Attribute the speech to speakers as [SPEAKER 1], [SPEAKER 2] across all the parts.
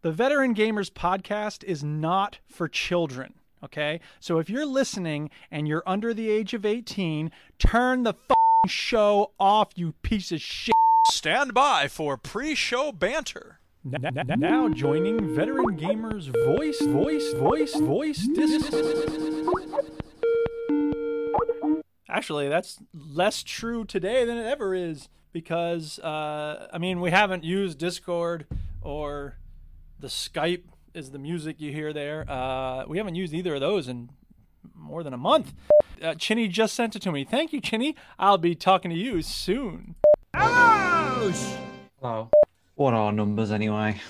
[SPEAKER 1] The Veteran Gamers podcast is not for children. Okay, so if you're listening and you're under the age of 18, turn the fing show off, you piece of shit.
[SPEAKER 2] Stand by for pre-show banter.
[SPEAKER 1] N- n- n- Now joining Veteran Gamers voice, voice, voice, voice Discord. Actually, that's less true today than it ever is because, uh, I mean, we haven't used Discord or the Skype is the music you hear there. Uh, we haven't used either of those in more than a month. Uh, Chinny just sent it to me. Thank you, Chinny. I'll be talking to you soon.
[SPEAKER 3] Hello. What are numbers anyway?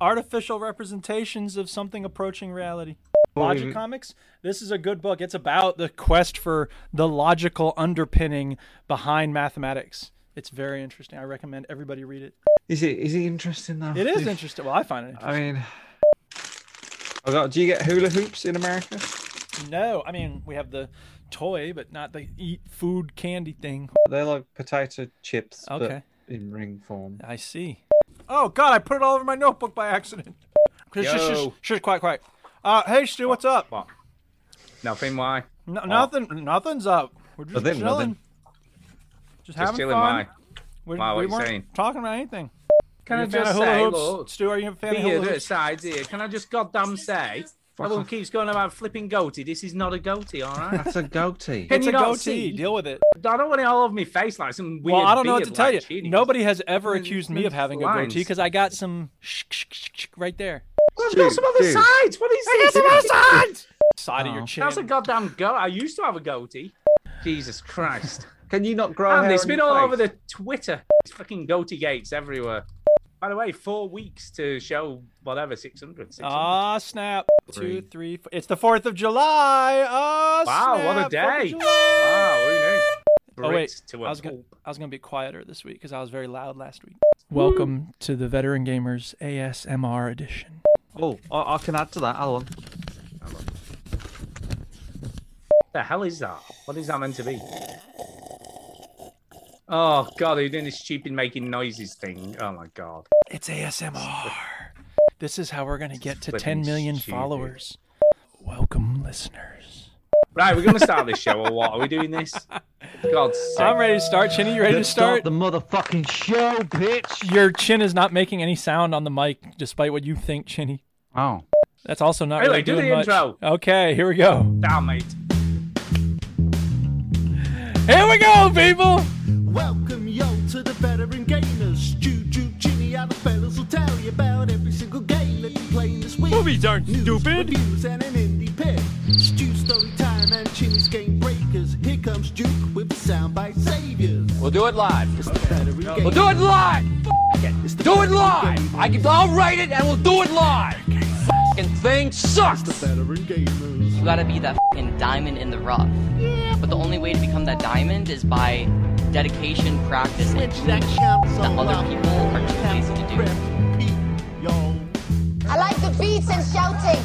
[SPEAKER 1] artificial representations of something approaching reality.
[SPEAKER 3] Well,
[SPEAKER 1] Logic
[SPEAKER 3] we-
[SPEAKER 1] Comics. This is a good book. It's about the quest for the logical underpinning behind mathematics. It's very interesting. I recommend everybody read it.
[SPEAKER 3] Is it is it interesting though?
[SPEAKER 1] It is
[SPEAKER 3] If-
[SPEAKER 1] interesting. Well, I find it interesting.
[SPEAKER 3] I mean, I got. Do you get hula hoops in America?
[SPEAKER 1] No, I mean we have the toy, but not the eat food candy thing.
[SPEAKER 3] They're like potato chips,
[SPEAKER 1] Okay.
[SPEAKER 3] but in ring form.
[SPEAKER 1] I see. Oh God, I put it all over my notebook by accident. Shh, shh, shh,
[SPEAKER 4] Yo.
[SPEAKER 1] shh, quiet, quiet. Uh, hey, Stu, what's up?
[SPEAKER 4] What? Nothing. Why?
[SPEAKER 1] No, nothing, nothing's up. We're just
[SPEAKER 3] Nothing,
[SPEAKER 1] chilling.
[SPEAKER 3] nothing.
[SPEAKER 1] Just,
[SPEAKER 4] Just
[SPEAKER 1] having
[SPEAKER 4] chilling.
[SPEAKER 1] fun.
[SPEAKER 4] Why?
[SPEAKER 1] We're,
[SPEAKER 4] Wow, what
[SPEAKER 1] we
[SPEAKER 4] you
[SPEAKER 1] weren't
[SPEAKER 4] saying?
[SPEAKER 1] talking about anything.
[SPEAKER 4] Can
[SPEAKER 1] Are
[SPEAKER 4] I
[SPEAKER 1] you a fan
[SPEAKER 4] just
[SPEAKER 1] of hula
[SPEAKER 4] say,
[SPEAKER 1] hoops?
[SPEAKER 4] look,
[SPEAKER 1] Stu, are you a fan of
[SPEAKER 4] being
[SPEAKER 1] hula
[SPEAKER 4] that
[SPEAKER 1] hoops?
[SPEAKER 4] sides here. Can I just goddamn say? Everyone keeps going about flipping goatee. This is not a goatee, all right?
[SPEAKER 3] That's a goatee.
[SPEAKER 4] Can
[SPEAKER 1] It's
[SPEAKER 4] you
[SPEAKER 1] a
[SPEAKER 4] not
[SPEAKER 1] goatee.
[SPEAKER 4] see?
[SPEAKER 1] Deal with it.
[SPEAKER 4] I don't want it all over my face like some weird.
[SPEAKER 1] Well, I don't know what to
[SPEAKER 4] beard
[SPEAKER 1] tell
[SPEAKER 4] like
[SPEAKER 1] you.
[SPEAKER 4] Chidi.
[SPEAKER 1] Nobody has ever accused me of
[SPEAKER 4] it's
[SPEAKER 1] having a
[SPEAKER 4] lines.
[SPEAKER 1] goatee because I got some sh- sh- sh- sh- right there.
[SPEAKER 4] Well, I've got some other
[SPEAKER 3] Dude, dude.
[SPEAKER 4] sides. What is this? sides.
[SPEAKER 1] Side of
[SPEAKER 3] Oh.
[SPEAKER 1] your chin.
[SPEAKER 4] That's a goddamn goat. I used to have a goatee. Jesus Christ.
[SPEAKER 3] Can you not grow
[SPEAKER 4] And
[SPEAKER 3] hair
[SPEAKER 4] it's
[SPEAKER 3] on
[SPEAKER 4] been
[SPEAKER 3] your
[SPEAKER 4] all
[SPEAKER 3] face?
[SPEAKER 4] over the Twitter. It's fucking goatee gates everywhere. By the way, four weeks to show whatever 600. 600.
[SPEAKER 1] Ah, snap. Two,
[SPEAKER 3] Three.
[SPEAKER 1] three, four. It's the 4th of July. Ah,
[SPEAKER 4] Wow,
[SPEAKER 1] snap.
[SPEAKER 4] what a
[SPEAKER 1] 4th of
[SPEAKER 4] day.
[SPEAKER 1] July.
[SPEAKER 4] Wow, who knew?
[SPEAKER 1] Oh, wait.
[SPEAKER 4] Brits to
[SPEAKER 1] I
[SPEAKER 4] a
[SPEAKER 1] was gonna,
[SPEAKER 4] pulp.
[SPEAKER 1] I was gonna be quieter this week because I was very loud last week. Welcome to the Veteran Gamers ASMR edition.
[SPEAKER 3] Oh, I, I can add to that. Alan.
[SPEAKER 4] the hell is that? What is that meant to be? Oh god, they're doing this stupid making noises thing. Oh my god.
[SPEAKER 1] It's ASMR. This is how we're going to get to 10
[SPEAKER 4] Flippin'
[SPEAKER 1] million
[SPEAKER 4] stupid.
[SPEAKER 1] followers. Welcome, listeners.
[SPEAKER 4] Right, we're gonna start this show or what? Are we doing this? God's sake.
[SPEAKER 1] I'm ready to start. Chinny, you ready to
[SPEAKER 3] Let's start
[SPEAKER 1] start?
[SPEAKER 3] the motherfucking show, bitch.
[SPEAKER 1] Your chin is not making any sound on the mic, despite what you think, Chinny.
[SPEAKER 3] Oh.
[SPEAKER 1] That's also not
[SPEAKER 4] Anyway,
[SPEAKER 1] really
[SPEAKER 4] do the
[SPEAKER 1] doing much.
[SPEAKER 4] intro.
[SPEAKER 1] Okay, here we go.
[SPEAKER 4] Damn mate.
[SPEAKER 1] Here we go, people.
[SPEAKER 5] Welcome yo to the veteran gamers. Juju, Ginny, and the fellas will tell you about every single game that you're playing this week.
[SPEAKER 1] Movies aren't
[SPEAKER 5] News,
[SPEAKER 1] stupid.
[SPEAKER 5] Reviews and an indie pick. Stu story time and Ginny's game breakers. Here comes Duke with the soundbite saviors. We'll do it live. It's the veteran gamers. We'll do it live. It's the do it live. I can. I'll write it and we'll do it live. Fucking thing sucks. the veteran gamers.
[SPEAKER 6] You gotta be that fing diamond in the rough. But the only way to become that diamond is by dedication, practice, and
[SPEAKER 5] Switch that counts
[SPEAKER 6] that
[SPEAKER 5] on
[SPEAKER 6] other
[SPEAKER 5] up.
[SPEAKER 6] people are too lazy to do.
[SPEAKER 5] Prep, peep, yo.
[SPEAKER 7] I like the beats and shouting.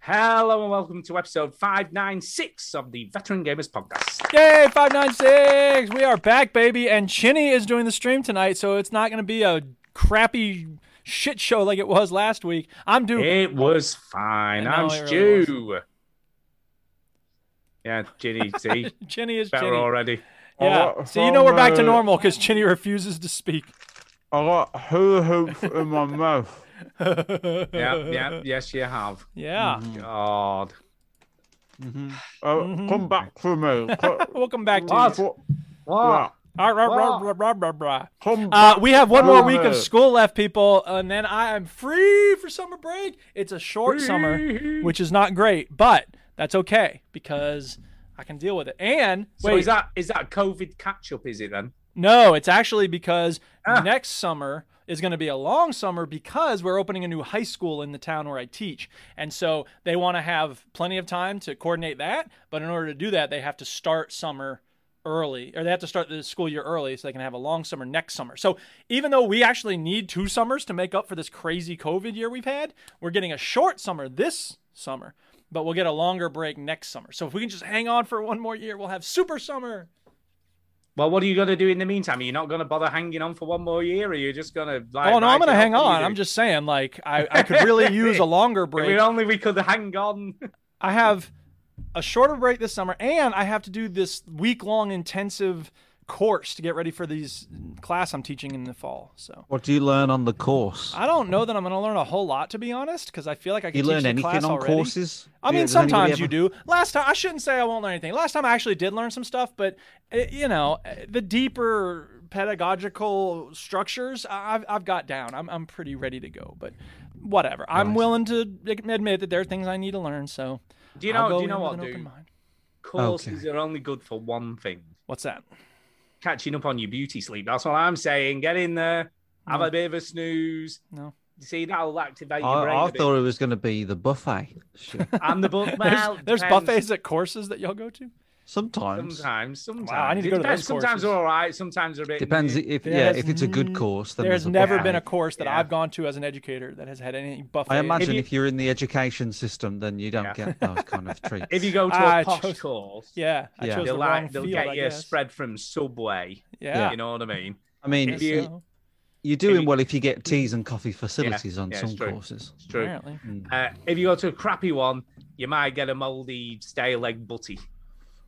[SPEAKER 4] Hello and welcome to episode 596 of the Veteran Gamers Podcast.
[SPEAKER 1] Yay, 596. We are back, baby. And Chinny is doing the stream tonight, so it's not going to be a crappy shit show like it was last week. I'm Duke.
[SPEAKER 4] It was fine.
[SPEAKER 1] No,
[SPEAKER 4] I'm
[SPEAKER 1] it really
[SPEAKER 4] Stu. yeah, Ginny, see?
[SPEAKER 1] Chinny is
[SPEAKER 4] Better
[SPEAKER 1] Chinny.
[SPEAKER 4] already.
[SPEAKER 1] Yeah.
[SPEAKER 8] Alright,
[SPEAKER 1] So you know we're back to
[SPEAKER 8] so, uh,
[SPEAKER 1] normal because Chinny refuses to speak.
[SPEAKER 8] I got hula hoops in my mouth.
[SPEAKER 1] yeah.
[SPEAKER 4] Yeah, yeah, yes, you have.
[SPEAKER 1] Yeah.
[SPEAKER 4] God.
[SPEAKER 8] Uh,
[SPEAKER 9] Mm-hmm.
[SPEAKER 8] Come back for me. Co-
[SPEAKER 1] Welcome back to
[SPEAKER 4] What?
[SPEAKER 1] you.
[SPEAKER 9] Ah.
[SPEAKER 8] yeah.
[SPEAKER 1] Arr, arr, arr, arr, arr, arr, arr.
[SPEAKER 8] Come
[SPEAKER 1] Uh, we have one more week of
[SPEAKER 8] Yeah.
[SPEAKER 1] school left, people, and then I am free for summer break. It's a short summer, which is not great, but that's okay because I can deal with it. And
[SPEAKER 4] So
[SPEAKER 1] wait,
[SPEAKER 4] is that is that COVID catch up? Is it then?
[SPEAKER 1] no, it's actually because next summer is going to be a long summer because we're opening a new high school in the town where I teach. And so they want to have plenty of time to coordinate that. But in order to do that, they have to start summer early or they have to start the school year early so they can have a long summer next summer. So even though we actually need two summers to make up for this crazy COVID year we've had, we're getting a short summer this summer, but we'll get a longer break next summer. So if we can just hang on for one more year, we'll have super summer.
[SPEAKER 4] Well, what are you going to do in the meantime? Are you not going to bother hanging on for one more year? Or are you just going to like?
[SPEAKER 1] oh no, I'm
[SPEAKER 4] write it
[SPEAKER 1] gonna
[SPEAKER 4] off
[SPEAKER 1] hang
[SPEAKER 4] and you
[SPEAKER 1] on.
[SPEAKER 4] do?
[SPEAKER 1] I'm just saying, like, I, I could really use a longer
[SPEAKER 4] If
[SPEAKER 1] break.
[SPEAKER 4] we only we could hang on.
[SPEAKER 1] I have a shorter break this summer, and I have to do this week long intensive course to get ready for these class I'm teaching in the fall. So
[SPEAKER 9] What do you learn on the course?
[SPEAKER 1] I don't know that I'm going to learn a whole lot, to be honest, because I feel like I
[SPEAKER 9] Do you
[SPEAKER 1] can teach
[SPEAKER 9] learn
[SPEAKER 1] the
[SPEAKER 9] anything
[SPEAKER 1] class
[SPEAKER 9] on
[SPEAKER 1] already.
[SPEAKER 9] courses?
[SPEAKER 1] I
[SPEAKER 9] Do-
[SPEAKER 1] mean,
[SPEAKER 9] does anybody
[SPEAKER 1] sometimes
[SPEAKER 9] ever-
[SPEAKER 1] you do. Last time, I shouldn't say I won't learn anything. Last time, I actually did learn some stuff, but eh, you know, eh, the deeper pedagogical structures I- I've, I've got down. I'm, I'm pretty ready to go, but whatever. I'm willing to admit that there are things I need to learn. So,
[SPEAKER 4] Do you
[SPEAKER 1] I'll
[SPEAKER 4] know?
[SPEAKER 1] go
[SPEAKER 4] Do you know
[SPEAKER 1] in with
[SPEAKER 4] what,
[SPEAKER 1] an open
[SPEAKER 4] dude?
[SPEAKER 1] mind.
[SPEAKER 4] Courses are only good for one thing:
[SPEAKER 1] What's that?
[SPEAKER 4] catching up on your beauty sleep. That's what I'm saying. Get in there, have
[SPEAKER 1] No.
[SPEAKER 4] a bit of a snooze.
[SPEAKER 1] No.
[SPEAKER 4] See, that'll activate your brain.
[SPEAKER 9] I, I
[SPEAKER 4] a bit.
[SPEAKER 9] thought it was going to be the buffet. Shit.
[SPEAKER 4] I'm the book. Well,
[SPEAKER 1] there's
[SPEAKER 4] depends.
[SPEAKER 1] buffets at courses that y'all go to.
[SPEAKER 9] Sometimes
[SPEAKER 4] Sometimes, sometimes.
[SPEAKER 1] Wow, I need to
[SPEAKER 4] It
[SPEAKER 1] go to
[SPEAKER 4] depends.
[SPEAKER 1] those
[SPEAKER 4] Sometimes
[SPEAKER 1] courses.
[SPEAKER 4] they're all right. Sometimes they're a bit.
[SPEAKER 9] depends
[SPEAKER 4] meh.
[SPEAKER 9] if yeah
[SPEAKER 1] There's
[SPEAKER 9] if it's a good
[SPEAKER 1] n-
[SPEAKER 9] course. Then
[SPEAKER 1] There has
[SPEAKER 9] there's a
[SPEAKER 1] never
[SPEAKER 9] buffet.
[SPEAKER 1] been a course that
[SPEAKER 4] Yeah.
[SPEAKER 1] I've gone to as an educator that has had any buffet.
[SPEAKER 9] I imagine if,
[SPEAKER 4] you-
[SPEAKER 9] you, are in the education system, then you don't
[SPEAKER 4] Yeah.
[SPEAKER 9] get those kind of treats.
[SPEAKER 4] If you go to a
[SPEAKER 1] I
[SPEAKER 4] posh
[SPEAKER 1] chose-
[SPEAKER 4] course,
[SPEAKER 1] Ah, Yeah, I
[SPEAKER 9] Yeah.
[SPEAKER 1] chose
[SPEAKER 4] they'll,
[SPEAKER 1] the
[SPEAKER 4] like,
[SPEAKER 1] wrong
[SPEAKER 4] they'll
[SPEAKER 1] field, I
[SPEAKER 4] get you a
[SPEAKER 1] guess.
[SPEAKER 4] spread from Subway.
[SPEAKER 1] Yeah.
[SPEAKER 4] You know what I mean?
[SPEAKER 9] I mean,
[SPEAKER 1] Guess
[SPEAKER 4] if you-
[SPEAKER 1] so,
[SPEAKER 9] you're
[SPEAKER 4] if
[SPEAKER 9] doing
[SPEAKER 4] you-
[SPEAKER 9] well if you get teas and coffee facilities on
[SPEAKER 4] yeah, it's
[SPEAKER 9] some
[SPEAKER 4] true.
[SPEAKER 9] courses.
[SPEAKER 4] It's true.
[SPEAKER 1] apparently.
[SPEAKER 4] Uh, if you go to a crappy one, you might get a moldy stale egg butty.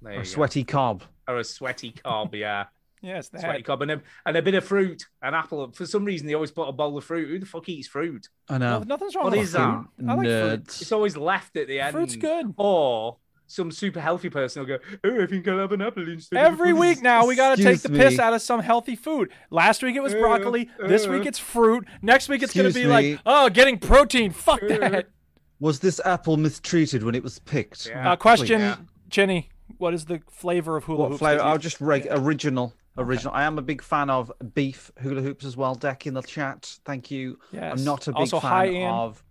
[SPEAKER 4] There you
[SPEAKER 9] A
[SPEAKER 4] go.
[SPEAKER 9] sweaty cob.
[SPEAKER 4] Or a sweaty cob, yeah.
[SPEAKER 1] Yes, that.
[SPEAKER 4] sweaty cob. And a, and a bit of fruit, an apple. For some reason, they always put a bowl of fruit. Who the fuck eats fruit?
[SPEAKER 9] I know.
[SPEAKER 1] No, nothing's wrong
[SPEAKER 4] What
[SPEAKER 1] with
[SPEAKER 4] is that?
[SPEAKER 1] I like fruit.
[SPEAKER 9] Nerds.
[SPEAKER 4] It's always left at the end.
[SPEAKER 1] Fruit's good.
[SPEAKER 4] Or some super healthy person will go, oh, I think I'll have an apple instead. of a
[SPEAKER 1] Every
[SPEAKER 4] fruit."
[SPEAKER 1] week now, we got to take the
[SPEAKER 9] Excuse
[SPEAKER 1] piss
[SPEAKER 9] me.
[SPEAKER 1] out of some healthy food. Last week it was
[SPEAKER 4] Uh,
[SPEAKER 1] broccoli. This week
[SPEAKER 4] uh.
[SPEAKER 1] it's fruit. Next week it's going to be
[SPEAKER 9] Excuse
[SPEAKER 1] like,
[SPEAKER 9] me.
[SPEAKER 1] oh, getting protein. Fuck
[SPEAKER 4] Uh,
[SPEAKER 1] that.
[SPEAKER 9] Was this apple mistreated when it was picked?
[SPEAKER 4] Yeah.
[SPEAKER 1] Uh, question,
[SPEAKER 4] Yeah.
[SPEAKER 1] Chinny. What is the flavor of hula
[SPEAKER 9] What
[SPEAKER 1] hoops?
[SPEAKER 9] flavor?
[SPEAKER 1] that
[SPEAKER 9] I'll
[SPEAKER 1] you-
[SPEAKER 9] just reg original. Original. I am a big fan of beef hula hoops as well. Deck in the chat. Thank you.
[SPEAKER 1] Yes.
[SPEAKER 9] I'm not a big
[SPEAKER 1] Also
[SPEAKER 9] fan
[SPEAKER 1] high in-
[SPEAKER 9] of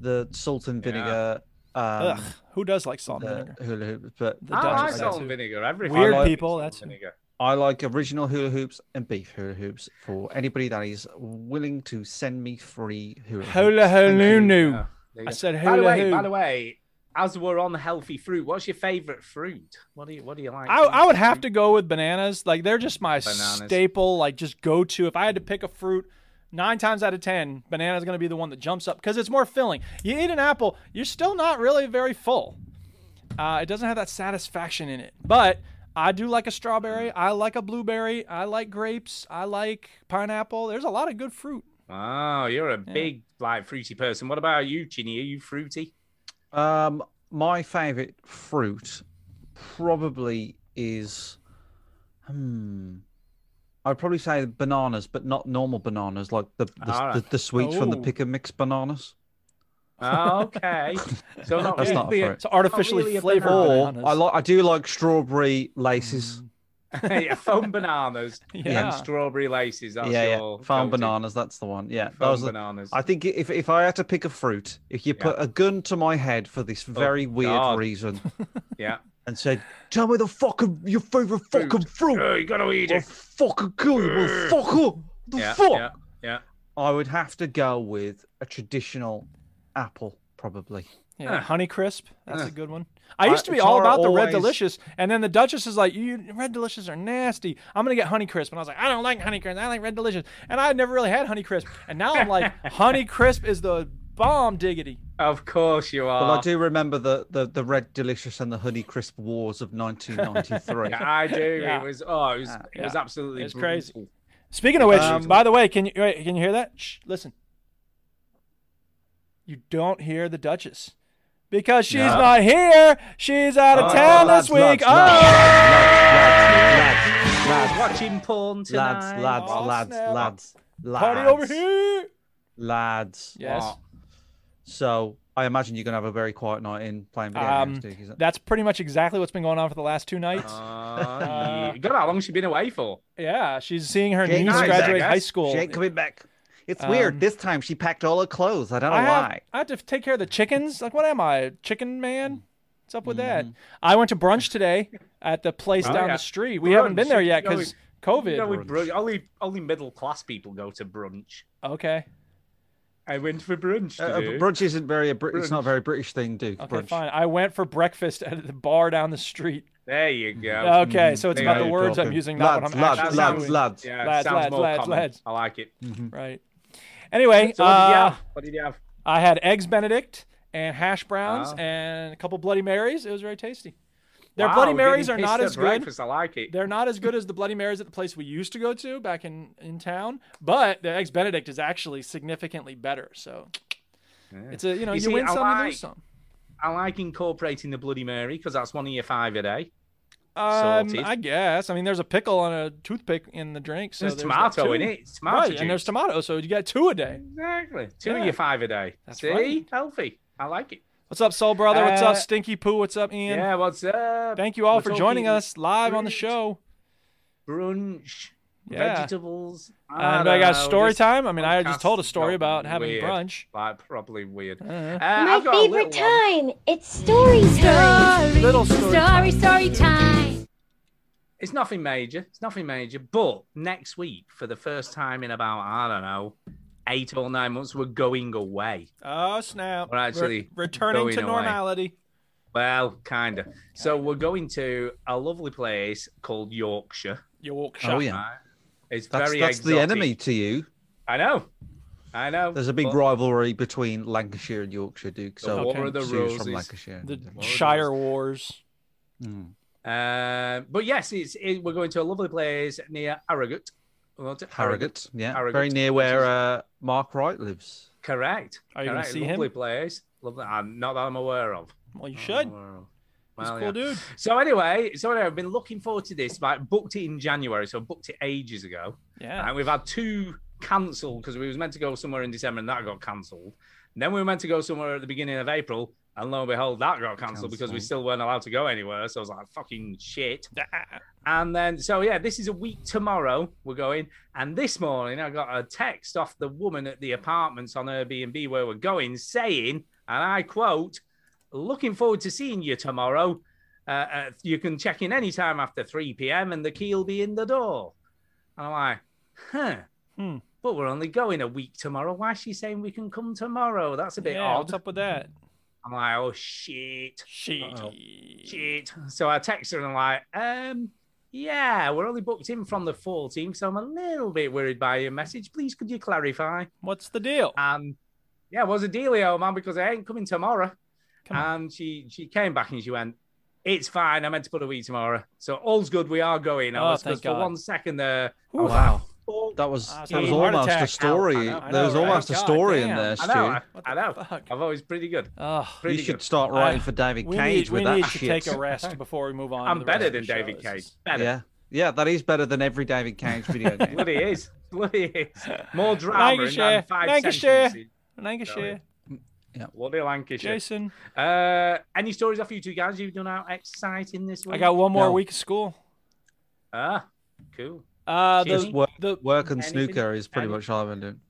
[SPEAKER 9] the salt and vinegar. Um, uh,
[SPEAKER 1] Ugh, who does like salt and vinegar?
[SPEAKER 9] the hula hoops, but
[SPEAKER 1] The
[SPEAKER 4] I
[SPEAKER 1] Dutch
[SPEAKER 4] like
[SPEAKER 1] is
[SPEAKER 4] salt
[SPEAKER 1] good.
[SPEAKER 4] and vinegar. Every
[SPEAKER 1] Weird
[SPEAKER 4] I like
[SPEAKER 1] people,
[SPEAKER 4] salt
[SPEAKER 1] that's-
[SPEAKER 4] and vinegar.
[SPEAKER 9] I like original hula hoops and beef hula hoops for anybody that is willing to send me free hula hoops.
[SPEAKER 1] Hula
[SPEAKER 9] uh,
[SPEAKER 4] Yeah,
[SPEAKER 1] hulunu.
[SPEAKER 4] there you
[SPEAKER 1] I
[SPEAKER 4] go.
[SPEAKER 1] said
[SPEAKER 4] By the
[SPEAKER 1] hula
[SPEAKER 4] way, by the
[SPEAKER 1] hoo.
[SPEAKER 4] way, as we're on healthy fruit, what's your favorite fruit? What do you What do you like?
[SPEAKER 1] I, I would have to go with bananas. Like they're just my
[SPEAKER 4] Bananas.
[SPEAKER 1] staple. Like just go to. If I had to pick a fruit, nine times out of ten, banana's going to be the one that jumps up because it's more filling. You eat an apple, you're still not really very full. Uh, it doesn't have that satisfaction in it. But I do like a strawberry. I like a blueberry. I like grapes. I like pineapple. There's a lot of good fruit.
[SPEAKER 4] Oh, you're a big like fruity person. What about you, Chinny? Are you fruity?
[SPEAKER 9] Um, my favorite fruit probably is, hmm, I'd probably say bananas, but not normal bananas, like the the,
[SPEAKER 4] All right.
[SPEAKER 9] the, the sweets from the
[SPEAKER 1] Oh.
[SPEAKER 9] pick and mix bananas.
[SPEAKER 4] Oh, okay. So not
[SPEAKER 9] That's not
[SPEAKER 4] really
[SPEAKER 9] a
[SPEAKER 4] a-
[SPEAKER 9] fruit.
[SPEAKER 1] It's artificially
[SPEAKER 4] really a
[SPEAKER 1] flavored.
[SPEAKER 4] banana.
[SPEAKER 9] Or
[SPEAKER 1] bananas.
[SPEAKER 9] Oh, I like I do like strawberry laces.
[SPEAKER 4] yeah, foam bananas
[SPEAKER 1] Yeah.
[SPEAKER 4] and strawberry laces. That's
[SPEAKER 9] yeah,
[SPEAKER 4] your
[SPEAKER 9] yeah, farm
[SPEAKER 4] go-to.
[SPEAKER 9] bananas. That's the one. Yeah,
[SPEAKER 4] Foam
[SPEAKER 9] those are-
[SPEAKER 4] bananas.
[SPEAKER 9] I think if if I had to pick a fruit, if you
[SPEAKER 4] Yeah.
[SPEAKER 9] put a gun to my head for
[SPEAKER 1] Oh,
[SPEAKER 9] this very weird
[SPEAKER 4] God.
[SPEAKER 9] reason
[SPEAKER 4] Yeah.
[SPEAKER 9] and said, "Tell me the fucking your favorite fucking fruit,"
[SPEAKER 4] Oh, you gotta eat
[SPEAKER 9] I'll
[SPEAKER 4] it.
[SPEAKER 9] fucking kill you. I'll fuck up. The
[SPEAKER 4] Yeah,
[SPEAKER 9] fuck.
[SPEAKER 4] yeah, yeah.
[SPEAKER 9] I would have to go with a traditional apple, probably.
[SPEAKER 1] Yeah, Honey Crisp. That's a good one. I
[SPEAKER 9] I-
[SPEAKER 1] used to be all
[SPEAKER 9] Tara
[SPEAKER 1] about the Red
[SPEAKER 9] always-
[SPEAKER 1] Delicious, and then the Duchess is like, "You Red Delicious are nasty. I'm gonna get Honey Crisp." And I was like, "I don't like Honey Crisp. I like Red Delicious." And I had never really had Honey Crisp, and now I'm like, Honey Crisp is the bomb diggity.
[SPEAKER 4] Of course you
[SPEAKER 9] Well,
[SPEAKER 1] Ah.
[SPEAKER 4] are.
[SPEAKER 9] I do remember the, the the red delicious and the honey crisp wars of 1993.
[SPEAKER 4] Yeah, I do.
[SPEAKER 1] Yeah.
[SPEAKER 4] It was oh, it was, it was
[SPEAKER 1] yeah.
[SPEAKER 4] absolutely
[SPEAKER 1] It's crazy.
[SPEAKER 4] brutal.
[SPEAKER 1] Speaking of which,
[SPEAKER 9] Um,
[SPEAKER 1] by the way, can you wait, can you hear that? Shh, listen. You don't hear the Duchess because she's
[SPEAKER 9] No.
[SPEAKER 1] not here. She's out of
[SPEAKER 9] Oh,
[SPEAKER 1] town
[SPEAKER 9] lads,
[SPEAKER 1] this week.
[SPEAKER 9] lads,
[SPEAKER 1] oh,
[SPEAKER 9] lads, lads, lads,
[SPEAKER 4] Watching porn tonight.
[SPEAKER 9] lads, lads, lads,
[SPEAKER 1] Oh,
[SPEAKER 9] lads,
[SPEAKER 1] snap.
[SPEAKER 9] lads, lads,
[SPEAKER 1] party over here.
[SPEAKER 9] lads.
[SPEAKER 1] Yes.
[SPEAKER 9] So I imagine you're gonna have a very quiet night in playing video
[SPEAKER 1] Um,
[SPEAKER 9] games, Dick, is it?
[SPEAKER 1] That's pretty much exactly what's been going on for the last two nights.
[SPEAKER 4] Ah, yeah. God, how long has she been away for?
[SPEAKER 1] yeah, she's seeing her
[SPEAKER 9] Jake
[SPEAKER 1] niece
[SPEAKER 9] Isaac,
[SPEAKER 1] graduate
[SPEAKER 4] I
[SPEAKER 1] high
[SPEAKER 4] guess.
[SPEAKER 1] school.
[SPEAKER 9] She ain't coming back. It's
[SPEAKER 1] Um,
[SPEAKER 9] weird. This time she packed all her clothes. I don't know
[SPEAKER 1] I have,
[SPEAKER 9] why.
[SPEAKER 1] I have to take care of the chickens. Like, what am I, a chicken man? What's up with that? I went to brunch today at the place
[SPEAKER 4] Mm-hmm. Oh,
[SPEAKER 1] down
[SPEAKER 4] yeah.
[SPEAKER 1] the street. We haven't been
[SPEAKER 4] Brunch.
[SPEAKER 1] there yet
[SPEAKER 4] You know,
[SPEAKER 1] because
[SPEAKER 4] You know,
[SPEAKER 1] COVID.
[SPEAKER 4] we bru- only only middle class people go to brunch.
[SPEAKER 1] Okay,
[SPEAKER 4] I went for brunch
[SPEAKER 9] Uh,
[SPEAKER 4] today.
[SPEAKER 9] brunch isn't very a Brit- it's not a very British thing, Duke.
[SPEAKER 1] okay,
[SPEAKER 9] brunch.
[SPEAKER 1] fine. I went for breakfast at the bar down the street.
[SPEAKER 4] There you go.
[SPEAKER 9] mm-hmm.
[SPEAKER 1] Okay, so it's
[SPEAKER 4] Hey,
[SPEAKER 1] about
[SPEAKER 4] how
[SPEAKER 1] the
[SPEAKER 4] you
[SPEAKER 1] words I'm
[SPEAKER 9] talking?
[SPEAKER 1] using, not
[SPEAKER 9] Lads,
[SPEAKER 1] what I'm
[SPEAKER 9] lads,
[SPEAKER 1] actually
[SPEAKER 9] lads,
[SPEAKER 1] doing.
[SPEAKER 9] lads.
[SPEAKER 4] Mm. Yeah,
[SPEAKER 1] Lads,
[SPEAKER 4] sounds
[SPEAKER 1] lads,
[SPEAKER 4] more
[SPEAKER 1] lads,
[SPEAKER 4] common.
[SPEAKER 1] lads.
[SPEAKER 4] I like it.
[SPEAKER 1] Right. Anyway,
[SPEAKER 4] So what did you
[SPEAKER 1] uh,
[SPEAKER 4] have? What did you have?
[SPEAKER 1] I had eggs Benedict and hash browns
[SPEAKER 4] Oh.
[SPEAKER 1] and a couple Bloody Marys. It was very tasty. Their
[SPEAKER 4] Wow,
[SPEAKER 1] Bloody
[SPEAKER 4] getting
[SPEAKER 1] Marys are
[SPEAKER 4] pissed
[SPEAKER 1] not
[SPEAKER 4] at
[SPEAKER 1] as good.
[SPEAKER 4] breakfast. I like it.
[SPEAKER 1] They're not as good as the Bloody Marys at the place we used to go to back in, in town, but the eggs Benedict is actually significantly better. So it's a you know
[SPEAKER 4] You
[SPEAKER 1] you,
[SPEAKER 4] see, oh,
[SPEAKER 1] win
[SPEAKER 4] I
[SPEAKER 1] some, you
[SPEAKER 4] like-
[SPEAKER 1] lose some.
[SPEAKER 4] I like incorporating the Bloody Mary because that's one of your five a day.
[SPEAKER 1] Um,
[SPEAKER 4] Salted.
[SPEAKER 1] I guess. I mean, there's a pickle on a toothpick in the drink. So
[SPEAKER 4] There's
[SPEAKER 1] there's that
[SPEAKER 4] tomato in
[SPEAKER 1] too.
[SPEAKER 4] it. It's tomato
[SPEAKER 1] Right,
[SPEAKER 4] juice.
[SPEAKER 1] and there's tomato, so you got two a day.
[SPEAKER 4] exactly two
[SPEAKER 1] Yeah.
[SPEAKER 4] of your five a day.
[SPEAKER 1] That's
[SPEAKER 4] See,
[SPEAKER 1] right.
[SPEAKER 4] healthy. I like it.
[SPEAKER 1] What's up, Soul Brother? What's up,
[SPEAKER 4] Uh,
[SPEAKER 1] Stinky Poo? What's up, Ian?
[SPEAKER 4] Yeah, what's up?
[SPEAKER 1] Thank you all
[SPEAKER 4] We're
[SPEAKER 1] for joining
[SPEAKER 4] talking
[SPEAKER 1] us live on the
[SPEAKER 4] fruit.
[SPEAKER 1] show.
[SPEAKER 4] Brunch,
[SPEAKER 1] Yeah.
[SPEAKER 4] vegetables.
[SPEAKER 1] And
[SPEAKER 4] don't
[SPEAKER 1] I got
[SPEAKER 4] know,
[SPEAKER 1] story
[SPEAKER 4] this
[SPEAKER 1] time. I mean, I just
[SPEAKER 4] podcast
[SPEAKER 1] told a
[SPEAKER 4] has
[SPEAKER 1] story
[SPEAKER 4] gotten
[SPEAKER 1] about having
[SPEAKER 4] weird.
[SPEAKER 1] brunch.
[SPEAKER 4] Like probably weird.
[SPEAKER 1] Uh-huh.
[SPEAKER 4] Uh, I've got a little one.
[SPEAKER 7] It's story time.
[SPEAKER 1] Little story time.
[SPEAKER 7] story time.
[SPEAKER 4] It's nothing major. It's nothing major. But next week, for the first time in about I don't know, eight or nine months, we're going away.
[SPEAKER 1] Oh snap!
[SPEAKER 4] We're actually
[SPEAKER 1] returning
[SPEAKER 4] going
[SPEAKER 1] to
[SPEAKER 4] away.
[SPEAKER 1] normality.
[SPEAKER 4] Well, kind of. So we're going to a lovely place called Yorkshire.
[SPEAKER 1] Yorkshire.
[SPEAKER 9] Oh yeah,
[SPEAKER 4] Right? It's
[SPEAKER 9] that's
[SPEAKER 4] very
[SPEAKER 9] that's the
[SPEAKER 4] exotic.
[SPEAKER 9] enemy to you.
[SPEAKER 4] I know. I know.
[SPEAKER 9] There's a big
[SPEAKER 4] But
[SPEAKER 9] rivalry between Lancashire and Yorkshire, Duke. So
[SPEAKER 1] War of
[SPEAKER 4] the
[SPEAKER 9] Sue's
[SPEAKER 4] Roses.
[SPEAKER 9] from Lancashire.
[SPEAKER 1] The
[SPEAKER 9] Yeah.
[SPEAKER 1] Shire Wars.
[SPEAKER 9] Mm.
[SPEAKER 4] Uh, but yes, it's it, we're going to a lovely place near Harrogate. Well, to-
[SPEAKER 9] Harrogate, yeah,
[SPEAKER 4] Harrogate,
[SPEAKER 9] very near
[SPEAKER 4] which
[SPEAKER 9] where
[SPEAKER 4] is-
[SPEAKER 9] uh, Mark Wright lives.
[SPEAKER 4] Correct.
[SPEAKER 1] Are you gonna
[SPEAKER 4] Correct.
[SPEAKER 1] see him?
[SPEAKER 4] lovely place. Lovely. I'm not that I'm aware of.
[SPEAKER 1] Well, you
[SPEAKER 4] Not
[SPEAKER 1] should.
[SPEAKER 4] that I'm aware of.
[SPEAKER 1] He's a
[SPEAKER 4] Well,
[SPEAKER 1] cool
[SPEAKER 4] Oh, yeah.
[SPEAKER 1] dude.
[SPEAKER 4] So anyway, so anyway, I've been looking forward to this. Like booked it in January, so I booked it ages ago.
[SPEAKER 1] Yeah.
[SPEAKER 4] And we've had two cancelled because we was meant to go somewhere in December and that got cancelled. And Then we were meant to go somewhere at the beginning of April, and lo and behold, that got cancelled because we
[SPEAKER 9] Cancelled.
[SPEAKER 4] still weren't allowed to go anywhere. So I was like, fucking shit. And then, so yeah, this is a week tomorrow we're going. And this morning I got a text off the woman at the apartments on Airbnb where we're going saying, and I quote, looking forward to seeing you tomorrow. Uh, uh, you can check in anytime after 3 p.m. and the key will be in the door. And I'm like, huh.
[SPEAKER 1] Hmm.
[SPEAKER 4] But we're only going a week tomorrow. Why is she saying we can come tomorrow? That's a bit
[SPEAKER 1] yeah,
[SPEAKER 4] odd.
[SPEAKER 1] What's up with that?
[SPEAKER 4] I'm like, oh shit
[SPEAKER 1] She.
[SPEAKER 4] Uh-oh. shit. So I text her and I'm like, um, yeah, we're only booked in from the 14th, so I'm a little bit worried by your message. Please, could you clarify?
[SPEAKER 1] What's the deal?
[SPEAKER 4] And Um, yeah, what's the dealio, man? Because I ain't coming tomorrow.
[SPEAKER 1] Come on.
[SPEAKER 4] and she she came back and she went, it's fine. I meant to put a week tomorrow, so all's good. We are going. I
[SPEAKER 1] Oh,
[SPEAKER 4] was-
[SPEAKER 1] thank
[SPEAKER 4] 'cause for
[SPEAKER 1] God.
[SPEAKER 4] one second there. I
[SPEAKER 1] Ooh.
[SPEAKER 4] was like, "Fuck."
[SPEAKER 9] That was
[SPEAKER 1] Ah, it's
[SPEAKER 9] that was
[SPEAKER 1] a heart
[SPEAKER 9] almost a
[SPEAKER 1] attack.
[SPEAKER 4] Ow, I
[SPEAKER 9] story.
[SPEAKER 4] know,
[SPEAKER 1] I
[SPEAKER 9] there was
[SPEAKER 1] know, right?
[SPEAKER 9] almost a
[SPEAKER 1] God
[SPEAKER 9] story in
[SPEAKER 1] damn.
[SPEAKER 9] there,
[SPEAKER 4] I
[SPEAKER 9] Stu.
[SPEAKER 4] know. I,
[SPEAKER 1] What the
[SPEAKER 4] I know.
[SPEAKER 1] fuck?
[SPEAKER 4] I've always pretty good.
[SPEAKER 1] Ugh.
[SPEAKER 4] Pretty
[SPEAKER 9] you should
[SPEAKER 4] good.
[SPEAKER 9] start writing for David
[SPEAKER 1] We
[SPEAKER 9] Cage
[SPEAKER 1] need, we
[SPEAKER 9] with that
[SPEAKER 1] need to
[SPEAKER 9] shit.
[SPEAKER 1] take a rest before we move on. to
[SPEAKER 4] I'm
[SPEAKER 1] the
[SPEAKER 4] better
[SPEAKER 1] rest
[SPEAKER 4] than
[SPEAKER 1] of the show.
[SPEAKER 4] David
[SPEAKER 1] This
[SPEAKER 4] Cage.
[SPEAKER 1] is-
[SPEAKER 4] Better.
[SPEAKER 9] Yeah, yeah, that is better than every David Cage video game.
[SPEAKER 4] Bloody is. Bloody is. More drama in
[SPEAKER 1] Lancashire,
[SPEAKER 4] that five
[SPEAKER 1] Lancashire.
[SPEAKER 4] sentences.
[SPEAKER 1] Lancashire,
[SPEAKER 4] Bloody Lancashire.
[SPEAKER 1] Jason.
[SPEAKER 4] Uh, any stories off you two guys you've done out exciting this week?
[SPEAKER 1] I got one more
[SPEAKER 9] No.
[SPEAKER 1] week of school.
[SPEAKER 4] Ah, cool.
[SPEAKER 1] Uh,
[SPEAKER 9] Just
[SPEAKER 1] the,
[SPEAKER 9] work,
[SPEAKER 1] the
[SPEAKER 9] work and
[SPEAKER 4] Anything-
[SPEAKER 9] snooker is pretty
[SPEAKER 4] any-
[SPEAKER 9] much all I've been doing.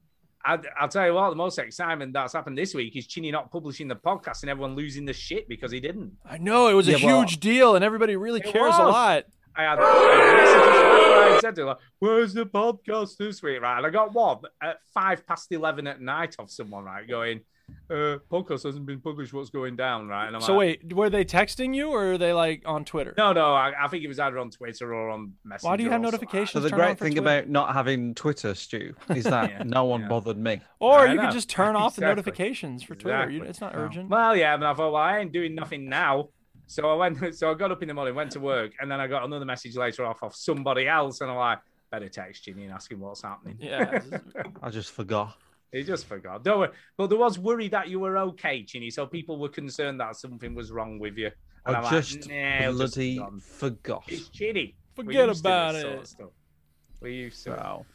[SPEAKER 4] I, I'll tell you what, the most excitement that's happened this week is Chinny not publishing the podcast and everyone losing the shit because he didn't.
[SPEAKER 1] I know it was a
[SPEAKER 9] Yeah,
[SPEAKER 1] huge
[SPEAKER 9] well-
[SPEAKER 1] deal, and everybody really
[SPEAKER 4] It
[SPEAKER 1] cares a
[SPEAKER 4] was.
[SPEAKER 1] lot.
[SPEAKER 4] I had messages that's why I said to her, like, "Where's the podcast this week?" Right, and I got one at five past eleven at night off someone right going, uh, "Podcast hasn't been published. What's going down?" Right, and I'm
[SPEAKER 1] So
[SPEAKER 4] like,
[SPEAKER 1] wait, were they texting you or are they like on Twitter?
[SPEAKER 4] No, no, I, I think it was either on Twitter or on Messenger.
[SPEAKER 1] Why do you have
[SPEAKER 4] or something.
[SPEAKER 9] So
[SPEAKER 1] notifications?
[SPEAKER 9] the
[SPEAKER 1] turned on
[SPEAKER 9] great
[SPEAKER 1] for
[SPEAKER 9] thing
[SPEAKER 1] Twitter?
[SPEAKER 9] about not having Twitter, Stu, is that
[SPEAKER 4] Yeah,
[SPEAKER 9] no one
[SPEAKER 4] yeah.
[SPEAKER 9] bothered me.
[SPEAKER 1] or
[SPEAKER 4] I
[SPEAKER 1] you could
[SPEAKER 4] know.
[SPEAKER 1] just turn off the
[SPEAKER 4] Exactly.
[SPEAKER 1] notifications for Twitter. You,
[SPEAKER 4] Exactly.
[SPEAKER 1] it's not
[SPEAKER 9] No.
[SPEAKER 1] urgent.
[SPEAKER 4] Well, yeah, but I thought, well, I ain't doing nothing now. So I went, so I got up in the morning, went to work, and then I got another message later off of somebody else, and I'm like, better text Ginny and ask him what's happening.
[SPEAKER 1] Yeah,
[SPEAKER 9] I just forgot.
[SPEAKER 4] He just forgot. Don't worry. But there was worry that you were okay, Ginny, so people were concerned that something was wrong with you. And
[SPEAKER 9] I
[SPEAKER 4] I'm like,
[SPEAKER 9] just
[SPEAKER 4] "Nah, it'll just be
[SPEAKER 9] bloody
[SPEAKER 4] gone."
[SPEAKER 9] forgot.
[SPEAKER 4] It's Ginny. We're
[SPEAKER 1] Forget
[SPEAKER 4] used to
[SPEAKER 1] about
[SPEAKER 4] this sort of
[SPEAKER 1] it.
[SPEAKER 4] stuff. We're used to it.
[SPEAKER 9] Wow.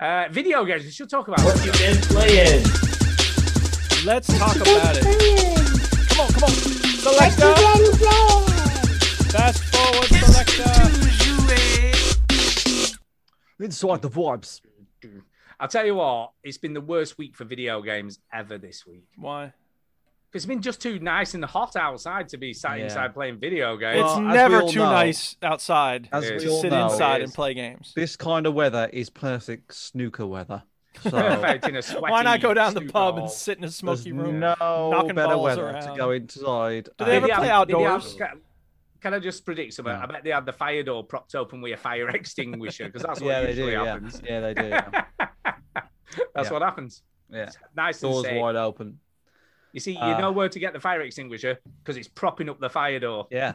[SPEAKER 4] Uh, video games. We should talk about. What
[SPEAKER 1] let's talk about it. Come on, come on. Selector, fast forward, selector.
[SPEAKER 9] Inside the vibes.
[SPEAKER 4] I'll tell you what. It's been the worst week for video games ever this week.
[SPEAKER 1] Why?
[SPEAKER 4] It's been just too nice and hot outside to be sat
[SPEAKER 9] Yeah.
[SPEAKER 4] inside playing video games.
[SPEAKER 1] It's
[SPEAKER 9] Well, as we
[SPEAKER 1] never
[SPEAKER 9] all
[SPEAKER 1] too
[SPEAKER 9] know-
[SPEAKER 1] nice outside
[SPEAKER 9] As
[SPEAKER 4] It
[SPEAKER 1] to
[SPEAKER 4] is.
[SPEAKER 9] we all
[SPEAKER 1] sit
[SPEAKER 9] know,
[SPEAKER 1] inside
[SPEAKER 4] It
[SPEAKER 1] and
[SPEAKER 4] is.
[SPEAKER 1] play games.
[SPEAKER 9] this kind of weather is perfect snooker weather. So
[SPEAKER 4] perfect in a sweaty.
[SPEAKER 1] Why not go down the
[SPEAKER 4] snooker
[SPEAKER 1] pub
[SPEAKER 4] hall.
[SPEAKER 1] and sit in a
[SPEAKER 9] there's
[SPEAKER 1] smoky room?
[SPEAKER 9] no
[SPEAKER 1] knocking
[SPEAKER 9] better
[SPEAKER 1] balls
[SPEAKER 9] weather
[SPEAKER 1] around.
[SPEAKER 9] to go inside.
[SPEAKER 1] Do they
[SPEAKER 4] Did
[SPEAKER 1] ever
[SPEAKER 4] you
[SPEAKER 9] and-
[SPEAKER 1] play
[SPEAKER 4] have- did you have
[SPEAKER 1] outdoors?
[SPEAKER 4] Sky- Can I just predict something?
[SPEAKER 9] No.
[SPEAKER 4] I bet they had the fire door propped open with a fire extinguisher because that's what
[SPEAKER 9] yeah, they do.
[SPEAKER 4] usually
[SPEAKER 9] Yeah.
[SPEAKER 4] happens.
[SPEAKER 9] yeah, they do. Yeah.
[SPEAKER 4] That's
[SPEAKER 9] Yeah.
[SPEAKER 4] what happens.
[SPEAKER 9] yeah.
[SPEAKER 4] Nice and
[SPEAKER 9] Doors
[SPEAKER 4] safe.
[SPEAKER 9] wide open.
[SPEAKER 4] You see, you
[SPEAKER 9] Uh,
[SPEAKER 4] know where to get the fire extinguisher because it's propping up the fire door.
[SPEAKER 9] Yeah.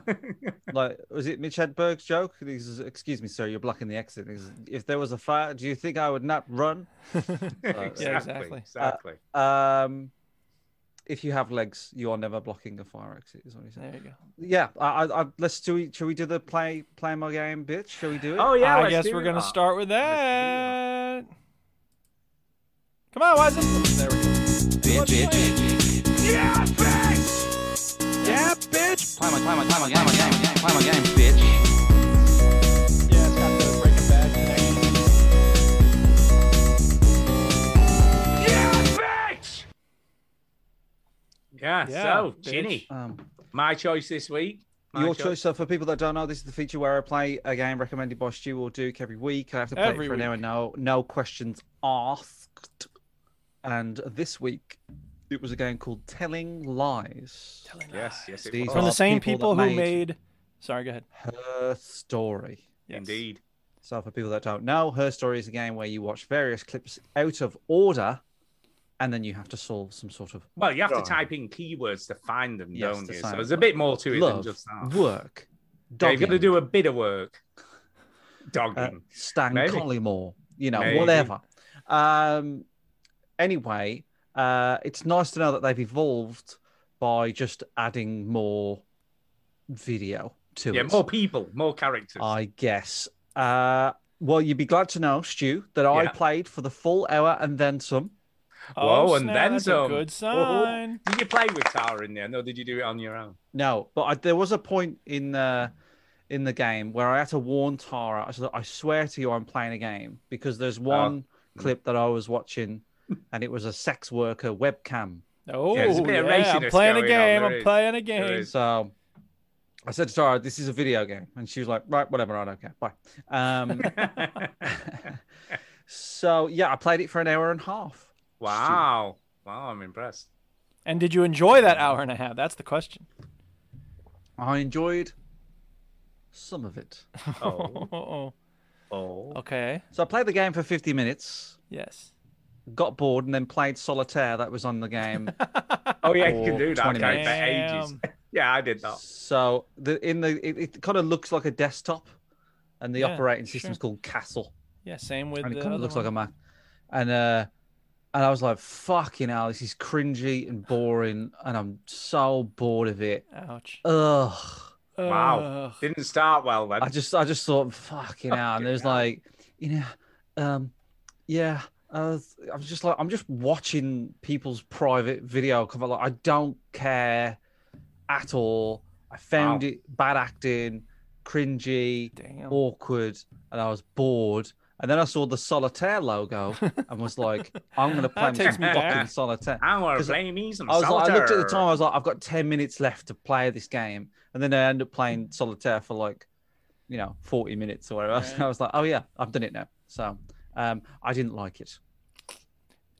[SPEAKER 9] like, was it Mitch Hedberg's joke? He says, Excuse me, sir, you're blocking the exit. He says, If there was a fire, do you think I would not run?
[SPEAKER 1] Yeah, exactly. Uh,
[SPEAKER 4] Exactly.
[SPEAKER 9] Um, if you have legs, you are never blocking a fire exit. Is what he
[SPEAKER 1] There
[SPEAKER 9] said.
[SPEAKER 1] you go.
[SPEAKER 9] Yeah. I, I, I, let's do. We, should we do the play play my game bit? Shall we do it?
[SPEAKER 4] oh yeah.
[SPEAKER 1] I
[SPEAKER 4] let's
[SPEAKER 1] guess
[SPEAKER 4] do
[SPEAKER 1] we're
[SPEAKER 4] it.
[SPEAKER 1] going to
[SPEAKER 4] Oh,
[SPEAKER 1] start with that. Come on, Wiseman. There we go.
[SPEAKER 6] Bitch, bitch, bitch. Yeah, bitch! Yeah, bitch! Play my, play my, play my game, play my game, play my game, bitch.
[SPEAKER 1] Yeah, it's got the Breaking Bad connection.
[SPEAKER 4] Yeah.
[SPEAKER 1] Yeah,
[SPEAKER 4] so,
[SPEAKER 1] bitch.
[SPEAKER 4] Ginny,
[SPEAKER 9] Um,
[SPEAKER 4] my choice this week. My
[SPEAKER 9] Your choice. So, for people that don't know, this is the feature where I play a game recommended by Stu or Duke every week. I have to play
[SPEAKER 1] Every
[SPEAKER 9] it for an hour. No, no questions asked. And this week, it was a game called Telling Lies.
[SPEAKER 4] Yes. Yes. It
[SPEAKER 9] These
[SPEAKER 4] was.
[SPEAKER 1] From the
[SPEAKER 9] Lot of
[SPEAKER 1] same people,
[SPEAKER 9] people that
[SPEAKER 1] who
[SPEAKER 9] made-
[SPEAKER 1] made. Sorry, go ahead.
[SPEAKER 9] Her story.
[SPEAKER 1] Yes.
[SPEAKER 4] Indeed.
[SPEAKER 9] So, for people that don't know, Her Story is a game where you watch various clips out of order, and then you have to solve some sort of
[SPEAKER 4] Well, you have to type in keywords to find them,
[SPEAKER 9] Yes,
[SPEAKER 4] don't
[SPEAKER 9] to
[SPEAKER 4] you? So
[SPEAKER 9] find
[SPEAKER 4] there's a
[SPEAKER 9] them.
[SPEAKER 4] bit more to it
[SPEAKER 9] love,
[SPEAKER 4] than just that.
[SPEAKER 9] work,
[SPEAKER 4] Yeah,
[SPEAKER 9] dogging,
[SPEAKER 4] you've got to do a bit of work. Dogging.
[SPEAKER 9] uh, Stan
[SPEAKER 4] Maybe.
[SPEAKER 9] Collymore, you know,
[SPEAKER 4] Maybe.
[SPEAKER 9] whatever. Um, anyway, uh, it's nice to know that they've evolved by just adding more video to
[SPEAKER 4] yeah,
[SPEAKER 9] it.
[SPEAKER 4] more people, more characters.
[SPEAKER 9] I guess. Uh, well, you'd be glad to know, Stu, that I
[SPEAKER 4] Yeah.
[SPEAKER 9] played for the full hour and then some.
[SPEAKER 1] Oh,
[SPEAKER 4] Whoa, and
[SPEAKER 1] snap,
[SPEAKER 4] then
[SPEAKER 1] that's
[SPEAKER 4] some.
[SPEAKER 1] A good
[SPEAKER 9] Oh.
[SPEAKER 1] sign.
[SPEAKER 4] Oh, Did you play with Tara in there? No, did you do it on your own?
[SPEAKER 9] No, but I, there was a point in the in the game where I had to warn Tara. I said, "I swear to you, I'm playing a game because there's one clip that I was watching, and it was a sex worker webcam.
[SPEAKER 1] Oh,
[SPEAKER 4] Yeah,
[SPEAKER 1] yeah,
[SPEAKER 4] there's a bit of
[SPEAKER 1] I'm
[SPEAKER 4] raciness
[SPEAKER 1] playing a
[SPEAKER 4] going on,
[SPEAKER 1] game.
[SPEAKER 4] there
[SPEAKER 1] I'm
[SPEAKER 4] is.
[SPEAKER 1] playing a
[SPEAKER 4] There
[SPEAKER 1] game.
[SPEAKER 4] is.
[SPEAKER 9] So I said to Tara, "This is a video game," and she was like, "Right, whatever. I don't care. Bye." Um, so yeah, I played it for an hour and a half.
[SPEAKER 4] Wow. Wow, I'm impressed.
[SPEAKER 1] And did you enjoy that hour and a half? That's the question.
[SPEAKER 9] I enjoyed some of it.
[SPEAKER 4] Oh,
[SPEAKER 1] Oh,
[SPEAKER 4] oh.
[SPEAKER 1] okay.
[SPEAKER 9] So I played the game for 50 minutes.
[SPEAKER 1] Yes.
[SPEAKER 9] got bored and then played solitaire that was on the game
[SPEAKER 4] oh yeah, you can do that
[SPEAKER 9] 20
[SPEAKER 4] can't you,
[SPEAKER 1] minutes.
[SPEAKER 4] for ages. yeah, I did that.
[SPEAKER 9] so the in the it, it kind of looks like a desktop and the
[SPEAKER 1] Yeah,
[SPEAKER 9] operating system's
[SPEAKER 1] sure.
[SPEAKER 9] called castle
[SPEAKER 1] Yeah, same with
[SPEAKER 9] and
[SPEAKER 1] the
[SPEAKER 9] it kind of
[SPEAKER 1] other
[SPEAKER 9] looks
[SPEAKER 1] one.
[SPEAKER 9] like a map and uh and i was like fucking hell this is cringy and boring and i'm so bored of it
[SPEAKER 1] Ouch.
[SPEAKER 9] ugh
[SPEAKER 4] Wow.
[SPEAKER 1] Ugh.
[SPEAKER 4] Didn't start well then.
[SPEAKER 9] i just i just thought fucking hell and there's like you know um yeah I was, I was just like i'm just watching people's private video cover like i don't care at all i found
[SPEAKER 4] Wow.
[SPEAKER 9] it bad acting cringy
[SPEAKER 1] Damn.
[SPEAKER 9] awkward and i was bored and then i saw the solitaire logo and was like i'm gonna play
[SPEAKER 1] That
[SPEAKER 9] some
[SPEAKER 1] takes me back.
[SPEAKER 9] fucking solitaire
[SPEAKER 4] I want to
[SPEAKER 9] 'cause
[SPEAKER 4] play me some
[SPEAKER 9] I was like, I looked at the
[SPEAKER 4] solitaire.
[SPEAKER 9] time. I was like, I've got ten minutes left to play this game, and then I end up playing solitaire for like, you know, forty minutes or whatever. I was like, oh yeah, I've done it now. So, um, I didn't like it.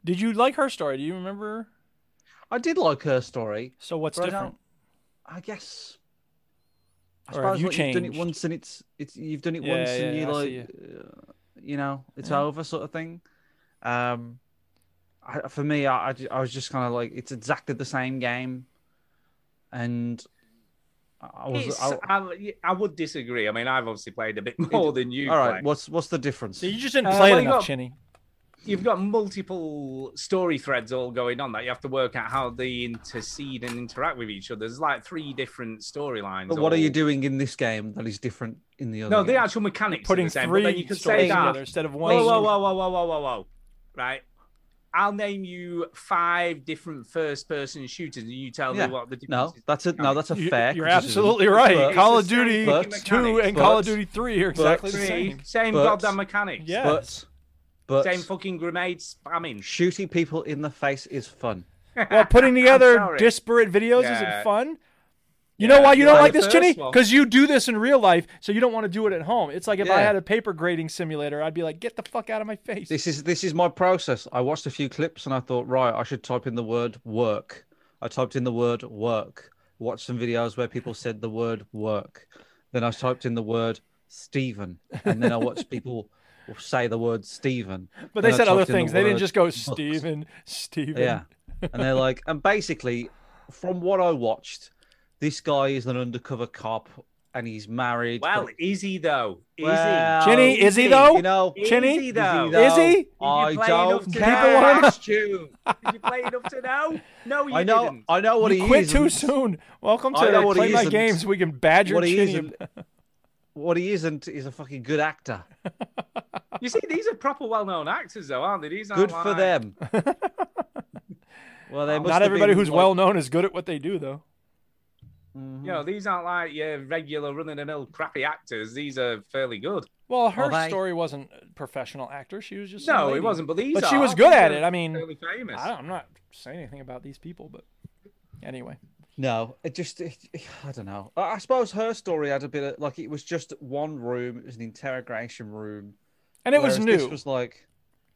[SPEAKER 1] Did you like her story? Do you remember?
[SPEAKER 9] I did like her story.
[SPEAKER 1] So what's
[SPEAKER 9] But I
[SPEAKER 1] different?
[SPEAKER 9] I guess. I
[SPEAKER 1] Or have you
[SPEAKER 9] like, you've done it
[SPEAKER 1] changed?
[SPEAKER 9] once and it's it's you've done it
[SPEAKER 1] Yeah,
[SPEAKER 9] once and
[SPEAKER 1] yeah,
[SPEAKER 9] you
[SPEAKER 1] I
[SPEAKER 9] like,
[SPEAKER 1] see
[SPEAKER 9] uh, you know, it's over sort of thing. Um, I, for me, I I ju- I was just kind of like it's exactly the same game, and I I was
[SPEAKER 4] It's-
[SPEAKER 9] I,
[SPEAKER 4] I, I would disagree. I mean, I've obviously played a bit more than you.
[SPEAKER 9] all right.
[SPEAKER 4] played.
[SPEAKER 9] What's what's the difference?
[SPEAKER 1] So you just didn't
[SPEAKER 4] Uh,
[SPEAKER 1] play
[SPEAKER 4] well,
[SPEAKER 1] it
[SPEAKER 4] you
[SPEAKER 1] enough,
[SPEAKER 4] got-
[SPEAKER 1] Chinny.
[SPEAKER 4] You've got multiple story threads all going on that you have to work out how they intercede and interact with each other. There's like three different storylines.
[SPEAKER 9] But what are
[SPEAKER 4] all-
[SPEAKER 9] you doing in this game that is different in the other?
[SPEAKER 4] No, the
[SPEAKER 9] game?
[SPEAKER 4] actual mechanics. are
[SPEAKER 1] Putting
[SPEAKER 4] the same, but then
[SPEAKER 1] three
[SPEAKER 4] you could
[SPEAKER 1] stories
[SPEAKER 4] say that.
[SPEAKER 1] together instead of one.
[SPEAKER 4] Whoa, whoa,
[SPEAKER 1] story.
[SPEAKER 4] whoa, whoa, whoa, whoa, whoa, whoa! Right, I'll name you five different first-person shooters, and you tell
[SPEAKER 9] Yeah.
[SPEAKER 4] me what the difference
[SPEAKER 9] No, that's a no, that's a
[SPEAKER 1] You-
[SPEAKER 9] fair.
[SPEAKER 1] You're
[SPEAKER 9] criticism.
[SPEAKER 1] absolutely right.
[SPEAKER 9] But-
[SPEAKER 1] Call of
[SPEAKER 4] It's the same
[SPEAKER 1] Duty
[SPEAKER 9] fucking
[SPEAKER 1] 2 and
[SPEAKER 9] mechanics,
[SPEAKER 1] Call of
[SPEAKER 9] but-
[SPEAKER 1] Duty 3 are exactly
[SPEAKER 9] but-
[SPEAKER 1] the
[SPEAKER 4] is. Three,
[SPEAKER 1] same.
[SPEAKER 4] same
[SPEAKER 9] But-
[SPEAKER 4] goddamn mechanics.
[SPEAKER 1] Yeah.
[SPEAKER 9] But but
[SPEAKER 4] Same fucking grenade spamming.
[SPEAKER 9] shooting people in the face is fun.
[SPEAKER 1] Well, putting together
[SPEAKER 4] sorry.
[SPEAKER 1] disparate videos
[SPEAKER 4] Yeah.
[SPEAKER 1] isn't fun. You
[SPEAKER 4] Yeah,
[SPEAKER 1] know why you
[SPEAKER 4] well,
[SPEAKER 1] don't like
[SPEAKER 4] the
[SPEAKER 1] this,
[SPEAKER 4] first
[SPEAKER 1] Chinny?
[SPEAKER 4] one-
[SPEAKER 1] Because you do this in real life, so you don't want to do it at home. It's like if I
[SPEAKER 9] Yeah.
[SPEAKER 1] had a paper grading simulator, I'd be like, get the fuck out of my face.
[SPEAKER 9] This is this is my process. I watched a few clips and I thought, right, I should type in the word work. I typed in the word work. Watched some videos where people said the word work. Then I typed in the word Stephen, and then I watched people say the word Stephen.
[SPEAKER 1] But
[SPEAKER 9] Then
[SPEAKER 1] they
[SPEAKER 9] I
[SPEAKER 1] said other
[SPEAKER 9] typed in the
[SPEAKER 1] things. They didn't
[SPEAKER 9] word
[SPEAKER 1] just go
[SPEAKER 9] books.
[SPEAKER 1] Steven, Steven.
[SPEAKER 9] Yeah, and they're like, and basically, from what I watched, this guy is an undercover cop, and he's married.
[SPEAKER 4] Well,
[SPEAKER 9] but-
[SPEAKER 4] is he though? Is
[SPEAKER 9] Well,
[SPEAKER 1] Ginny, is he though?
[SPEAKER 9] You know,
[SPEAKER 4] he? Is
[SPEAKER 1] Chinny?
[SPEAKER 4] he though?
[SPEAKER 1] though? Is he? Did you
[SPEAKER 9] I
[SPEAKER 4] play
[SPEAKER 9] don't
[SPEAKER 4] enough to
[SPEAKER 9] care.
[SPEAKER 4] know?
[SPEAKER 9] Asked you.
[SPEAKER 4] Did you play enough to know? No, you
[SPEAKER 9] I know.
[SPEAKER 4] didn't.
[SPEAKER 9] I know what
[SPEAKER 1] You
[SPEAKER 9] he
[SPEAKER 1] quit
[SPEAKER 9] is.
[SPEAKER 1] too soon. Welcome
[SPEAKER 9] I
[SPEAKER 1] to
[SPEAKER 9] know what
[SPEAKER 1] play
[SPEAKER 9] he
[SPEAKER 1] my
[SPEAKER 9] isn't.
[SPEAKER 1] games. We can badger
[SPEAKER 9] What he
[SPEAKER 1] Chinny
[SPEAKER 9] isn't. What he isn't is a fucking good actor.
[SPEAKER 4] You see, these are proper well-known actors, though, aren't they? These aren't
[SPEAKER 9] Good for
[SPEAKER 4] like-
[SPEAKER 9] them. well, they must
[SPEAKER 1] Not
[SPEAKER 9] have
[SPEAKER 1] everybody
[SPEAKER 9] been,
[SPEAKER 1] who's
[SPEAKER 9] like-
[SPEAKER 1] well known is good at what they do, though.
[SPEAKER 9] Mhm.
[SPEAKER 4] You know, these aren't like your regular running-the-mill crappy acters. These are fairly good.
[SPEAKER 1] Well, her
[SPEAKER 9] Well, they-
[SPEAKER 1] story wasn't a professional actor. She was just some
[SPEAKER 4] No,
[SPEAKER 1] lady.
[SPEAKER 4] it wasn't. But these
[SPEAKER 1] But
[SPEAKER 4] are.
[SPEAKER 1] she was good
[SPEAKER 4] These
[SPEAKER 1] at
[SPEAKER 4] are
[SPEAKER 1] it. I mean,
[SPEAKER 4] fairly famous.
[SPEAKER 1] I don't, I'm not saying anything about these people, but anyway,
[SPEAKER 9] No, it just, it, I don't know. I, I suppose her story had a bit of, like, it was just one room. It was an interrogation room.
[SPEAKER 1] and it was
[SPEAKER 9] whereas
[SPEAKER 1] new.
[SPEAKER 9] This was like,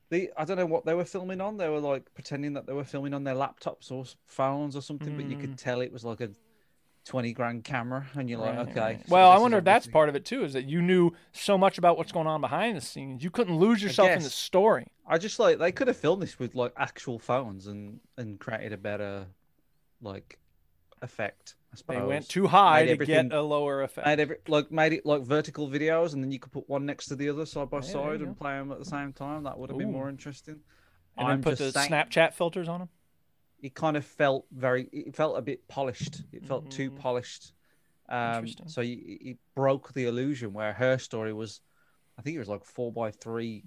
[SPEAKER 9] the, I don't know what they were filming on. They were like pretending that they were filming on their laptops or s- phones or something, but you
[SPEAKER 1] Mm.
[SPEAKER 9] could tell it was like a 20 grand camera. And you're like,
[SPEAKER 1] Right,
[SPEAKER 9] okay.
[SPEAKER 1] right.
[SPEAKER 9] so
[SPEAKER 1] Well, I
[SPEAKER 9] this is
[SPEAKER 1] wonder if that's
[SPEAKER 9] obviously-
[SPEAKER 1] part of it too. Is that you knew so much about what's going on behind the scenes, you couldn't lose yourself in the
[SPEAKER 9] guess.
[SPEAKER 1] story.
[SPEAKER 9] I just like they could have filmed this with like actual phones and and created a better like effect. I
[SPEAKER 1] They
[SPEAKER 9] suppose
[SPEAKER 1] went too high
[SPEAKER 9] Made
[SPEAKER 1] to get
[SPEAKER 9] everything-
[SPEAKER 1] a lower effect.
[SPEAKER 9] made every, like made it like vertical videos, and then you could put one next to the other side by
[SPEAKER 1] there
[SPEAKER 9] side
[SPEAKER 1] you go.
[SPEAKER 9] and play them at the same time. That would have
[SPEAKER 1] Ooh.
[SPEAKER 9] been more interesting.
[SPEAKER 1] and then
[SPEAKER 9] I'm
[SPEAKER 1] put the
[SPEAKER 9] just saying-
[SPEAKER 1] Snapchat filters on them.
[SPEAKER 9] It kind of felt very. It felt a bit polished. It felt too
[SPEAKER 1] Mm.
[SPEAKER 9] polished. Um,
[SPEAKER 1] Interesting.
[SPEAKER 9] so you, it it broke the illusion where her story was. I think it was like four by three,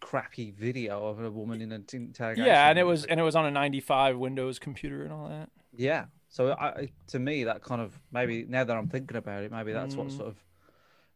[SPEAKER 9] crappy video of a woman in an interrogation.
[SPEAKER 1] Yeah, and it
[SPEAKER 9] room.
[SPEAKER 1] was and it was on a 95 Windows computer and all that.
[SPEAKER 9] Yeah. So I, I- to me, that kind of maybe now that I'm thinking about it, maybe that's what
[SPEAKER 1] Mm.
[SPEAKER 9] sort of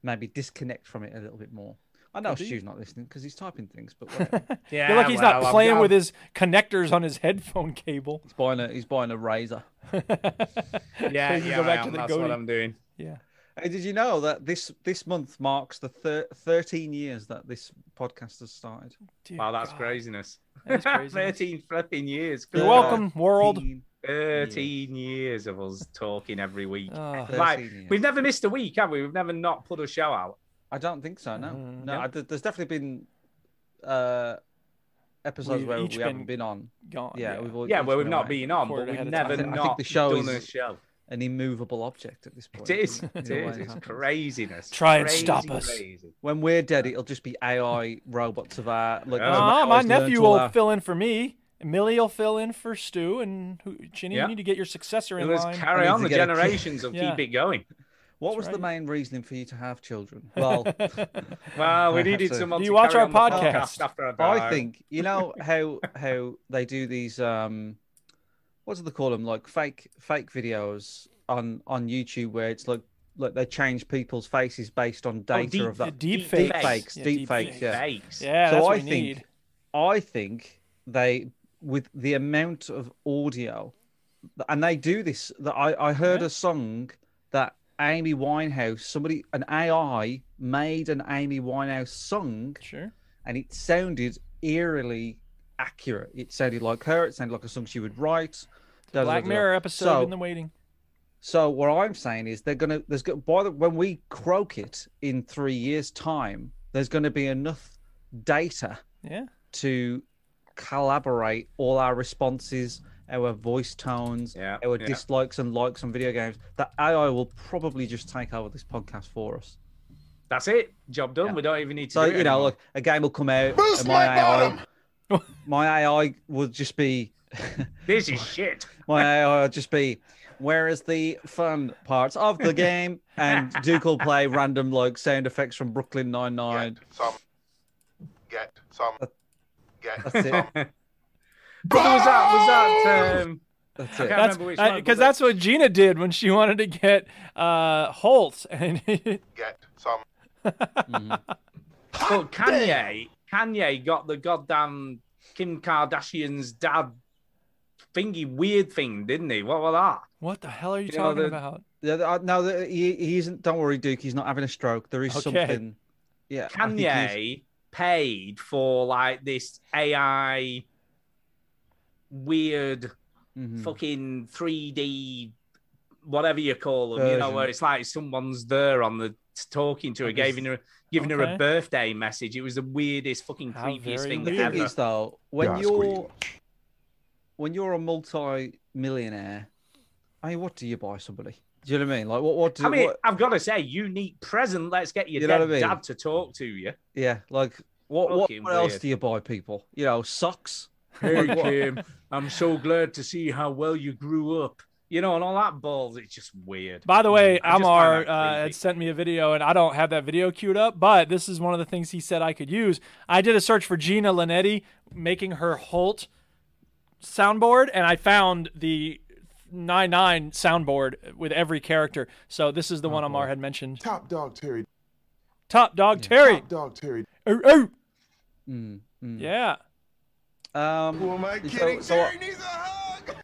[SPEAKER 9] maybe disconnect from it a little bit more. I know
[SPEAKER 1] Could be.
[SPEAKER 9] Stu's not listening because he's typing things, but whatever.
[SPEAKER 4] Yeah,
[SPEAKER 1] Feel like he's
[SPEAKER 4] well,
[SPEAKER 1] not
[SPEAKER 4] I've
[SPEAKER 1] playing
[SPEAKER 4] got-
[SPEAKER 1] with his connectors on his headphone cable.
[SPEAKER 9] he's buying a he's buying a razor.
[SPEAKER 4] Yeah,
[SPEAKER 1] you can
[SPEAKER 4] yeah,
[SPEAKER 1] go
[SPEAKER 4] I
[SPEAKER 1] back
[SPEAKER 4] am.
[SPEAKER 1] to the
[SPEAKER 4] that's what
[SPEAKER 1] goatee.
[SPEAKER 4] I'm doing.
[SPEAKER 1] Yeah.
[SPEAKER 9] Hey, did you know that this this month marks the thir- 13 years that this podcast has started?
[SPEAKER 1] Dear
[SPEAKER 4] Wow, that's
[SPEAKER 1] God.
[SPEAKER 4] craziness.
[SPEAKER 1] That is craziness.
[SPEAKER 4] 13 flipping years.
[SPEAKER 1] You're
[SPEAKER 4] Good
[SPEAKER 1] welcome, world.
[SPEAKER 9] 13
[SPEAKER 4] God. 13 years of us talking every week.
[SPEAKER 1] Ah.
[SPEAKER 4] like,
[SPEAKER 9] 13 years.
[SPEAKER 4] we've never missed a week, have we? We've never not put a show out.
[SPEAKER 9] I don't think so. No,
[SPEAKER 1] Mm,
[SPEAKER 9] no.
[SPEAKER 1] yeah.
[SPEAKER 9] I- there- there's definitely been uh episodes
[SPEAKER 1] We've
[SPEAKER 9] where we
[SPEAKER 1] each
[SPEAKER 9] haven't
[SPEAKER 1] been-
[SPEAKER 9] been on.
[SPEAKER 1] gone. Uh,
[SPEAKER 9] Yeah, we've all,
[SPEAKER 4] Yeah,
[SPEAKER 9] each
[SPEAKER 4] where we've
[SPEAKER 9] been
[SPEAKER 4] not
[SPEAKER 9] away.
[SPEAKER 4] been on,
[SPEAKER 1] Recorded
[SPEAKER 4] but
[SPEAKER 1] ahead of time.
[SPEAKER 4] we've never
[SPEAKER 1] I think-
[SPEAKER 9] I think
[SPEAKER 4] not
[SPEAKER 9] the show
[SPEAKER 4] done
[SPEAKER 9] is-
[SPEAKER 4] a show.
[SPEAKER 9] an immovable object at this point.
[SPEAKER 4] It is.
[SPEAKER 9] isn't
[SPEAKER 4] It
[SPEAKER 9] In a way
[SPEAKER 4] is. It's
[SPEAKER 9] happens.
[SPEAKER 4] craziness.
[SPEAKER 1] Try and
[SPEAKER 4] Crazy,
[SPEAKER 1] stop us.
[SPEAKER 4] crazy.
[SPEAKER 9] When we're dead, it'll just be AI robots of our like.
[SPEAKER 4] Yeah.
[SPEAKER 9] robots
[SPEAKER 1] Ah, my
[SPEAKER 9] learn to uh,
[SPEAKER 1] nephew will
[SPEAKER 9] laugh.
[SPEAKER 1] fill in for me. Millie will fill in for Stu, and who, Chinny,
[SPEAKER 4] Yeah.
[SPEAKER 1] you need to get your successor in
[SPEAKER 4] Let's
[SPEAKER 1] line.
[SPEAKER 4] carry
[SPEAKER 9] I need
[SPEAKER 4] on
[SPEAKER 9] to
[SPEAKER 4] the
[SPEAKER 9] get a kid.
[SPEAKER 4] generations and
[SPEAKER 1] Yeah.
[SPEAKER 4] keep it going.
[SPEAKER 9] What was
[SPEAKER 1] right.
[SPEAKER 9] the main reasoning for you to have children? Well,
[SPEAKER 4] Well, we
[SPEAKER 9] I have
[SPEAKER 4] needed
[SPEAKER 9] to-
[SPEAKER 4] someone
[SPEAKER 1] Do
[SPEAKER 4] to
[SPEAKER 1] you watch
[SPEAKER 4] carry
[SPEAKER 1] our
[SPEAKER 4] on the
[SPEAKER 1] podcast?
[SPEAKER 4] after I've
[SPEAKER 9] I
[SPEAKER 4] gone.
[SPEAKER 9] think you know how how they do these um, what do they call them? Like fake fake videos on on YouTube where it's like like they change people's faces based on data
[SPEAKER 4] deep-
[SPEAKER 9] of that.
[SPEAKER 1] Oh, deep,
[SPEAKER 4] Deep
[SPEAKER 1] fakes.
[SPEAKER 9] fakes,
[SPEAKER 1] Yeah,
[SPEAKER 9] deep fakes, yeah.
[SPEAKER 4] Fakes.
[SPEAKER 1] Yeah,
[SPEAKER 9] So
[SPEAKER 1] that's what
[SPEAKER 9] I
[SPEAKER 1] we
[SPEAKER 9] think-
[SPEAKER 1] need.
[SPEAKER 9] I think they with the amount of audio and they do this that I, I heard a song that Amy Winehouse somebody an AI made an Amy Winehouse song
[SPEAKER 1] Sure.
[SPEAKER 9] and it sounded eerily accurate. It sounded like her, it sounded like a song she would write. da, da, da,
[SPEAKER 1] Black
[SPEAKER 9] da, da.
[SPEAKER 1] Mirror episode
[SPEAKER 9] So-
[SPEAKER 1] in the waiting.
[SPEAKER 9] So what I'm saying is they're gonna there's go- by the when we croak it in three years' time, there's gonna be enough data
[SPEAKER 1] Yeah.
[SPEAKER 9] to collaborate all our responses, our voice tones,
[SPEAKER 4] Yeah,
[SPEAKER 9] our
[SPEAKER 4] yeah.
[SPEAKER 9] dislikes and likes on video games, that AI will probably just take over this podcast for us.
[SPEAKER 4] That's it. Job done. We don't even need to.
[SPEAKER 9] So
[SPEAKER 4] do it
[SPEAKER 9] you know,
[SPEAKER 4] anymore.
[SPEAKER 9] look, a game will come out, and my, AI, my AI will just be,
[SPEAKER 4] this is shit.
[SPEAKER 9] my AI will just be, where is the fun parts of the game? And Duke will play random like sound effects from Brooklyn Nine Nine.
[SPEAKER 10] some, get some, get
[SPEAKER 9] That's it.
[SPEAKER 4] But there was that? Was that? Um,
[SPEAKER 9] That's
[SPEAKER 4] I
[SPEAKER 9] it.
[SPEAKER 4] can't
[SPEAKER 1] That's
[SPEAKER 4] remember which one. but
[SPEAKER 1] because that's what Gina did when she wanted to get uh, Holt, and
[SPEAKER 10] get some.
[SPEAKER 4] But Kanye, Kanye got the goddamn Kim Kardashian's dad thingy weird thing, didn't he? What was that?
[SPEAKER 1] what the hell are you
[SPEAKER 4] You know,
[SPEAKER 1] talking
[SPEAKER 4] the-
[SPEAKER 1] about?
[SPEAKER 9] Yeah, th- uh, No, th- he, he isn't. Don't worry, Duke. He's not having a stroke. There is
[SPEAKER 1] Okay.
[SPEAKER 9] something. Yeah. I think he's-
[SPEAKER 4] Kanye paid for like this AI weird
[SPEAKER 9] Mhm.
[SPEAKER 4] fucking 3D whatever you call them, you know, where
[SPEAKER 9] Version.
[SPEAKER 4] it's like someone's there on the talking to her, giving her giving her
[SPEAKER 9] Okay.
[SPEAKER 4] a birthday message. It was the weirdest fucking
[SPEAKER 9] How
[SPEAKER 4] creepiest
[SPEAKER 9] very
[SPEAKER 4] thing
[SPEAKER 9] The
[SPEAKER 4] ever.
[SPEAKER 9] thing is, though, when you're when you're a multi-millionaire, I mean, what do you buy somebody? Do you know what I mean? Like, what? What? Do,
[SPEAKER 4] I mean,
[SPEAKER 9] what-
[SPEAKER 4] I've got to say, unique present. Let's get your
[SPEAKER 9] You know
[SPEAKER 4] dead
[SPEAKER 9] what I mean?
[SPEAKER 4] dad to talk to you.
[SPEAKER 9] yeah, like what? What,
[SPEAKER 4] Fucking
[SPEAKER 9] what else
[SPEAKER 4] weird.
[SPEAKER 9] do you buy people? You know, socks.
[SPEAKER 4] Hey
[SPEAKER 9] Like, what-
[SPEAKER 4] Kim, um, I'm so glad to see how well you grew up. You know, and all that balls. It's just weird. Hmm.
[SPEAKER 1] By the way,
[SPEAKER 4] I just
[SPEAKER 1] Amar
[SPEAKER 4] find that
[SPEAKER 1] uh,
[SPEAKER 4] creepy.
[SPEAKER 1] had sent me a video, and I don't have that video queued up, but this is one of the things he said I could use. I did a search for Gina Linetti making her Holt soundboard, and I found the 9 9 soundboard with every character. So this is the
[SPEAKER 4] Oh,
[SPEAKER 1] one Amar had mentioned.
[SPEAKER 11] Top Dog Terry.
[SPEAKER 1] Top Dog Terry.
[SPEAKER 11] Top Dog Terry.
[SPEAKER 1] Oh, oh.
[SPEAKER 9] Mm, mm.
[SPEAKER 1] Yeah.
[SPEAKER 9] Um,
[SPEAKER 11] Who am I
[SPEAKER 9] so-
[SPEAKER 11] kidding?
[SPEAKER 9] so I-
[SPEAKER 11] Terry needs a hug.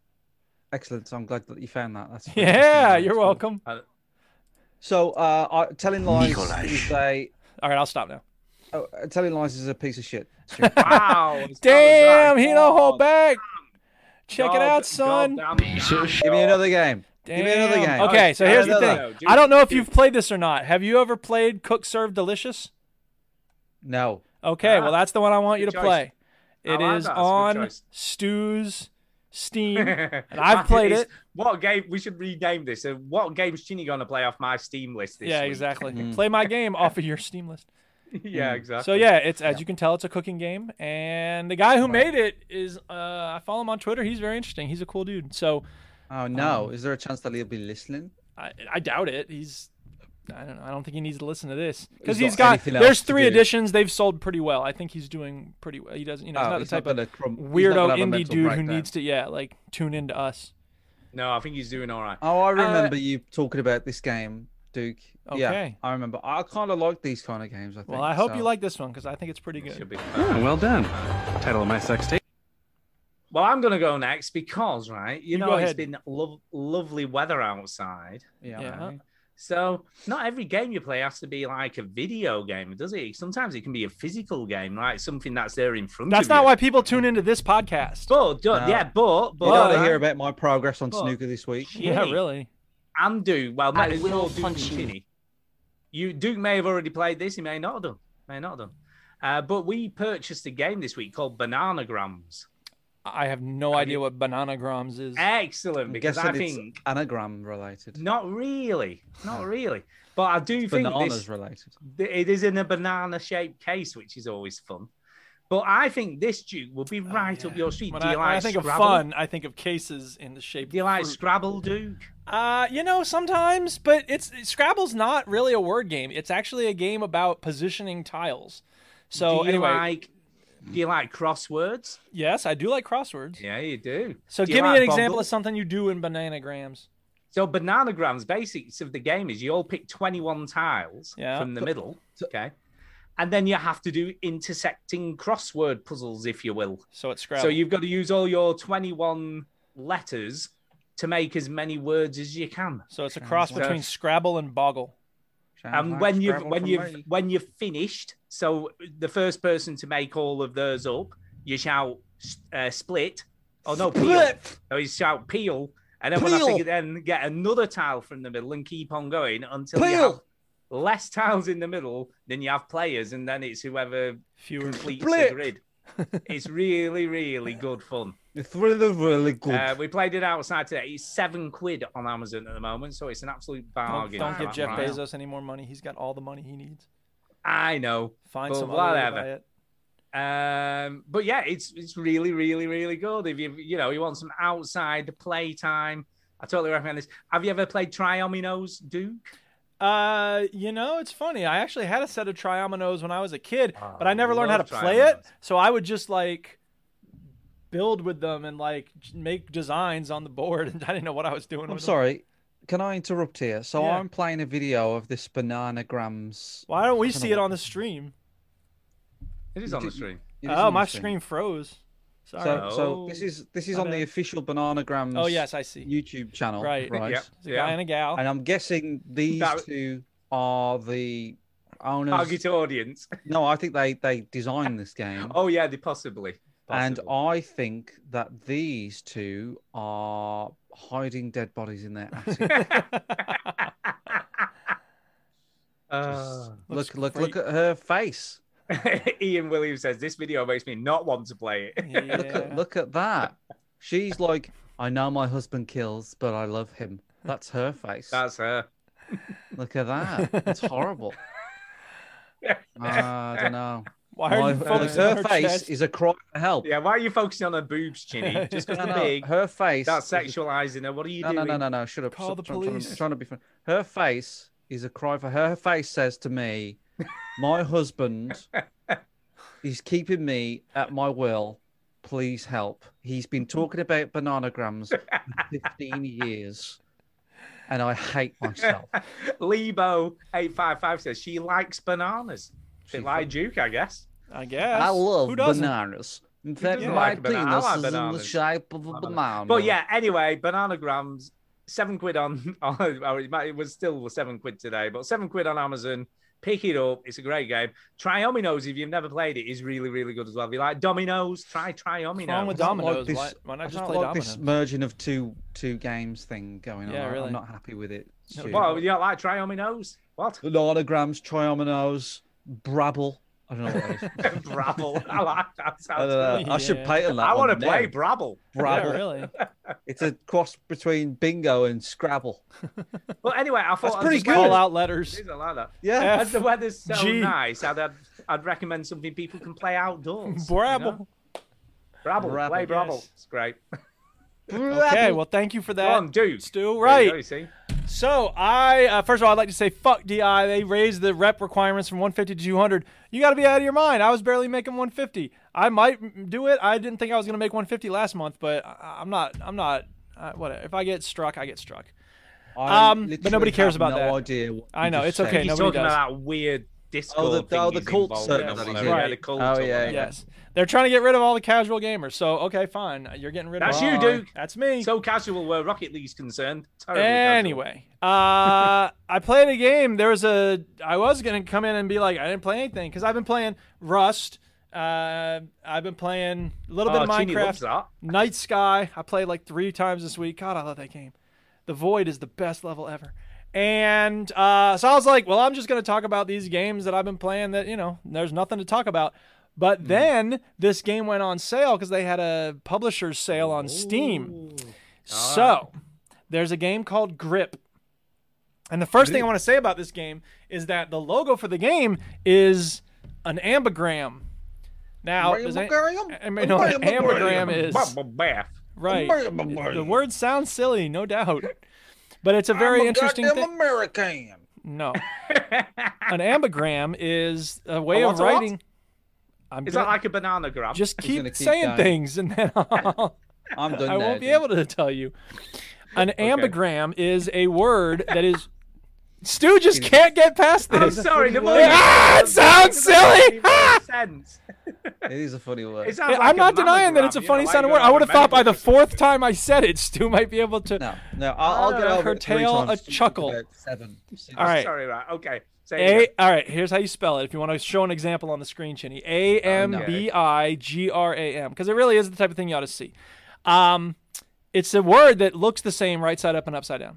[SPEAKER 9] Excellent. So I'm glad that you found that. That's
[SPEAKER 1] Yeah, you're welcome.
[SPEAKER 9] So uh, I, telling lies
[SPEAKER 1] Nikolaj.
[SPEAKER 9] is a.
[SPEAKER 1] All right, I'll stop now.
[SPEAKER 9] Oh, uh, telling lies is a piece of shit.
[SPEAKER 4] Wow.
[SPEAKER 1] Damn, he don't
[SPEAKER 4] oh,
[SPEAKER 1] hold back. Check it
[SPEAKER 9] God-
[SPEAKER 1] out, son.
[SPEAKER 9] Give me another game. Give me another
[SPEAKER 1] Damn.
[SPEAKER 9] game.
[SPEAKER 1] Okay, so here's the
[SPEAKER 9] Another.
[SPEAKER 1] thing. I don't know if you've played this or not. Have you ever played Cook Serve Delicious?
[SPEAKER 9] No.
[SPEAKER 1] Okay, well that's the one I want you to
[SPEAKER 9] Uh-huh. Good choice.
[SPEAKER 1] play.
[SPEAKER 9] I
[SPEAKER 1] It
[SPEAKER 9] like
[SPEAKER 1] is
[SPEAKER 9] that. It's a good
[SPEAKER 1] on
[SPEAKER 9] choice.
[SPEAKER 1] Stu's Steam, and
[SPEAKER 4] Mine
[SPEAKER 1] I've played
[SPEAKER 4] is-
[SPEAKER 1] it.
[SPEAKER 4] What game? We should rename this. Uh, what game's Chinny gonna play off my Steam list this
[SPEAKER 1] Yeah,
[SPEAKER 4] week?
[SPEAKER 1] exactly.
[SPEAKER 9] Mm.
[SPEAKER 1] Play my game off of your Steam list.
[SPEAKER 4] yeah, exactly.
[SPEAKER 1] So yeah, it's as you can tell, it's a cooking game, and the guy who made it is uh, I follow him on Twitter. He's very interesting. He's a cool dude. So
[SPEAKER 9] Oh no!
[SPEAKER 1] Um,
[SPEAKER 9] is there a chance that he'll be listening?
[SPEAKER 1] I, I doubt it. He's I don't know. I don't think he needs to listen to this because
[SPEAKER 9] He's
[SPEAKER 1] he's
[SPEAKER 9] got
[SPEAKER 1] got,
[SPEAKER 9] anything else
[SPEAKER 1] there's
[SPEAKER 9] to
[SPEAKER 1] three
[SPEAKER 9] do.
[SPEAKER 1] editions. They've sold pretty well. I think he's doing pretty well. He doesn't you know
[SPEAKER 9] Oh,
[SPEAKER 1] he's not
[SPEAKER 9] he's
[SPEAKER 1] the
[SPEAKER 9] not
[SPEAKER 1] type of
[SPEAKER 9] gonna crum- he's not
[SPEAKER 1] weirdo
[SPEAKER 9] gonna have a
[SPEAKER 1] indie
[SPEAKER 9] mental
[SPEAKER 1] dude who
[SPEAKER 9] breakdown.
[SPEAKER 1] needs to yeah like tune into us.
[SPEAKER 4] No, I think he's doing all right.
[SPEAKER 9] Oh, I
[SPEAKER 4] Uh,
[SPEAKER 9] remember you talking about this game, Duke. Yeah,
[SPEAKER 1] Okay.
[SPEAKER 9] I remember. I kind of like these kind of games. I think.
[SPEAKER 1] Well, I hope
[SPEAKER 9] so.
[SPEAKER 1] you like this one because I think it's pretty good.
[SPEAKER 12] Oh, well done. Title of my sex tape.
[SPEAKER 4] Well, I'm gonna go next because right, you,
[SPEAKER 1] You
[SPEAKER 4] know,
[SPEAKER 1] go
[SPEAKER 4] it's
[SPEAKER 1] ahead.
[SPEAKER 4] been lo- lovely weather outside.
[SPEAKER 9] Yeah.
[SPEAKER 1] right.
[SPEAKER 4] So not every game you play has to be like a video game, does it? Sometimes it can be a physical game, like something that's there in front
[SPEAKER 1] That's
[SPEAKER 4] of you.
[SPEAKER 1] not why people tune into this podcast.
[SPEAKER 4] But
[SPEAKER 9] No.
[SPEAKER 4] yeah, but but
[SPEAKER 9] you don't want to hear about my progress on
[SPEAKER 4] But-
[SPEAKER 9] snooker this week.
[SPEAKER 1] Yeah, really.
[SPEAKER 4] and do well.
[SPEAKER 9] I
[SPEAKER 4] Matt is
[SPEAKER 9] will
[SPEAKER 4] more Duke
[SPEAKER 9] punch
[SPEAKER 4] and
[SPEAKER 9] you.
[SPEAKER 4] Tinny. You Duke may have already played this. He may not have done. May not have done. Uh, but we purchased a game this week called Bananagrams.
[SPEAKER 1] I have no idea what bananagrams is.
[SPEAKER 4] Excellent, because I
[SPEAKER 9] guessing it's
[SPEAKER 4] think
[SPEAKER 9] anagram related.
[SPEAKER 4] not really, not really. But I do think
[SPEAKER 9] Bananas
[SPEAKER 4] this,
[SPEAKER 9] related.
[SPEAKER 4] th- it is in a banana-shaped case, which is always fun. But I think this Duke will be right up your
[SPEAKER 1] Oh,
[SPEAKER 4] street.
[SPEAKER 1] When
[SPEAKER 4] do
[SPEAKER 1] I,
[SPEAKER 4] you
[SPEAKER 1] when
[SPEAKER 4] like
[SPEAKER 1] I think
[SPEAKER 4] Scrabble?
[SPEAKER 1] of fun, I think of cases in the shape. Do
[SPEAKER 4] you like Scrabble, Duke?
[SPEAKER 1] Uh, you know, sometimes, but it's Scrabble's not really a word game. It's actually a game about positioning tiles. So
[SPEAKER 4] do you
[SPEAKER 1] anyway,
[SPEAKER 4] like, do you like crosswords?
[SPEAKER 1] yes, I do like crosswords.
[SPEAKER 4] Yeah, you do.
[SPEAKER 1] So
[SPEAKER 4] Do you
[SPEAKER 1] give me
[SPEAKER 4] like
[SPEAKER 1] an example
[SPEAKER 4] Bumble?
[SPEAKER 1] of something you do in bananagrams.
[SPEAKER 4] So bananagrams, basics of the game is you all pick 21 tiles
[SPEAKER 1] Yeah.
[SPEAKER 4] from the middle. Okay. And then you have to do intersecting crossword puzzles, if you will.
[SPEAKER 1] So it's Scrabble.
[SPEAKER 4] So you've got to use all your 21 letters to make as many words as you can.
[SPEAKER 1] So it's a cross
[SPEAKER 4] So-
[SPEAKER 1] between Scrabble and Boggle.
[SPEAKER 4] and when you've when you've when you've finished, so the first person to make all of those up, you shout uh, split. Oh no, peel. No, you shout peel, and then when I
[SPEAKER 9] Peel.
[SPEAKER 4] think then get another tile from the middle and keep on going until you
[SPEAKER 9] Peel.
[SPEAKER 4] have less tiles in the middle than you have players, and then it's whoever completes
[SPEAKER 9] Split.
[SPEAKER 4] the grid. it's really, really good fun.
[SPEAKER 9] It's really, really good.
[SPEAKER 4] Uh, we played it outside today. It's seven quid on Amazon at the moment, so it's an absolute
[SPEAKER 1] Don't,
[SPEAKER 4] bargain.
[SPEAKER 1] don't
[SPEAKER 4] for
[SPEAKER 1] give
[SPEAKER 4] that
[SPEAKER 1] Jeff
[SPEAKER 4] price.
[SPEAKER 1] Bezos any more money. He's got all the money he needs.
[SPEAKER 4] I know.
[SPEAKER 1] Find
[SPEAKER 4] but
[SPEAKER 1] some other way to
[SPEAKER 4] whatever.
[SPEAKER 1] buy it.
[SPEAKER 4] Um, but yeah, it's it's really, really, really good. If you you know you want some outside playtime, I totally recommend this. Have you ever played Triominoes, Duke?
[SPEAKER 1] Uh, you know, it's funny. I actually had a set of triominoes when I was a kid, but I never learned how to
[SPEAKER 4] Oh, love
[SPEAKER 1] play it. So I would just like build with them and like j- make designs on the board, and I didn't know what I was doing.
[SPEAKER 9] I'm
[SPEAKER 1] with them.
[SPEAKER 9] sorry. Can I interrupt here? So
[SPEAKER 1] Yeah. Oh,
[SPEAKER 9] I'm playing a video of this bananagrams.
[SPEAKER 1] Why don't we see it on the stream?
[SPEAKER 4] It
[SPEAKER 9] is on the stream. It is
[SPEAKER 1] Oh,
[SPEAKER 9] on the
[SPEAKER 1] my
[SPEAKER 9] stream.
[SPEAKER 1] screen froze. Sorry.
[SPEAKER 9] So, so
[SPEAKER 4] Oh.
[SPEAKER 9] this is this is
[SPEAKER 1] My
[SPEAKER 9] on the
[SPEAKER 1] bad.
[SPEAKER 9] official Bananagrams.
[SPEAKER 1] Oh, yes, I see.
[SPEAKER 9] YouTube channel.
[SPEAKER 1] Right.
[SPEAKER 9] right.
[SPEAKER 1] Yep. It's a guy and a gal.
[SPEAKER 9] And I'm guessing these
[SPEAKER 1] That-
[SPEAKER 9] two are the owners.
[SPEAKER 4] Target audience.
[SPEAKER 9] No, I think they they designed this game.
[SPEAKER 4] Oh yeah, they possibly.
[SPEAKER 9] And I think that these two are hiding dead bodies in their attic.
[SPEAKER 4] Uh,
[SPEAKER 9] look, look, look at her face.
[SPEAKER 4] Ian Williams says this video makes me not want to play it.
[SPEAKER 9] Look at look at that. She's like, I know my husband kills, but I love him. That's her face.
[SPEAKER 4] That's her.
[SPEAKER 9] Look at that. It's horrible. Ah, I don't know.
[SPEAKER 4] Why are you focusing on
[SPEAKER 9] her,
[SPEAKER 4] her
[SPEAKER 9] face
[SPEAKER 4] chest?
[SPEAKER 9] is a cry for help.
[SPEAKER 4] Yeah, why are you focusing on her boobs, Chinny? Just because
[SPEAKER 9] No,
[SPEAKER 4] they're
[SPEAKER 9] no,
[SPEAKER 4] big.
[SPEAKER 9] Her face.
[SPEAKER 4] That's sexualizing her. What are you
[SPEAKER 9] no,
[SPEAKER 4] doing?
[SPEAKER 9] no, no, no, no. Shut up. Stop
[SPEAKER 4] Call the
[SPEAKER 9] trying- trying to-
[SPEAKER 4] police.
[SPEAKER 9] trying to be funny. Her face is a cry for her. Her face says to me, "My husband, he's keeping me at my will. Please help. He's been talking about bananagrams for fifteen years, and I hate myself."
[SPEAKER 4] Lebo855 says she likes bananas. She like Duke, I guess.
[SPEAKER 1] I guess.
[SPEAKER 9] I love bananas. In fact,
[SPEAKER 4] doesn't
[SPEAKER 9] my
[SPEAKER 4] like banana- I
[SPEAKER 9] penis is
[SPEAKER 4] like
[SPEAKER 9] in the
[SPEAKER 4] bananas.
[SPEAKER 9] shape of a banana.
[SPEAKER 4] But yeah, anyway, bananagrams, seven quid on, on well, it might- it was still seven quid today, but seven quid on Amazon. Pick it up. It's a great game. Triominoes, if you've never played it, is really, really good as well. If you like dominoes, try Triominoes.
[SPEAKER 9] I don't like this- I don't like this
[SPEAKER 4] dominoes?
[SPEAKER 9] merging of two two games thing going on.
[SPEAKER 4] Yeah,
[SPEAKER 9] I-
[SPEAKER 4] really.
[SPEAKER 9] I'm not happy with it. Stu.
[SPEAKER 4] Well, you don't like Triominoes? What?
[SPEAKER 9] Lonograms, triominoes, brabble. I don't know what that is.
[SPEAKER 4] Brabble. I like that.
[SPEAKER 9] I,
[SPEAKER 4] Sounds
[SPEAKER 9] don't know. I should patent that.
[SPEAKER 4] I
[SPEAKER 9] want
[SPEAKER 4] to play Brabble.
[SPEAKER 9] Brabble.
[SPEAKER 1] really.
[SPEAKER 9] It's a cross between bingo and Scrabble.
[SPEAKER 4] Well, anyway, I thought
[SPEAKER 9] That's pretty
[SPEAKER 4] as
[SPEAKER 9] good.
[SPEAKER 4] well-
[SPEAKER 9] Call out letters.
[SPEAKER 4] It is, I like that.
[SPEAKER 9] Yeah.
[SPEAKER 4] As the weather's so
[SPEAKER 9] G.
[SPEAKER 4] nice, I'd, I'd I'd recommend something people can play outdoors.
[SPEAKER 1] Brabble. Uh,
[SPEAKER 4] You know? Brabble.
[SPEAKER 1] Brabble,
[SPEAKER 4] Play Brabble.
[SPEAKER 1] yes.
[SPEAKER 4] It's great.
[SPEAKER 1] Okay, well, thank you for that.
[SPEAKER 4] Go on, dude.
[SPEAKER 1] Stu,
[SPEAKER 4] There you
[SPEAKER 1] right.
[SPEAKER 4] go, you see?
[SPEAKER 1] So I uh, first of all, I'd like to say fuck DI. They raised the rep requirements from 150 to 200. You got to be out of your mind. I was barely making 150. I might m- do it. I didn't think I was gonna make 150 last month, but I, I'm not. I'm not. Uh, what if I get struck? I get struck.
[SPEAKER 9] I
[SPEAKER 1] Um, but
[SPEAKER 9] literally
[SPEAKER 1] nobody cares
[SPEAKER 9] have
[SPEAKER 1] about
[SPEAKER 9] no
[SPEAKER 1] that.
[SPEAKER 9] idea what
[SPEAKER 1] I
[SPEAKER 9] you
[SPEAKER 1] know
[SPEAKER 9] just
[SPEAKER 1] it's okay.
[SPEAKER 9] said.
[SPEAKER 4] He's
[SPEAKER 1] nobody
[SPEAKER 4] talking
[SPEAKER 1] does.
[SPEAKER 4] about that weird Discord
[SPEAKER 9] Oh, the-
[SPEAKER 4] thing
[SPEAKER 9] oh, the
[SPEAKER 4] he's
[SPEAKER 9] cult
[SPEAKER 4] involved
[SPEAKER 9] server
[SPEAKER 4] in
[SPEAKER 9] that
[SPEAKER 4] or
[SPEAKER 9] he's
[SPEAKER 4] whatever.
[SPEAKER 9] in.
[SPEAKER 4] Yeah, the cult
[SPEAKER 9] Oh,
[SPEAKER 4] or
[SPEAKER 9] yeah,
[SPEAKER 4] whatever.
[SPEAKER 9] yeah.
[SPEAKER 1] Yes. They're trying to get rid of all the casual gamers. So okay, fine. You're getting rid
[SPEAKER 4] That's
[SPEAKER 1] of.
[SPEAKER 4] you,
[SPEAKER 1] Bye.
[SPEAKER 4] Duke.
[SPEAKER 1] That's me.
[SPEAKER 4] So casual where Rocket League's concerned. Terribly casual.
[SPEAKER 1] Anyway, uh, I played a game. There was a. I was gonna come in and be like, I didn't play anything because I've been playing Rust. Uh, I've been playing a little bit
[SPEAKER 4] Oh,
[SPEAKER 1] of
[SPEAKER 4] Chini loves
[SPEAKER 1] Minecraft.
[SPEAKER 4] that.
[SPEAKER 1] Night Sky. I played like three times this week. God, I love that game. The Void is the best level ever. And uh, so I was like, well, I'm just gonna talk about these games that I've been playing. That you know, there's nothing to talk about.
[SPEAKER 9] Hmm.
[SPEAKER 1] But then this game went on sale because they had a publisher's sale on Steam. So there's a game called Grip. And the first thing I want to say about this game is that the logo for the game is an ambigram. Now, does any-
[SPEAKER 9] Ambigram?
[SPEAKER 1] I mean, no, an ambigram
[SPEAKER 4] Ambigram.
[SPEAKER 1] is
[SPEAKER 4] Bubble-bath.
[SPEAKER 1] right.
[SPEAKER 4] Ambigram.
[SPEAKER 1] The word sounds silly, no doubt, but it's a very interesting
[SPEAKER 9] goddamn
[SPEAKER 1] thing.
[SPEAKER 9] American.
[SPEAKER 1] No, an ambigram is a way
[SPEAKER 4] A
[SPEAKER 1] of
[SPEAKER 4] what, a what?
[SPEAKER 1] writing. I'm
[SPEAKER 4] Is
[SPEAKER 1] gonna-
[SPEAKER 4] that like a banana grab?
[SPEAKER 1] just
[SPEAKER 4] He's
[SPEAKER 1] keep,
[SPEAKER 4] gonna keep
[SPEAKER 1] saying
[SPEAKER 4] going.
[SPEAKER 1] things and then I'll,
[SPEAKER 9] I'm done
[SPEAKER 1] I
[SPEAKER 9] now,
[SPEAKER 1] won't be
[SPEAKER 9] dude.
[SPEAKER 1] able to tell you. An ambigram is a word that is. Stu just can't get past this.
[SPEAKER 4] I'm sorry, the more you-
[SPEAKER 1] ah, it sounds silly. Ah!
[SPEAKER 4] Makes sense.
[SPEAKER 9] It is a funny word.
[SPEAKER 4] It sounds like
[SPEAKER 1] I'm
[SPEAKER 4] a
[SPEAKER 1] not denying that
[SPEAKER 4] mammogram,
[SPEAKER 1] it's a
[SPEAKER 4] you know,
[SPEAKER 1] funny
[SPEAKER 4] why
[SPEAKER 1] sounding
[SPEAKER 4] you
[SPEAKER 1] word.
[SPEAKER 4] gotta
[SPEAKER 1] I would have
[SPEAKER 4] have a
[SPEAKER 1] thought by the fourth time I said it, Stu might be able to.
[SPEAKER 9] No, no, I'll, I'll get
[SPEAKER 1] Uh,
[SPEAKER 9] over it three
[SPEAKER 1] curtail
[SPEAKER 9] times.
[SPEAKER 1] a chuckle.
[SPEAKER 9] About Seven. Six.
[SPEAKER 1] All right.
[SPEAKER 4] Sorry, right. Okay. Say it
[SPEAKER 1] A,
[SPEAKER 4] again.
[SPEAKER 1] all right, here's how you spell it. If you want to show an example on the screen, Chinny. A M B I G R A M. Because it really is the type of thing you ought to see. Um, it's a word that looks the same right side up and upside down.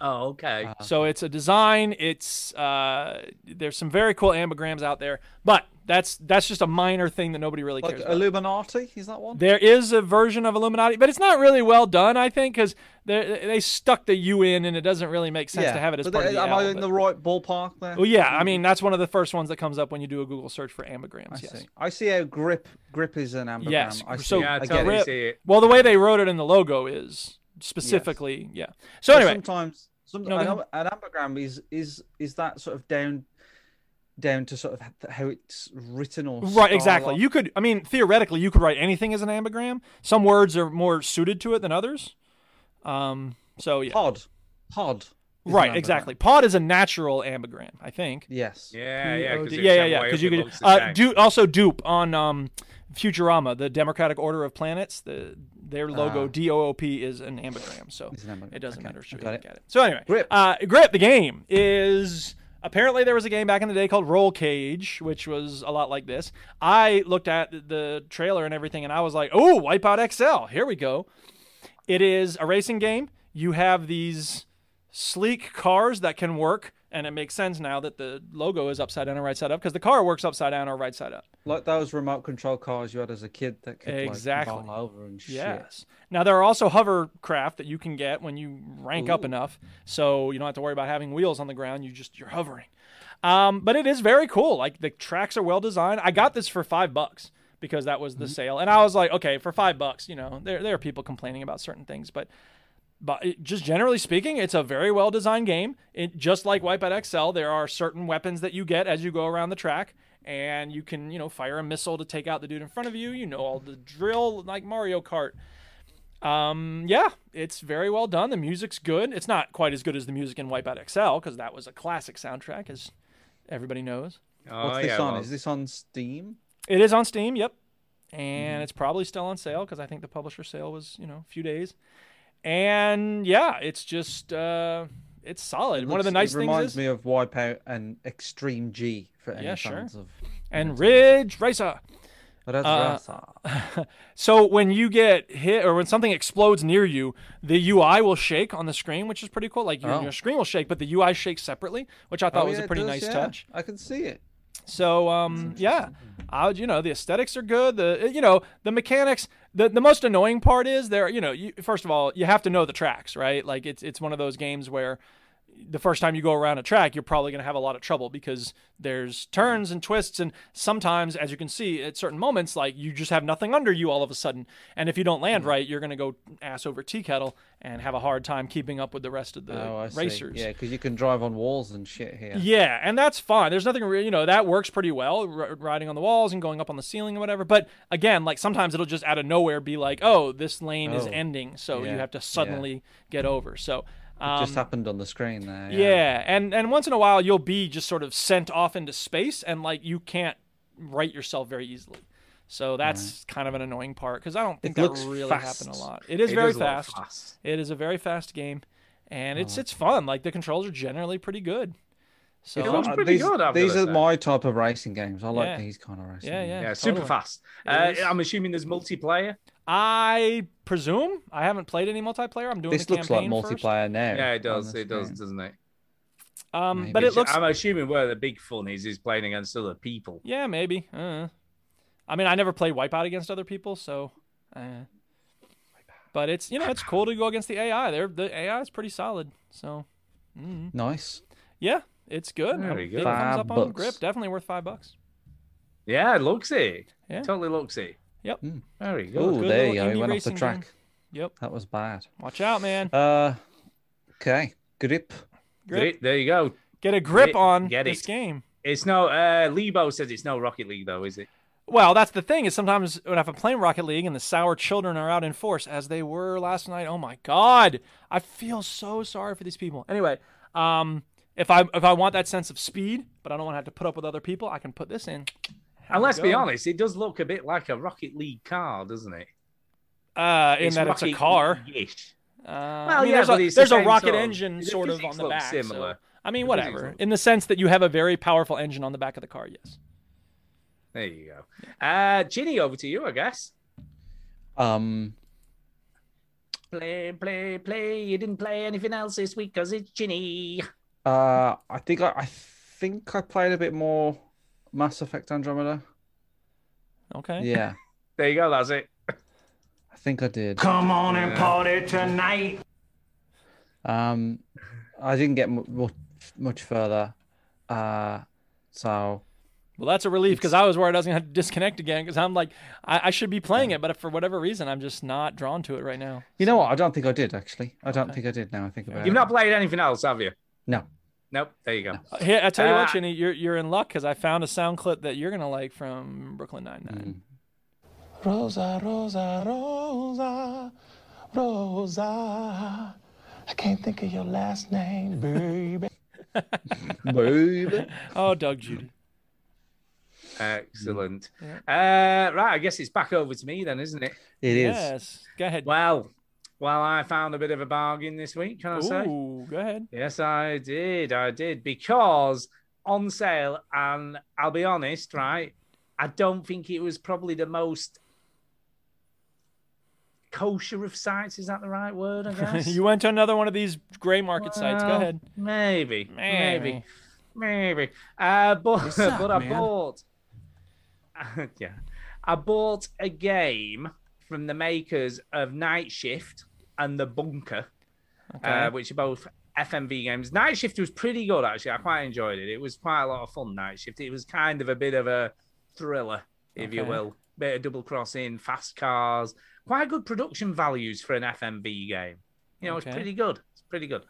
[SPEAKER 4] Oh, okay.
[SPEAKER 9] Uh, Uh-huh.
[SPEAKER 1] So it's a design. It's uh, there's some very cool ambigrams out there, but that's that's just a minor thing that nobody really
[SPEAKER 9] Like
[SPEAKER 1] cares. about.
[SPEAKER 9] Illuminati, is that one?
[SPEAKER 1] There is a version of Illuminati, but it's not really well done, I think, because they they stuck the U in, and it doesn't really make sense to have it as
[SPEAKER 9] but
[SPEAKER 1] part of the
[SPEAKER 9] am
[SPEAKER 1] L,
[SPEAKER 9] I in
[SPEAKER 1] but-
[SPEAKER 9] the right ballpark there?
[SPEAKER 1] Well, yeah, I mean that's one of the first ones that comes up when you do a Google search for ambigrams.
[SPEAKER 9] I
[SPEAKER 1] yes.
[SPEAKER 9] see. I see how grip grip is an ambigram.
[SPEAKER 1] Yes.
[SPEAKER 9] I see.
[SPEAKER 1] So
[SPEAKER 9] I get
[SPEAKER 1] grip-
[SPEAKER 9] it.
[SPEAKER 1] Well, the way they wrote it in the logo is specifically, yeah. So
[SPEAKER 9] But
[SPEAKER 1] anyway,
[SPEAKER 9] sometimes some,
[SPEAKER 1] No, go
[SPEAKER 9] an,
[SPEAKER 1] ahead.
[SPEAKER 9] am- an ambigram is is is that sort of down down to sort of h- how it's written or
[SPEAKER 1] Right, exactly.
[SPEAKER 9] stylized?
[SPEAKER 1] You could, I mean, theoretically, you could write anything as an ambigram. Some words are more suited to it than others. Um, so yeah.
[SPEAKER 9] Pod, pod. is
[SPEAKER 1] Right,
[SPEAKER 9] an
[SPEAKER 1] exactly. Pod is a natural ambigram, I think.
[SPEAKER 9] Yes.
[SPEAKER 4] Yeah, yeah, 'cause
[SPEAKER 1] P-O-D.
[SPEAKER 4] it's
[SPEAKER 1] yeah, yeah,
[SPEAKER 4] that
[SPEAKER 1] yeah.
[SPEAKER 4] way
[SPEAKER 1] Because
[SPEAKER 4] up,
[SPEAKER 1] you
[SPEAKER 4] it
[SPEAKER 1] could
[SPEAKER 4] looks the
[SPEAKER 1] uh,
[SPEAKER 4] same.
[SPEAKER 1] do also dupe on um, Futurama, the Democratic Order of Planets. The their logo
[SPEAKER 9] Ah.
[SPEAKER 1] D O O P is an ambigram, so
[SPEAKER 9] It's an ambigram.
[SPEAKER 1] it doesn't
[SPEAKER 9] Okay,
[SPEAKER 1] matter.
[SPEAKER 9] I
[SPEAKER 1] Sure,
[SPEAKER 9] got
[SPEAKER 1] you
[SPEAKER 9] it.
[SPEAKER 1] get it. So anyway, grip. Uh, grip. The game is Apparently, there was a game back in the day called Roll Cage, which was a lot like this. I looked at the trailer and everything, and I was like, "Oh, Wipeout XL! Here we go." It is a racing game. You have these sleek cars that can work, and it makes sense now that the logo is upside down or right side up because the car works upside down or right side up.
[SPEAKER 9] Like those remote control cars you had as a kid that could
[SPEAKER 1] Exactly.
[SPEAKER 9] like, roll over and shit.
[SPEAKER 1] Yes. Now there are also hovercraft that you can get when you rank up
[SPEAKER 9] Ooh.
[SPEAKER 1] enough, so you don't have to worry about having wheels on the ground. You just you're hovering. Um, but it is very cool. Like the tracks are well designed. I got this for five bucks because that was the
[SPEAKER 9] Mm-hmm.
[SPEAKER 1] sale, and I was like, okay, for five bucks, you know, there there are people complaining about certain things, but but it- just generally speaking, it's a very well designed game. It just like Wipeout XL, there are certain weapons that you get as you go around the track, and you can you know fire a missile to take out the dude in front of you. You know all the drill like Mario Kart. Um, yeah, it's very well done. The music's good. It's not quite as good as the music in Wipeout XL because that was a classic soundtrack, as everybody knows.
[SPEAKER 4] Oh,
[SPEAKER 9] What's this on? Is this on Steam?
[SPEAKER 1] It is on Steam, yep. And
[SPEAKER 9] Mm-hmm.
[SPEAKER 1] it's probably still on sale because I think the publisher sale was, you know, a few days. And yeah, it's just uh it's solid. One of the nice
[SPEAKER 9] it
[SPEAKER 1] things
[SPEAKER 9] reminds
[SPEAKER 1] is
[SPEAKER 9] me of Wipeout and Extreme G for any
[SPEAKER 1] Yeah, sure. Uh,
[SPEAKER 9] fans of.
[SPEAKER 1] and Ridge Racer.
[SPEAKER 9] Ridge
[SPEAKER 1] so when you get hit or when something explodes near you, the UI will shake on the screen, which is pretty cool. Like your,
[SPEAKER 9] Oh.
[SPEAKER 1] your screen will shake, but the UI shakes separately, which I thought
[SPEAKER 9] Oh,
[SPEAKER 1] was
[SPEAKER 9] yeah,
[SPEAKER 1] a
[SPEAKER 9] it
[SPEAKER 1] pretty
[SPEAKER 9] does,
[SPEAKER 1] nice
[SPEAKER 9] yeah.
[SPEAKER 1] touch.
[SPEAKER 9] I can see it.
[SPEAKER 1] So um, yeah, I would, you know the aesthetics are good. The eh, you know the mechanics. The, the most annoying part is there. You know, you, first of all, you have to know the tracks, right? Like it's it's one of those games where the first time you go around a track, you're probably going to have a lot of trouble because there's turns and twists, and sometimes, as you can see, at certain moments, like you just have nothing under you all of a sudden, and if you don't
[SPEAKER 9] Mm.
[SPEAKER 1] land right, you're going to go ass over tea kettle and have a hard time keeping up with the rest of the
[SPEAKER 9] oh, I see.
[SPEAKER 1] Uh, racers.
[SPEAKER 9] Yeah, because you can drive on walls and shit here.
[SPEAKER 1] Yeah, and that's fine. There's nothing, re- you know, that works pretty well, r- riding on the walls and going up on the ceiling and whatever. But again, like sometimes it'll just out of nowhere be like, oh, this lane is
[SPEAKER 9] Oh,
[SPEAKER 1] ending, so
[SPEAKER 9] yeah,
[SPEAKER 1] you have to
[SPEAKER 9] yeah.
[SPEAKER 1] suddenly get over. So,
[SPEAKER 9] It
[SPEAKER 1] um,
[SPEAKER 9] just happened on the screen there.
[SPEAKER 1] yeah. and and once in a while you'll be just sort of sent off into space, and like you can't right yourself very easily. So that's kind of an annoying part because I don't think that
[SPEAKER 9] looks
[SPEAKER 1] really happened a
[SPEAKER 9] fast.
[SPEAKER 1] lot. It is
[SPEAKER 9] It
[SPEAKER 1] very
[SPEAKER 9] does look
[SPEAKER 1] fast.
[SPEAKER 9] fast. Oh.
[SPEAKER 1] It is a very fast game, and it's it's fun. Like the controls are generally pretty good. So
[SPEAKER 9] It's- uh, these, These are my type of racing games. I like
[SPEAKER 1] Yeah.
[SPEAKER 9] these kind of racing.
[SPEAKER 1] Yeah,
[SPEAKER 9] games.
[SPEAKER 1] yeah,
[SPEAKER 4] Yeah, super
[SPEAKER 1] totally.
[SPEAKER 4] fast.
[SPEAKER 1] It
[SPEAKER 4] Uh,
[SPEAKER 1] is.
[SPEAKER 4] I'm assuming there's multiplayer.
[SPEAKER 1] I presume I haven't played any multiplayer. I'm doing
[SPEAKER 9] This
[SPEAKER 1] the
[SPEAKER 9] looks like
[SPEAKER 1] campaign first.
[SPEAKER 9] multiplayer now.
[SPEAKER 4] Yeah, it
[SPEAKER 9] on
[SPEAKER 4] does.
[SPEAKER 9] this
[SPEAKER 4] It does,
[SPEAKER 9] game.
[SPEAKER 4] doesn't it?
[SPEAKER 1] Um, but it looks
[SPEAKER 4] I'm assuming where the big fun is is playing against other people.
[SPEAKER 1] yeah, maybe. Uh, I mean, I never played Wipeout against other people, so. Uh, but it's you know it's cool to go against the AI. They're, the AI is pretty solid. So, mm.
[SPEAKER 9] Nice.
[SPEAKER 1] yeah, it's good.
[SPEAKER 4] Very
[SPEAKER 1] Big
[SPEAKER 4] good.
[SPEAKER 1] thumbs
[SPEAKER 9] Five
[SPEAKER 1] up on
[SPEAKER 9] bucks.
[SPEAKER 1] Grip. Definitely worth five bucks.
[SPEAKER 4] Yeah, it looks it.
[SPEAKER 1] Yeah.
[SPEAKER 4] Totally looks it. Hmm,
[SPEAKER 1] Yep.
[SPEAKER 4] Very good.
[SPEAKER 9] Oh,
[SPEAKER 1] Good
[SPEAKER 9] there
[SPEAKER 1] little
[SPEAKER 9] you go.
[SPEAKER 1] indie
[SPEAKER 9] He went off the
[SPEAKER 1] racing
[SPEAKER 9] track.
[SPEAKER 1] game. Yep.
[SPEAKER 9] That was bad.
[SPEAKER 1] Watch out, man.
[SPEAKER 9] Uh, okay. Grip.
[SPEAKER 1] Grip.
[SPEAKER 4] There you go.
[SPEAKER 1] Get a grip
[SPEAKER 4] Get-
[SPEAKER 1] on
[SPEAKER 4] get
[SPEAKER 1] this
[SPEAKER 4] it.
[SPEAKER 1] game.
[SPEAKER 4] It's no uh Lebo says it's no Rocket League though, is it?
[SPEAKER 1] Well, that's the thing is sometimes when I'm playing Rocket League and the sour children are out in force as they were last night. Oh my god, I feel so sorry for these people. Anyway, um, if I if I want that sense of speed, but I don't want to have to put up with other people, I can put this in. Have
[SPEAKER 4] And
[SPEAKER 1] a
[SPEAKER 4] let's be
[SPEAKER 1] go.
[SPEAKER 4] honest, it does look a bit like a Rocket League car, doesn't it?
[SPEAKER 1] uh, in
[SPEAKER 4] it's
[SPEAKER 1] that it's a
[SPEAKER 4] Rocket
[SPEAKER 1] car.
[SPEAKER 4] League-ish.
[SPEAKER 1] Uh,
[SPEAKER 4] Well,
[SPEAKER 1] I mean,
[SPEAKER 4] yeah,
[SPEAKER 1] there's
[SPEAKER 4] but
[SPEAKER 1] a,
[SPEAKER 4] it's the
[SPEAKER 1] there's a
[SPEAKER 4] same
[SPEAKER 1] rocket
[SPEAKER 4] sort of-
[SPEAKER 1] engine
[SPEAKER 4] the
[SPEAKER 1] sort of on
[SPEAKER 4] physics
[SPEAKER 1] the
[SPEAKER 4] looks
[SPEAKER 1] back. so-
[SPEAKER 4] similar.
[SPEAKER 1] I mean,
[SPEAKER 4] The physics
[SPEAKER 1] whatever.
[SPEAKER 4] look-
[SPEAKER 1] In the sense that you have a very powerful engine on the back of the car, yes.
[SPEAKER 4] There you go. Uh Ginny, over to you, I guess.
[SPEAKER 9] Um,
[SPEAKER 4] Play, play, play. You didn't play anything else this week because it's Ginny.
[SPEAKER 9] uh, I think I, I think I played a bit more Mass Effect Andromeda.
[SPEAKER 1] Okay.
[SPEAKER 9] Yeah,
[SPEAKER 4] There you go, that's it.
[SPEAKER 9] I think I did.
[SPEAKER 13] Come on and
[SPEAKER 9] Yeah.
[SPEAKER 13] party tonight.
[SPEAKER 9] Um, I didn't get much much further. Uh, so
[SPEAKER 1] Well, that's a relief because I was worried I was gonna have to disconnect again because I'm like, I, I should be playing it, but for whatever reason, I'm just not drawn to it right now.
[SPEAKER 9] you know what? I don't think I did actually. I don't think I did. Now I think about
[SPEAKER 4] You've
[SPEAKER 9] it.
[SPEAKER 4] not played anything else, have you?
[SPEAKER 9] No.
[SPEAKER 4] Nope. There you go.
[SPEAKER 1] Uh, Here, I tell you what,
[SPEAKER 4] Ah.
[SPEAKER 1] Jenny, you're you're in luck because I found a sound clip that you're gonna like from Brooklyn Nine Nine.
[SPEAKER 14] Rosa, Rosa, Rosa, Rosa. I can't think of your last name, baby.
[SPEAKER 9] Baby.
[SPEAKER 4] Mm.
[SPEAKER 1] oh, Doug Judy.
[SPEAKER 4] Excellent.
[SPEAKER 1] Yeah.
[SPEAKER 4] Uh, right, I guess it's back over to me then, isn't it?
[SPEAKER 9] It is.
[SPEAKER 1] Yes. Go ahead.
[SPEAKER 4] Well, well, I found a bit of a bargain this week. Can I say?
[SPEAKER 1] Ooh, go ahead.
[SPEAKER 4] Yes, I did. I did because on sale, and I'll be honest, right? I don't think it was probably the most kosher of sites. Is that the right word? I guess
[SPEAKER 1] you went to another one of these gray market sites. Go
[SPEAKER 4] Well,
[SPEAKER 1] ahead.
[SPEAKER 4] Maybe,
[SPEAKER 1] Maybe.
[SPEAKER 4] maybe, maybe. Uh, but
[SPEAKER 1] What's up,
[SPEAKER 4] but I
[SPEAKER 1] man?
[SPEAKER 4] bought. yeah, I bought a game from the makers of Night Shift and The Bunker,
[SPEAKER 1] Okay.
[SPEAKER 4] uh, which are both FMV games. Night Shift was pretty good actually. I quite enjoyed it. It was quite a lot of fun. Night Shift. It was kind of a bit of a thriller, if you
[SPEAKER 1] Okay.
[SPEAKER 4] will. Bit of double crossing, fast cars. Quite good production values for an FMV game. You know,
[SPEAKER 1] Okay.
[SPEAKER 4] it's pretty good. It's pretty good.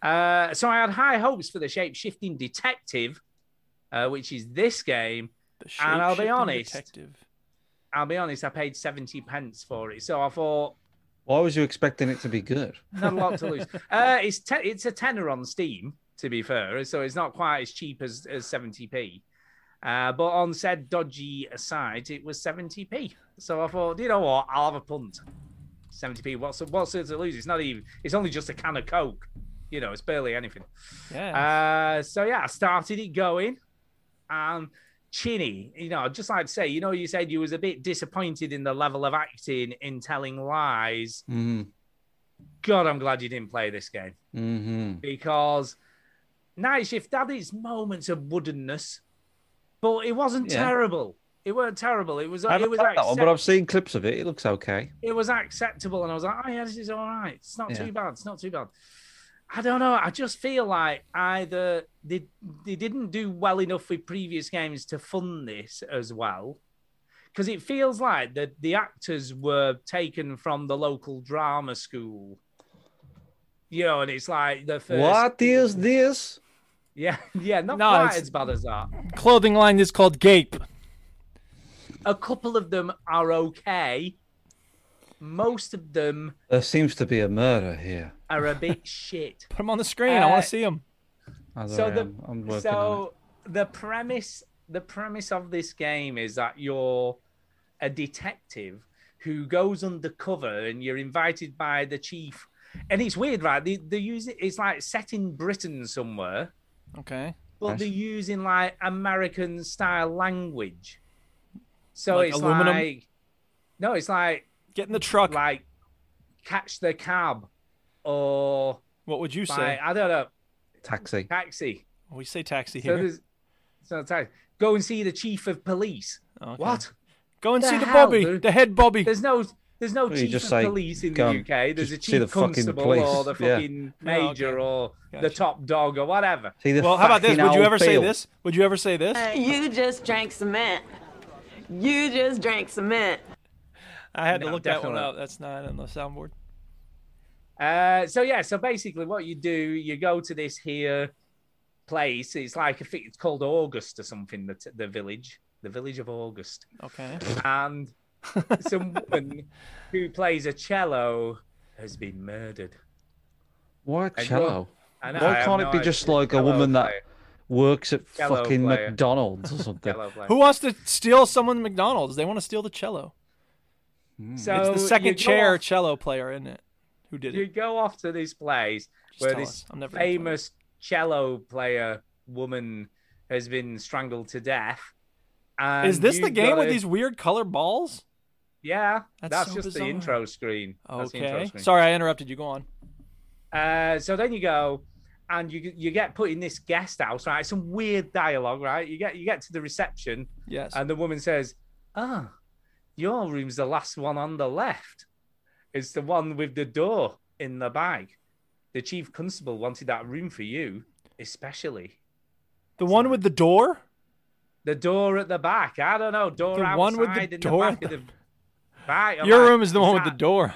[SPEAKER 4] Uh, so I had high hopes for the shape shifting detective, uh, which is this game. and I'll be
[SPEAKER 1] Shape-shifting
[SPEAKER 4] honest,
[SPEAKER 1] detective.
[SPEAKER 4] I'll be honest, I paid 70 pence for it. So I thought,
[SPEAKER 9] Why was you expecting it to be good?
[SPEAKER 4] not a lot to lose. Uh, it's te- it's a tenner on Steam, to be fair, so it's not quite as cheap as as seventy p. Uh, but on said dodgy site, it was seventy p. So I thought, you know what, I'll have a punt. Seventy p. What's what's there to lose? It's not even. It's only just a can of coke. You know, it's barely anything. Uh, so yeah, I started it going. Um, Chinny, you know, I'd just like to say, you know, you said you was a bit disappointed in the level of acting in telling lies.
[SPEAKER 9] Mm-hmm.
[SPEAKER 4] God, I'm glad you didn't play this game
[SPEAKER 9] Mm-hmm.
[SPEAKER 4] because Night Shift had its moments of woodenness, but it wasn't
[SPEAKER 9] Yeah.
[SPEAKER 4] terrible. It weren't terrible. It was
[SPEAKER 9] I
[SPEAKER 4] it
[SPEAKER 9] haven't
[SPEAKER 4] was
[SPEAKER 9] played that one, but
[SPEAKER 4] accept-
[SPEAKER 9] I've seen clips of it. It looks okay.
[SPEAKER 4] it was acceptable, and I was like, oh yeah, this is all right. It's not
[SPEAKER 9] Yeah.
[SPEAKER 4] too bad. It's not too bad. I don't know. I just feel like either they they didn't do well enough with previous games to fund this as well, because it feels like the the actors were taken from the local drama school. You know, and it's like the first
[SPEAKER 9] What is this?
[SPEAKER 4] yeah, yeah, not
[SPEAKER 1] No,
[SPEAKER 4] quite
[SPEAKER 1] it's-
[SPEAKER 4] as bad as that.
[SPEAKER 1] Clothing line is called Gape.
[SPEAKER 4] A couple of them are okay. Most of them
[SPEAKER 9] There seems to be a murder here.
[SPEAKER 4] are a bit shit.
[SPEAKER 1] Put them on the screen. I want
[SPEAKER 4] Uh,
[SPEAKER 1] to see them.
[SPEAKER 9] As
[SPEAKER 4] so
[SPEAKER 9] I
[SPEAKER 4] the
[SPEAKER 9] am. I'm working on it.
[SPEAKER 4] so the premise the premise of this game is that you're a detective who goes undercover and you're invited by the chief and it's weird right they, they use it it's like set in britain somewhere
[SPEAKER 1] Okay.
[SPEAKER 4] but they're using like american style language so
[SPEAKER 1] Like
[SPEAKER 4] it's
[SPEAKER 1] aluminum?
[SPEAKER 4] like no it's like
[SPEAKER 1] get in the truck
[SPEAKER 4] like catch the cab or
[SPEAKER 1] what would you say?
[SPEAKER 4] i don't know
[SPEAKER 9] Taxi.
[SPEAKER 4] taxi
[SPEAKER 1] We say taxi
[SPEAKER 4] so
[SPEAKER 1] here.
[SPEAKER 4] there's- so sorry. Go and see the chief of police. What?
[SPEAKER 1] Go and see the
[SPEAKER 4] hell,
[SPEAKER 1] Bobby,
[SPEAKER 4] dude?
[SPEAKER 1] the head Bobby.
[SPEAKER 4] There's no, there's no
[SPEAKER 9] You
[SPEAKER 4] chief
[SPEAKER 9] just
[SPEAKER 4] of
[SPEAKER 9] say,
[SPEAKER 4] police in
[SPEAKER 9] go
[SPEAKER 4] the
[SPEAKER 9] and
[SPEAKER 4] UK. There's a
[SPEAKER 9] just
[SPEAKER 4] chief
[SPEAKER 9] see the fucking
[SPEAKER 4] constable
[SPEAKER 9] police.
[SPEAKER 4] or the
[SPEAKER 9] Yeah.
[SPEAKER 4] fucking major or the
[SPEAKER 1] Gotcha.
[SPEAKER 4] top dog or whatever.
[SPEAKER 9] See the
[SPEAKER 1] well, how about this?
[SPEAKER 9] fucking
[SPEAKER 1] Would you
[SPEAKER 9] old
[SPEAKER 1] ever say
[SPEAKER 9] field.
[SPEAKER 1] this? Would you ever say this?
[SPEAKER 4] Uh,
[SPEAKER 13] You just drank cement. You just drank cement.
[SPEAKER 1] I had to
[SPEAKER 4] No,
[SPEAKER 1] look that one
[SPEAKER 4] definitely.
[SPEAKER 1] up. That's not on the soundboard.
[SPEAKER 4] Uh, so yeah, so basically, what you do, you go to this here place. It's like I think it's called August or something. The t- the village, the village of August.
[SPEAKER 1] Okay.
[SPEAKER 4] and some woman who plays a cello has been murdered.
[SPEAKER 9] Why
[SPEAKER 4] I
[SPEAKER 9] cello?
[SPEAKER 4] don't- I know, I
[SPEAKER 9] Why
[SPEAKER 4] have
[SPEAKER 9] can't
[SPEAKER 4] no
[SPEAKER 9] it be just
[SPEAKER 4] idea.
[SPEAKER 9] like a
[SPEAKER 4] Cello
[SPEAKER 9] woman that
[SPEAKER 4] player.
[SPEAKER 9] works at
[SPEAKER 4] Cello
[SPEAKER 9] fucking
[SPEAKER 4] player.
[SPEAKER 9] McDonald's or something?
[SPEAKER 4] Cello player.
[SPEAKER 1] Who wants to steal someone McDonald's? They want to steal the cello.
[SPEAKER 4] So
[SPEAKER 1] it's
[SPEAKER 4] you
[SPEAKER 1] the second
[SPEAKER 4] go
[SPEAKER 1] chair
[SPEAKER 4] off-
[SPEAKER 1] cello player, isn't it? Who did
[SPEAKER 4] You
[SPEAKER 1] it?
[SPEAKER 4] go off to this place where
[SPEAKER 1] tell
[SPEAKER 4] this
[SPEAKER 1] us. I'm never gonna play
[SPEAKER 4] famous cello player woman has been strangled to death. And
[SPEAKER 1] Is this the
[SPEAKER 4] you've
[SPEAKER 1] game with
[SPEAKER 4] gotta-
[SPEAKER 1] these weird color balls?
[SPEAKER 4] Yeah,
[SPEAKER 1] That's
[SPEAKER 4] that's,
[SPEAKER 1] so
[SPEAKER 4] just
[SPEAKER 1] bizarre.
[SPEAKER 4] the intro screen. That's the intro
[SPEAKER 1] Okay.
[SPEAKER 4] screen.
[SPEAKER 1] Sorry, I interrupted you. Go on.
[SPEAKER 4] Uh, so then you go, and you you get put in this guest house, right? Some weird dialogue, right? You get you get to the reception,
[SPEAKER 1] Yes.
[SPEAKER 4] and the woman says, "Ah, your room's the last one on the left. It's the one with the door in the bag. The chief constable wanted that room for you, especially
[SPEAKER 1] The one with the door?
[SPEAKER 4] the door at the back. I don't know, door
[SPEAKER 1] The
[SPEAKER 4] outside
[SPEAKER 1] one with the
[SPEAKER 4] in
[SPEAKER 1] door
[SPEAKER 4] the back
[SPEAKER 1] at
[SPEAKER 4] of the." Right, I'm
[SPEAKER 1] Your
[SPEAKER 4] like,
[SPEAKER 1] room is the one with the
[SPEAKER 4] that-
[SPEAKER 1] door.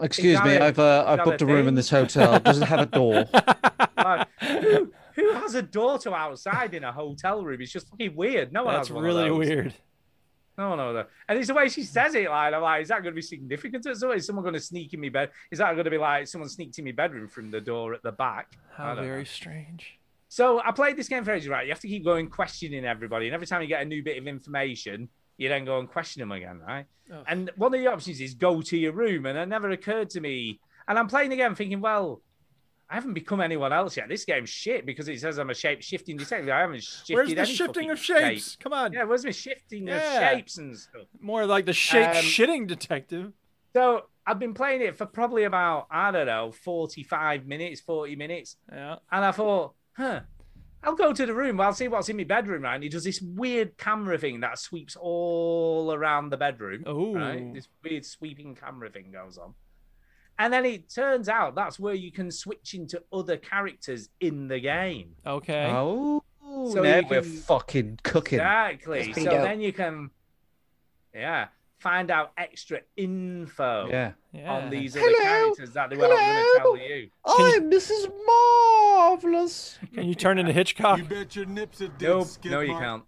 [SPEAKER 9] Excuse
[SPEAKER 4] Is
[SPEAKER 9] me,
[SPEAKER 4] that a-
[SPEAKER 9] I've uh,
[SPEAKER 4] is
[SPEAKER 9] I've
[SPEAKER 4] that
[SPEAKER 9] booked
[SPEAKER 4] a
[SPEAKER 9] a room
[SPEAKER 4] thing?
[SPEAKER 9] in this hotel. It Doesn't have a door.
[SPEAKER 4] Like, who, who has a door to outside in a hotel room? It's just fucking weird. No one
[SPEAKER 1] That's
[SPEAKER 4] has one
[SPEAKER 1] really
[SPEAKER 4] of those.
[SPEAKER 1] weird.
[SPEAKER 4] No, no, no. And it's the way she says it. Like, I'm like, is that going to be significant? Or something? Is someone going to sneak in my bed? Is that going to be like someone sneaked in my bedroom from the door at the back?
[SPEAKER 1] How
[SPEAKER 4] I don't
[SPEAKER 1] very
[SPEAKER 4] know.
[SPEAKER 1] strange.
[SPEAKER 4] So I played this game for ages, right? You have to keep going questioning everybody. And every time you get a new bit of information, you then go and question them again, right?
[SPEAKER 1] Ugh.
[SPEAKER 4] And one of the options is go to your room. And it never occurred to me. And I'm playing again thinking, well, I haven't become anyone else yet. This game's shit because it says I'm a shape shifting detective. I haven't shifted
[SPEAKER 1] Where's the
[SPEAKER 4] any
[SPEAKER 1] shifting
[SPEAKER 4] fucking
[SPEAKER 1] of shapes?
[SPEAKER 4] shape.
[SPEAKER 1] Come on.
[SPEAKER 4] Yeah, where's the shifting
[SPEAKER 1] Yeah.
[SPEAKER 4] of shapes and stuff?
[SPEAKER 1] More like the shape
[SPEAKER 4] Um,
[SPEAKER 1] shitting detective.
[SPEAKER 4] So I've been playing it for probably about, I don't know, 45 minutes, 40 minutes.
[SPEAKER 1] Yeah.
[SPEAKER 4] And I thought, huh, I'll go to the room. I'll see what's in my bedroom, right? And he does this weird camera thing that sweeps all around the bedroom.
[SPEAKER 1] Oh.
[SPEAKER 4] Right? This weird sweeping camera thing goes on. And then it turns out that's where you can switch into other characters in the game.
[SPEAKER 1] Okay.
[SPEAKER 9] Oh,
[SPEAKER 4] So
[SPEAKER 9] now
[SPEAKER 4] you
[SPEAKER 9] we're
[SPEAKER 4] can-
[SPEAKER 9] fucking cooking.
[SPEAKER 4] Exactly.
[SPEAKER 9] That's pretty
[SPEAKER 4] So
[SPEAKER 9] dope.
[SPEAKER 4] then you can, yeah, find out extra info
[SPEAKER 9] Yeah.
[SPEAKER 4] on
[SPEAKER 9] Yeah.
[SPEAKER 4] these other
[SPEAKER 9] Hello.
[SPEAKER 4] characters that they were not going to tell you.
[SPEAKER 9] I'm Mrs. Marvelous.
[SPEAKER 1] Can you turn into Hitchcock?
[SPEAKER 11] You bet your nips are dead.
[SPEAKER 4] Nope,
[SPEAKER 11] skid
[SPEAKER 4] no, you
[SPEAKER 11] mark.
[SPEAKER 4] can't.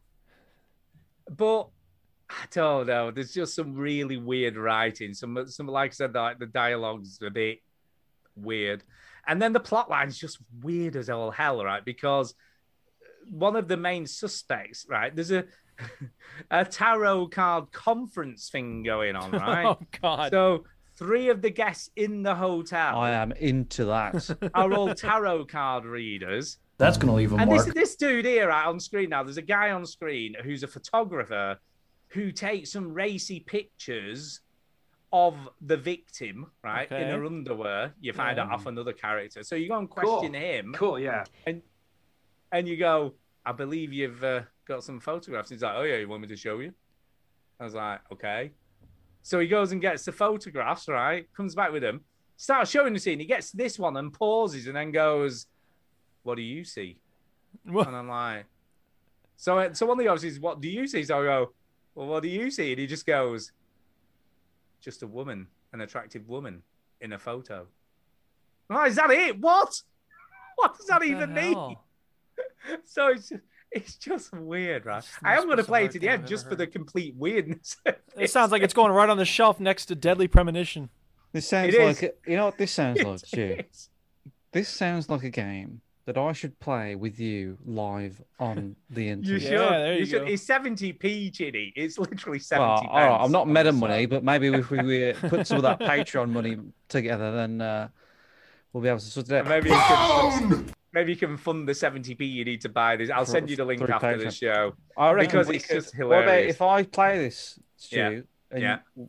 [SPEAKER 4] But I don't know. There's just some really weird writing. Some, some like I said, like the dialogue's a bit weird, and then the plot line's just weird as all hell, right? Because one of the main suspects, right? There's a a tarot card conference thing going on, right?
[SPEAKER 9] Oh,
[SPEAKER 1] God.
[SPEAKER 4] So three of the guests in the hotel
[SPEAKER 9] I am into that.
[SPEAKER 4] are all tarot card readers.
[SPEAKER 9] That's gonna leave a
[SPEAKER 4] and
[SPEAKER 9] mark.
[SPEAKER 4] this this dude here right, on screen now. There's a guy on screen who's a photographer who takes some racy pictures of the victim, right, in
[SPEAKER 12] Okay.
[SPEAKER 4] her underwear. You find out
[SPEAKER 12] Yeah.
[SPEAKER 4] off another character, so you go and
[SPEAKER 12] Cool.
[SPEAKER 4] question him.
[SPEAKER 12] Cool, yeah.
[SPEAKER 4] And and you go, I believe you've uh, got some photographs. He's like, Oh yeah, you want me to show you? I was like, Okay. So he goes and gets the photographs, right? Comes back with them, starts showing the scene. He gets this one and pauses and then goes, What do you see? And I'm like, So, uh, so one of the guys is, What do you see? So I go, Well, what do you see? And he just goes, Just a woman, an attractive woman in a photo. I'm like, Is that it? What? What does that
[SPEAKER 12] What the
[SPEAKER 4] even mean?
[SPEAKER 12] hell?
[SPEAKER 4] so it's just, it's just weird, right?
[SPEAKER 1] the
[SPEAKER 4] I
[SPEAKER 1] most
[SPEAKER 4] am going to play
[SPEAKER 1] bizarre
[SPEAKER 4] it to
[SPEAKER 1] thing
[SPEAKER 4] the
[SPEAKER 1] I've
[SPEAKER 4] end
[SPEAKER 1] ever
[SPEAKER 4] just for the complete weirdness.
[SPEAKER 1] It sounds like it's going right on the shelf next to Deadly Premonition.
[SPEAKER 9] This sounds like a- you know what this sounds like, Stu. This sounds like a game that I should play with you live on the
[SPEAKER 4] You
[SPEAKER 9] internet.
[SPEAKER 4] should. you should. It's 70p, Ginny. It's literally 70
[SPEAKER 9] Well, all right, I'm not eh? meta money, but maybe if we uh, put some of that Patreon money together, then uh, we'll be able to sort it out.
[SPEAKER 4] Maybe you, can, maybe you can fund the 70p you need to buy this. I'll
[SPEAKER 9] For-
[SPEAKER 4] send you the link
[SPEAKER 9] through
[SPEAKER 4] after the
[SPEAKER 9] Patreon.
[SPEAKER 4] show.
[SPEAKER 9] I reckon
[SPEAKER 4] because
[SPEAKER 9] we
[SPEAKER 4] it's
[SPEAKER 9] could-
[SPEAKER 4] just
[SPEAKER 9] What about
[SPEAKER 4] hilarious.
[SPEAKER 9] if I play this, Stu,
[SPEAKER 4] Yeah.
[SPEAKER 9] and
[SPEAKER 4] Yeah.
[SPEAKER 9] w-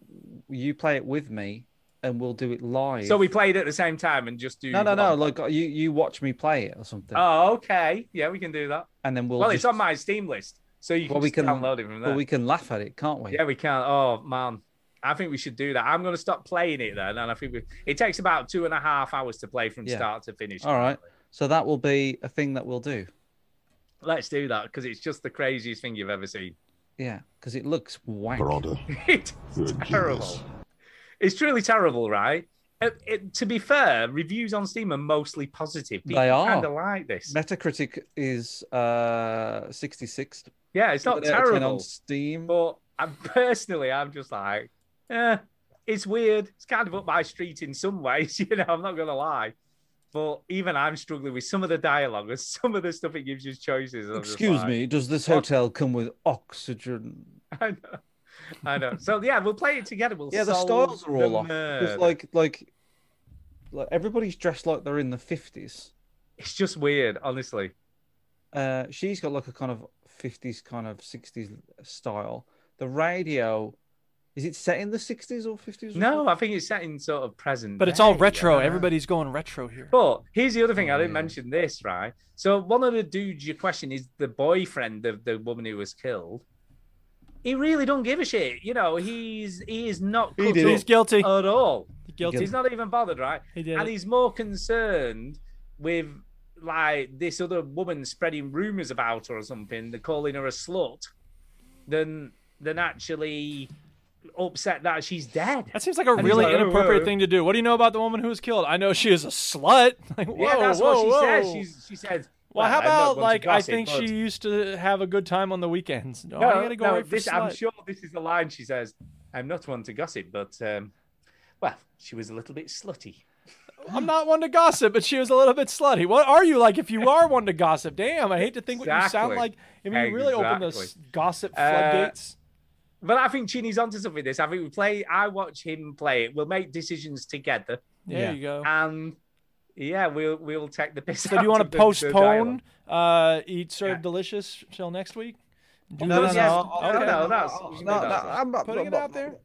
[SPEAKER 9] you play it with me, and we'll do it live?
[SPEAKER 4] So we played at the same time and just do.
[SPEAKER 9] No, no,
[SPEAKER 4] one.
[SPEAKER 9] no. Like uh, you, you watch me play it or something,
[SPEAKER 4] Oh, okay. Yeah, we can do that.
[SPEAKER 9] and then we'll.
[SPEAKER 4] Well, it's
[SPEAKER 9] just-
[SPEAKER 4] on my Steam list, so you can,
[SPEAKER 9] well, we
[SPEAKER 4] just
[SPEAKER 9] can
[SPEAKER 4] download it from there.
[SPEAKER 9] Well, we can laugh at it, can't we?
[SPEAKER 4] Yeah, we can. Oh man, I think we should do that. I'm going to stop playing it then, and I think we... it takes about two and a half hours to play from
[SPEAKER 9] Yeah.
[SPEAKER 4] start to finish.
[SPEAKER 9] All right. So that will be a thing that we'll do.
[SPEAKER 4] Let's do that because it's just the craziest thing you've ever seen.
[SPEAKER 9] Yeah, because it looks wank.
[SPEAKER 4] It's terrible. It's truly terrible, right? Uh, it- to be fair, reviews on Steam are mostly positive. People
[SPEAKER 9] They are.
[SPEAKER 4] kind of like this.
[SPEAKER 9] Metacritic is uh 66.
[SPEAKER 4] Yeah, it's not
[SPEAKER 9] Put it out of 10
[SPEAKER 4] terrible.
[SPEAKER 9] on Steam.
[SPEAKER 4] But I'm personally, I'm just like, eh, it's weird. It's kind of up my street in some ways, you know. I'm not gonna lie. But even I'm struggling with some of the dialogue and some of the stuff it gives you choices. I'm just
[SPEAKER 9] Excuse
[SPEAKER 4] like,
[SPEAKER 9] me, does this hotel come with oxygen?
[SPEAKER 4] I know. I know. So yeah, we'll play it together. We'll
[SPEAKER 9] yeah, the
[SPEAKER 4] solve
[SPEAKER 9] styles are all off.
[SPEAKER 4] murder.
[SPEAKER 9] It's like like like everybody's dressed like they're in the 50s.
[SPEAKER 4] It's just weird, honestly.
[SPEAKER 9] Uh she's got like a kind of 50s kind of 60s style. The radio is it set in the 60s or 50s? Or
[SPEAKER 4] No, I think it's set in sort of present.
[SPEAKER 1] But it's all
[SPEAKER 4] day,
[SPEAKER 1] retro.
[SPEAKER 4] yeah.
[SPEAKER 1] Everybody's going retro here.
[SPEAKER 4] But here's the other thing I didn't mention this, right? So one of the dudes you question is the boyfriend of the woman who was killed. He really don't give a shit. You know, he's he Uh, is not
[SPEAKER 1] He
[SPEAKER 4] cut
[SPEAKER 1] did
[SPEAKER 4] up
[SPEAKER 1] it. He's guilty.
[SPEAKER 4] at all.
[SPEAKER 1] guilty.
[SPEAKER 4] He's not even bothered, right?
[SPEAKER 1] He did
[SPEAKER 4] and
[SPEAKER 1] it.
[SPEAKER 4] he's more concerned with like this other woman spreading rumors about her or something, they're calling her a slut, than than actually upset that she's dead.
[SPEAKER 1] That seems like a
[SPEAKER 4] And he's
[SPEAKER 1] really
[SPEAKER 4] like, "Oh,
[SPEAKER 1] inappropriate
[SPEAKER 4] whoa."
[SPEAKER 1] thing to do. What do you know about the woman who was killed? I know she is a slut. Like, whoa,
[SPEAKER 4] yeah, that's
[SPEAKER 1] whoa,
[SPEAKER 4] what she
[SPEAKER 1] whoa.
[SPEAKER 4] says. She's, she says.
[SPEAKER 1] well, how
[SPEAKER 4] I'm not
[SPEAKER 1] about
[SPEAKER 4] one to
[SPEAKER 1] like
[SPEAKER 4] gossip,
[SPEAKER 1] I think
[SPEAKER 4] but-
[SPEAKER 1] she used to have a good time on the weekends. No,
[SPEAKER 4] No,
[SPEAKER 1] I gotta go
[SPEAKER 4] no,
[SPEAKER 1] right for
[SPEAKER 4] this, I'm
[SPEAKER 1] slut.
[SPEAKER 4] sure this is the line she says. I'm not one to gossip, but um, well, she was a little bit slutty.
[SPEAKER 1] I'm not one to gossip, but she was a little bit slutty. What are you like if you are one to gossip? Damn, I hate to think what you sound
[SPEAKER 4] Exactly.
[SPEAKER 1] like. I mean, you really open those
[SPEAKER 4] Exactly.
[SPEAKER 1] gossip
[SPEAKER 4] Uh,
[SPEAKER 1] floodgates.
[SPEAKER 4] But I think Chini's onto something. with This I think we play. I watch him play it. We'll make decisions together.
[SPEAKER 1] There Yeah. you go.
[SPEAKER 4] And Yeah, we'll we'll take the piss.
[SPEAKER 1] So do you
[SPEAKER 4] out
[SPEAKER 1] want
[SPEAKER 4] of
[SPEAKER 1] to
[SPEAKER 4] the- the
[SPEAKER 1] postpone
[SPEAKER 4] dialogue.
[SPEAKER 1] uh, Eat Serve Delicious till next week? Do
[SPEAKER 9] No, no,
[SPEAKER 1] this?
[SPEAKER 9] no, I'll- I'll-
[SPEAKER 1] Okay.
[SPEAKER 9] no, that's- no, no, I'm- I'm-
[SPEAKER 1] putting it out there.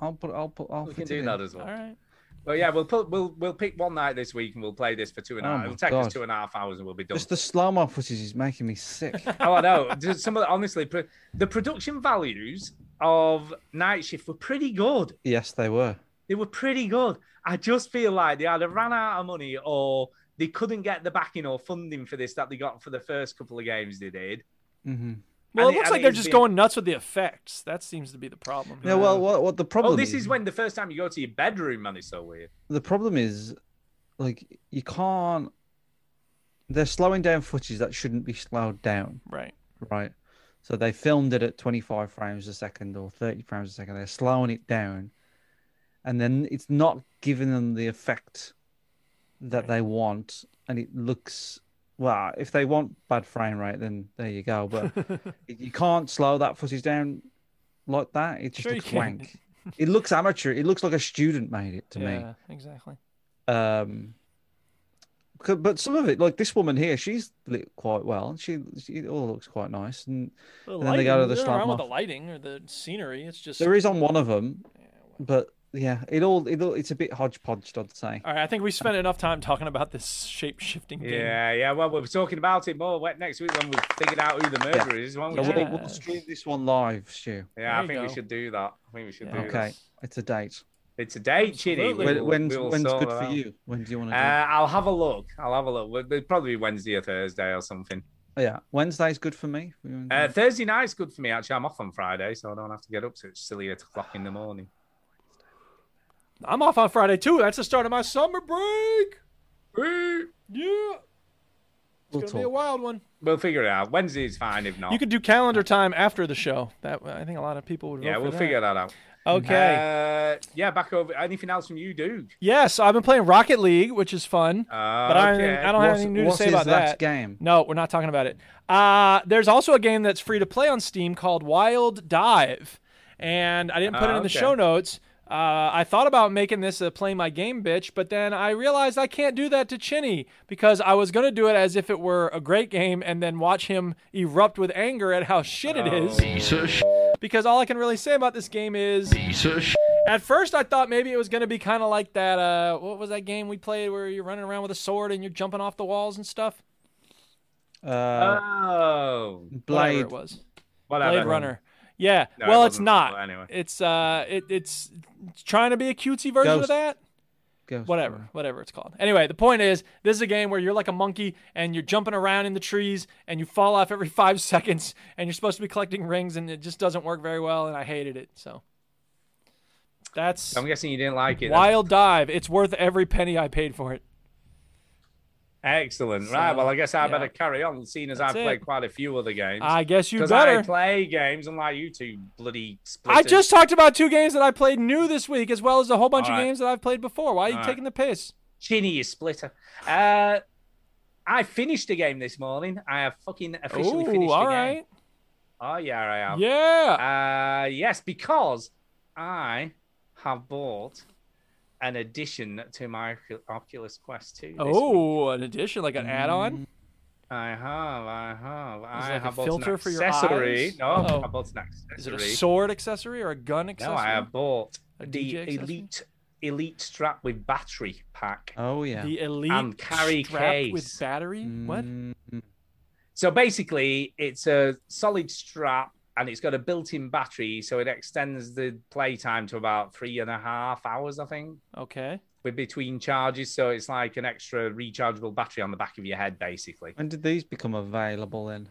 [SPEAKER 9] I'll put. I'll put. I'll
[SPEAKER 4] We
[SPEAKER 9] fit
[SPEAKER 4] can
[SPEAKER 9] it
[SPEAKER 4] do
[SPEAKER 9] in.
[SPEAKER 4] that as well.
[SPEAKER 1] All right.
[SPEAKER 4] Well, yeah, we'll put, we'll we'll pick one night this week and we'll play this for two and a
[SPEAKER 9] Oh
[SPEAKER 4] half.
[SPEAKER 9] my
[SPEAKER 4] It'll take
[SPEAKER 9] God.
[SPEAKER 4] us two and a half hours and we'll be done.
[SPEAKER 9] Just the slow mo footage is making me sick.
[SPEAKER 4] oh, I know. Just Some of the, honestly, pr- the production values of Night Shift were pretty good.
[SPEAKER 9] yes, they were.
[SPEAKER 4] They were pretty good. I just feel like they either ran out of money or they couldn't get the backing or funding for this that they got for the first couple of games they did.
[SPEAKER 9] Mm-hmm.
[SPEAKER 1] Well,
[SPEAKER 4] And
[SPEAKER 1] it looks
[SPEAKER 4] and
[SPEAKER 1] like they're
[SPEAKER 4] is
[SPEAKER 1] just
[SPEAKER 4] being-
[SPEAKER 1] going nuts with the effects. That seems to be the problem.
[SPEAKER 9] No, well, what, what the problem?
[SPEAKER 4] Oh, this is when the first time you go to your bedroom, man, is so weird.
[SPEAKER 9] the problem is like you can't they're slowing down footage that shouldn't be slowed down
[SPEAKER 1] right
[SPEAKER 9] right so they filmed it at 25 frames a second or 30 frames a second they're slowing it down and then it's not giving them the effect that they want and it looks well if they want bad frame rate then there you go but you can't slow that footage down like that it just
[SPEAKER 1] Sure you
[SPEAKER 9] looks
[SPEAKER 1] can.
[SPEAKER 9] wank it looks amateur it looks like a student made it to me
[SPEAKER 1] yeah, exactly.
[SPEAKER 9] um c- but some of it like this woman here she's lit quite well and she, she it all looks quite nice and,
[SPEAKER 1] The
[SPEAKER 9] and then they go to
[SPEAKER 1] lighting-
[SPEAKER 9] the
[SPEAKER 1] nothing wrong with the
[SPEAKER 9] slum
[SPEAKER 1] lighting or the scenery. It's just
[SPEAKER 9] there is on one of them but yeah it all it all it's a bit hodgepodged i'd say
[SPEAKER 4] Oh,
[SPEAKER 1] All right, I think we spent enough time talking about this shape shifting game.
[SPEAKER 4] Yeah, yeah. Well, we'll be talking about it more wet next week when we've figured out who the
[SPEAKER 9] yeah.
[SPEAKER 4] murderer is. won't
[SPEAKER 9] So
[SPEAKER 4] we?
[SPEAKER 9] we'll, we'll stream this one live Stu
[SPEAKER 4] Yeah,
[SPEAKER 1] There
[SPEAKER 4] I
[SPEAKER 1] you
[SPEAKER 4] think we
[SPEAKER 1] go.
[SPEAKER 4] should do that. I think we should do
[SPEAKER 9] okay
[SPEAKER 4] this.
[SPEAKER 9] it's a date
[SPEAKER 4] It's a date, Chinny.
[SPEAKER 9] Absolutely.
[SPEAKER 4] We'll-
[SPEAKER 9] When- when's-
[SPEAKER 4] we'll
[SPEAKER 9] when's
[SPEAKER 4] sort
[SPEAKER 9] good
[SPEAKER 4] that
[SPEAKER 9] for
[SPEAKER 4] out.
[SPEAKER 9] you? When do you wanna do
[SPEAKER 4] Uh,
[SPEAKER 9] it?
[SPEAKER 4] I'll have a look. I'll have a look. Well, It'll probably be Wednesday or Thursday or something.
[SPEAKER 9] yeah wednesday's good for me We wanna do
[SPEAKER 1] Mm.
[SPEAKER 4] Uh,
[SPEAKER 9] it?
[SPEAKER 4] Thursday night's good for me, actually. I'm off on Friday, so I don't have to get up to silly 8 o'clock in the morning.
[SPEAKER 1] I'm off on Friday too. That's the start of my summer break. Yeah, it's
[SPEAKER 4] We'll
[SPEAKER 1] gonna be a
[SPEAKER 4] talk.
[SPEAKER 1] wild one.
[SPEAKER 4] We'll figure it out. Wednesday's fine if not.
[SPEAKER 1] You could do calendar time after the show. That I think a lot of people would.
[SPEAKER 4] yeah,
[SPEAKER 1] vote for
[SPEAKER 4] we'll figure that out.
[SPEAKER 1] Okay.
[SPEAKER 4] Uh, yeah, back over. Anything else from you, Duke?
[SPEAKER 1] Yes, I've been playing Rocket League, which is fun. but I,
[SPEAKER 4] Uh, okay.
[SPEAKER 1] I don't have
[SPEAKER 4] What's-
[SPEAKER 1] anything new to
[SPEAKER 4] what's
[SPEAKER 1] say
[SPEAKER 4] his
[SPEAKER 1] about
[SPEAKER 4] last
[SPEAKER 1] that
[SPEAKER 9] game?
[SPEAKER 1] No, we're not talking about it. Uh, there's also a game that's free to play on Steam called Wild Dive, and I didn't put
[SPEAKER 4] Ah,
[SPEAKER 1] it in the
[SPEAKER 4] okay.
[SPEAKER 1] show notes. Uh, I thought about making this a play my game bitch, but then I realized I can't do that to Chinny because I was gonna do it as if it were a great game and then watch him erupt with anger at how shit it
[SPEAKER 4] Oh.
[SPEAKER 1] is. Because all I can really say about this game is At first, I thought maybe it was going to be kind of like that. Uh, what was that game we played where you're running around with a sword and you're jumping off the walls and stuff?
[SPEAKER 9] uh,
[SPEAKER 4] oh,
[SPEAKER 1] Whatever
[SPEAKER 9] blade
[SPEAKER 1] it was.
[SPEAKER 4] Whatever.
[SPEAKER 1] Blade Runner. Yeah.
[SPEAKER 4] No, it
[SPEAKER 1] well, it's
[SPEAKER 4] wasn't.
[SPEAKER 1] not.
[SPEAKER 4] Well, anyway.
[SPEAKER 1] It's uh, it, it's trying to be a cutesy version of
[SPEAKER 9] Ghost.
[SPEAKER 1] that.
[SPEAKER 9] Ghost
[SPEAKER 1] whatever, whatever it's called. Anyway, the point is, this is a game where you're like a monkey and you're jumping around in the trees and you fall off every five seconds and you're supposed to be collecting rings and it just doesn't work very well and I hated it. So that's
[SPEAKER 4] I'm guessing you didn't like it. then.
[SPEAKER 1] Wild Dive. It's worth every penny I paid for it.
[SPEAKER 4] Excellent. right.
[SPEAKER 1] So,
[SPEAKER 4] Well, I guess I
[SPEAKER 1] yeah.
[SPEAKER 4] better carry on, seeing as I've
[SPEAKER 1] That's it.
[SPEAKER 4] played quite a few other games.
[SPEAKER 1] I guess you
[SPEAKER 4] 'Cause I
[SPEAKER 1] better.
[SPEAKER 4] play games unlike you two bloody.
[SPEAKER 1] I
[SPEAKER 4] splitters.
[SPEAKER 1] just talked about two games that I played new this week, as well as a whole bunch
[SPEAKER 4] All
[SPEAKER 1] of
[SPEAKER 4] right.
[SPEAKER 1] games that I've played before. Why are you
[SPEAKER 4] All right.
[SPEAKER 1] taking the piss?
[SPEAKER 4] Chinny, you splitter. Uh, I finished a game this morning. I have fucking officially
[SPEAKER 1] Ooh,
[SPEAKER 4] finished
[SPEAKER 1] all
[SPEAKER 4] a game.
[SPEAKER 1] right.
[SPEAKER 4] Oh yeah, I am.
[SPEAKER 1] Yeah.
[SPEAKER 4] Uh, yes, because I have bought an addition to my Ocu- Oculus Quest 2. this Mm, week.
[SPEAKER 1] Oh, an addition, like an add-on.
[SPEAKER 4] I have, I have, I
[SPEAKER 1] like a
[SPEAKER 4] have bought
[SPEAKER 1] filter
[SPEAKER 4] an
[SPEAKER 1] for your
[SPEAKER 4] accessory.
[SPEAKER 1] eyes?
[SPEAKER 4] No,
[SPEAKER 1] Uh-oh.
[SPEAKER 4] I bought an
[SPEAKER 1] Is it
[SPEAKER 4] accessory.
[SPEAKER 1] a sword accessory or a gun accessory?
[SPEAKER 4] No, I have bought
[SPEAKER 1] A
[SPEAKER 4] the
[SPEAKER 1] DJ accessory?
[SPEAKER 4] elite elite strap with battery pack.
[SPEAKER 9] oh yeah
[SPEAKER 1] The elite
[SPEAKER 4] and um, carry
[SPEAKER 1] strap
[SPEAKER 4] case. Mm.
[SPEAKER 1] with battery. What?
[SPEAKER 9] Mm,
[SPEAKER 4] So basically, it's a solid strap and it's got a built-in battery, so it extends the playtime to about three and a half hours, I think,
[SPEAKER 1] Okay.
[SPEAKER 4] with between charges. So it's like an extra rechargeable battery on the back of your head, basically.
[SPEAKER 9] when did these become available then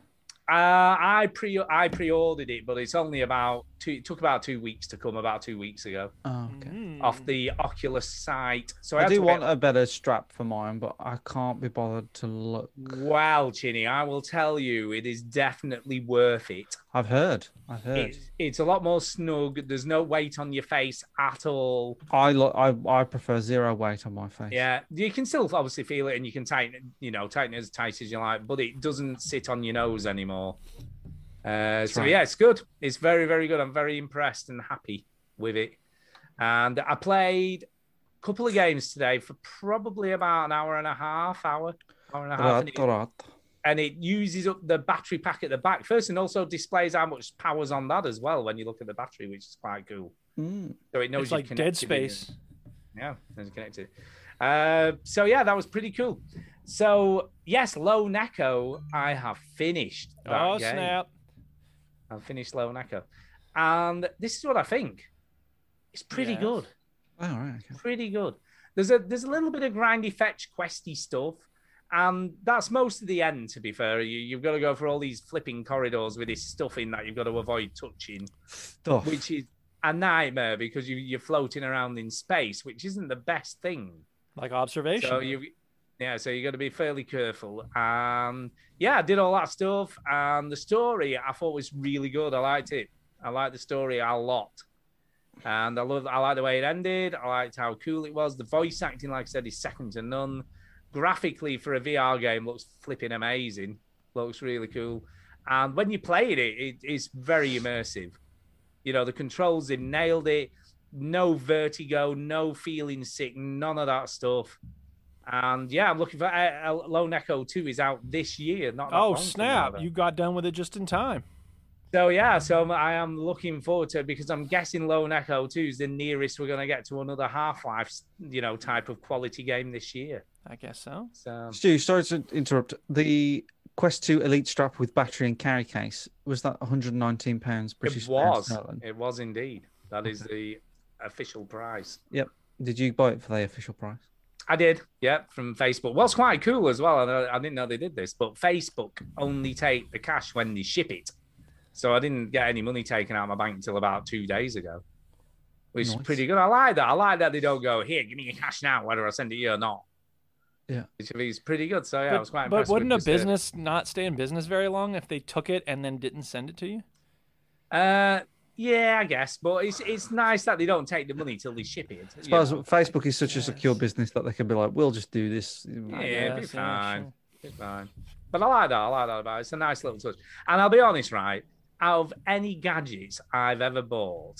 [SPEAKER 4] Uh, I pre I pre-ordered it, but it's only about two. It took about two weeks to come, about two weeks ago,
[SPEAKER 9] oh okay
[SPEAKER 1] Mm-hmm.
[SPEAKER 4] off the Oculus site. So I,
[SPEAKER 9] I
[SPEAKER 4] had
[SPEAKER 9] do
[SPEAKER 4] to wait-
[SPEAKER 9] want a better strap for mine, but I can't be bothered to look.
[SPEAKER 4] Well, Chinny, I will tell you, it is definitely worth it.
[SPEAKER 9] I've heard. I've heard.
[SPEAKER 4] It's, it's a lot more snug. There's no weight on your face at all.
[SPEAKER 9] I, lo- I I prefer zero weight on my face.
[SPEAKER 4] Yeah, you can still obviously feel it, and you can tighten, it, you know, tighten it as tight as you like, but it doesn't sit on your nose anymore. Uh, so
[SPEAKER 9] right.
[SPEAKER 4] yeah, it's good. It's very, very good. I'm very impressed and happy with it. And I played couple of games today for probably about an hour and a half, hour, hour and a half. and it- and it uses up the battery pack at the back first and also displays how much power's on that as well when you look at the battery, which is quite cool.
[SPEAKER 9] Mm.
[SPEAKER 4] So it knows
[SPEAKER 1] it's
[SPEAKER 4] you've
[SPEAKER 1] like Dead
[SPEAKER 4] connected it.
[SPEAKER 1] Space.
[SPEAKER 4] Yeah, it's connected. Uh, so yeah, that was pretty cool. So yes, Low Neko, I have finished. That
[SPEAKER 1] Oh,
[SPEAKER 4] game.
[SPEAKER 1] snap.
[SPEAKER 4] I finished Low Neko, and this is what I think. It's pretty
[SPEAKER 9] Yes.
[SPEAKER 4] good.
[SPEAKER 9] All Oh, right. Okay.
[SPEAKER 4] Pretty good. There's a there's a little bit of grindy fetch questy stuff, and that's most of the end. To be fair, you, you've got to go for all these flipping corridors with this stuff in that you've got to avoid touching,
[SPEAKER 9] Stuff.
[SPEAKER 4] which is a nightmare because you you're floating around in space, which isn't the best thing.
[SPEAKER 1] Like observation.
[SPEAKER 4] So you, yeah, so you got to be fairly careful. Um, yeah, I did all that stuff, and the story I thought was really good. I liked it. I liked the story a lot, and I love. I liked the way it ended. I liked how cool it was. The voice acting, like I said, is second to none. Graphically, for a VR game, looks flipping amazing. Looks really cool, and when you played it, it is very immersive. You know, the controls they nailed it. No vertigo, no feeling sick, none of that stuff. And yeah, I'm looking for uh, uh, Lone Echo 2 is out this year. Not that
[SPEAKER 1] Oh
[SPEAKER 4] long from now,
[SPEAKER 1] snap!
[SPEAKER 4] though.
[SPEAKER 1] You got done with it just in time.
[SPEAKER 4] So yeah, so I'm, I am looking forward to it because I'm guessing Lone Echo 2 is the nearest we're going to get to another Half Life, you know, type of quality game this year.
[SPEAKER 1] I guess so.
[SPEAKER 4] So
[SPEAKER 9] Stu, sorry to interrupt. The Quest 2 Elite strap with battery and carry case was that 119 pounds British
[SPEAKER 4] it
[SPEAKER 9] pounds
[SPEAKER 4] was,
[SPEAKER 9] sterling?
[SPEAKER 4] it was indeed. That is the official price.
[SPEAKER 9] Yep. Did you buy it for the official price?
[SPEAKER 4] I did, yeah, from Facebook. What's quite cool as well, and I, I didn't know they did this, but Facebook only take the cash when they ship it. So I didn't get any money taken out of my bank until about two days ago, which is
[SPEAKER 9] Nice.
[SPEAKER 4] pretty good. I like that. I like that they don't go, here, give me your cash now, whether I send it to you or not.
[SPEAKER 9] Yeah.
[SPEAKER 4] Which is pretty good. So, yeah, I was
[SPEAKER 1] but
[SPEAKER 4] quite
[SPEAKER 1] but
[SPEAKER 4] impressed. with
[SPEAKER 1] wouldn't a
[SPEAKER 4] this, uh,
[SPEAKER 1] business not stay in business very long if they took it and then didn't send it to you?
[SPEAKER 4] Uh, yeah, I guess. But it's it's nice that they don't take the money till they ship it.
[SPEAKER 9] I
[SPEAKER 4] you
[SPEAKER 9] suppose
[SPEAKER 4] know.
[SPEAKER 9] Facebook is such a secure business that they can be like, we'll just do this.
[SPEAKER 4] Yeah, it'd be
[SPEAKER 1] guess, yeah,
[SPEAKER 4] fine. Be fine. But I like that. I like that about it. It's a nice little touch. And I'll be honest, right? Out of any gadgets I've ever bought,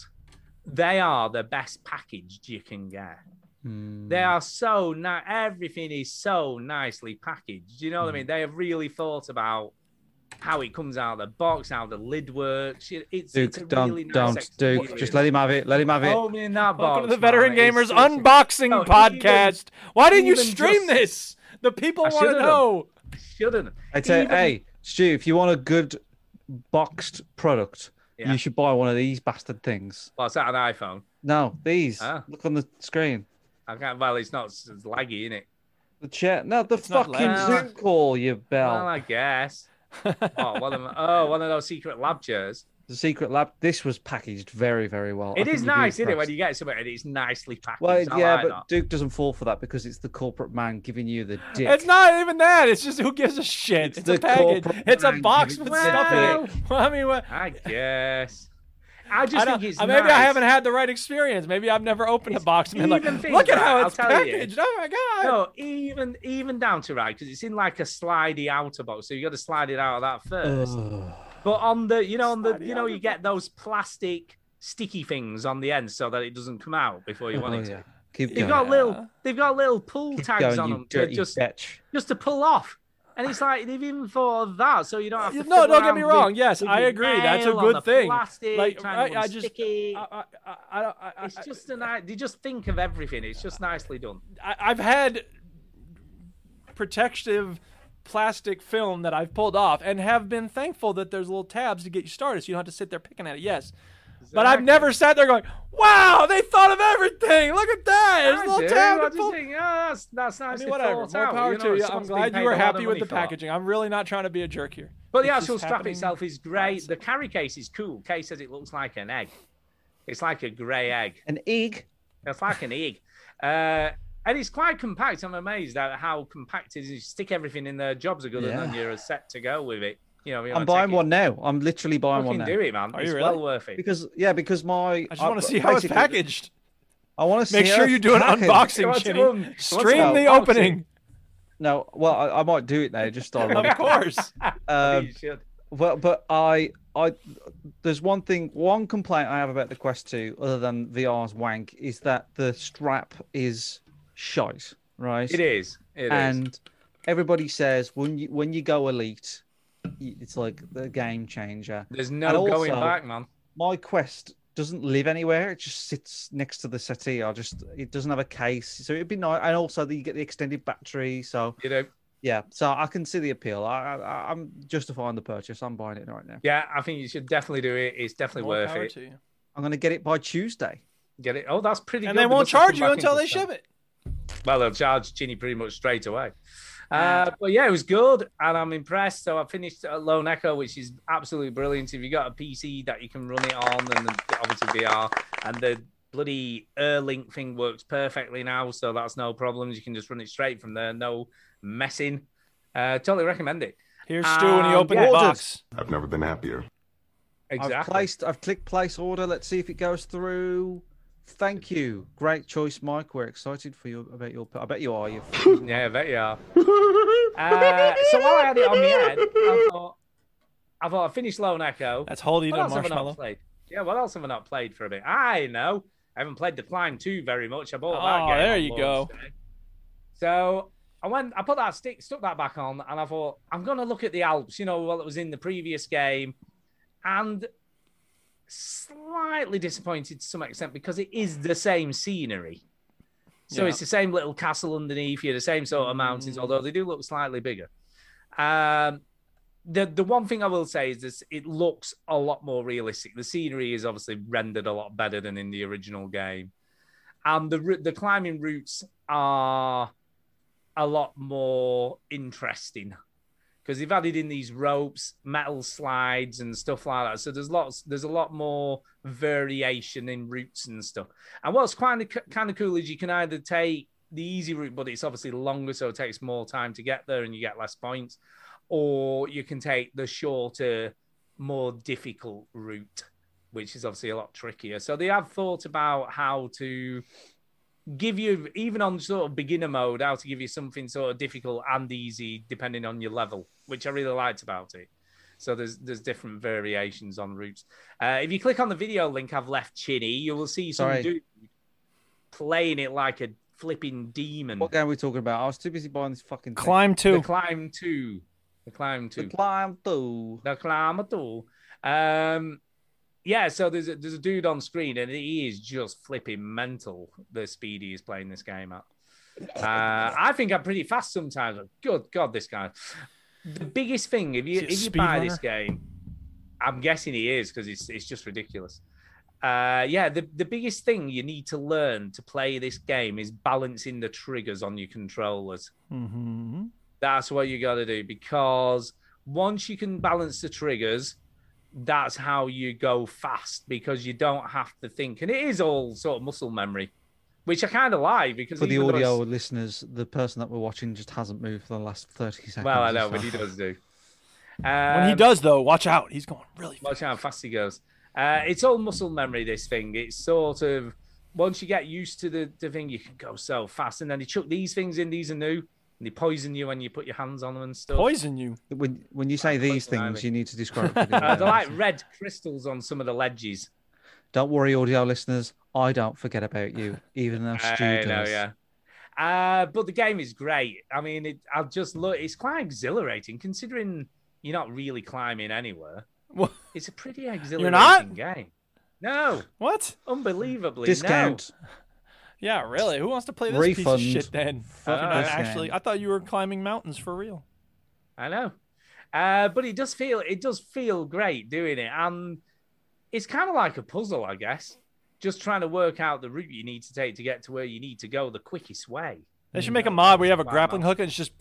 [SPEAKER 4] they are the best packaged you can get.
[SPEAKER 9] mm.
[SPEAKER 4] They are so nice. Everything is so nicely packaged. You know what I mean? They have really thought about how it comes out of the box, how the lid works. It- It's,
[SPEAKER 9] Duke,
[SPEAKER 4] it's a
[SPEAKER 9] don't,
[SPEAKER 4] really nice Oh,
[SPEAKER 9] don't, Duke. Just let him have it. Let him have it.
[SPEAKER 4] Opening that box,
[SPEAKER 1] Welcome to the
[SPEAKER 4] man,
[SPEAKER 1] Veteran
[SPEAKER 4] it's
[SPEAKER 1] Gamers
[SPEAKER 4] such a-
[SPEAKER 1] Unboxing
[SPEAKER 4] No,
[SPEAKER 1] Podcast. Why didn't you
[SPEAKER 4] even
[SPEAKER 1] stream
[SPEAKER 4] just-
[SPEAKER 1] this? The people
[SPEAKER 4] I
[SPEAKER 1] want to
[SPEAKER 4] should've done.
[SPEAKER 1] know.
[SPEAKER 4] Shouldn't.
[SPEAKER 9] I tell you,
[SPEAKER 4] Even-
[SPEAKER 9] hey, Stu, if you want a good boxed product,
[SPEAKER 4] Yeah.
[SPEAKER 9] you should buy one of these bastard things.
[SPEAKER 4] Well, it's not an iPhone.
[SPEAKER 9] No, these.
[SPEAKER 4] Ah.
[SPEAKER 9] Look on the screen.
[SPEAKER 4] I can't. Well, it's not it's laggy, in it.
[SPEAKER 9] The chat. No, the
[SPEAKER 4] not
[SPEAKER 9] fucking
[SPEAKER 4] loud.
[SPEAKER 9] Zoom call, you bell.
[SPEAKER 4] Well, I guess. oh, one of them, oh, one of those secret lab chairs.
[SPEAKER 9] the secret lab. This was packaged very, very well. I
[SPEAKER 4] it
[SPEAKER 9] think
[SPEAKER 4] is
[SPEAKER 9] you'd be
[SPEAKER 4] nice, isn't it, when
[SPEAKER 9] impressed.
[SPEAKER 4] you get something and it's nicely packaged.
[SPEAKER 9] Well,
[SPEAKER 4] I
[SPEAKER 9] yeah,
[SPEAKER 4] like
[SPEAKER 9] but
[SPEAKER 4] that.
[SPEAKER 9] Duke doesn't fall for that because it's the corporate man giving you the dick.
[SPEAKER 1] It's not even that. It's just who gives a shit. It's, a
[SPEAKER 9] the
[SPEAKER 1] package.
[SPEAKER 9] corporate
[SPEAKER 1] It's a
[SPEAKER 9] brand
[SPEAKER 1] box
[SPEAKER 9] giving
[SPEAKER 1] with
[SPEAKER 9] it
[SPEAKER 1] stuff in
[SPEAKER 4] Well,
[SPEAKER 1] it. Well, I mean, what?
[SPEAKER 4] I guess. I just
[SPEAKER 1] I don't-
[SPEAKER 4] think it's
[SPEAKER 1] uh, maybe I
[SPEAKER 4] nice.
[SPEAKER 1] haven't had the right experience. Maybe I've never opened a box and been like,
[SPEAKER 4] even things,
[SPEAKER 1] look at
[SPEAKER 4] right,
[SPEAKER 1] how
[SPEAKER 4] I'll
[SPEAKER 1] it's
[SPEAKER 4] tell you.
[SPEAKER 1] packaged. Oh my god!
[SPEAKER 4] No, even even down to right because it's in like a slidey outer box, so you got to slide it out of that first. But on the, you know, on the, you know, you get those plastic sticky things on the end so that it doesn't come out before you want
[SPEAKER 9] Oh,
[SPEAKER 4] it
[SPEAKER 9] yeah.
[SPEAKER 4] to.
[SPEAKER 9] Keep
[SPEAKER 4] They've
[SPEAKER 9] going.
[SPEAKER 4] got little, they've got little pull
[SPEAKER 9] Keep
[SPEAKER 4] tags
[SPEAKER 9] going,
[SPEAKER 4] on
[SPEAKER 9] you
[SPEAKER 4] them to
[SPEAKER 9] dirty
[SPEAKER 4] just
[SPEAKER 9] bitch.
[SPEAKER 4] just to pull off. And it's like they've even thought of that, so you don't have to.
[SPEAKER 1] No,
[SPEAKER 4] fiddle
[SPEAKER 1] don't get me
[SPEAKER 4] around with-
[SPEAKER 1] wrong. yes,
[SPEAKER 4] with
[SPEAKER 1] I
[SPEAKER 4] your
[SPEAKER 1] agree. That's a
[SPEAKER 4] nail on
[SPEAKER 1] good
[SPEAKER 4] the
[SPEAKER 1] thing.
[SPEAKER 4] Plastic,
[SPEAKER 1] like,
[SPEAKER 4] trying
[SPEAKER 1] right,
[SPEAKER 4] to
[SPEAKER 1] I just,
[SPEAKER 4] sticky.
[SPEAKER 1] I, I, I, I,
[SPEAKER 4] it's just a nice. They just think of everything. It's just nicely done.
[SPEAKER 1] I, I've had protective plastic film that I've pulled off and have been thankful that there's little tabs to get you started so you don't have to sit there picking at it. Yes. But I've
[SPEAKER 4] Exactly.
[SPEAKER 1] never sat there going, wow, they thought of everything. Look at that. There's a
[SPEAKER 4] I
[SPEAKER 1] little
[SPEAKER 4] do,
[SPEAKER 1] tab
[SPEAKER 4] I
[SPEAKER 1] to
[SPEAKER 4] just
[SPEAKER 1] pull.
[SPEAKER 4] think, "Ah, that's that's
[SPEAKER 1] I
[SPEAKER 4] nicely
[SPEAKER 1] mean, whatever.
[SPEAKER 4] thought
[SPEAKER 1] More
[SPEAKER 4] out,"
[SPEAKER 1] power
[SPEAKER 4] you know,
[SPEAKER 1] to you. I'm
[SPEAKER 4] someone's been
[SPEAKER 1] glad you
[SPEAKER 4] paid
[SPEAKER 1] were
[SPEAKER 4] a lot of
[SPEAKER 1] happy with
[SPEAKER 4] money
[SPEAKER 1] the
[SPEAKER 4] for that.
[SPEAKER 1] packaging. I'm really not trying to be a jerk here.
[SPEAKER 4] But
[SPEAKER 1] It's
[SPEAKER 4] the
[SPEAKER 1] just
[SPEAKER 4] actual strap
[SPEAKER 1] happening.
[SPEAKER 4] itself is great. The carry case is cool. Kay says it looks like an egg. It's like a grey egg.
[SPEAKER 9] An egg?
[SPEAKER 4] It's like an egg. Uh, and it's quite compact. I'm amazed at how compact it is. You stick everything in there. Jobs are good, and then
[SPEAKER 9] Yeah.
[SPEAKER 4] you're set to go with it. You know, you
[SPEAKER 9] I'm
[SPEAKER 4] wanna
[SPEAKER 9] buying
[SPEAKER 4] take it.
[SPEAKER 9] one now. I'm literally buying one now.
[SPEAKER 4] Fucking do it, man.
[SPEAKER 1] Are
[SPEAKER 4] it's
[SPEAKER 1] you
[SPEAKER 4] well
[SPEAKER 1] really?
[SPEAKER 4] worth it.
[SPEAKER 9] Because yeah, because my I
[SPEAKER 1] just wanna see how it's
[SPEAKER 9] basically-
[SPEAKER 1] packaged.
[SPEAKER 9] I want to
[SPEAKER 1] Make sure you do an unboxing,
[SPEAKER 4] What's
[SPEAKER 1] Jimmy.
[SPEAKER 4] um, what's
[SPEAKER 1] Stream
[SPEAKER 9] um,
[SPEAKER 1] the
[SPEAKER 9] boxing?
[SPEAKER 1] opening.
[SPEAKER 9] No, well, I, I might do it now. Just to-
[SPEAKER 1] Of course.
[SPEAKER 9] Um,
[SPEAKER 4] You should.
[SPEAKER 9] well, but I I there's one thing, one complaint I have about the Quest 2, other than VR's wank, is that the strap is shite, right?
[SPEAKER 4] It is. It is.
[SPEAKER 9] and everybody says when you when you go elite, y- it's like the game changer.
[SPEAKER 4] There's
[SPEAKER 9] And
[SPEAKER 4] no going back, man.
[SPEAKER 9] My Quest doesn't live anywhere; it just sits next to the settee. I just it doesn't have a case, so it'd be nice. And also, that you get the extended battery, so
[SPEAKER 4] you know.
[SPEAKER 9] Yeah, so I can see the appeal. I, I I'm justifying the purchase. I'm buying it right now.
[SPEAKER 4] Yeah, I think you should definitely do it. It's definitely
[SPEAKER 9] More
[SPEAKER 4] worth
[SPEAKER 9] power
[SPEAKER 4] it.
[SPEAKER 9] to you. I'm gonna get it by Tuesday.
[SPEAKER 4] Get it? Oh, that's pretty.
[SPEAKER 1] And
[SPEAKER 4] good.
[SPEAKER 1] they won't
[SPEAKER 4] must have come
[SPEAKER 1] charge you
[SPEAKER 4] back
[SPEAKER 1] until
[SPEAKER 4] into
[SPEAKER 1] they
[SPEAKER 4] stock.
[SPEAKER 1] ship it.
[SPEAKER 4] Well, they'll charge Ginny pretty much straight away. Uh, but yeah, it was good, and I'm impressed. So I finished at Lone Echo, which is absolutely brilliant. If you got a PC that you can run it on, and the, obviously VR, and the bloody Erlink thing works perfectly now, so that's no problems. You can just run it straight from there, no messing. Uh, totally recommend it.
[SPEAKER 1] Here's
[SPEAKER 4] Stu
[SPEAKER 1] when he opened the box.
[SPEAKER 10] I've never been happier.
[SPEAKER 9] I've
[SPEAKER 4] Exactly.
[SPEAKER 9] placed. I've clicked place order. Let's see if it goes through. Thank you. Great choice, Mike. We're excited for you about your. I bet you are. You.
[SPEAKER 4] yeah, I bet you are. Uh, so while I had it on my head, I thought, I thought I finished Lone Echo.
[SPEAKER 1] That's Hold Eat
[SPEAKER 4] What
[SPEAKER 1] Up
[SPEAKER 4] else have I not
[SPEAKER 1] Marshmallow.
[SPEAKER 4] played? Yeah, what else have I not played for a bit? I know. I haven't played The Climb 2 very much. I bought
[SPEAKER 1] Oh,
[SPEAKER 4] that game.
[SPEAKER 1] there
[SPEAKER 4] on
[SPEAKER 1] you
[SPEAKER 4] launch
[SPEAKER 1] go.
[SPEAKER 4] day. So I went, I put that stick, stuck that back on, and I thought, I'm going to look at the Alps, you know, what it was in the previous game. And slightly disappointed to some extent because it is the same scenery. So
[SPEAKER 15] Yeah.
[SPEAKER 4] it's the same little castle underneath you, the same sort of mountains, although they do look slightly bigger. Um, the the one thing I will say is this: it looks a lot more realistic. The scenery is obviously rendered a lot better than in the original game, and the rou- the climbing routes are a lot more interesting because they've added in these ropes, metal slides, and stuff like that. So there's lots, there's a lot more variation in routes and stuff. And what's kind of kind of cool is you can either take the easy route, but it's obviously longer, so it takes more time to get there, and you get less points, or you can take the shorter, more difficult route, which is obviously a lot trickier. So they have thought about how to give you even on sort of beginner mode how to give you something sort of difficult and easy depending on your level which i really liked about it so there's there's different variations on routes uh, if you click on the video link i've left chinny you will see some
[SPEAKER 9] Sorry.
[SPEAKER 4] dude playing it like a flipping demon
[SPEAKER 9] What game are we talking about? I was too busy buying this fucking. thing.
[SPEAKER 4] the climb two the climb two the
[SPEAKER 9] climb two
[SPEAKER 4] the climb two um yeah, so there's a, there's a dude on screen and he is just flipping mental. The speed he is playing this game at. Uh, I think I'm pretty fast sometimes. but Good God, this guy. The biggest thing if you
[SPEAKER 15] Is he a
[SPEAKER 4] if you
[SPEAKER 15] speed
[SPEAKER 4] buy this
[SPEAKER 15] runner?
[SPEAKER 4] game, I'm guessing he is because it's it's just ridiculous. Uh, yeah, the, the biggest thing you need to learn to play this game is balancing the triggers on your controllers.
[SPEAKER 1] Mm-hmm.
[SPEAKER 4] That's what you got to do because once you can balance the triggers, that's how you go fast because you don't have to think. And it is all sort of muscle memory, which I kind of like because
[SPEAKER 9] For the
[SPEAKER 4] even though
[SPEAKER 9] audio
[SPEAKER 4] it's-
[SPEAKER 9] listeners, the person that we're watching just hasn't moved for the last thirty seconds.
[SPEAKER 4] Well, I
[SPEAKER 9] or
[SPEAKER 4] know, but
[SPEAKER 9] so.
[SPEAKER 4] he does do.
[SPEAKER 1] when he
[SPEAKER 4] Um,
[SPEAKER 1] does, though, watch out. He's going really
[SPEAKER 4] Watch how fast he goes. Uh, it's all muscle memory. This thing. It's sort of once you get used to the, the thing, you can go so fast. And then they chuck these things in. These are new, and they poison you when you put your hands on them and stuff.
[SPEAKER 1] you.
[SPEAKER 9] When when you say these things, you need to describe. it.
[SPEAKER 4] Uh, they're like red crystals on some of the ledges.
[SPEAKER 9] Don't worry, audio listeners. I don't forget about you, even though Stu
[SPEAKER 4] I
[SPEAKER 9] does.
[SPEAKER 4] know, yeah. Uh, but the game is great. I mean, it, I've just look. It's quite exhilarating considering you're not really climbing anywhere. It's a pretty exhilarating
[SPEAKER 1] not?
[SPEAKER 4] game. No.
[SPEAKER 1] What?
[SPEAKER 4] Unbelievably.
[SPEAKER 9] Discount.
[SPEAKER 1] Yeah, really. Who wants to play this
[SPEAKER 9] Refund.
[SPEAKER 1] piece of shit then?
[SPEAKER 9] Fucking
[SPEAKER 1] Fucking I
[SPEAKER 9] discount.
[SPEAKER 1] actually, I thought you were climbing mountains for real.
[SPEAKER 4] No. I know. Uh, but it does feel it does feel great doing it, and it's kind of like a puzzle, I guess. Just trying to work out the route you need to take to get to where you need to go the quickest way.
[SPEAKER 1] They should make a mod where you have a
[SPEAKER 4] Wow.
[SPEAKER 1] grappling hook and it's just,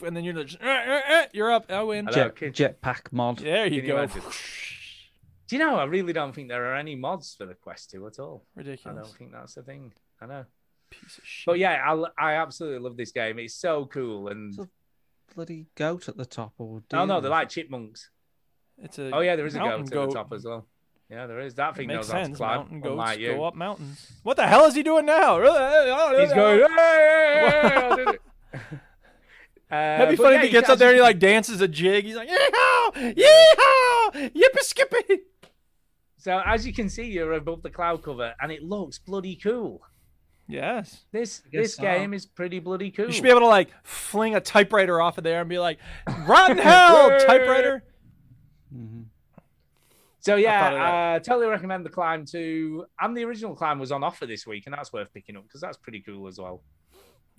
[SPEAKER 1] and then you're just, eh, eh, eh, you're up. I win.
[SPEAKER 9] Jet, jetpack mod.
[SPEAKER 1] There you
[SPEAKER 4] Can you
[SPEAKER 1] go.
[SPEAKER 4] imagine? Do you know? I really don't think there are any mods for the Quest 2 at all. I
[SPEAKER 1] Ridiculous.
[SPEAKER 4] don't think that's a thing. I know. Piece
[SPEAKER 1] of shit.
[SPEAKER 4] But yeah, I, l- I absolutely love this game. It's so cool. And
[SPEAKER 9] Bloody goat at the top, or
[SPEAKER 4] oh no,
[SPEAKER 9] deer.
[SPEAKER 4] they're like chipmunks.
[SPEAKER 1] It's a
[SPEAKER 4] oh yeah, there is a goat
[SPEAKER 1] mountain
[SPEAKER 4] at
[SPEAKER 1] goat.
[SPEAKER 4] the top as well. Yeah, there is. That thing
[SPEAKER 1] Makes
[SPEAKER 4] knows how to
[SPEAKER 1] sense.
[SPEAKER 4] climb.
[SPEAKER 1] Mountain goats
[SPEAKER 4] unlike you.
[SPEAKER 1] go up mountains. What the hell is he doing now? He's
[SPEAKER 4] He's going. "Ah, "Hey, hey, hey, hey, I'll do it." Uh,
[SPEAKER 1] That'd be
[SPEAKER 4] but
[SPEAKER 1] funny
[SPEAKER 4] yeah,
[SPEAKER 1] if he
[SPEAKER 4] you
[SPEAKER 1] gets
[SPEAKER 4] can
[SPEAKER 1] up there and
[SPEAKER 4] actually-
[SPEAKER 1] he like dances a jig. He's like, yeehaw, yeehaw, Yippee skippy.
[SPEAKER 4] So as you can see, you're above the cloud cover, and it looks bloody cool.
[SPEAKER 1] Yes.
[SPEAKER 4] This
[SPEAKER 1] guess
[SPEAKER 4] this
[SPEAKER 1] so.
[SPEAKER 4] game is pretty bloody cool.
[SPEAKER 1] You should be able to like fling a typewriter off of there and be like, "Rotten hell, typewriter."
[SPEAKER 4] So yeah,
[SPEAKER 1] thought of
[SPEAKER 4] uh, totally recommend the climb too. And the original climb was on offer this week, and that's worth picking up because that's pretty cool as well.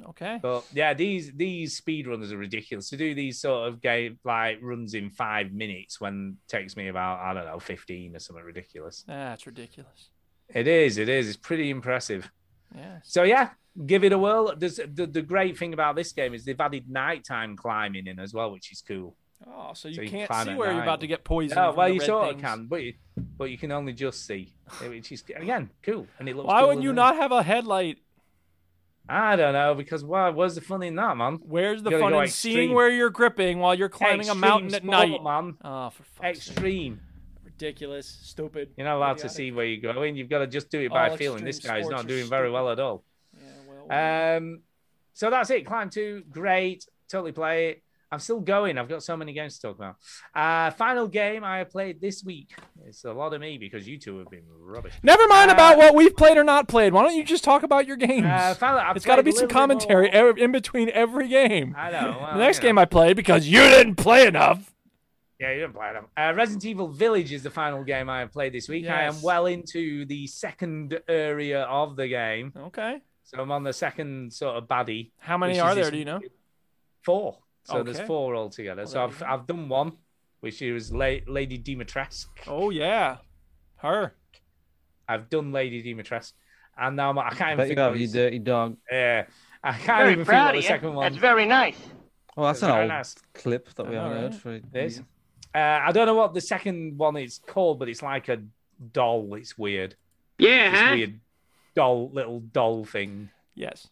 [SPEAKER 1] Okay.
[SPEAKER 4] But yeah, these these speed runs are ridiculous. To do these sort of game like runs in five minutes when takes me about I don't know fifteen or something ridiculous.
[SPEAKER 1] That's ridiculous.
[SPEAKER 4] It is, it is. It's pretty impressive.
[SPEAKER 1] Yes.
[SPEAKER 4] So yeah, give it a whirl. There's, the the great thing about this game is they've added nighttime climbing in as well, which is cool.
[SPEAKER 1] Oh, so you can't
[SPEAKER 4] climb
[SPEAKER 1] see
[SPEAKER 4] at
[SPEAKER 1] where you're
[SPEAKER 4] night.
[SPEAKER 1] about to get poisoned.
[SPEAKER 4] Oh,
[SPEAKER 1] from
[SPEAKER 4] well,
[SPEAKER 1] the
[SPEAKER 4] you
[SPEAKER 1] red
[SPEAKER 4] sort
[SPEAKER 1] things.
[SPEAKER 4] of can, but you, but you can only just see, which is again cool, and it looks.
[SPEAKER 1] Why
[SPEAKER 4] cool
[SPEAKER 1] would you
[SPEAKER 4] and-
[SPEAKER 1] not have a headlight?
[SPEAKER 4] I don't know because why? Where's the fun in that, man?
[SPEAKER 1] Where's the
[SPEAKER 4] You gotta
[SPEAKER 1] fun
[SPEAKER 4] go
[SPEAKER 1] in seeing
[SPEAKER 4] extreme.
[SPEAKER 1] where you're gripping while you're climbing
[SPEAKER 4] Extreme
[SPEAKER 1] a mountain at
[SPEAKER 4] sport,
[SPEAKER 1] night?
[SPEAKER 4] man?
[SPEAKER 1] Oh, for fuck's sake.
[SPEAKER 4] Extreme.
[SPEAKER 1] Ridiculous. Stupid.
[SPEAKER 4] You're not allowed to
[SPEAKER 1] idiotic.
[SPEAKER 4] see where you're going. You've got to just do it by
[SPEAKER 1] All
[SPEAKER 4] feeling. This
[SPEAKER 1] extreme
[SPEAKER 4] guy's
[SPEAKER 1] sports
[SPEAKER 4] not
[SPEAKER 1] are
[SPEAKER 4] doing very well at all. um, so that's it. Climb two, great. Totally play it. I'm still going. I've got so many games to talk about. Uh, final game I played this week. It's a lot of me because you two have been rubbish.
[SPEAKER 1] Never mind
[SPEAKER 4] Uh,
[SPEAKER 1] about what we've played or not played. Why don't you just talk about your games?
[SPEAKER 4] Uh, fella, I've
[SPEAKER 1] it's got to
[SPEAKER 4] played
[SPEAKER 1] be
[SPEAKER 4] a
[SPEAKER 1] some
[SPEAKER 4] little bit more.
[SPEAKER 1] commentary ev- in between every game.
[SPEAKER 4] I know, well,
[SPEAKER 1] the next
[SPEAKER 4] you
[SPEAKER 1] game I played because you didn't play enough.
[SPEAKER 4] Yeah, you didn't play them. Uh, Resident Evil Village is the final game I have played this week. I am
[SPEAKER 1] Yes.
[SPEAKER 4] well into the second area of the game.
[SPEAKER 1] Okay.
[SPEAKER 4] So I'm on the second sort of baddie.
[SPEAKER 1] How many
[SPEAKER 4] which is
[SPEAKER 1] are
[SPEAKER 4] this-
[SPEAKER 1] there? Do you know?
[SPEAKER 4] Four. So there's
[SPEAKER 1] Okay.
[SPEAKER 4] four altogether. so
[SPEAKER 1] there
[SPEAKER 4] I've I've done one, which is La- Lady Demetresque.
[SPEAKER 1] Oh yeah, her.
[SPEAKER 4] I've done Lady Demetresque, and now I'm, I can't even
[SPEAKER 9] Bet you
[SPEAKER 4] think.
[SPEAKER 9] have,
[SPEAKER 4] what
[SPEAKER 9] you
[SPEAKER 4] it's-
[SPEAKER 9] dirty dog.
[SPEAKER 4] Yeah, I can't
[SPEAKER 9] Very
[SPEAKER 4] even
[SPEAKER 9] proud
[SPEAKER 4] think what the
[SPEAKER 9] of you.
[SPEAKER 4] second one.
[SPEAKER 9] That's
[SPEAKER 4] very nice.
[SPEAKER 9] Well, that's an
[SPEAKER 4] Very
[SPEAKER 9] old
[SPEAKER 4] nice.
[SPEAKER 9] clip that we
[SPEAKER 4] I know,
[SPEAKER 9] haven't
[SPEAKER 4] right?
[SPEAKER 9] heard for it.
[SPEAKER 4] This. Uh, I don't know what the second one is called, but it's like a doll. It's weird.
[SPEAKER 15] Yeah,
[SPEAKER 4] It's
[SPEAKER 15] huh?
[SPEAKER 4] weird doll, little doll thing.
[SPEAKER 1] Yes.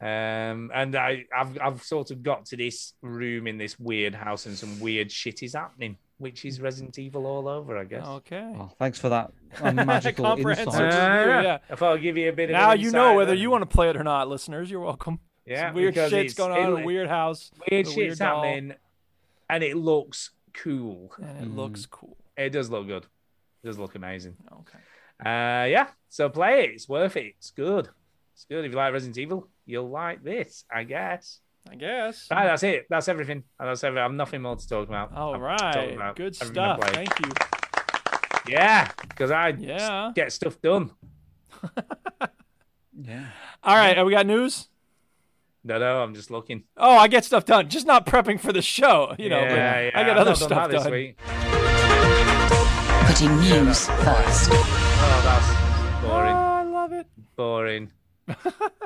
[SPEAKER 4] Um, and I, I've, I've sort of got to this room in this weird house, and some weird shit is happening, which is Resident Evil all over, I guess.
[SPEAKER 1] Okay.
[SPEAKER 9] Oh, thanks for that uh, magical
[SPEAKER 1] Comprehensive
[SPEAKER 9] insight.
[SPEAKER 1] review,
[SPEAKER 4] Yeah.
[SPEAKER 1] yeah.
[SPEAKER 4] If I'll give you a bit of
[SPEAKER 1] Now
[SPEAKER 4] an
[SPEAKER 1] you
[SPEAKER 4] insight
[SPEAKER 1] know whether
[SPEAKER 4] then.
[SPEAKER 1] you want to play it or not, listeners. You're welcome.
[SPEAKER 4] Yeah,
[SPEAKER 1] Some weird
[SPEAKER 4] because
[SPEAKER 1] shit's
[SPEAKER 4] it's
[SPEAKER 1] going on in
[SPEAKER 4] Italy.
[SPEAKER 1] a weird house.
[SPEAKER 4] Weird
[SPEAKER 1] with a
[SPEAKER 4] shit's
[SPEAKER 1] doll.
[SPEAKER 4] happening, and it looks cool.
[SPEAKER 1] And it looks cool.
[SPEAKER 4] It does look good. It does look amazing. Okay. Uh, yeah. So play it. It's worth it. It's good. It's good. If you like Resident Evil, you'll like this, I guess.
[SPEAKER 1] I guess.
[SPEAKER 4] Right, Ah, that's it. That's everything. And That's everything. I've nothing more to talk about.
[SPEAKER 1] All
[SPEAKER 4] I've talked
[SPEAKER 1] right.
[SPEAKER 4] about
[SPEAKER 1] Good
[SPEAKER 4] everything I
[SPEAKER 1] stuff.
[SPEAKER 4] played.
[SPEAKER 1] Thank you.
[SPEAKER 4] Yeah, because I
[SPEAKER 1] Yeah.
[SPEAKER 4] get stuff done.
[SPEAKER 9] yeah.
[SPEAKER 1] All right. Have we got news?
[SPEAKER 4] No, no, I'm just looking.
[SPEAKER 1] Oh, I get stuff done. Just not prepping for the show. You know, but
[SPEAKER 4] yeah, yeah.
[SPEAKER 1] I
[SPEAKER 4] I've
[SPEAKER 1] get other
[SPEAKER 4] not done
[SPEAKER 1] stuff
[SPEAKER 4] that this
[SPEAKER 1] done.
[SPEAKER 4] week.
[SPEAKER 16] Putting news first.
[SPEAKER 4] Oh, that's boring.
[SPEAKER 1] I love it.
[SPEAKER 4] Boring.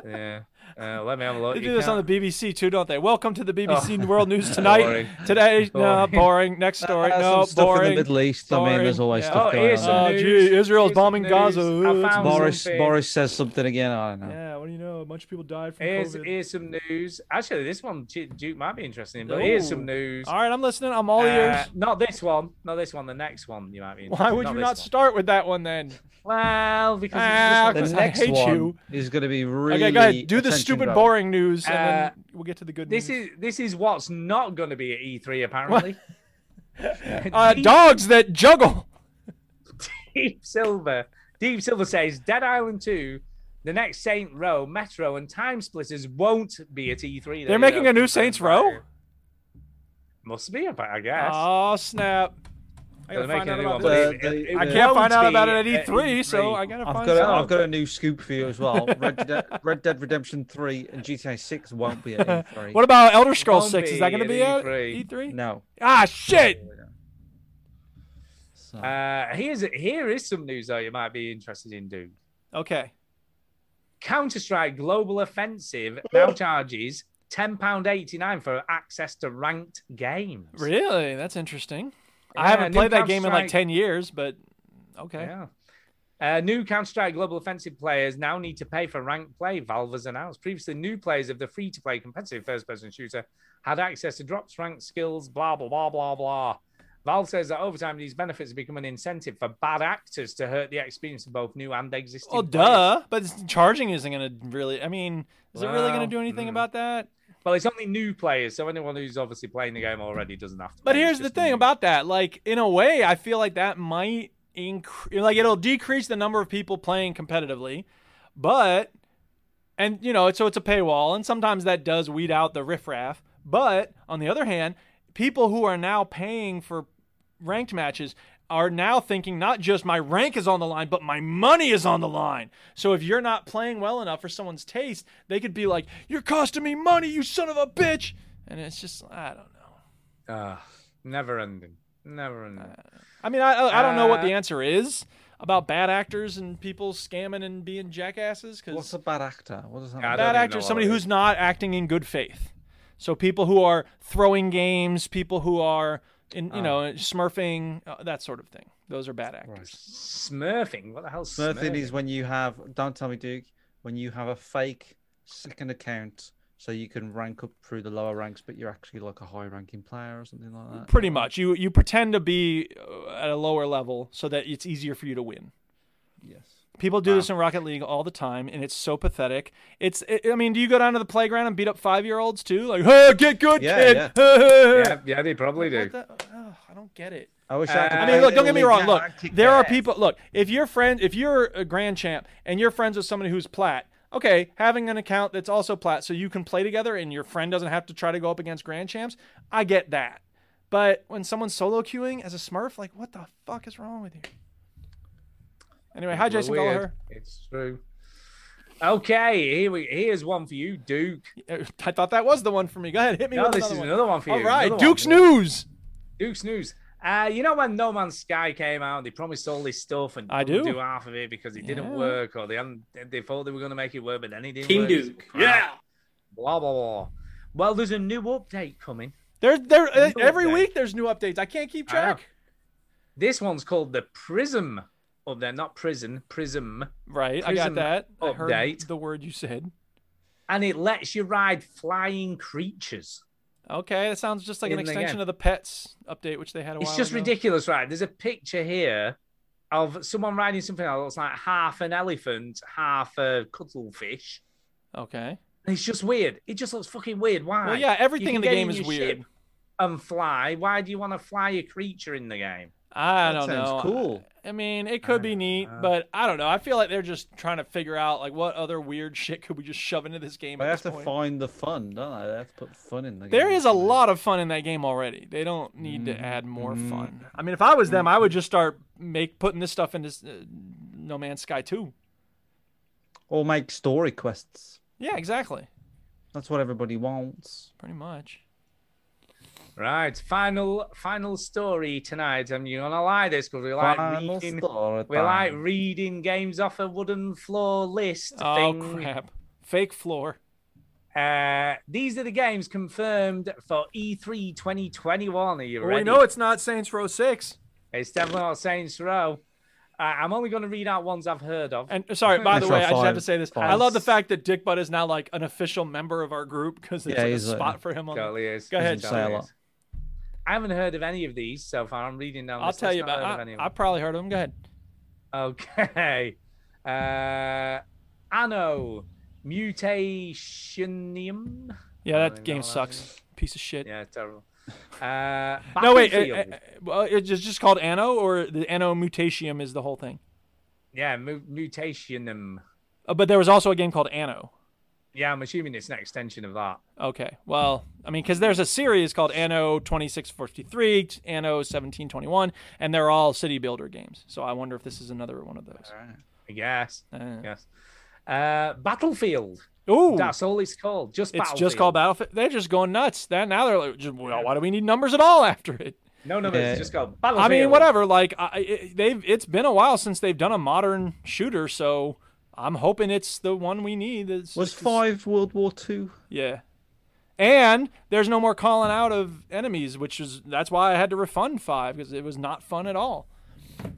[SPEAKER 4] yeah. Uh, let me have a look.
[SPEAKER 1] They
[SPEAKER 4] You
[SPEAKER 1] do this
[SPEAKER 4] can't-
[SPEAKER 1] on the BBC too, don't they? Welcome to the
[SPEAKER 9] Oh.
[SPEAKER 1] BBC World News
[SPEAKER 4] Boring.
[SPEAKER 1] tonight. Today, no,
[SPEAKER 4] Boring.
[SPEAKER 1] boring. Next story,
[SPEAKER 9] Uh, some
[SPEAKER 1] no,
[SPEAKER 9] stuff in the
[SPEAKER 1] boring.
[SPEAKER 9] Middle East. I mean, there's always
[SPEAKER 1] Yeah.
[SPEAKER 9] stuff Oh, going here's on. some
[SPEAKER 1] Oh,
[SPEAKER 9] news.
[SPEAKER 1] gee, Israel's
[SPEAKER 9] Here's some
[SPEAKER 1] bombing
[SPEAKER 9] news.
[SPEAKER 1] Gaza.
[SPEAKER 9] I
[SPEAKER 1] Ooh, it's-
[SPEAKER 4] found
[SPEAKER 9] Boris
[SPEAKER 4] something.
[SPEAKER 9] Boris says something again. I don't know.
[SPEAKER 1] Yeah, what do you know? A bunch of people died from
[SPEAKER 4] Here's,
[SPEAKER 1] COVID.
[SPEAKER 4] here's some news. Actually, this one Ju- Duke might be interested in, but here's some
[SPEAKER 1] Ooh.
[SPEAKER 4] news.
[SPEAKER 1] All right, I'm listening. I'm all
[SPEAKER 4] Uh,
[SPEAKER 1] ears.
[SPEAKER 4] Not this one. Not this one. The next one you might be. Interested.
[SPEAKER 1] Why
[SPEAKER 4] in,
[SPEAKER 1] would you
[SPEAKER 4] this
[SPEAKER 1] not
[SPEAKER 4] one.
[SPEAKER 1] start with that one then?
[SPEAKER 4] Well, because
[SPEAKER 1] Ah,
[SPEAKER 9] The
[SPEAKER 1] 'cause I
[SPEAKER 9] next
[SPEAKER 1] hate
[SPEAKER 9] one
[SPEAKER 1] you.
[SPEAKER 9] is going to be really.
[SPEAKER 1] okay, go ahead. Do the
[SPEAKER 9] attention
[SPEAKER 1] stupid,
[SPEAKER 9] grabbing.
[SPEAKER 1] boring news, and
[SPEAKER 4] Uh,
[SPEAKER 1] then we'll get to the good
[SPEAKER 4] This
[SPEAKER 1] news.
[SPEAKER 4] is this is what's not going to be at E3 apparently.
[SPEAKER 1] uh, dogs that juggle.
[SPEAKER 4] Deep Silver. Deep Silver says Dead Island 2, the next Saint Row, Metro, and Time Splitters won't be at E3. There
[SPEAKER 1] They're
[SPEAKER 4] you
[SPEAKER 1] making
[SPEAKER 4] go.
[SPEAKER 1] a new Saints Row.
[SPEAKER 4] Must be, I guess.
[SPEAKER 1] Oh snap! I
[SPEAKER 4] They're
[SPEAKER 1] gotta find
[SPEAKER 4] making
[SPEAKER 1] out
[SPEAKER 4] a new
[SPEAKER 1] about
[SPEAKER 4] one,
[SPEAKER 1] this.
[SPEAKER 4] but it- it- it
[SPEAKER 1] I can't find out
[SPEAKER 4] won't
[SPEAKER 1] about
[SPEAKER 4] be E
[SPEAKER 1] it at E3, so
[SPEAKER 4] E3.
[SPEAKER 1] I gotta
[SPEAKER 9] I've
[SPEAKER 1] find
[SPEAKER 9] got, a,
[SPEAKER 1] out.
[SPEAKER 9] I've got a new scoop for you as well. Red, Dead Red Dead Redemption 3 and GTA 6 won't be at E E3.
[SPEAKER 1] What about Elder Scrolls Six? Is that
[SPEAKER 4] E Zombie
[SPEAKER 1] gonna be
[SPEAKER 4] at E
[SPEAKER 1] at
[SPEAKER 4] E3.
[SPEAKER 1] E3?
[SPEAKER 9] No.
[SPEAKER 1] Ah shit!
[SPEAKER 4] Uh, here's here is some news though you might be interested in, dude.
[SPEAKER 1] Okay.
[SPEAKER 4] Counter Strike Global Offensive now charges ten pound eighty nine for access to ranked games.
[SPEAKER 1] Really? That's interesting.
[SPEAKER 4] Yeah,
[SPEAKER 1] I haven't
[SPEAKER 4] new
[SPEAKER 1] played that game in like
[SPEAKER 4] Counter-Strike.
[SPEAKER 1] ten years, but okay.
[SPEAKER 4] Yeah. Uh, new Counter Strike Global Offensive players now need to pay for ranked play, Valve has announced. Previously, new players of the free to play competitive first person shooter had access to drops, ranked skills, blah, blah, blah, blah, blah. Valve says that over time, these benefits have become an incentive for bad actors to hurt the experience of both new and existing
[SPEAKER 1] Well,
[SPEAKER 4] players.
[SPEAKER 1] duh. But it's- charging isn't gonna really. I mean, is it really
[SPEAKER 4] Well, mm.
[SPEAKER 1] gonna do anything about that?
[SPEAKER 4] Well, it's only new players, so anyone who's obviously playing the game already doesn't have to.
[SPEAKER 1] But here's the thing about that. Like, in a way, I feel like that might increase, like, it'll decrease the number of people playing competitively. But, and, you know, so it's a paywall. And sometimes that does weed out the riffraff. But on the other hand, people who are now paying for ranked matches are now thinking not just my rank is on the line, but my money is on the line. So if you're not playing well enough for someone's taste, they could be like, you're costing me money, you son of a bitch. And it's just, I don't know.
[SPEAKER 4] Uh, never ending. Never ending.
[SPEAKER 1] I mean, I, I don't know what the
[SPEAKER 4] Uh,
[SPEAKER 1] answer is about bad actors and people scamming and being jackasses. Cause What's
[SPEAKER 9] a bad actor? What does that
[SPEAKER 1] A
[SPEAKER 9] mean?
[SPEAKER 1] bad actor is somebody who's not acting in good faith. So people who are throwing games, people who are, in, you
[SPEAKER 4] Ah.
[SPEAKER 1] know, smurfing, uh, that sort of thing. Those are bad actors.
[SPEAKER 4] Smurfing. What the hell?
[SPEAKER 9] Smurfing is when you have, don't tell me, Duke, when you have a fake second account so you can rank up through the lower ranks, but you're actually like a high ranking player or something like that.
[SPEAKER 1] Pretty much, you you pretend to be uh, at a lower level so that it's easier for you to win.
[SPEAKER 9] Yes.
[SPEAKER 1] People do this in Rocket League all the time, and it's so pathetic. It's it, I mean, do you go down to the playground and beat up five year olds too? Like, hey, get good,
[SPEAKER 9] Yeah,
[SPEAKER 1] kid.
[SPEAKER 9] yeah.
[SPEAKER 4] yeah, yeah, they probably do.
[SPEAKER 1] What the- oh, I don't get it.
[SPEAKER 9] I wish I could
[SPEAKER 1] I
[SPEAKER 9] play
[SPEAKER 1] mean, look, don't get me
[SPEAKER 9] Italy
[SPEAKER 1] wrong. Look,
[SPEAKER 9] galactic
[SPEAKER 1] there are people. Look, if you're friend, if you're a grand champ and you're friends with somebody who's plat, okay, having an account that's also plat, so you can play together and your friend doesn't have to try to go up against grand champs. I get that. But when someone's solo queuing as a Smurf, like, what the fuck is wrong with you? Anyway, hi,
[SPEAKER 4] People are
[SPEAKER 1] Jason
[SPEAKER 4] weird.
[SPEAKER 1] Gallagher.
[SPEAKER 4] It's true. Okay, here we here's one for you, Duke.
[SPEAKER 1] I thought that was the one for me. Go ahead, hit me
[SPEAKER 4] No,
[SPEAKER 1] with
[SPEAKER 4] this
[SPEAKER 1] another
[SPEAKER 4] is
[SPEAKER 1] one.
[SPEAKER 4] another one for you.
[SPEAKER 1] All right,
[SPEAKER 4] another one.
[SPEAKER 1] Duke's News.
[SPEAKER 4] Duke's news. Uh, you know when No Man's Sky came out, they promised all this stuff and
[SPEAKER 1] I
[SPEAKER 4] couldn't
[SPEAKER 1] do.
[SPEAKER 4] half of it because it didn't
[SPEAKER 1] Yeah.
[SPEAKER 4] work, or they hadn't, they thought they were going to make it work, but then it didn't.
[SPEAKER 1] King
[SPEAKER 4] work.
[SPEAKER 1] Duke.
[SPEAKER 4] yeah. Blah blah blah. Well, there's a new update coming.
[SPEAKER 1] There, there. uh,
[SPEAKER 4] New
[SPEAKER 1] every
[SPEAKER 4] update.
[SPEAKER 1] week there's new updates. I can't keep
[SPEAKER 4] I know.
[SPEAKER 1] track.
[SPEAKER 4] This one's called the Prism update, not prison, Prism.
[SPEAKER 1] Right, I got
[SPEAKER 4] Prism
[SPEAKER 1] that. I heard
[SPEAKER 4] Update,
[SPEAKER 1] the word you said.
[SPEAKER 4] and it lets you ride flying creatures.
[SPEAKER 1] Okay, that sounds just like an
[SPEAKER 4] In the
[SPEAKER 1] extension
[SPEAKER 4] game.
[SPEAKER 1] of the pets update, which they had a while
[SPEAKER 4] It's just
[SPEAKER 1] ago.
[SPEAKER 4] ridiculous, right? There's a picture here of someone riding something that looks like half an elephant, half a cuttlefish.
[SPEAKER 1] Okay.
[SPEAKER 4] And it's just weird. It just looks fucking weird. Why?
[SPEAKER 1] Well, yeah,
[SPEAKER 4] You
[SPEAKER 1] everything
[SPEAKER 4] can
[SPEAKER 1] in the
[SPEAKER 4] get
[SPEAKER 1] game is
[SPEAKER 4] your
[SPEAKER 1] weird.
[SPEAKER 4] ship And fly. Why do you want to fly a creature in the game?
[SPEAKER 1] I
[SPEAKER 4] That
[SPEAKER 1] don't
[SPEAKER 4] sounds
[SPEAKER 1] know.
[SPEAKER 4] cool.
[SPEAKER 1] I mean, it could be neat, but I don't know. I feel like they're just trying to figure out like what other weird shit could we just shove into this game.
[SPEAKER 9] They
[SPEAKER 1] at
[SPEAKER 9] have
[SPEAKER 1] this
[SPEAKER 9] to
[SPEAKER 1] point.
[SPEAKER 9] find the fun, don't they? They have to put fun in the game.
[SPEAKER 1] There is a lot of fun in that game already. They don't need to add more fun. Mm-hmm. I mean, if I was them, I would just start make putting this stuff into uh, No Man's Sky 2.
[SPEAKER 9] Or make story quests.
[SPEAKER 1] Yeah, exactly.
[SPEAKER 9] That's what everybody wants.
[SPEAKER 1] Pretty much.
[SPEAKER 4] Right. Final final story tonight. And you're gonna like this because we like
[SPEAKER 9] Final
[SPEAKER 4] reading
[SPEAKER 9] story
[SPEAKER 4] we like
[SPEAKER 9] time.
[SPEAKER 4] reading games off a wooden floor list.
[SPEAKER 1] Oh,
[SPEAKER 4] thing.
[SPEAKER 1] crap. Fake floor.
[SPEAKER 4] Uh, these are the games confirmed for E E3 2021. Are you
[SPEAKER 1] Well,
[SPEAKER 4] ready?
[SPEAKER 1] we Oh, know it's not Saints Row 6.
[SPEAKER 4] It's definitely not Saints Row. Uh, I'm only going to read out ones I've heard of.
[SPEAKER 1] And uh, sorry, by the
[SPEAKER 9] Metro
[SPEAKER 1] way, I just have to
[SPEAKER 9] five-
[SPEAKER 1] say this.
[SPEAKER 9] five.
[SPEAKER 1] I love the fact that Dick Butt is now like an official member of our group because there's
[SPEAKER 9] Yeah,
[SPEAKER 1] like, a
[SPEAKER 9] he's, uh,
[SPEAKER 1] spot for him on.
[SPEAKER 4] Totally is.
[SPEAKER 1] Go ahead.
[SPEAKER 9] Doesn't say a
[SPEAKER 1] Charlie.
[SPEAKER 9] lot.
[SPEAKER 4] I haven't heard of any of these so far. I'm reading down.
[SPEAKER 1] I'll
[SPEAKER 4] this
[SPEAKER 1] tell
[SPEAKER 4] list,
[SPEAKER 1] you
[SPEAKER 4] not
[SPEAKER 1] about.
[SPEAKER 4] heard of
[SPEAKER 1] I,
[SPEAKER 4] any of
[SPEAKER 1] I probably heard of him. Go ahead.
[SPEAKER 4] Okay. Uh, Anno Mutationium.
[SPEAKER 1] Yeah,
[SPEAKER 4] I
[SPEAKER 1] that
[SPEAKER 4] know
[SPEAKER 1] game
[SPEAKER 4] that
[SPEAKER 1] sucks. Piece of shit.
[SPEAKER 4] Yeah, terrible. Uh,
[SPEAKER 1] No wait,
[SPEAKER 4] Battlefield.
[SPEAKER 1] uh, uh, well, it's just just called Anno, or the Anno Mutatium is the whole thing.
[SPEAKER 4] yeah, mu- Mutationum.
[SPEAKER 1] Uh, but there was also a game called Anno.
[SPEAKER 4] Yeah, I'm assuming it's an extension of that.
[SPEAKER 1] Okay, well, I mean, because there's a series called Anno 2643, Anno 1721, and they're all city builder games. So I wonder if this is another one of those.
[SPEAKER 4] I guess.
[SPEAKER 1] Uh.
[SPEAKER 4] Yes. Uh, Battlefield.
[SPEAKER 1] Ooh.
[SPEAKER 4] That's all it's called. Just
[SPEAKER 1] It's
[SPEAKER 4] Battlefield.
[SPEAKER 1] just called Battlefield. They're just going nuts. That now they're like, just, well, why do we need numbers at all after it?
[SPEAKER 4] No, no,
[SPEAKER 9] Yeah.
[SPEAKER 4] it's just called
[SPEAKER 1] I
[SPEAKER 4] Battlefield.
[SPEAKER 1] mean, whatever. Like I, it, they've it's been a while since they've done a modern shooter, so I'm hoping it's the one we need. It's
[SPEAKER 9] Was
[SPEAKER 1] just-
[SPEAKER 9] five World War Two?
[SPEAKER 1] Yeah. And there's no more calling out of enemies, which is that's why I had to refund five because it was not fun at all.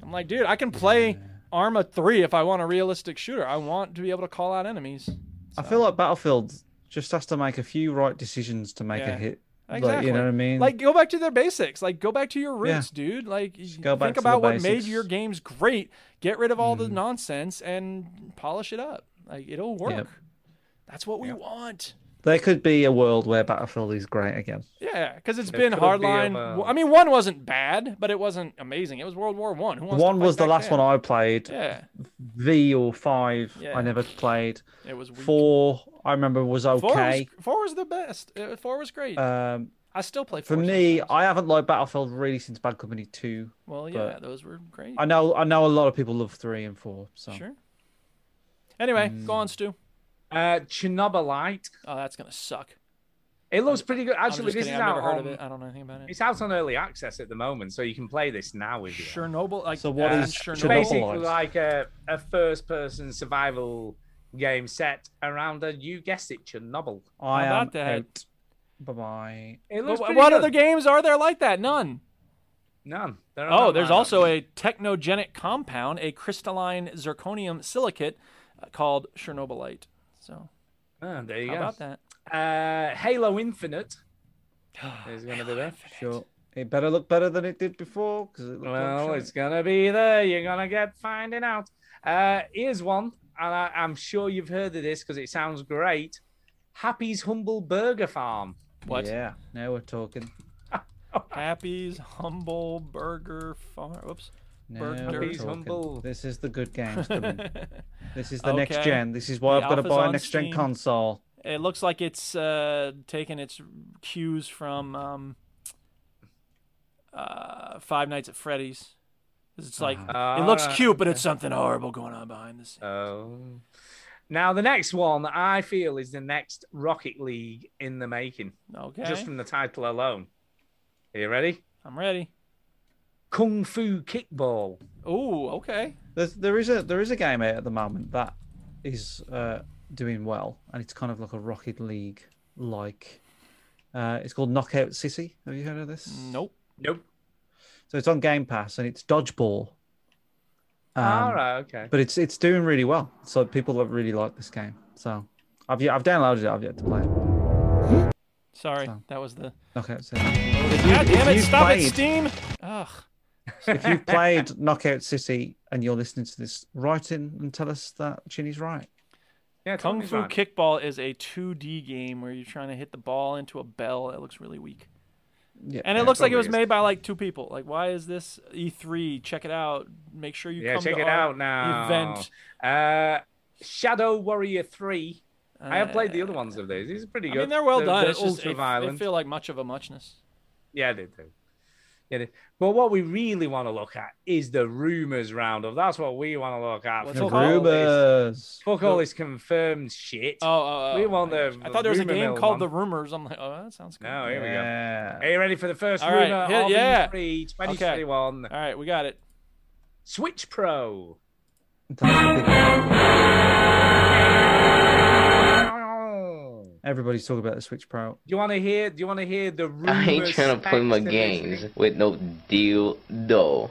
[SPEAKER 1] I'm like, dude, I can play Arma three if I want a realistic shooter. I want to be able to call out enemies.
[SPEAKER 9] I feel like Battlefield just has to make a few right decisions to make
[SPEAKER 1] Yeah.
[SPEAKER 9] a hit. Like,
[SPEAKER 1] Exactly.
[SPEAKER 9] you know what I mean?
[SPEAKER 1] Like, go back to their basics. Like, go back to your
[SPEAKER 9] Yeah.
[SPEAKER 1] roots, dude. Like,
[SPEAKER 9] go
[SPEAKER 1] think
[SPEAKER 9] back to the
[SPEAKER 1] about what made
[SPEAKER 9] basics. Mm-hmm.
[SPEAKER 1] your games great. Get rid of all the nonsense and polish it up. Like, it'll work. That's what we want.
[SPEAKER 9] There could be a world where Battlefield is great again.
[SPEAKER 1] Yeah, because it's
[SPEAKER 9] It
[SPEAKER 1] been
[SPEAKER 9] could be
[SPEAKER 1] hardline.
[SPEAKER 9] of, uh,
[SPEAKER 1] I mean, one wasn't bad, but it wasn't amazing. It was World War One. Who wants
[SPEAKER 9] One
[SPEAKER 1] to fight
[SPEAKER 9] was the
[SPEAKER 1] back
[SPEAKER 9] last
[SPEAKER 1] then?
[SPEAKER 9] one I played.
[SPEAKER 1] Yeah.
[SPEAKER 9] V or five,
[SPEAKER 1] Yeah.
[SPEAKER 9] I never played.
[SPEAKER 1] It was weak.
[SPEAKER 9] four. I remember was okay.
[SPEAKER 1] Four was, four was the best. Uh, Four was great.
[SPEAKER 9] Um,
[SPEAKER 1] I still play
[SPEAKER 9] For
[SPEAKER 1] four
[SPEAKER 9] me, I haven't liked Battlefield really since Bad Company Two.
[SPEAKER 1] Well,
[SPEAKER 9] but
[SPEAKER 1] yeah, those were great.
[SPEAKER 9] I know, I know, a lot of people love three and four. So
[SPEAKER 1] Sure. Anyway,
[SPEAKER 9] Mm.
[SPEAKER 1] go on, Stu.
[SPEAKER 4] Uh, Chernobylite.
[SPEAKER 1] Oh, that's gonna suck.
[SPEAKER 4] It looks pretty good.
[SPEAKER 1] I'm
[SPEAKER 4] Actually,
[SPEAKER 1] just
[SPEAKER 4] this
[SPEAKER 1] kidding,
[SPEAKER 4] is
[SPEAKER 1] I've
[SPEAKER 4] out
[SPEAKER 1] never heard
[SPEAKER 4] on,
[SPEAKER 1] of it. I don't know anything about it.
[SPEAKER 4] It's out on early access at the moment, so you can play this now if you want.
[SPEAKER 1] Chernobyl. Like,
[SPEAKER 9] So what
[SPEAKER 1] uh,
[SPEAKER 9] is
[SPEAKER 1] Chernobyl?
[SPEAKER 4] It's basically
[SPEAKER 9] Chernobylite.
[SPEAKER 4] like a, a first person survival game set around a, you guessed it, Chernobyl.
[SPEAKER 1] How
[SPEAKER 9] I am
[SPEAKER 1] about that?
[SPEAKER 9] out. Bye bye.
[SPEAKER 4] It looks
[SPEAKER 1] But
[SPEAKER 4] pretty
[SPEAKER 1] what
[SPEAKER 4] good.
[SPEAKER 1] other games are there like that? None.
[SPEAKER 4] None.
[SPEAKER 1] Oh, there's also a technogenic compound, a crystalline zirconium silicate uh, called Chernobylite. So,
[SPEAKER 4] Oh, there you
[SPEAKER 1] how
[SPEAKER 4] go.
[SPEAKER 1] about that?
[SPEAKER 4] Uh, Halo Infinite. Is gonna be there.
[SPEAKER 9] Sure. It better look better than it did before because it looked
[SPEAKER 4] Well,
[SPEAKER 9] like
[SPEAKER 4] it's gonna be there. You're gonna get finding out. Uh, here's one, and I, I'm sure you've heard of this because it sounds great. Happy's Humble Burger Farm.
[SPEAKER 1] What?
[SPEAKER 9] Yeah. Now we're talking.
[SPEAKER 1] Happy's Humble Burger Farm. Whoops.
[SPEAKER 9] Now
[SPEAKER 1] Burger.
[SPEAKER 9] we're talking. This is the good games coming. this is the next
[SPEAKER 1] Okay.
[SPEAKER 9] gen. This is
[SPEAKER 1] The
[SPEAKER 9] why I've got to
[SPEAKER 1] alpha's
[SPEAKER 9] buy a
[SPEAKER 1] on
[SPEAKER 9] next gen
[SPEAKER 1] Steam.
[SPEAKER 9] console.
[SPEAKER 1] It looks like it's uh, taking its cues from um, uh, Five Nights at Freddy's. 'Cause It's like
[SPEAKER 4] Ah.
[SPEAKER 1] it looks
[SPEAKER 4] Ah,
[SPEAKER 1] cute, but it's
[SPEAKER 4] okay.
[SPEAKER 1] something horrible going on behind the scenes.
[SPEAKER 4] Oh. Now the next one I feel is the next Rocket League in the making.
[SPEAKER 1] Okay.
[SPEAKER 4] Just from the title alone. Are you ready?
[SPEAKER 1] I'm ready.
[SPEAKER 4] Kung Fu Kickball.
[SPEAKER 1] Oh, okay.
[SPEAKER 9] There's, there is a there is a game out at the moment that is uh, doing well, and it's kind of like a Rocket League like. Uh, it's called Knockout City. Have you heard of
[SPEAKER 4] Mm.
[SPEAKER 9] this?
[SPEAKER 1] Nope.
[SPEAKER 4] Nope.
[SPEAKER 9] So it's on Game Pass, and it's dodgeball. Um,
[SPEAKER 1] Um,
[SPEAKER 4] All right, okay.
[SPEAKER 9] But it's it's doing really well. So people that really like this game. So I've yeah, I've downloaded it. I've yet to play it.
[SPEAKER 1] Sorry, that was the.
[SPEAKER 9] Knockout City.
[SPEAKER 1] God damn it!
[SPEAKER 9] you
[SPEAKER 1] Stop it,
[SPEAKER 9] played-
[SPEAKER 1] Steam. Ugh.
[SPEAKER 9] if you played Knockout City and you're listening to this, write in and tell us that Chinny's right.
[SPEAKER 4] Yeah,
[SPEAKER 1] Kung Fu
[SPEAKER 4] totally fine.
[SPEAKER 1] Kickball is a 2D game where you're trying to hit the ball into a bell. It looks really weak.
[SPEAKER 9] Yeah,
[SPEAKER 1] and it
[SPEAKER 4] yeah,
[SPEAKER 1] looks like
[SPEAKER 4] totally
[SPEAKER 1] it was
[SPEAKER 4] is.
[SPEAKER 1] made by like two people. Like, why is this E3? Check it out. Make sure you
[SPEAKER 4] Yeah,
[SPEAKER 1] come
[SPEAKER 4] check
[SPEAKER 1] to
[SPEAKER 4] it
[SPEAKER 1] our
[SPEAKER 4] out now.
[SPEAKER 1] Event.
[SPEAKER 4] Uh, Shadow Warrior Three. I have played the other ones of these. These are pretty
[SPEAKER 1] Uh, I
[SPEAKER 4] good.
[SPEAKER 1] mean, they're well
[SPEAKER 4] They're-
[SPEAKER 1] done.
[SPEAKER 4] they're
[SPEAKER 1] It's just,
[SPEAKER 4] ultra
[SPEAKER 1] it,
[SPEAKER 4] violent.
[SPEAKER 1] it feel like much of a muchness.
[SPEAKER 4] Yeah, they do. Yeah, they... Well, what we really want to look at is the rumors roundup. That's what we want to look at.
[SPEAKER 9] The
[SPEAKER 4] Fuck all this-
[SPEAKER 9] rumors.
[SPEAKER 4] Fuck all this confirmed shit.
[SPEAKER 1] Oh, oh, oh.
[SPEAKER 4] we want the.
[SPEAKER 1] I thought there was a
[SPEAKER 4] rumour
[SPEAKER 1] game
[SPEAKER 4] mill
[SPEAKER 1] called
[SPEAKER 4] one.
[SPEAKER 1] The Rumors. I'm like, oh, that sounds good.
[SPEAKER 4] No, here
[SPEAKER 9] we
[SPEAKER 4] go. Are you ready for the first
[SPEAKER 1] All
[SPEAKER 4] rumor
[SPEAKER 1] right, hit-
[SPEAKER 4] of
[SPEAKER 1] yeah.
[SPEAKER 4] E3
[SPEAKER 1] Okay.
[SPEAKER 4] 2021?
[SPEAKER 1] All right, we got it.
[SPEAKER 4] Switch Pro.
[SPEAKER 9] Everybody's talking about the Switch Pro.
[SPEAKER 4] Do you want to hear? Do you want to hear the rumors?
[SPEAKER 6] I ain't trying to play my
[SPEAKER 4] specs and
[SPEAKER 6] games with no deal though.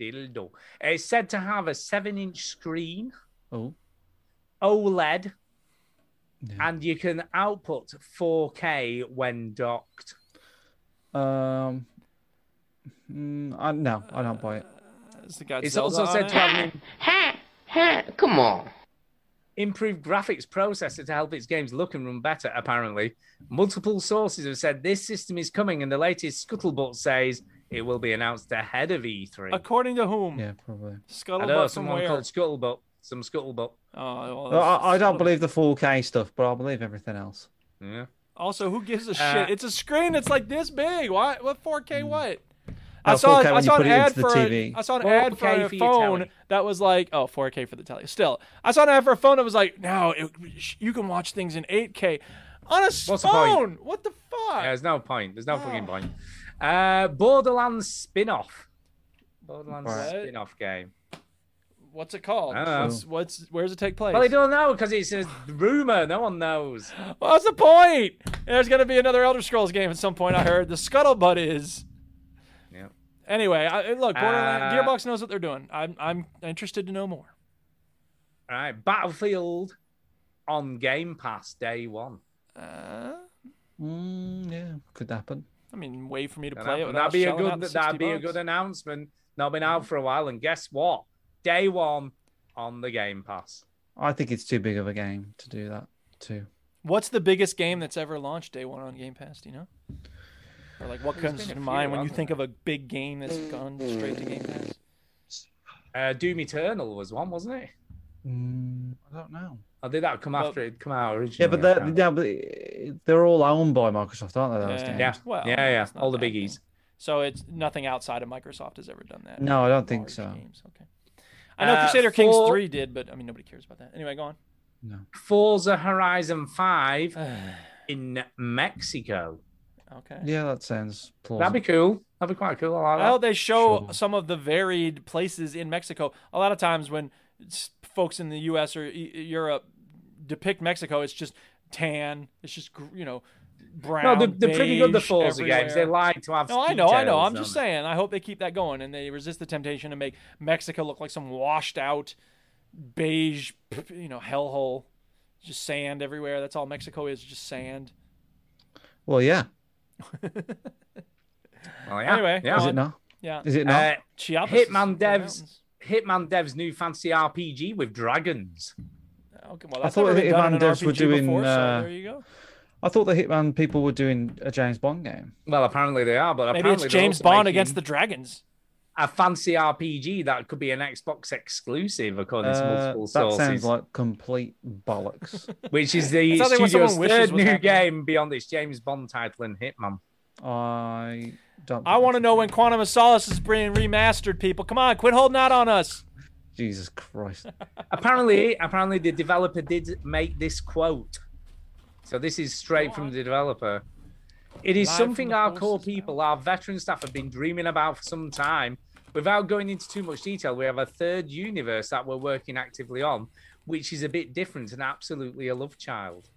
[SPEAKER 4] Dildo. It's said to have a seven-inch screen,
[SPEAKER 9] Oh,
[SPEAKER 4] OLED, and you can output 4K when docked.
[SPEAKER 9] um, mm, I, no, I don't buy it.
[SPEAKER 4] It's also said to have an
[SPEAKER 6] Come on.
[SPEAKER 4] improved graphics processor to help its games look and run better. Apparently, multiple sources have said this system is coming, and the latest scuttlebutt says it will be announced ahead of E3.
[SPEAKER 1] According to whom?
[SPEAKER 9] Yeah, probably.
[SPEAKER 4] I
[SPEAKER 1] Scuttlebutt
[SPEAKER 4] know
[SPEAKER 1] from
[SPEAKER 4] someone
[SPEAKER 1] where?
[SPEAKER 4] called Scuttlebutt. Some Scuttlebutt.
[SPEAKER 1] Oh,
[SPEAKER 9] Well, I, I don't believe the 4K stuff, but I believe everything else.
[SPEAKER 4] Yeah.
[SPEAKER 1] Also, who gives a
[SPEAKER 9] Uh, Hmm.
[SPEAKER 1] shit? It's a screen that's like this big. What? What 4K? What?
[SPEAKER 9] No,
[SPEAKER 1] I saw,
[SPEAKER 9] 4K
[SPEAKER 1] I
[SPEAKER 9] Oh, when you
[SPEAKER 1] saw
[SPEAKER 9] put
[SPEAKER 1] an
[SPEAKER 9] it
[SPEAKER 1] ad
[SPEAKER 9] into the
[SPEAKER 1] for
[SPEAKER 9] TV.
[SPEAKER 1] a, I saw an ad for
[SPEAKER 4] 4K
[SPEAKER 1] a
[SPEAKER 4] for your
[SPEAKER 1] phone
[SPEAKER 4] telly.
[SPEAKER 1] that was like oh 4K for the telly. Still, I saw an ad for a phone that was like no, it, you can watch things in 8K on a
[SPEAKER 4] What's the
[SPEAKER 1] phone.
[SPEAKER 4] point?
[SPEAKER 1] what the fuck?
[SPEAKER 4] Yeah, there's no point. There's no fucking point. Uh, Borderlands spin-off. Borderlands
[SPEAKER 1] Right.
[SPEAKER 4] spin-off game.
[SPEAKER 1] What's it called?
[SPEAKER 4] I don't know.
[SPEAKER 1] What's, what's where does it take place?
[SPEAKER 4] Well, they don't know because it's a rumor. No one knows.
[SPEAKER 1] What's the point? There's gonna be another Elder Scrolls game at some point. I heard the scuttlebutt is.
[SPEAKER 4] Yeah.
[SPEAKER 1] Anyway, I, look, Borderlands,
[SPEAKER 4] Uh,
[SPEAKER 1] Gearbox knows what they're doing. I'm I'm interested to know more.
[SPEAKER 4] All right, Battlefield on Game Pass day one.
[SPEAKER 1] Uh,
[SPEAKER 9] Mm, yeah, could happen.
[SPEAKER 1] I mean, way for me to
[SPEAKER 4] That'd
[SPEAKER 1] play it.
[SPEAKER 4] happen.
[SPEAKER 1] without
[SPEAKER 4] That'd be a
[SPEAKER 1] shelling out
[SPEAKER 4] good.
[SPEAKER 1] the
[SPEAKER 4] That'd
[SPEAKER 1] 60
[SPEAKER 4] be a
[SPEAKER 1] bucks.
[SPEAKER 4] good announcement. Not been out for a while, and guess what? Day one on the Game Pass.
[SPEAKER 9] I think it's too big of a game to do that too.
[SPEAKER 1] What's the biggest game that's ever launched day one on Game Pass? Do you know? Or like what
[SPEAKER 4] There's
[SPEAKER 1] comes
[SPEAKER 4] been a
[SPEAKER 1] to
[SPEAKER 4] few,
[SPEAKER 1] mind when you
[SPEAKER 4] haven't
[SPEAKER 1] think of a big game that's gone straight to Game Pass?
[SPEAKER 4] Uh, Doom Eternal was one, wasn't it?
[SPEAKER 9] Mm, I don't know.
[SPEAKER 4] I think that would come after it come out originally.
[SPEAKER 9] Yeah, but
[SPEAKER 4] I
[SPEAKER 9] they're,
[SPEAKER 4] can't-
[SPEAKER 9] yeah, but eh, they're all owned by Microsoft, aren't they? Those
[SPEAKER 1] Yeah.
[SPEAKER 9] games?
[SPEAKER 1] Yeah. Well,
[SPEAKER 4] yeah, yeah,
[SPEAKER 1] it's not
[SPEAKER 4] all the
[SPEAKER 1] that
[SPEAKER 4] biggies.
[SPEAKER 1] So it's nothing outside of Microsoft has ever done that.
[SPEAKER 9] No, I don't think so.
[SPEAKER 1] I know
[SPEAKER 4] Uh,
[SPEAKER 1] Crusader Kings
[SPEAKER 4] for-
[SPEAKER 1] 3 did, but I mean, nobody cares about that. Anyway, go on.
[SPEAKER 4] Forza Horizon 5 in Mexico.
[SPEAKER 1] Okay.
[SPEAKER 9] Yeah, that sounds plausible.
[SPEAKER 4] That'd be cool. That'd be quite cool. I like
[SPEAKER 1] I
[SPEAKER 4] that.
[SPEAKER 1] hope they show some of the varied places in Mexico. A lot of times when s- folks in the U.S. or E- Europe depict Mexico, it's just tan. It's just gr- you know brown.
[SPEAKER 4] No, they're- they're pretty good, the
[SPEAKER 1] beige
[SPEAKER 4] Forza games. They
[SPEAKER 1] everywhere.
[SPEAKER 4] like to have
[SPEAKER 1] No, I know, I know.
[SPEAKER 4] details
[SPEAKER 1] I'm just
[SPEAKER 4] on it.
[SPEAKER 1] saying. I hope they keep that going and they resist the temptation to make Mexico look like some washed out beige, you know, hellhole. Just sand everywhere. That's all Mexico is. Just sand.
[SPEAKER 9] Well, yeah.
[SPEAKER 4] Oh, yeah.
[SPEAKER 1] Anyway,
[SPEAKER 4] yeah.
[SPEAKER 9] Is it not?
[SPEAKER 1] Yeah.
[SPEAKER 9] Is it not?
[SPEAKER 4] Uh,
[SPEAKER 1] Chiapas is
[SPEAKER 4] Hitman
[SPEAKER 1] the
[SPEAKER 4] Dev's Hitman Dev's new fancy RPG with dragons.
[SPEAKER 1] Okay, well,
[SPEAKER 9] I
[SPEAKER 1] that's
[SPEAKER 9] thought
[SPEAKER 1] never
[SPEAKER 9] the
[SPEAKER 1] been done in
[SPEAKER 9] Hitman
[SPEAKER 1] an
[SPEAKER 9] devs were
[SPEAKER 1] RPG
[SPEAKER 9] doing.
[SPEAKER 1] before, so
[SPEAKER 9] uh,
[SPEAKER 1] there you go.
[SPEAKER 9] I thought the Hitman people were doing a James Bond game.
[SPEAKER 4] Well, apparently they are, but
[SPEAKER 1] Maybe
[SPEAKER 4] apparently
[SPEAKER 1] it's
[SPEAKER 4] they're
[SPEAKER 1] James
[SPEAKER 4] also
[SPEAKER 1] Bond
[SPEAKER 4] making
[SPEAKER 1] against the dragons.
[SPEAKER 4] a fancy RPG that could be an Xbox exclusive, according to
[SPEAKER 9] Uh,
[SPEAKER 4] multiple
[SPEAKER 9] that
[SPEAKER 4] sources.
[SPEAKER 9] sounds like complete bollocks.
[SPEAKER 4] Which is the
[SPEAKER 9] That sounds like what
[SPEAKER 4] studio's
[SPEAKER 9] someone wishes
[SPEAKER 4] third
[SPEAKER 9] was
[SPEAKER 4] new
[SPEAKER 9] happening.
[SPEAKER 4] game beyond its James Bond title and Hitman.
[SPEAKER 9] I don't.
[SPEAKER 1] I want to know when Quantum of Solace is being remastered. People, come on, quit holding out on us.
[SPEAKER 9] Jesus Christ.
[SPEAKER 4] apparently, apparently the developer did make this quote. So this is straight from the developer. It is
[SPEAKER 1] Live from
[SPEAKER 4] something
[SPEAKER 1] the
[SPEAKER 4] our core people, our veteran staff, have been dreaming about for some time. Without going into too much detail, we have a third universe that we're working actively on, which is a bit different and absolutely a love child.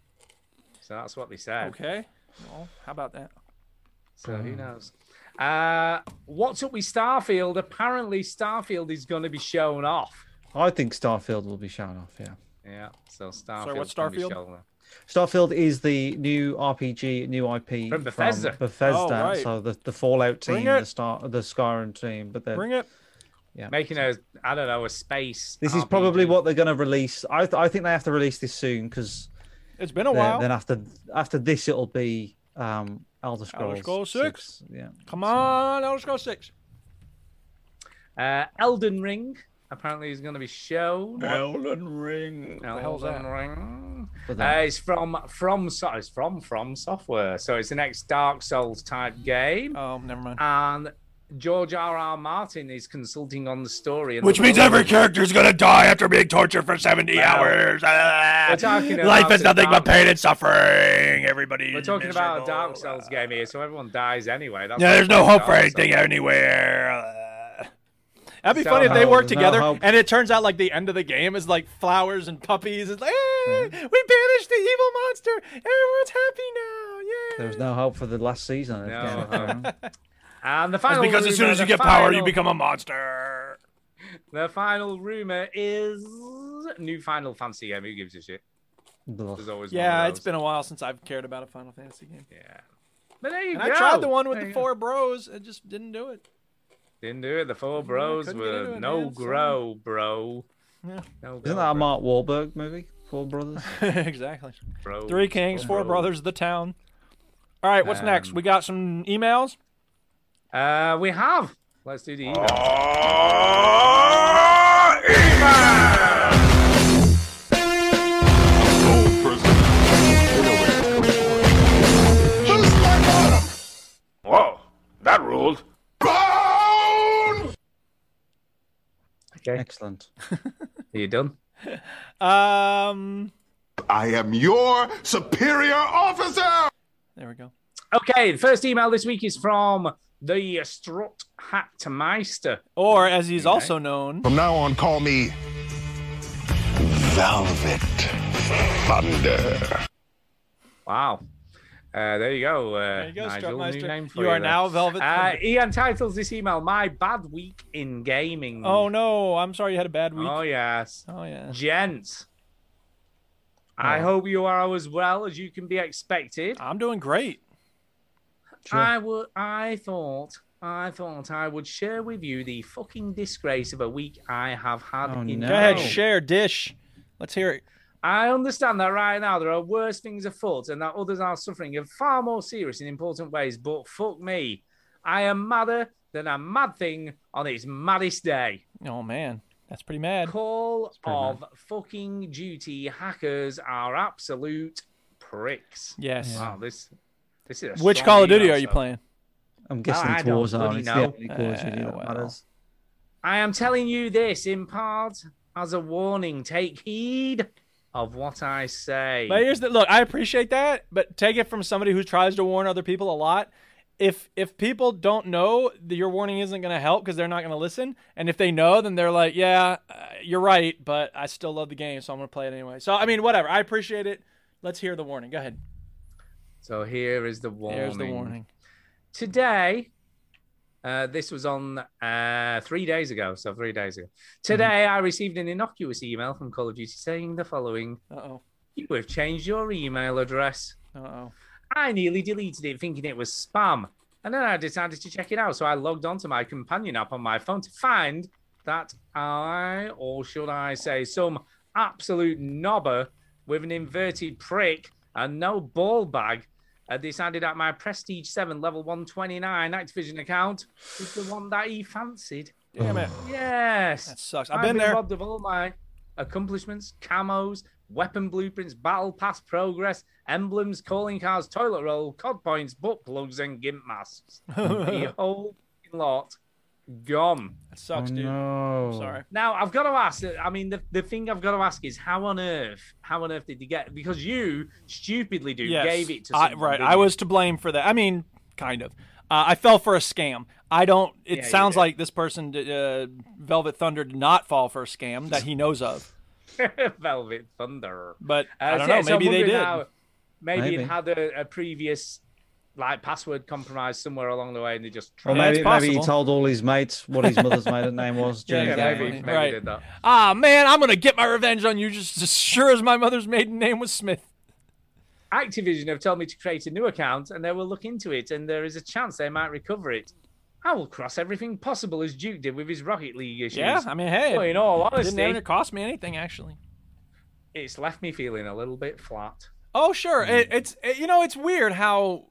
[SPEAKER 4] So that's what they said.
[SPEAKER 1] Okay. Well, how about that?
[SPEAKER 4] So who knows? Uh, what's up with Starfield? Apparently, Starfield is going to be shown off.
[SPEAKER 9] I think Starfield will be shown off. Yeah.
[SPEAKER 4] Yeah. So Starfield.
[SPEAKER 1] what's
[SPEAKER 4] can be
[SPEAKER 1] Starfield?
[SPEAKER 4] shown off.
[SPEAKER 9] Starfield is the new RPG, new IP
[SPEAKER 4] From Bethesda.
[SPEAKER 9] Bethesda.
[SPEAKER 4] Oh, right.
[SPEAKER 9] So the, the Fallout team,
[SPEAKER 4] Bring
[SPEAKER 9] the
[SPEAKER 4] it.
[SPEAKER 9] Star, the Skyrim team, but then
[SPEAKER 1] Bring it.
[SPEAKER 9] Yeah.
[SPEAKER 4] Making a, I don't know, a space.
[SPEAKER 9] This is
[SPEAKER 4] RPG.
[SPEAKER 9] probably what they're going to release. I th- I think they have to release this soon because
[SPEAKER 1] It's been a
[SPEAKER 9] then,
[SPEAKER 1] while.
[SPEAKER 9] Then after after this, it'll be um, Elder Scrolls.
[SPEAKER 1] Elder Scrolls 6.
[SPEAKER 9] Yeah.
[SPEAKER 1] Come on, Elder Scrolls 6.
[SPEAKER 4] Uh, Elden Ring apparently is going to be shown.
[SPEAKER 1] Elden
[SPEAKER 4] Ring.
[SPEAKER 1] the hell's
[SPEAKER 4] Elden
[SPEAKER 1] that?
[SPEAKER 4] Ring.
[SPEAKER 9] But
[SPEAKER 4] Uh, it's from from so it's from from software, so it's the next Dark Souls type game.
[SPEAKER 1] Oh, never mind.
[SPEAKER 4] And George R. R. Martin is consulting on the story, and
[SPEAKER 2] Which
[SPEAKER 4] the
[SPEAKER 2] means every
[SPEAKER 4] development.
[SPEAKER 2] character's gonna die after being tortured for 70
[SPEAKER 4] Well,
[SPEAKER 2] hours. Ah,
[SPEAKER 4] we're talking
[SPEAKER 2] Life
[SPEAKER 4] about
[SPEAKER 2] is nothing but
[SPEAKER 4] Dark-
[SPEAKER 2] pain and suffering. Everybody.
[SPEAKER 4] We're
[SPEAKER 2] is
[SPEAKER 4] talking about a
[SPEAKER 2] miserable.
[SPEAKER 4] Dark Souls game here, so everyone dies anyway. That's
[SPEAKER 2] Yeah, there's
[SPEAKER 4] what
[SPEAKER 2] no hope for
[SPEAKER 4] Dark
[SPEAKER 2] anything
[SPEAKER 4] Souls-
[SPEAKER 2] anywhere.
[SPEAKER 1] Uh, That'd be
[SPEAKER 4] So-
[SPEAKER 1] funny if they
[SPEAKER 4] No,
[SPEAKER 1] worked
[SPEAKER 4] no
[SPEAKER 1] together
[SPEAKER 4] hope.
[SPEAKER 1] and it turns out like the end of the game is like flowers and puppies. It's like, "Eh, we
[SPEAKER 4] Mm-hmm.
[SPEAKER 1] banished the evil monster. Everyone's happy now. Yeah.
[SPEAKER 9] There was no hope for the last season. of Game of Thrones.
[SPEAKER 4] And the
[SPEAKER 2] That's
[SPEAKER 4] final
[SPEAKER 2] because as soon
[SPEAKER 4] rumor,
[SPEAKER 2] as you
[SPEAKER 4] the
[SPEAKER 2] get power, you
[SPEAKER 4] final-
[SPEAKER 2] become a monster.
[SPEAKER 4] The final rumor is new Final Fantasy game. Who gives a shit? There's always one
[SPEAKER 1] Yeah,
[SPEAKER 4] of
[SPEAKER 1] it's
[SPEAKER 4] those.
[SPEAKER 1] been a while since I've cared about a Final Fantasy game.
[SPEAKER 4] Yeah. But there you
[SPEAKER 1] And
[SPEAKER 4] go.
[SPEAKER 1] I tried the one with
[SPEAKER 4] There
[SPEAKER 1] the
[SPEAKER 4] you
[SPEAKER 1] four bros. It just didn't do it.
[SPEAKER 4] Didn't do it. The four bros
[SPEAKER 1] couldn't get into
[SPEAKER 4] were
[SPEAKER 1] it,
[SPEAKER 4] no
[SPEAKER 1] man, sorry.
[SPEAKER 4] grow, bro.
[SPEAKER 1] Yeah.
[SPEAKER 4] No
[SPEAKER 9] Isn't
[SPEAKER 4] grow,
[SPEAKER 9] that a
[SPEAKER 4] bro.
[SPEAKER 9] Mark Wahlberg movie? Four Brothers.
[SPEAKER 1] exactly.
[SPEAKER 4] Bros,
[SPEAKER 1] Three kings, four
[SPEAKER 4] bros.
[SPEAKER 1] brothers, the town. All right, what's next?
[SPEAKER 4] Um,
[SPEAKER 1] We got some emails.
[SPEAKER 4] Uh, we have. Let's do the email.
[SPEAKER 1] Oh.
[SPEAKER 11] Whoa, that ruled.
[SPEAKER 4] Okay.
[SPEAKER 9] Excellent.
[SPEAKER 4] Are you done?
[SPEAKER 1] Um,
[SPEAKER 11] I am your superior officer.
[SPEAKER 1] there we go.
[SPEAKER 4] Okay, the first email this week is from the Strut Hat Meister.
[SPEAKER 1] Or as he's also known,
[SPEAKER 10] From now on, call me Velvet Thunder.
[SPEAKER 4] Wow. Uh, there you go. Uh,
[SPEAKER 1] you go,
[SPEAKER 4] Nigel,
[SPEAKER 1] Strutmeister.
[SPEAKER 4] new name for
[SPEAKER 1] You
[SPEAKER 4] you,
[SPEAKER 1] are
[SPEAKER 4] there.
[SPEAKER 1] now Velvet
[SPEAKER 4] Uh,
[SPEAKER 1] Thunder.
[SPEAKER 4] he entitles this email "My Bad Week in Gaming."
[SPEAKER 1] oh no, I'm sorry you had a bad week.
[SPEAKER 4] Oh yes.
[SPEAKER 1] Oh yeah.
[SPEAKER 4] Gents, I
[SPEAKER 1] Oh.
[SPEAKER 4] hope you are as well as you can be expected.
[SPEAKER 1] I'm doing great.
[SPEAKER 9] Sure.
[SPEAKER 4] I would. I thought. I thought I would share with you the fucking disgrace of a week I have had. in
[SPEAKER 1] Go ahead, share dish. Let's hear it.
[SPEAKER 4] I understand that right now there are worse things afoot and that others are suffering in far more serious and important ways, but fuck me. I am madder than a mad thing on its maddest day.
[SPEAKER 1] Oh, man. That's pretty mad.
[SPEAKER 4] Call of fucking duty hackers are absolute pricks.
[SPEAKER 1] Yes.
[SPEAKER 4] Wow, this, this is a
[SPEAKER 1] Which
[SPEAKER 4] strong
[SPEAKER 1] Call of Duty
[SPEAKER 4] email,
[SPEAKER 1] are you
[SPEAKER 4] so-
[SPEAKER 1] playing?
[SPEAKER 9] I'm guessing
[SPEAKER 4] I
[SPEAKER 9] it's
[SPEAKER 4] don't
[SPEAKER 9] Warzone.
[SPEAKER 4] bloody
[SPEAKER 9] It's
[SPEAKER 4] know.
[SPEAKER 9] the only Call of Duty
[SPEAKER 1] Uh,
[SPEAKER 9] that
[SPEAKER 1] well.
[SPEAKER 9] matters.
[SPEAKER 4] I am telling you this in part as a warning. Take heed of what I say.
[SPEAKER 1] But here's the look. I appreciate that, but take it from somebody who tries to warn other people a lot. If if people don't know that your warning isn't going to help because they're not going to listen, and if they know, then they're like, "Yeah, uh, you're right, but I still love the game, so I'm going to play it anyway." So I mean, whatever. I appreciate it. Let's hear the warning. Go ahead.
[SPEAKER 4] So here is the warning.
[SPEAKER 1] Here's the warning.
[SPEAKER 4] Today, uh, this was on uh, three days ago. So three days ago. Today, I received an innocuous email from Call of Duty saying the following:
[SPEAKER 1] "Uh-oh,
[SPEAKER 4] you have changed your email address."
[SPEAKER 1] Uh-oh.
[SPEAKER 4] I nearly deleted it, thinking it was spam, and then I decided to check it out. So I logged onto my companion app on my phone to find that I, or should I say, some absolute knobber with an inverted prick and no ball bag had decided that my Prestige 7 level 129 Activision account is the one that he fancied.
[SPEAKER 1] Damn it.
[SPEAKER 4] Yes. That
[SPEAKER 1] sucks. I've been there.
[SPEAKER 4] robbed of all my accomplishments, camos, weapon blueprints, battle pass progress, emblems, calling cards, toilet roll, cod points, butt plugs, and gimp masks. the whole lot gone.
[SPEAKER 1] That sucks,
[SPEAKER 4] dude.
[SPEAKER 9] No.
[SPEAKER 1] Sorry.
[SPEAKER 4] Now I've got to ask. I mean, the, the thing I've got to ask is how on earth, how on earth did you get? Because you stupidly do
[SPEAKER 1] Yes.
[SPEAKER 4] gave it to
[SPEAKER 1] I,
[SPEAKER 4] someone,
[SPEAKER 1] right.
[SPEAKER 4] didn't
[SPEAKER 1] I
[SPEAKER 4] you?
[SPEAKER 1] was to blame for that. I mean, kind of. Uh, I fell for a scam. I don't. It
[SPEAKER 4] Yeah, you
[SPEAKER 1] sounds
[SPEAKER 4] did.
[SPEAKER 1] like this person, did, uh, Velvet Thunder, did not fall for a scam that he knows of.
[SPEAKER 4] Velvet Thunder.
[SPEAKER 1] But I
[SPEAKER 4] so
[SPEAKER 1] don't know,
[SPEAKER 4] so I'm
[SPEAKER 1] maybe they
[SPEAKER 4] wondering
[SPEAKER 1] did.
[SPEAKER 4] maybe,
[SPEAKER 1] Maybe.
[SPEAKER 4] it had a, a previous like password compromise somewhere along the way, and they just
[SPEAKER 9] Or
[SPEAKER 4] tried.
[SPEAKER 9] maybe, maybe he told all his mates what his mother's maiden name was. during
[SPEAKER 4] Yeah,
[SPEAKER 9] the
[SPEAKER 4] maybe,
[SPEAKER 9] game.
[SPEAKER 4] maybe did that.
[SPEAKER 1] Ah, man, I'm gonna get my revenge on you just as sure as my mother's maiden name was Smith.
[SPEAKER 4] Activision have told me to create a new account, and they will look into it, and there is a chance they might recover it. I will cross everything possible as Duke did with his Rocket League issues.
[SPEAKER 1] Yeah, I mean, hey,
[SPEAKER 4] Well, in all
[SPEAKER 1] it
[SPEAKER 4] honesty,
[SPEAKER 1] didn't even cost me anything actually.
[SPEAKER 4] it's left me feeling a little bit flat.
[SPEAKER 1] Oh, sure. It, it's it- you know it's weird how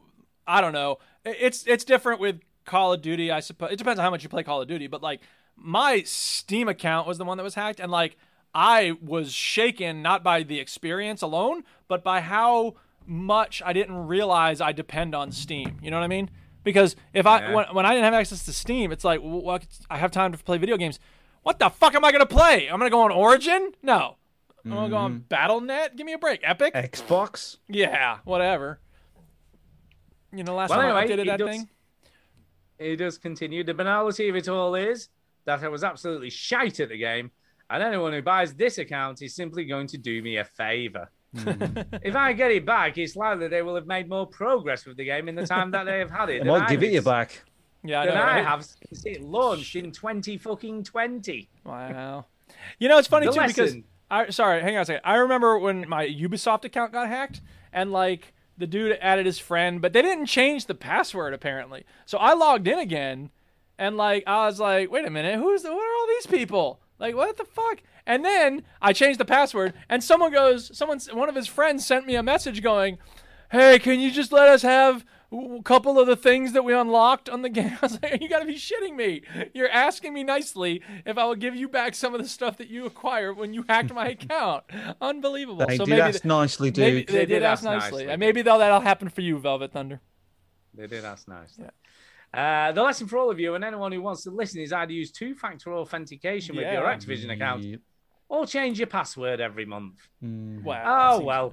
[SPEAKER 1] I don't know. It- It's it's different with Call of Duty, I suppose. It depends on how much you play Call of Duty, but like my Steam account was the one that was hacked, and like I was shaken not by the experience alone, but by how much I didn't realize I depend on Steam. You know what I mean? Because if I
[SPEAKER 4] Yeah.
[SPEAKER 1] when, when I didn't have access to Steam, it's like well, well, I have time to play video games. What the fuck am I gonna play? I'm gonna go on Origin? No, I'm gonna go on BattleNet. Give me a break. Epic.
[SPEAKER 9] Xbox.
[SPEAKER 1] Yeah, whatever. You know, last
[SPEAKER 4] Well,
[SPEAKER 1] time I
[SPEAKER 4] anyway,
[SPEAKER 1] updated
[SPEAKER 4] it
[SPEAKER 1] that
[SPEAKER 4] does-
[SPEAKER 1] thing.
[SPEAKER 4] It does continue. The banality of it all is that I was absolutely shite at the game, and anyone who buys this account is simply going to do me a favor.
[SPEAKER 1] Hmm.
[SPEAKER 4] if I get it back, it's likely they will have made more progress with the game in the time that they have had it.
[SPEAKER 9] They
[SPEAKER 4] than
[SPEAKER 9] might
[SPEAKER 4] I
[SPEAKER 9] give it
[SPEAKER 4] did.
[SPEAKER 9] you back.
[SPEAKER 1] Yeah, I
[SPEAKER 4] than
[SPEAKER 1] know,
[SPEAKER 4] I
[SPEAKER 1] right?
[SPEAKER 4] have since it launched in 20 fucking 20.
[SPEAKER 1] Wow. You know, it's funny
[SPEAKER 4] The
[SPEAKER 1] too because
[SPEAKER 4] lesson.
[SPEAKER 1] I sorry, hang on a second. I remember when my Ubisoft account got hacked and like the dude added his friend, but they didn't change the password apparently. So I logged in again and like I was like, "Wait a minute, who's the, what are all these people? Like what the fuck?" And then I changed the password and someone goes, someone one of his friends sent me a message going, "Hey, can you just let us have a couple of the things that we unlocked on the game?" I was like, "You got to be shitting me! You're asking me nicely if I will give you back some of the stuff that you acquired when you hacked my account. Unbelievable!
[SPEAKER 9] They
[SPEAKER 1] so
[SPEAKER 9] did
[SPEAKER 1] maybe
[SPEAKER 9] ask
[SPEAKER 1] th-
[SPEAKER 9] nicely,
[SPEAKER 1] Maybe,
[SPEAKER 9] dude.
[SPEAKER 1] they, did, ask nicely, and maybe though that'll happen for you, Velvet Thunder.
[SPEAKER 4] They did ask nice. Uh, the lesson for all of you and anyone who wants to listen is either use two factor authentication with
[SPEAKER 1] Yeah.
[SPEAKER 4] your Activision account or change your password every month.
[SPEAKER 9] mm,
[SPEAKER 1] Wow. that
[SPEAKER 4] oh,
[SPEAKER 1] seems-
[SPEAKER 4] well.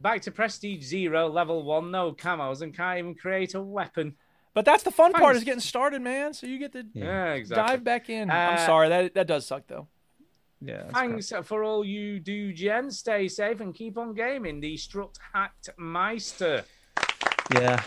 [SPEAKER 4] Back to Prestige Zero, level one, no camos, and can't even create a weapon.
[SPEAKER 1] But that's the fun part
[SPEAKER 4] Thanks.
[SPEAKER 1] is getting started, man. So you get to
[SPEAKER 4] Yeah, exactly.
[SPEAKER 1] dive back in.
[SPEAKER 4] Uh,
[SPEAKER 1] I'm sorry that that does suck though.
[SPEAKER 9] Yeah.
[SPEAKER 4] Thanks for all you do, Jen. Stay safe and keep on gaming. The Strut Hacked Meister.
[SPEAKER 9] Yeah.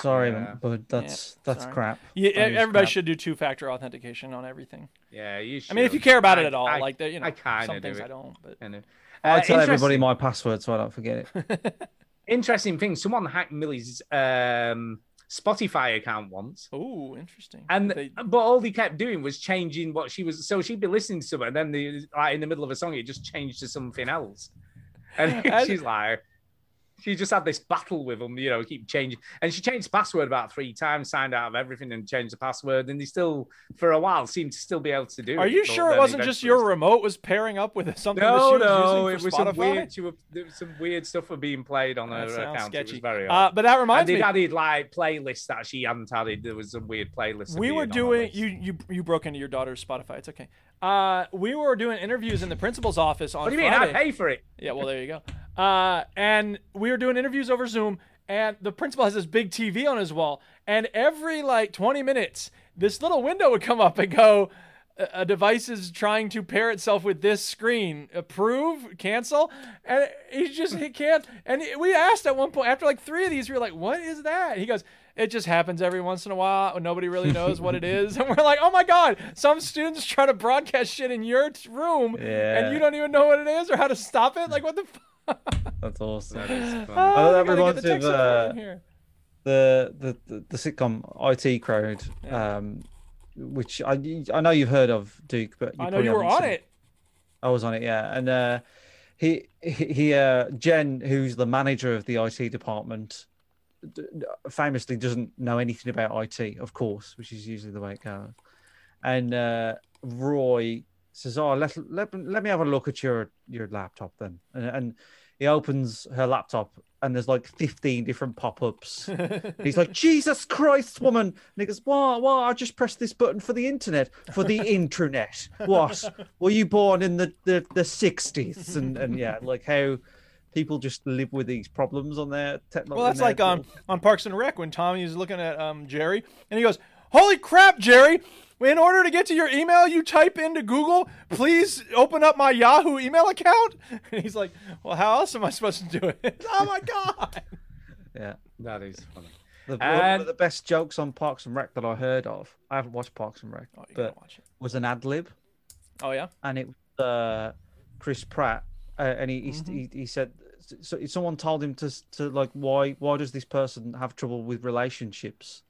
[SPEAKER 9] Sorry,
[SPEAKER 4] Yeah.
[SPEAKER 9] but that's that's
[SPEAKER 1] Sorry.
[SPEAKER 9] crap.
[SPEAKER 1] Yeah,
[SPEAKER 9] That is
[SPEAKER 1] everybody
[SPEAKER 9] crap.
[SPEAKER 1] should do two-factor authentication on everything.
[SPEAKER 4] Yeah, you should.
[SPEAKER 1] I mean, if you care about
[SPEAKER 4] I-
[SPEAKER 1] it at all,
[SPEAKER 4] I-
[SPEAKER 1] like the, you know,
[SPEAKER 4] I kinda
[SPEAKER 1] some
[SPEAKER 4] do
[SPEAKER 1] things
[SPEAKER 4] it.
[SPEAKER 1] I don't. But
[SPEAKER 4] I know.
[SPEAKER 9] I
[SPEAKER 4] Uh,
[SPEAKER 9] tell everybody
[SPEAKER 4] interesting-
[SPEAKER 9] my password so I don't forget it.
[SPEAKER 4] Interesting thing. Someone hacked Millie's um, Spotify account once.
[SPEAKER 1] Oh, interesting.
[SPEAKER 4] And but all he kept doing was changing what she was. So she'd be listening to something, and then the like in the middle of a song, it just changed to something else. And, she's like, she just had this battle with them, you know, keep changing. And she changed the password about three times, signed out of everything and changed the password. And they still, for a while, seemed to still be able to do
[SPEAKER 1] Are
[SPEAKER 4] it.
[SPEAKER 1] you
[SPEAKER 4] but
[SPEAKER 1] sure it
[SPEAKER 4] then
[SPEAKER 1] wasn't just
[SPEAKER 4] eventually-
[SPEAKER 1] your remote was pairing up with something that she
[SPEAKER 4] No,
[SPEAKER 1] was
[SPEAKER 4] no,
[SPEAKER 1] using
[SPEAKER 4] it
[SPEAKER 1] for
[SPEAKER 4] was
[SPEAKER 1] Spotify?
[SPEAKER 4] some weird, she was, there was some weird stuff were being played on
[SPEAKER 1] That
[SPEAKER 4] her
[SPEAKER 1] sounds
[SPEAKER 4] account. It
[SPEAKER 1] sketchy.
[SPEAKER 4] was very
[SPEAKER 1] Uh,
[SPEAKER 4] odd.
[SPEAKER 1] but that reminds
[SPEAKER 4] and
[SPEAKER 1] me-
[SPEAKER 4] they added like playlists that she hadn't added. There was some weird playlists.
[SPEAKER 1] we were
[SPEAKER 4] appeared on her
[SPEAKER 1] doing you you you broke into your daughter's Spotify. It's okay. Uh, we were doing interviews in the principal's office on.
[SPEAKER 4] What do you mean? I
[SPEAKER 1] Friday.
[SPEAKER 4] pay for it.
[SPEAKER 1] Yeah, well there you go. Uh, and we were doing interviews over Zoom, and the principal has this big TV on his wall, and every like 20 minutes, this little window would come up and go. "A- A device is trying to pair itself with this screen. Approve, cancel, and he just he can't. And we asked at one point after like three of these, we were like, "What is that?" He goes, "It just happens every once in a while. when Nobody really knows what it is." And we're like, "Oh my god! Some students trying to broadcast shit in your t- room,
[SPEAKER 9] Yeah.
[SPEAKER 1] and you don't even know what it is or how to stop it. Like what the fuck?
[SPEAKER 9] That's awesome.
[SPEAKER 1] That is funny.
[SPEAKER 9] oh,
[SPEAKER 1] Oh,
[SPEAKER 9] that
[SPEAKER 1] we gotta
[SPEAKER 9] reminds
[SPEAKER 1] get
[SPEAKER 9] me
[SPEAKER 1] the
[SPEAKER 9] of
[SPEAKER 1] Texan
[SPEAKER 9] uh,
[SPEAKER 1] phone here.
[SPEAKER 9] the, the the the sitcom IT Crowd, um, which I I know you've heard of Duke, but
[SPEAKER 1] I
[SPEAKER 9] you
[SPEAKER 1] know
[SPEAKER 9] probably
[SPEAKER 1] you were
[SPEAKER 9] haven't
[SPEAKER 1] on
[SPEAKER 9] seen
[SPEAKER 1] it.
[SPEAKER 9] I was on it, yeah. And uh, he he he, uh, Jen, who's the manager of the IT department, d- d- famously doesn't know anything about IT, of course, which is usually the way it goes. And uh, Roy says, "Oh, let, let let me have a look at your your laptop then." And, and he opens her laptop, and there's like 15 different pop-ups. He's like, "Jesus Christ, woman!" And he goes, "What? What? I just pressed this button for the internet, for the intranet. What? Were you born in the the the 60s?" And and yeah, like how people just live with these problems on their technology.
[SPEAKER 1] Well, that's like um, on Parks and Rec when Tommy's looking at um, Jerry and he goes, Holy crap, Jerry! In order to get to your email, you type into Google, please open up my Yahoo email account. And he's like, Well, how else am I supposed to do it? oh my God.
[SPEAKER 9] yeah,
[SPEAKER 4] that is funny.
[SPEAKER 9] The, one
[SPEAKER 4] And-
[SPEAKER 9] of the best jokes on Parks and Rec that I heard of. I haven't watched Parks and Rec, but was an ad lib.
[SPEAKER 1] Oh yeah,
[SPEAKER 9] and it was uh, Chris Pratt, uh, and he he,
[SPEAKER 1] Mm-hmm.
[SPEAKER 9] he he said so someone told him to to like why why does this person have trouble with relationships,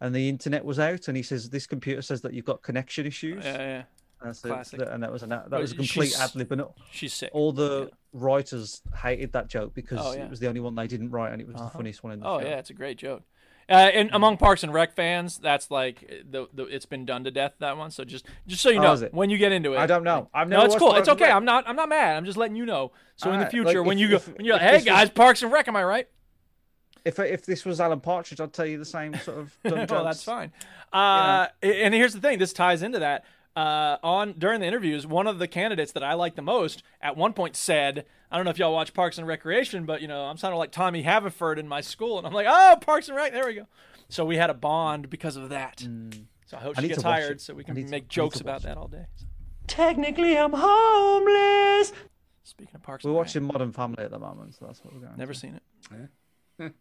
[SPEAKER 9] and the internet was out, and he says this computer says that you've got connection issues.
[SPEAKER 1] Yeah, yeah.
[SPEAKER 9] And that's it.
[SPEAKER 1] Classic.
[SPEAKER 9] That- and that was an, that
[SPEAKER 1] Well,
[SPEAKER 9] was a complete
[SPEAKER 1] she's-
[SPEAKER 9] ad lib, and
[SPEAKER 1] she's sick.
[SPEAKER 9] All the writers hated that joke because
[SPEAKER 1] Oh, yeah.
[SPEAKER 9] it was the only one they didn't write, and it was the
[SPEAKER 1] Uh-huh.
[SPEAKER 9] funniest one in the
[SPEAKER 1] oh
[SPEAKER 9] show.
[SPEAKER 1] yeah, it's a great joke. Uh, and among Parks and Rec fans, that's like the, the it's been done to death that one. So just just so you
[SPEAKER 9] Oh,
[SPEAKER 1] know,
[SPEAKER 9] is it?
[SPEAKER 1] when you get into it,
[SPEAKER 9] I don't know. I've
[SPEAKER 1] no,
[SPEAKER 9] never
[SPEAKER 1] it's
[SPEAKER 9] watched
[SPEAKER 1] cool. It's
[SPEAKER 9] Parks and
[SPEAKER 1] okay.
[SPEAKER 9] Rec.
[SPEAKER 1] I'm not I'm not mad. I'm just letting you know. So in the
[SPEAKER 9] Alright, like,
[SPEAKER 1] future, when
[SPEAKER 9] if-
[SPEAKER 1] you go,
[SPEAKER 9] if-
[SPEAKER 1] when you're
[SPEAKER 9] if
[SPEAKER 1] like, hey
[SPEAKER 9] this was-
[SPEAKER 1] guys, Parks and Rec, am I right?
[SPEAKER 9] If if this was Alan Partridge, I'd tell you the same sort of. dumb
[SPEAKER 1] well, that's
[SPEAKER 9] jokes.
[SPEAKER 1] fine. Uh, a- And here's the thing: this ties into that. Uh, on during the interviews, one of the candidates that I like the most at one point said, "I don't know if y'all watch Parks and Recreation, but you know I'm sounding like Tommy Haverford in my school." And I'm like, "Oh, Parks and Rec, there we go." So we had a bond because of that. So I hope
[SPEAKER 9] Mm. I
[SPEAKER 1] she
[SPEAKER 9] need
[SPEAKER 1] gets
[SPEAKER 9] to watch
[SPEAKER 1] hired
[SPEAKER 9] it.
[SPEAKER 1] so we
[SPEAKER 9] I
[SPEAKER 1] can
[SPEAKER 9] need to- I
[SPEAKER 1] make
[SPEAKER 9] need
[SPEAKER 1] jokes
[SPEAKER 9] to
[SPEAKER 1] about
[SPEAKER 9] watch
[SPEAKER 1] that all day.
[SPEAKER 14] Technically, I'm homeless.
[SPEAKER 1] Speaking of Parks
[SPEAKER 9] We're
[SPEAKER 1] and Rec,
[SPEAKER 9] watching Modern Family at the moment, so that's what we're going.
[SPEAKER 1] never
[SPEAKER 9] to.
[SPEAKER 1] seen it.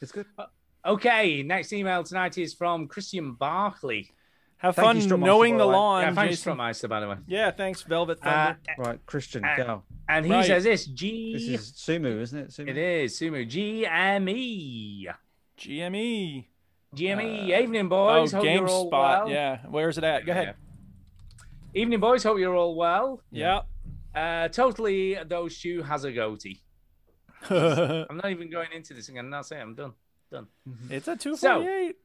[SPEAKER 9] It's good.
[SPEAKER 4] Okay, next email tonight is from Christian Barkley.
[SPEAKER 1] Have Thank you, fun Strutmeister, knowing by the the way. lawn,
[SPEAKER 4] Yeah, thanks,
[SPEAKER 1] Jason.
[SPEAKER 4] Strutmeister, by the way.
[SPEAKER 1] Yeah, thanks, Velvet
[SPEAKER 4] Uh,
[SPEAKER 1] Thunder.
[SPEAKER 9] Right, Christian,
[SPEAKER 4] Uh,
[SPEAKER 9] go.
[SPEAKER 4] And he
[SPEAKER 9] Right.
[SPEAKER 4] says this G.
[SPEAKER 9] This is Sumu, isn't it? Sumu?
[SPEAKER 4] It is Sumu E. GME.
[SPEAKER 1] GME.
[SPEAKER 4] GME. E, Evening, boys.
[SPEAKER 1] oh,
[SPEAKER 4] Hope you're all
[SPEAKER 1] GameSpot.
[SPEAKER 4] well.
[SPEAKER 1] Yeah, where's it at? Go ahead.
[SPEAKER 4] Evening, boys. Hope you're all well.
[SPEAKER 1] Yeah.
[SPEAKER 4] Uh, totally, though, Stu has a goatee. I'm not even going into this again. That's it. I'm done. Done.
[SPEAKER 1] It's a two
[SPEAKER 4] So-
[SPEAKER 1] forty eight.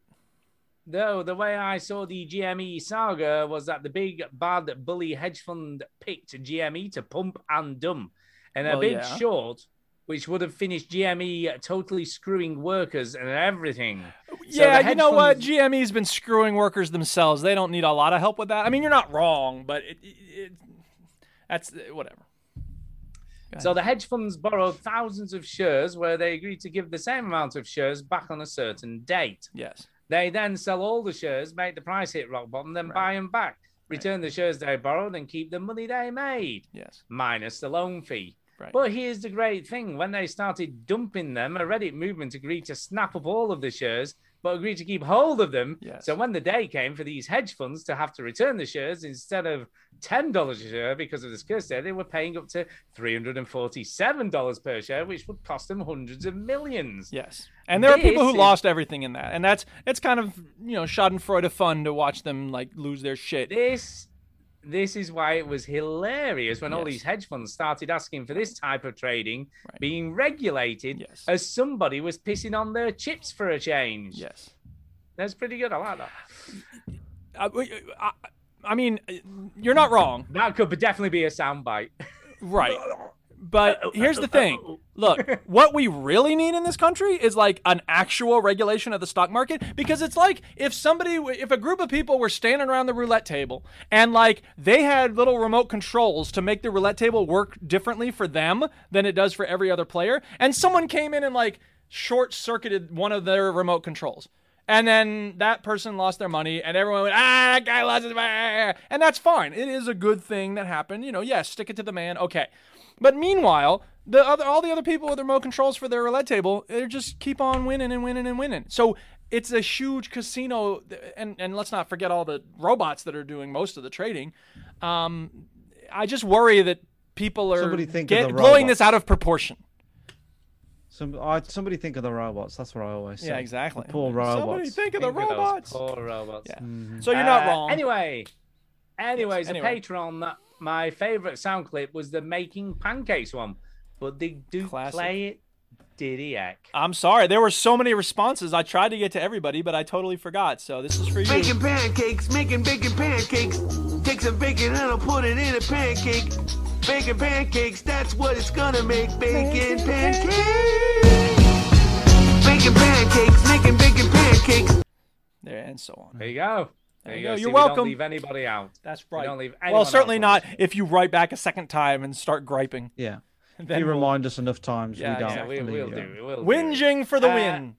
[SPEAKER 4] Though the way I saw the GME saga was that the big bad bully hedge fund picked GME to pump and dump, and a
[SPEAKER 1] Well,
[SPEAKER 4] big
[SPEAKER 1] yeah.
[SPEAKER 4] short, which would have finished GME totally screwing workers and everything. So the
[SPEAKER 1] Yeah, you
[SPEAKER 4] hedge
[SPEAKER 1] know what?
[SPEAKER 4] funds-
[SPEAKER 1] GME's been screwing workers themselves. They don't need a lot of help with that. I mean, you're not wrong, but it, it, it that's whatever.
[SPEAKER 4] So the hedge funds borrowed thousands of shares where they agreed to give the same amount of shares back on a certain date.
[SPEAKER 1] Yes.
[SPEAKER 4] They then sell all the shares, make the price hit rock bottom, then buy them back, return the shares they borrowed, and keep the money they made.
[SPEAKER 1] Yes.
[SPEAKER 4] Minus the loan fee.
[SPEAKER 1] Right.
[SPEAKER 4] But here's the great thing when they started dumping them, a Reddit movement agreed to snap up all of the shares, but agreed to keep hold of them. So when the day came for these hedge funds to have to return the shares instead of $10 a share because of this curse there, they were paying up to $347 per share, which would cost them hundreds of millions.
[SPEAKER 1] Yes. And there are people
[SPEAKER 4] This
[SPEAKER 1] who
[SPEAKER 4] is-
[SPEAKER 1] lost everything in that, and that's it's kind of you know Schadenfreude fun to watch them like lose their shit.
[SPEAKER 4] This this is why it was hilarious when all
[SPEAKER 15] Yes.
[SPEAKER 4] these hedge funds started asking for this type of trading being regulated as somebody was pissing on their chips for a change.
[SPEAKER 1] Yes.
[SPEAKER 4] That's pretty good. I like that.
[SPEAKER 1] I, uh, I, I mean, uh, you're not wrong.
[SPEAKER 4] That could definitely be a soundbite.
[SPEAKER 1] Right. But here's the thing. Look, what we really need in this country is like an actual regulation of the stock market because it's like if somebody if a group of people were standing around the roulette table and like they had little remote controls to make the roulette table work differently for them than it does for every other player and someone came in and like short circuited one of their remote controls. And then that person lost their money, and everyone went, ah, that guy lost his money. And that's fine. It is a good thing that happened. You know, yes, stick it to the man. Okay. But meanwhile, the other, all the other people with remote controls for their roulette table, they just keep on winning and winning and winning. So it's a huge casino. th- And, and let's not forget all the robots that are doing most of the trading. Um, I just worry that people are
[SPEAKER 9] Somebody think of
[SPEAKER 1] get-
[SPEAKER 9] the
[SPEAKER 1] blowing this
[SPEAKER 9] robots.
[SPEAKER 1] out of proportion.
[SPEAKER 9] Some, I, somebody think of the robots. That's what I always say.
[SPEAKER 1] Yeah, exactly.
[SPEAKER 9] The poor robots. Mm-hmm.
[SPEAKER 1] Somebody think of the
[SPEAKER 4] Think of those
[SPEAKER 1] robots.
[SPEAKER 4] Poor robots.
[SPEAKER 1] So you're not
[SPEAKER 4] Uh,
[SPEAKER 1] wrong.
[SPEAKER 4] Anyway, anyways, the
[SPEAKER 1] anyway.
[SPEAKER 4] Patreon that my favorite sound clip was the making pancakes one, but they do play it. Diddy act.
[SPEAKER 1] I'm sorry. There were so many responses. I tried to get to everybody, but I totally forgot. So this is for you.
[SPEAKER 14] Making pancakes, making bacon pancakes. Take some bacon and I'll put it in a pancake. Bacon pancakes, that's what it's gonna make. Bacon pancakes. Bacon pancakes, making bacon pancakes.
[SPEAKER 1] There and so on.
[SPEAKER 4] There you go. There, you go. See,
[SPEAKER 1] You're
[SPEAKER 4] we Don't
[SPEAKER 1] welcome.
[SPEAKER 4] leave anybody out.
[SPEAKER 1] That's
[SPEAKER 4] We
[SPEAKER 1] right.
[SPEAKER 4] don't leave anyone
[SPEAKER 1] well,
[SPEAKER 4] out.
[SPEAKER 1] certainly not if you write back a second time and start griping.
[SPEAKER 9] Yeah.
[SPEAKER 1] Then
[SPEAKER 9] you
[SPEAKER 1] we'll-
[SPEAKER 9] remind us enough times
[SPEAKER 1] Yeah,
[SPEAKER 9] we don't.
[SPEAKER 1] exactly.
[SPEAKER 9] believe
[SPEAKER 4] We'll
[SPEAKER 9] you.
[SPEAKER 4] do it. We'll do it.
[SPEAKER 1] Whinging for the
[SPEAKER 4] Uh,
[SPEAKER 1] win.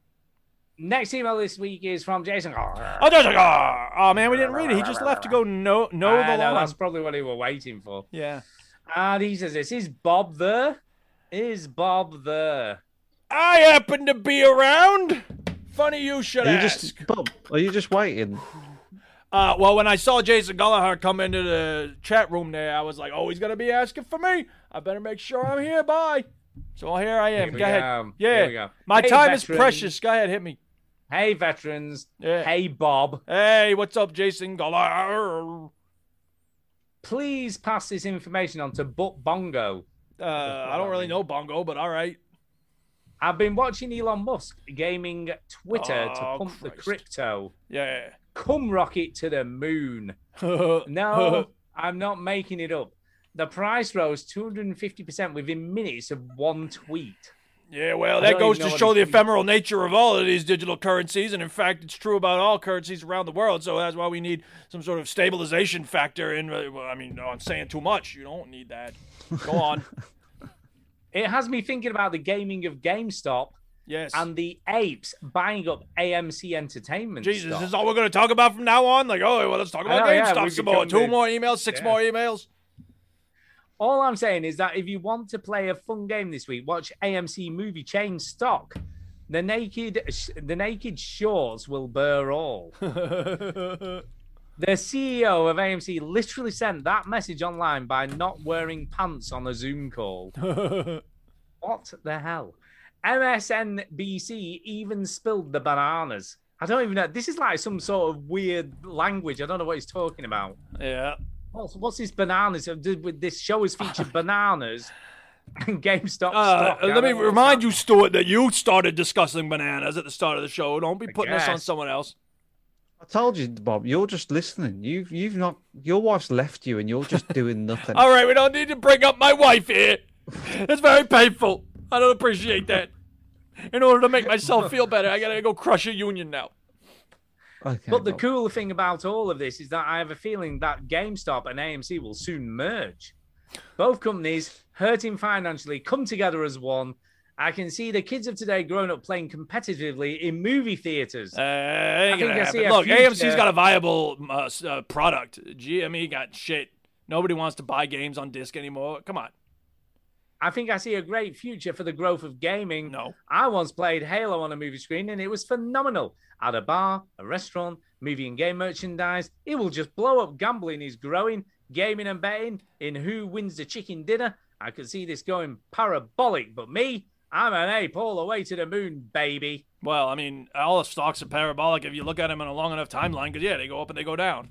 [SPEAKER 4] Next email this week is from Jason. Ah,
[SPEAKER 1] Oh, there's a- oh, oh, man, we didn't read it. He just left to go no no the
[SPEAKER 4] I know,
[SPEAKER 1] lawn.
[SPEAKER 4] That's probably what they were waiting for.
[SPEAKER 1] Yeah.
[SPEAKER 4] And he says this is Bob there? Is Bob there?
[SPEAKER 1] I happen to be around. Funny you should
[SPEAKER 9] Are you
[SPEAKER 1] ask.
[SPEAKER 9] just Bob? Are you just waiting?
[SPEAKER 1] Uh, well, when I saw Jason Gallagher come into the chat room there, I was like, oh, he's going to be asking for me. I better make sure I'm here. Bye. So here I am.
[SPEAKER 4] Here we
[SPEAKER 1] go ahead.
[SPEAKER 4] go.
[SPEAKER 1] Yeah.
[SPEAKER 4] Here we go.
[SPEAKER 1] My
[SPEAKER 4] Hey,
[SPEAKER 1] time is
[SPEAKER 4] veterans.
[SPEAKER 1] precious. Go ahead. Hit me.
[SPEAKER 4] Hey, veterans.
[SPEAKER 1] Yeah.
[SPEAKER 4] Hey, Bob.
[SPEAKER 1] Hey, what's up, Jason Gallagher?
[SPEAKER 4] Please pass this information on to Butt Bongo.
[SPEAKER 1] Uh, I don't really know Bongo, but all right.
[SPEAKER 4] I've been watching Elon Musk gaming Twitter
[SPEAKER 1] Oh,
[SPEAKER 4] to pump the crypto.
[SPEAKER 1] Yeah.
[SPEAKER 4] Cum rocket to the moon. no, I'm not making it up. The price rose 250% within minutes of one tweet.
[SPEAKER 1] Yeah, well,
[SPEAKER 4] I
[SPEAKER 1] that
[SPEAKER 4] don't even
[SPEAKER 1] goes
[SPEAKER 4] know
[SPEAKER 1] to
[SPEAKER 4] what
[SPEAKER 1] show
[SPEAKER 4] he
[SPEAKER 1] the
[SPEAKER 4] thinks.
[SPEAKER 1] ephemeral nature of all of these digital currencies, and in fact, it's true about all currencies around the world. So that's why we need some sort of stabilization factor. In, uh, well, I mean, no, I'm saying too much. You don't need that. Go on.
[SPEAKER 4] It has me thinking about the gaming of GameStop.
[SPEAKER 1] Yes.
[SPEAKER 4] And the apes buying up AMC Entertainment.
[SPEAKER 1] Jesus,
[SPEAKER 4] stock.
[SPEAKER 1] this is all we're going to talk about from now on. Like, oh, well, let's talk
[SPEAKER 4] I
[SPEAKER 1] about
[SPEAKER 4] know, yeah,
[SPEAKER 1] GameStop
[SPEAKER 4] we
[SPEAKER 1] some
[SPEAKER 4] could
[SPEAKER 1] more.
[SPEAKER 4] come
[SPEAKER 1] Two
[SPEAKER 4] in-
[SPEAKER 1] more emails, six
[SPEAKER 4] yeah.
[SPEAKER 1] more emails.
[SPEAKER 4] All I'm saying is that if you want to play a fun game this week, watch AMC Movie Chain Stock. The naked, the naked shorts will burr all. the CEO of AMC literally sent that message online by not wearing pants on a Zoom call. what the hell? MSNBC even spilled the bananas. I don't even know. This is like some sort of weird language. I don't know what he's talking about.
[SPEAKER 1] Yeah.
[SPEAKER 4] What's, what's this bananas? Uh, did- with This show has featured bananas and GameStop.
[SPEAKER 1] Uh,
[SPEAKER 4] stock. I
[SPEAKER 1] let me
[SPEAKER 4] don't know.
[SPEAKER 1] remind you, Stuart, that you started discussing bananas at the start of the show. Don't be putting this on
[SPEAKER 4] guess.
[SPEAKER 1] someone else.
[SPEAKER 9] I told you, Bob. You're just listening. You've you've not. Your wife's left you, and you're just doing nothing.
[SPEAKER 1] All right, we don't need to bring up my wife here. It's very painful. I don't appreciate that. In order to make myself feel better, I gotta go crush a union now.
[SPEAKER 4] but the cool thing about all of this is that I have a feeling that GameStop and AMC will soon merge. Both companies, hurting financially, come together as one. I can see the kids of today growing up playing competitively in movie theaters.
[SPEAKER 1] Uh, Ain't gonna happen. Look, AMC's got a viable uh, s- uh, product. GME got shit. Nobody wants to buy games on disc anymore. Come on.
[SPEAKER 4] I think I see a great future for the growth of gaming. No. I once played Halo on a movie screen and it was phenomenal. At a bar, a restaurant, movie and game merchandise, it will just blow up. Gambling is growing, gaming and betting in who wins the chicken dinner. I could see this going parabolic, but me, I'm an ape all the way to the moon, baby.
[SPEAKER 1] Well, I mean, all the stocks are parabolic if you look at them in a long enough timeline. Because yeah, they go up and they go down.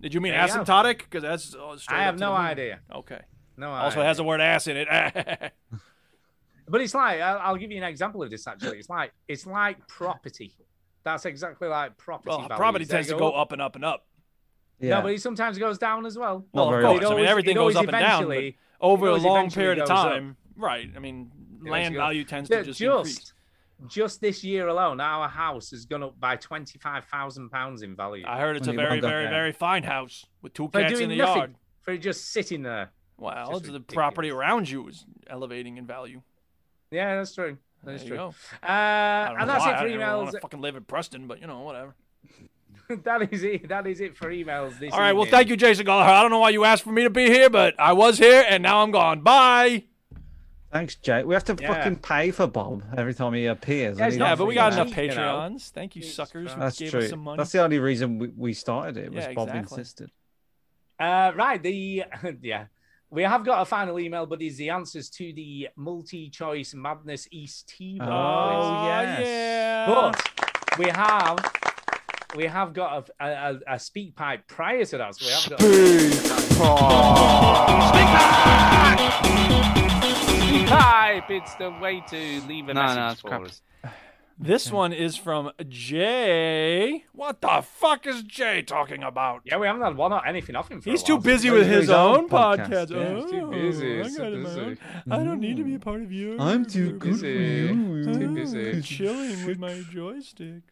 [SPEAKER 1] Did you mean
[SPEAKER 4] There you go.
[SPEAKER 1] asymptotic? Because that's oh, straight
[SPEAKER 4] I
[SPEAKER 1] up
[SPEAKER 4] have
[SPEAKER 1] to the
[SPEAKER 4] no
[SPEAKER 1] moon.
[SPEAKER 4] idea.
[SPEAKER 1] Okay.
[SPEAKER 4] No
[SPEAKER 1] Also
[SPEAKER 4] idea.
[SPEAKER 1] has the word ass in it.
[SPEAKER 4] But it's like I'll, I'll give you an example of this. Actually, it's like it's like property. That's exactly like property.
[SPEAKER 1] well,
[SPEAKER 4] values.
[SPEAKER 1] property
[SPEAKER 4] They
[SPEAKER 1] tends to go up and up and up.
[SPEAKER 4] No, but it sometimes goes down as well.
[SPEAKER 1] Well,
[SPEAKER 4] It
[SPEAKER 1] of course. I
[SPEAKER 4] always-
[SPEAKER 1] mean,
[SPEAKER 4] it
[SPEAKER 1] everything goes
[SPEAKER 4] always
[SPEAKER 1] up and down. but
[SPEAKER 4] eventually-
[SPEAKER 1] over
[SPEAKER 4] it
[SPEAKER 1] a
[SPEAKER 4] always
[SPEAKER 1] long
[SPEAKER 4] eventually
[SPEAKER 1] period of
[SPEAKER 4] goes up.
[SPEAKER 1] time, right? I mean,
[SPEAKER 4] It
[SPEAKER 1] land
[SPEAKER 4] goes-
[SPEAKER 1] value tends
[SPEAKER 4] Yeah,
[SPEAKER 1] to just, increase.
[SPEAKER 4] just this year alone, our house has gone up by twenty five thousand pounds in value.
[SPEAKER 1] I heard it's a very, very, very fine house with two
[SPEAKER 4] For
[SPEAKER 1] cats in
[SPEAKER 4] doing
[SPEAKER 1] the
[SPEAKER 4] nothing,
[SPEAKER 1] yard.
[SPEAKER 4] For it just sitting there.
[SPEAKER 1] Well, the property around you is elevating in value.
[SPEAKER 4] Yeah, that's true. That's
[SPEAKER 1] There you
[SPEAKER 4] true.
[SPEAKER 1] go.
[SPEAKER 4] Uh,
[SPEAKER 1] I don't
[SPEAKER 4] and
[SPEAKER 1] know
[SPEAKER 4] that's
[SPEAKER 1] why.
[SPEAKER 4] it for
[SPEAKER 1] I don't want
[SPEAKER 4] emails.
[SPEAKER 1] to fucking live in Preston, but you know, whatever.
[SPEAKER 4] that is it. That is it for emails. This
[SPEAKER 1] All right. Well,
[SPEAKER 4] evening.
[SPEAKER 1] thank you, Jason Gallagher. I don't know why you asked for me to be here, but I was here, and now I'm gone. Bye.
[SPEAKER 9] Thanks, Jake. We have to
[SPEAKER 1] Yeah.
[SPEAKER 9] fucking pay for Bob every time he appears.
[SPEAKER 1] Yeah,
[SPEAKER 9] and he
[SPEAKER 1] but
[SPEAKER 9] doesn't,
[SPEAKER 1] we
[SPEAKER 9] you
[SPEAKER 1] got
[SPEAKER 9] know.
[SPEAKER 1] enough Patreons. Thank you, suckers, who
[SPEAKER 9] That's
[SPEAKER 1] gave
[SPEAKER 9] true.
[SPEAKER 1] us some money.
[SPEAKER 9] That's the only reason we, we started it was
[SPEAKER 4] Yeah,
[SPEAKER 9] Bob
[SPEAKER 4] exactly.
[SPEAKER 9] insisted.
[SPEAKER 4] Uh, right, the yeah, we have got a final email, but is the answers to the multi-choice madness East T
[SPEAKER 9] Oh,
[SPEAKER 1] yes. yeah.
[SPEAKER 4] But we have we have got a, a, a, a speak pipe prior to that. So we have got speak pipe. It's the way to leave a
[SPEAKER 6] No, no,
[SPEAKER 4] message
[SPEAKER 6] it's
[SPEAKER 4] for
[SPEAKER 6] crap.
[SPEAKER 4] us.
[SPEAKER 1] This one is from Jay. What the fuck is Jay talking about?
[SPEAKER 4] Yeah, we haven't had one or anything off him. For
[SPEAKER 1] He's
[SPEAKER 4] a
[SPEAKER 1] too
[SPEAKER 4] while.
[SPEAKER 1] busy with his own podcast.
[SPEAKER 4] Yeah, he's too
[SPEAKER 1] Oh,
[SPEAKER 4] busy.
[SPEAKER 1] I
[SPEAKER 4] He's
[SPEAKER 1] got
[SPEAKER 4] too
[SPEAKER 1] it, man.
[SPEAKER 4] busy.
[SPEAKER 1] I don't need to be a part of you.
[SPEAKER 4] I'm too good for you. Too
[SPEAKER 1] I'm
[SPEAKER 4] busy.
[SPEAKER 1] Chilling with my joysticks.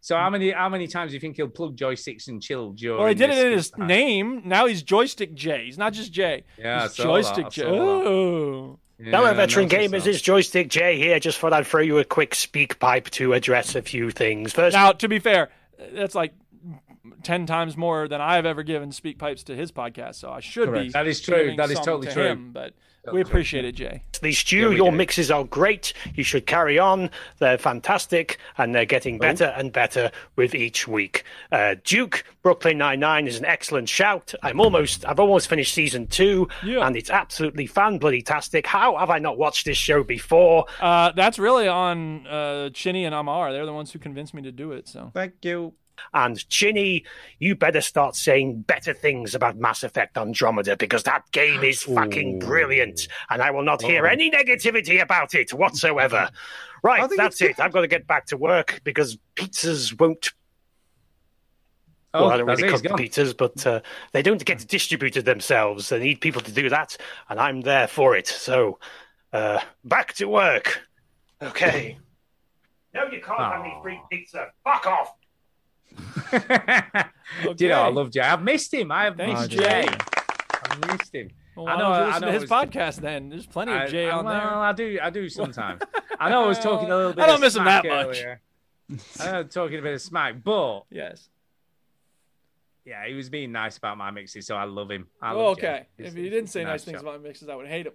[SPEAKER 4] So how many how many times do you think he'll plug joysticks and chill during?
[SPEAKER 1] Well, he did
[SPEAKER 4] this
[SPEAKER 1] it in his
[SPEAKER 4] speak pipe?
[SPEAKER 1] name. Now he's Joystick Jay. He's not just Jay.
[SPEAKER 4] Yeah,
[SPEAKER 1] he's
[SPEAKER 4] I saw
[SPEAKER 1] Joystick
[SPEAKER 4] that, I
[SPEAKER 1] Jay.
[SPEAKER 4] saw that.
[SPEAKER 1] Oh.
[SPEAKER 15] Hello, veteran gamers. It's Joystick Jay here. Just thought I'd throw you a quick speak pipe to address a few things. First,
[SPEAKER 1] Now, to be fair, that's like ten times more than I've ever given speak pipes to his podcast. So I should be.
[SPEAKER 4] Correct. That is true.
[SPEAKER 1] giving
[SPEAKER 4] That is
[SPEAKER 1] some
[SPEAKER 4] totally
[SPEAKER 1] to
[SPEAKER 4] true.
[SPEAKER 1] him, but
[SPEAKER 4] Totally
[SPEAKER 1] we
[SPEAKER 4] true.
[SPEAKER 1] appreciate it, Jay.
[SPEAKER 15] the stew, your mixes are great. You should carry on. They're fantastic, and they're getting better and better with each week. Uh, Duke Brooklyn Nine Nine is an excellent shout. I'm almost, I've almost finished season two, and it's absolutely fan bloody tastic. How have I not watched this show before?
[SPEAKER 1] Uh, that's really on uh, Chinny and Amar. They're the ones who convinced me to do it. So
[SPEAKER 9] thank you.
[SPEAKER 15] And Chinny, you better start saying better things about Mass Effect Andromeda because that game is fucking brilliant, and I will not hear
[SPEAKER 16] Oh.
[SPEAKER 15] any negativity about it whatsoever. Right, that's it. I've got to get back to work because pizzas won't.
[SPEAKER 4] Oh,
[SPEAKER 15] well, I don't
[SPEAKER 4] that's
[SPEAKER 15] really
[SPEAKER 4] it, he's
[SPEAKER 15] cook the pizzas, but uh, they don't get distributed themselves. They need people to do that, and I'm there for it. So, uh, back to work. Okay. No, you can't have any free pizza. Fuck off.
[SPEAKER 4] Do you know, I love Jay. I've missed him. I have
[SPEAKER 1] Thanks,
[SPEAKER 4] missed
[SPEAKER 1] Jay.
[SPEAKER 4] Jay. I missed him.
[SPEAKER 1] Well,
[SPEAKER 4] I
[SPEAKER 1] why
[SPEAKER 4] know.
[SPEAKER 1] don't you
[SPEAKER 4] I
[SPEAKER 1] listen
[SPEAKER 4] know.
[SPEAKER 1] to
[SPEAKER 4] it
[SPEAKER 1] his
[SPEAKER 4] was-
[SPEAKER 1] podcast then. There's plenty
[SPEAKER 4] I-
[SPEAKER 1] of Jay
[SPEAKER 4] I-
[SPEAKER 1] on there.
[SPEAKER 4] Well, I do. I do sometimes. I know. I was talking a little bit.
[SPEAKER 1] I don't
[SPEAKER 4] of
[SPEAKER 1] miss him
[SPEAKER 4] smack
[SPEAKER 1] that much.
[SPEAKER 4] earlier. I know I was talking a bit of smack, but
[SPEAKER 1] yes,
[SPEAKER 4] yeah, he was being nice about my mixes, so I love him. I
[SPEAKER 1] Oh,
[SPEAKER 4] love Jay.
[SPEAKER 1] okay.
[SPEAKER 4] He's-
[SPEAKER 1] If you
[SPEAKER 4] he's
[SPEAKER 1] didn't
[SPEAKER 4] a
[SPEAKER 1] say nice
[SPEAKER 4] nice
[SPEAKER 1] things
[SPEAKER 4] chap.
[SPEAKER 1] about mixes, I would hate him.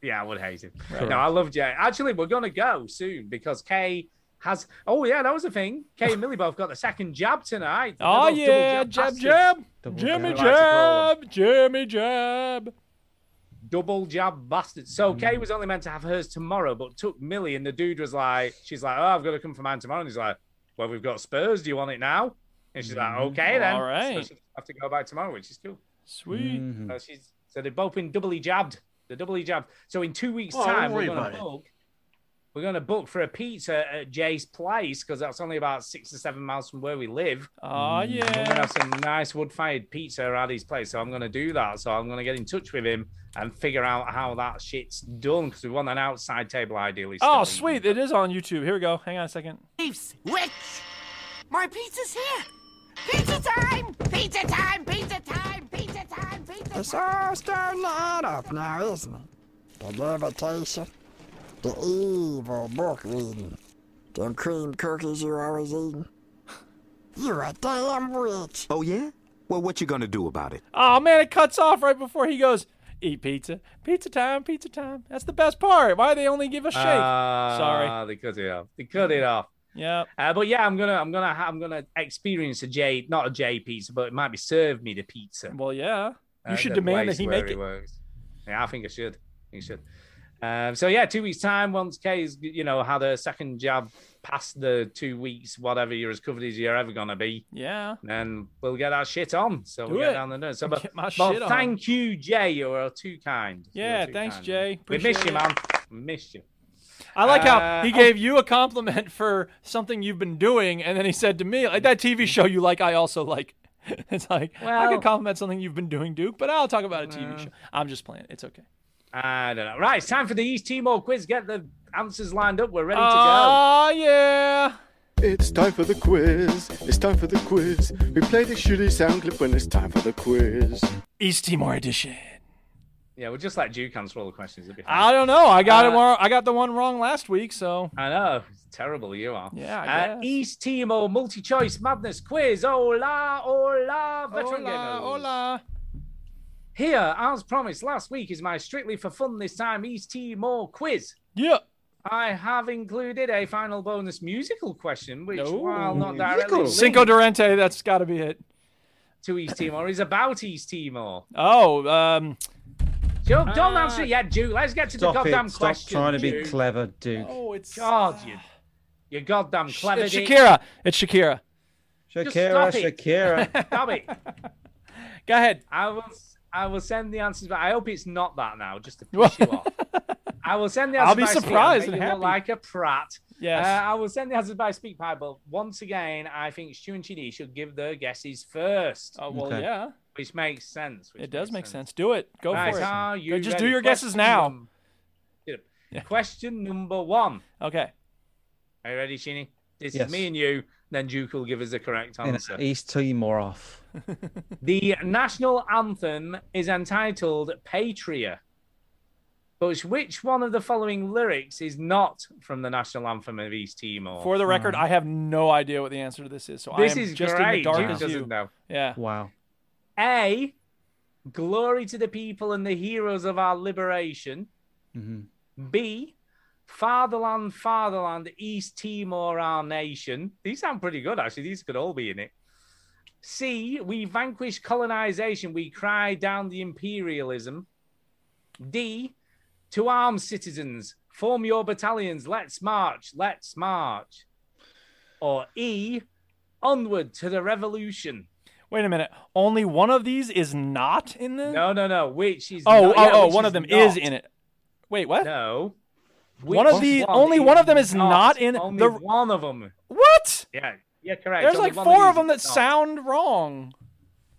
[SPEAKER 4] Yeah, I would hate him.
[SPEAKER 1] Right.
[SPEAKER 4] No, I love Jay. Actually, we're gonna go soon because Kay has. Oh yeah, that was a thing. Kay and Millie both got the second jab tonight. They're
[SPEAKER 1] Oh
[SPEAKER 4] both double
[SPEAKER 1] yeah, jab
[SPEAKER 4] bastards.
[SPEAKER 1] jab,
[SPEAKER 4] Double
[SPEAKER 1] Jimmy
[SPEAKER 4] jab. I like to call
[SPEAKER 1] jab, Jimmy jab.
[SPEAKER 4] Double jab bastard. So
[SPEAKER 1] Mm.
[SPEAKER 4] Kay was only meant to have hers tomorrow, but took Millie, and the dude was like, she's like, oh, I've got to come for mine tomorrow. And he's like, well, we've got Spurs. Do you want it now? And she's like,
[SPEAKER 1] Mhm.
[SPEAKER 4] okay then.
[SPEAKER 1] All
[SPEAKER 4] So
[SPEAKER 1] right. Hmm.
[SPEAKER 4] she'll have to go back tomorrow, which is cool.
[SPEAKER 1] Sweet.
[SPEAKER 9] Mm-hmm.
[SPEAKER 4] So, she's, so they've both been doubly jabbed. They're doubly jabbed. So in two weeks'
[SPEAKER 1] Oh, don't
[SPEAKER 4] time,
[SPEAKER 1] worry
[SPEAKER 4] we're going
[SPEAKER 1] about
[SPEAKER 4] to
[SPEAKER 1] it.
[SPEAKER 4] book. We're going to book for a pizza at Jay's place because that's only about six or seven miles from where we live.
[SPEAKER 1] Aw,
[SPEAKER 4] And We're going to
[SPEAKER 1] Ah, yeah.
[SPEAKER 4] have some nice wood fired pizza at his place. So I'm going to do that. So I'm going to get in touch with him and figure out how that shit's done because we want an outside table ideally.
[SPEAKER 1] Oh
[SPEAKER 4] still.
[SPEAKER 1] sweet, it is on YouTube. Here we go. Hang on a second.
[SPEAKER 17] Chiefs, witch! My pizza's here! Pizza time! Pizza time! Pizza time! Pizza time! Pizza time!
[SPEAKER 18] It's all starting to add up now, isn't it? The levitation, the evil book reading, them cream cookies you always eating. You're a damn witch.
[SPEAKER 19] Oh, yeah? Well, what you gonna do about it?
[SPEAKER 1] Oh man, it cuts off right before he goes. Eat pizza. Pizza time. Pizza time. That's the best part. Why they only give a shake? Sorry.
[SPEAKER 4] Ah, they cut it off. They cut it off.
[SPEAKER 1] Yeah.
[SPEAKER 4] Uh, but yeah, I'm gonna, I'm gonna, ha- I'm gonna experience a J, not a J pizza, but it might be served me the pizza.
[SPEAKER 1] Well, yeah. You
[SPEAKER 4] at
[SPEAKER 1] should
[SPEAKER 4] the
[SPEAKER 1] demand that
[SPEAKER 4] place
[SPEAKER 1] he
[SPEAKER 4] where
[SPEAKER 1] make
[SPEAKER 4] he
[SPEAKER 1] it.
[SPEAKER 4] works. Yeah, I think I should. You should. Um, so yeah, two weeks time. Once Kay's you know had her second jab past the two weeks, whatever you're as covered as you're ever gonna be.
[SPEAKER 1] Yeah.
[SPEAKER 4] Then we'll get our shit on. So
[SPEAKER 1] Do
[SPEAKER 4] we'll get
[SPEAKER 1] it.
[SPEAKER 4] down the nose. So,
[SPEAKER 1] Get
[SPEAKER 4] but,
[SPEAKER 1] my
[SPEAKER 4] but
[SPEAKER 1] shit on.
[SPEAKER 4] thank you, Jay. You are too kind. You are
[SPEAKER 1] Yeah,
[SPEAKER 4] too
[SPEAKER 1] thanks,
[SPEAKER 4] kind.
[SPEAKER 1] Jay.
[SPEAKER 4] we miss
[SPEAKER 1] Appreciate
[SPEAKER 4] you,
[SPEAKER 1] it.
[SPEAKER 4] man. We miss you.
[SPEAKER 1] I like
[SPEAKER 4] Uh,
[SPEAKER 1] how he
[SPEAKER 4] oh.
[SPEAKER 1] gave you a compliment for something you've been doing, and then he said to me, like that TV show you like, I also like. It's like I
[SPEAKER 4] Mm-hmm. Well-
[SPEAKER 1] could compliment something you've been doing, Duke, but I'll talk about a TV show. I'm just playing. It's okay.
[SPEAKER 4] I don't know. Right, it's time for the East Timor quiz. Get the answers lined up. We're ready to go.
[SPEAKER 1] Oh yeah.
[SPEAKER 16] It's time for the quiz. It's time for the quiz. We play the shitty sound clip when it's time for the quiz.
[SPEAKER 1] East Timor edition.
[SPEAKER 4] Yeah, we'll just let Duke answer all the questions. it'll be fine.
[SPEAKER 1] I don't know. I got it.
[SPEAKER 4] Uh,
[SPEAKER 1] Wrong. I got the one wrong last week, so
[SPEAKER 4] I know. It's terrible you are.
[SPEAKER 1] Yeah, I
[SPEAKER 4] Uh, East Timor multi choice madness quiz. Hola, hola, veteran
[SPEAKER 1] Hola,
[SPEAKER 4] gamers. Here, as promised last week, is my strictly for fun this time East Timor quiz.
[SPEAKER 1] Yeah.
[SPEAKER 4] I have included a final bonus musical question, which, while not directly linked
[SPEAKER 1] Cinco Durante. That's got to be it.
[SPEAKER 4] to East Timor, is about East Timor.
[SPEAKER 1] Oh, um,
[SPEAKER 4] Joe, don't
[SPEAKER 1] Uh,
[SPEAKER 4] answer it yet, Duke. Let's get to the
[SPEAKER 9] Stop
[SPEAKER 4] goddamn
[SPEAKER 9] it. Stop
[SPEAKER 4] question.
[SPEAKER 9] trying to be
[SPEAKER 4] Duke.
[SPEAKER 9] clever, Duke.
[SPEAKER 1] Oh, it's
[SPEAKER 4] God, you, you goddamn clever.
[SPEAKER 1] it's
[SPEAKER 4] dick.
[SPEAKER 1] Shakira. It's Shakira.
[SPEAKER 4] Just stop it. stop it.
[SPEAKER 1] Go ahead.
[SPEAKER 4] I will. I will send the answers, but I hope it's not that now. Just to piss you off. I will send the answers.
[SPEAKER 1] I'll be
[SPEAKER 4] by speak.
[SPEAKER 1] surprised
[SPEAKER 4] Make
[SPEAKER 1] and
[SPEAKER 4] you look
[SPEAKER 1] happy.
[SPEAKER 4] Like a prat.
[SPEAKER 1] Yes.
[SPEAKER 4] Uh, I will send the answers by speak pipe, but once again, I think Stu and Chidi should give their guesses first.
[SPEAKER 1] Oh well, yeah.
[SPEAKER 4] Which makes sense. Which
[SPEAKER 1] It does make sense. Do it. Go
[SPEAKER 4] Right,
[SPEAKER 1] for it.
[SPEAKER 4] are you
[SPEAKER 1] Go- just do
[SPEAKER 4] ready?
[SPEAKER 1] your guesses
[SPEAKER 4] Question
[SPEAKER 1] now.
[SPEAKER 4] num- Question number one.
[SPEAKER 1] Okay.
[SPEAKER 4] Are you ready, Shini? This
[SPEAKER 9] Yes.
[SPEAKER 4] is me and you. Then Duke will give us the correct
[SPEAKER 9] In
[SPEAKER 4] answer.
[SPEAKER 9] East Timor off.
[SPEAKER 4] The national anthem is entitled Patria. But which one of the following lyrics is not from the national anthem of East Timor?
[SPEAKER 1] For the record, I have no idea what the answer to this is, so
[SPEAKER 4] This
[SPEAKER 1] I am
[SPEAKER 4] is
[SPEAKER 1] just in
[SPEAKER 4] great.
[SPEAKER 1] the dark
[SPEAKER 4] Duke
[SPEAKER 1] as
[SPEAKER 4] doesn't
[SPEAKER 1] you.
[SPEAKER 4] know.
[SPEAKER 1] Yeah.
[SPEAKER 9] Wow.
[SPEAKER 4] A. Glory to the people and the heroes of our liberation.
[SPEAKER 9] Mm-hmm.
[SPEAKER 4] B. Fatherland, Fatherland, East Timor, our nation. These sound pretty good, actually. These could all be in it. C. We vanquish colonization. We cry down the imperialism. D. To arms, citizens. Form your battalions. Let's march. Let's march. Or E. Onward to the revolution.
[SPEAKER 1] Wait a minute. Only one of these is not in this.
[SPEAKER 4] No, no, no. Which is
[SPEAKER 1] Oh,
[SPEAKER 4] not-
[SPEAKER 1] oh,
[SPEAKER 4] yeah,
[SPEAKER 1] oh,
[SPEAKER 4] which
[SPEAKER 1] one
[SPEAKER 4] is
[SPEAKER 1] of them is
[SPEAKER 4] not.
[SPEAKER 1] in it. Wait, what?
[SPEAKER 4] No.
[SPEAKER 1] One of
[SPEAKER 4] Which
[SPEAKER 1] the- only one of them is not in
[SPEAKER 4] Only
[SPEAKER 1] the-
[SPEAKER 4] one of them.
[SPEAKER 1] What?
[SPEAKER 4] Yeah, yeah, correct.
[SPEAKER 1] There's
[SPEAKER 4] Only
[SPEAKER 1] like
[SPEAKER 4] one
[SPEAKER 1] four of
[SPEAKER 4] these
[SPEAKER 1] them that
[SPEAKER 4] is not.
[SPEAKER 1] sound wrong.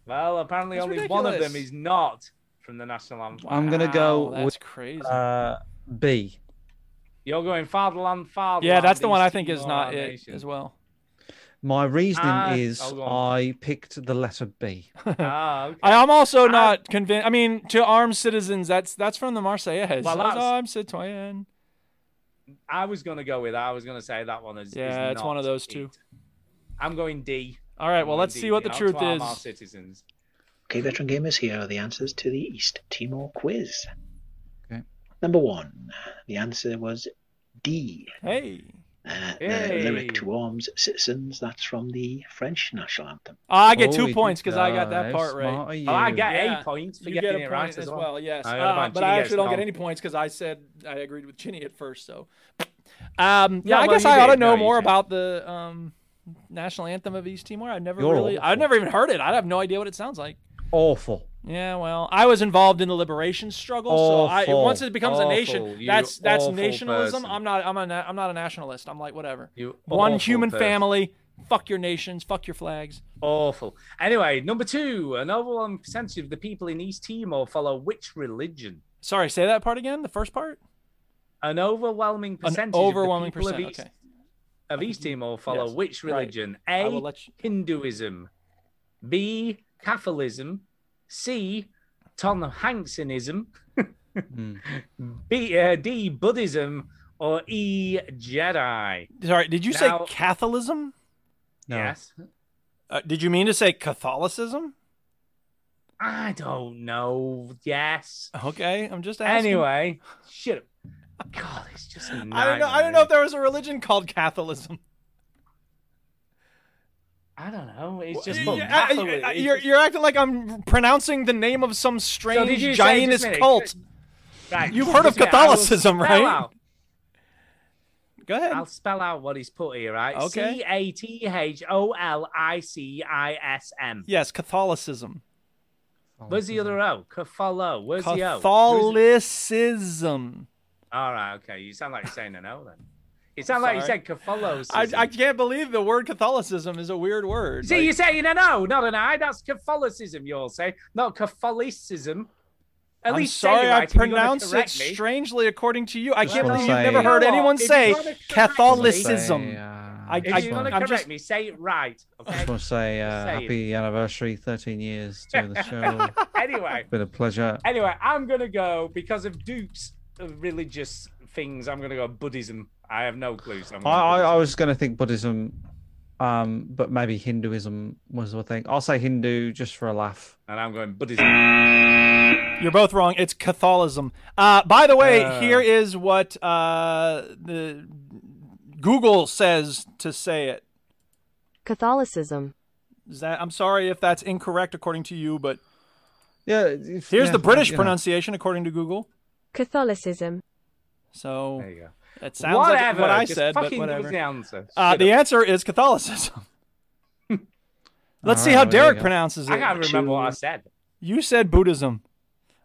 [SPEAKER 4] Well, apparently
[SPEAKER 1] That's
[SPEAKER 4] only one of them
[SPEAKER 1] ridiculous.
[SPEAKER 4] is not from the national anthem.
[SPEAKER 9] I'm gonna go
[SPEAKER 1] Wow, that's
[SPEAKER 9] with
[SPEAKER 1] crazy.
[SPEAKER 9] Uh, B.
[SPEAKER 4] You're going fatherland, fatherland.
[SPEAKER 1] Yeah, that's the one I
[SPEAKER 4] East
[SPEAKER 1] think is
[SPEAKER 4] Timor,
[SPEAKER 1] not
[SPEAKER 4] our
[SPEAKER 1] it
[SPEAKER 4] nation.
[SPEAKER 1] as well.
[SPEAKER 9] My reasoning
[SPEAKER 4] Ah,
[SPEAKER 9] is
[SPEAKER 4] oh, go on.
[SPEAKER 9] I picked the letter B.
[SPEAKER 4] ah, okay.
[SPEAKER 1] I am also not convinced. I mean, to armed citizens, that's that's from the Marseillaise.
[SPEAKER 4] Well,
[SPEAKER 1] As
[SPEAKER 4] that's-
[SPEAKER 1] armed citoyen.
[SPEAKER 4] I was gonna go with. I was gonna say that one is. is
[SPEAKER 1] Yeah, it's one
[SPEAKER 4] not
[SPEAKER 1] of those
[SPEAKER 4] it.
[SPEAKER 1] two.
[SPEAKER 4] I'm going D.
[SPEAKER 1] All right,
[SPEAKER 4] I'm
[SPEAKER 1] well,
[SPEAKER 4] going
[SPEAKER 1] let's
[SPEAKER 4] D,
[SPEAKER 1] see what
[SPEAKER 4] you
[SPEAKER 1] the
[SPEAKER 4] know,
[SPEAKER 1] truth
[SPEAKER 4] to arm Our
[SPEAKER 1] is.
[SPEAKER 4] citizens.
[SPEAKER 20] Okay, veteran gamers, here are the answers to the East Timor quiz. Number one, the answer was D.
[SPEAKER 1] Hey.
[SPEAKER 20] Uh,
[SPEAKER 1] Hey.
[SPEAKER 20] The lyric to arms, citizens, that's from the French national anthem.
[SPEAKER 1] Ah, I get two points because I got that part right.
[SPEAKER 4] Oh, I get a point for
[SPEAKER 1] You get a
[SPEAKER 4] getting it
[SPEAKER 1] point
[SPEAKER 4] right as
[SPEAKER 1] as
[SPEAKER 4] well.
[SPEAKER 1] well. Yes,
[SPEAKER 4] I got a
[SPEAKER 1] Uh,
[SPEAKER 4] bunch.
[SPEAKER 1] but
[SPEAKER 4] You
[SPEAKER 1] I
[SPEAKER 4] get
[SPEAKER 1] actually don't get
[SPEAKER 4] some.
[SPEAKER 1] any points because I said I agreed with Chinny at first. So, um, yeah,
[SPEAKER 4] Yeah,
[SPEAKER 1] I
[SPEAKER 4] well,
[SPEAKER 1] guess
[SPEAKER 4] you
[SPEAKER 1] I ought to
[SPEAKER 4] did. No,
[SPEAKER 1] know
[SPEAKER 4] you
[SPEAKER 1] more
[SPEAKER 4] did.
[SPEAKER 1] about the um, national anthem of East Timor. I've never
[SPEAKER 9] You're
[SPEAKER 1] really, I've
[SPEAKER 9] awful.
[SPEAKER 1] never even heard it. I have no idea what it sounds like.
[SPEAKER 9] Awful.
[SPEAKER 1] Yeah, well, I was involved in the liberation struggle, so I,
[SPEAKER 9] Awful.
[SPEAKER 1] once it becomes a
[SPEAKER 9] Awful.
[SPEAKER 1] nation,
[SPEAKER 9] You
[SPEAKER 1] that's that's
[SPEAKER 9] awful
[SPEAKER 1] nationalism.
[SPEAKER 9] person.
[SPEAKER 1] I'm not I'm a na- I'm not a nationalist. I'm like whatever.
[SPEAKER 4] You
[SPEAKER 1] One
[SPEAKER 4] awful
[SPEAKER 1] human
[SPEAKER 4] person.
[SPEAKER 1] family. Fuck your nations. Fuck your flags.
[SPEAKER 4] Awful. Anyway, number two, an overwhelming percentage of the people in East Timor follow which religion?
[SPEAKER 1] Sorry, say that part again. The first part.
[SPEAKER 4] An overwhelming percentage.
[SPEAKER 1] overwhelming
[SPEAKER 4] of the
[SPEAKER 1] percent,
[SPEAKER 4] people Of East,
[SPEAKER 1] okay.
[SPEAKER 4] of East Timor follow
[SPEAKER 1] Yes,
[SPEAKER 4] which
[SPEAKER 1] right.
[SPEAKER 4] religion?
[SPEAKER 1] I
[SPEAKER 4] A.
[SPEAKER 1] will let
[SPEAKER 4] Hinduism. B. Catholicism. C. Tom Hanksonism.
[SPEAKER 9] Mm.
[SPEAKER 4] B. Uh, D. Buddhism. Or E. Jedi.
[SPEAKER 1] Sorry, did you
[SPEAKER 4] Now-
[SPEAKER 1] say Catholicism?
[SPEAKER 4] Yes.
[SPEAKER 1] Uh, did you mean to say Catholicism?
[SPEAKER 4] I don't know. Yes.
[SPEAKER 1] Okay, I'm just asking.
[SPEAKER 4] Anyway, shut up. God, it's just a
[SPEAKER 1] I don't know. I
[SPEAKER 4] nightmare.
[SPEAKER 1] don't know if there was a religion called Catholicism.
[SPEAKER 4] I don't know. It's just
[SPEAKER 1] Well,
[SPEAKER 4] from
[SPEAKER 1] yeah, I-
[SPEAKER 4] Catholic.
[SPEAKER 1] I- I- you're, you're acting like I'm pronouncing the name of some
[SPEAKER 4] So did
[SPEAKER 1] strange
[SPEAKER 4] you say- just
[SPEAKER 1] Jainist
[SPEAKER 4] a minute,
[SPEAKER 1] cult.
[SPEAKER 4] Right.
[SPEAKER 1] You've heard of
[SPEAKER 4] Yeah, I will
[SPEAKER 1] Catholicism,
[SPEAKER 4] spell
[SPEAKER 1] right?
[SPEAKER 4] out-
[SPEAKER 1] Go ahead.
[SPEAKER 4] I'll spell out what he's put here, right?
[SPEAKER 1] Okay.
[SPEAKER 4] C A T H O L I C I S M.
[SPEAKER 1] Yes, Catholicism.
[SPEAKER 4] Where's the other O? Catholo. Where's the O? Where's the-
[SPEAKER 1] Catholicism.
[SPEAKER 4] All right, okay. You sound like you're saying an O then. You sound like you
[SPEAKER 1] Sorry.
[SPEAKER 4] said Catholo.
[SPEAKER 1] I, I can't believe the word Catholicism is a weird word.
[SPEAKER 4] See,
[SPEAKER 1] Like-
[SPEAKER 4] you're saying an O, not an I. That's Catholicism, you'll say, not Catholicism. At
[SPEAKER 1] I'm
[SPEAKER 4] least say
[SPEAKER 1] sorry,
[SPEAKER 4] it right
[SPEAKER 1] I
[SPEAKER 4] if you're gonna
[SPEAKER 1] pronounce it
[SPEAKER 4] correct me.
[SPEAKER 1] strangely according to you. I
[SPEAKER 4] Just
[SPEAKER 1] can't
[SPEAKER 4] wanna
[SPEAKER 1] believe
[SPEAKER 4] say-
[SPEAKER 1] you've never heard
[SPEAKER 4] You know
[SPEAKER 1] anyone
[SPEAKER 4] what? If
[SPEAKER 1] say
[SPEAKER 4] you're gonna correct me-
[SPEAKER 1] Catholicism.
[SPEAKER 9] Say,
[SPEAKER 1] I,
[SPEAKER 4] If
[SPEAKER 1] I,
[SPEAKER 4] you're going to
[SPEAKER 1] I'm
[SPEAKER 4] correct
[SPEAKER 1] just
[SPEAKER 4] me, say it right.
[SPEAKER 9] I
[SPEAKER 4] Okay?
[SPEAKER 9] just want to say uh,
[SPEAKER 4] Say it.
[SPEAKER 9] happy anniversary, 13 years doing the show.
[SPEAKER 4] anyway,
[SPEAKER 9] Been a pleasure.
[SPEAKER 4] anyway, I'm going to go because of Duke's religious things. I'm going to go Buddhism. I have no clue. So I'm
[SPEAKER 9] I,
[SPEAKER 4] gonna
[SPEAKER 9] I, I was going to think Buddhism, um, but maybe Hinduism was the thing. I'll say Hindu just for a laugh.
[SPEAKER 4] And I'm going Buddhism.
[SPEAKER 1] You're both wrong. It's Catholicism. Uh, by the way,
[SPEAKER 9] Uh.
[SPEAKER 1] here is what uh, the Google says to say it.
[SPEAKER 21] Catholicism.
[SPEAKER 1] Is that? I'm sorry if that's incorrect according to you, but
[SPEAKER 9] yeah.
[SPEAKER 1] Here's
[SPEAKER 21] yeah,
[SPEAKER 1] the British
[SPEAKER 21] yeah.
[SPEAKER 1] pronunciation according to Google.
[SPEAKER 21] Catholicism.
[SPEAKER 1] So
[SPEAKER 4] there you go.
[SPEAKER 1] That sounds like
[SPEAKER 4] Whatever,
[SPEAKER 1] what I
[SPEAKER 4] just
[SPEAKER 1] said, but
[SPEAKER 4] fucking give us
[SPEAKER 1] whatever.
[SPEAKER 4] the answer.
[SPEAKER 1] Uh,
[SPEAKER 4] Shut
[SPEAKER 1] the
[SPEAKER 4] up.
[SPEAKER 1] answer is Catholicism. Let's
[SPEAKER 4] All
[SPEAKER 1] see
[SPEAKER 4] right,
[SPEAKER 1] how
[SPEAKER 4] well, there you
[SPEAKER 1] Derek
[SPEAKER 4] go.
[SPEAKER 1] pronounces it.
[SPEAKER 4] I can't remember what I said.
[SPEAKER 1] You said Buddhism.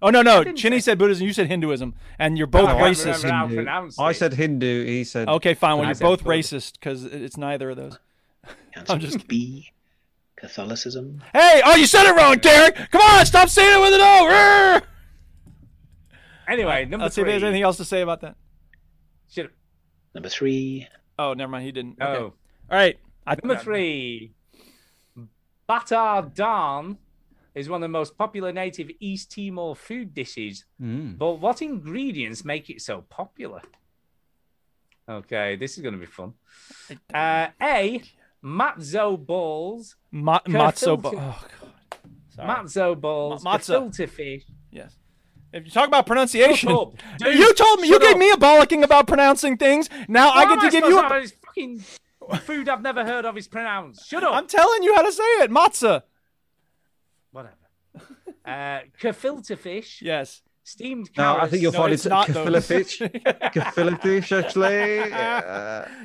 [SPEAKER 1] Oh no no, Chinny said Buddhism. You said Hinduism, and
[SPEAKER 4] Oh,
[SPEAKER 1] you're both
[SPEAKER 9] I can't
[SPEAKER 1] racist.
[SPEAKER 9] remember how to pronounce I it. said Hindu. He said.
[SPEAKER 1] Okay, fine. Well,
[SPEAKER 9] I
[SPEAKER 1] you're
[SPEAKER 9] said
[SPEAKER 1] both
[SPEAKER 9] Buddha.
[SPEAKER 1] racist because it's neither of those. I'm just
[SPEAKER 20] B. Catholicism.
[SPEAKER 1] Hey, oh, you said it wrong, Derek. Come on, stop saying it with an O.
[SPEAKER 4] Anyway, number
[SPEAKER 1] Let's see if there's
[SPEAKER 4] three.
[SPEAKER 1] anything else to say about that.
[SPEAKER 4] Shit.
[SPEAKER 20] Number three.
[SPEAKER 1] Oh, never mind. He didn't. Okay.
[SPEAKER 4] Oh.
[SPEAKER 1] All right.
[SPEAKER 4] Number three. Batar Dan is one of the most popular native East Timor food dishes.
[SPEAKER 1] Mm.
[SPEAKER 4] But what ingredients make it so popular? Okay, this is going to be fun. Uh, A. Matzo balls.
[SPEAKER 1] Ma- matzo
[SPEAKER 4] Kefilti-
[SPEAKER 1] ball. Oh, Sorry.
[SPEAKER 4] Matzo balls.
[SPEAKER 1] Ma- matzo.
[SPEAKER 4] Filter fish.
[SPEAKER 1] Yes. If you talk about pronunciation,
[SPEAKER 4] Shut up. Dude,
[SPEAKER 1] you told me you
[SPEAKER 4] shut
[SPEAKER 1] gave
[SPEAKER 4] up.
[SPEAKER 1] me a bollocking about pronouncing things. Now I get to give you. A,
[SPEAKER 4] It's fucking food I've never heard of is pronounced. Shut up.
[SPEAKER 1] I'm telling you how to say it, matzah.
[SPEAKER 4] Whatever. Uh, kefilter fish.
[SPEAKER 1] Yes.
[SPEAKER 4] Steamed
[SPEAKER 9] No,
[SPEAKER 4] carrots.
[SPEAKER 9] I think you'll find it's Kafilafish. Kafilafish, actually.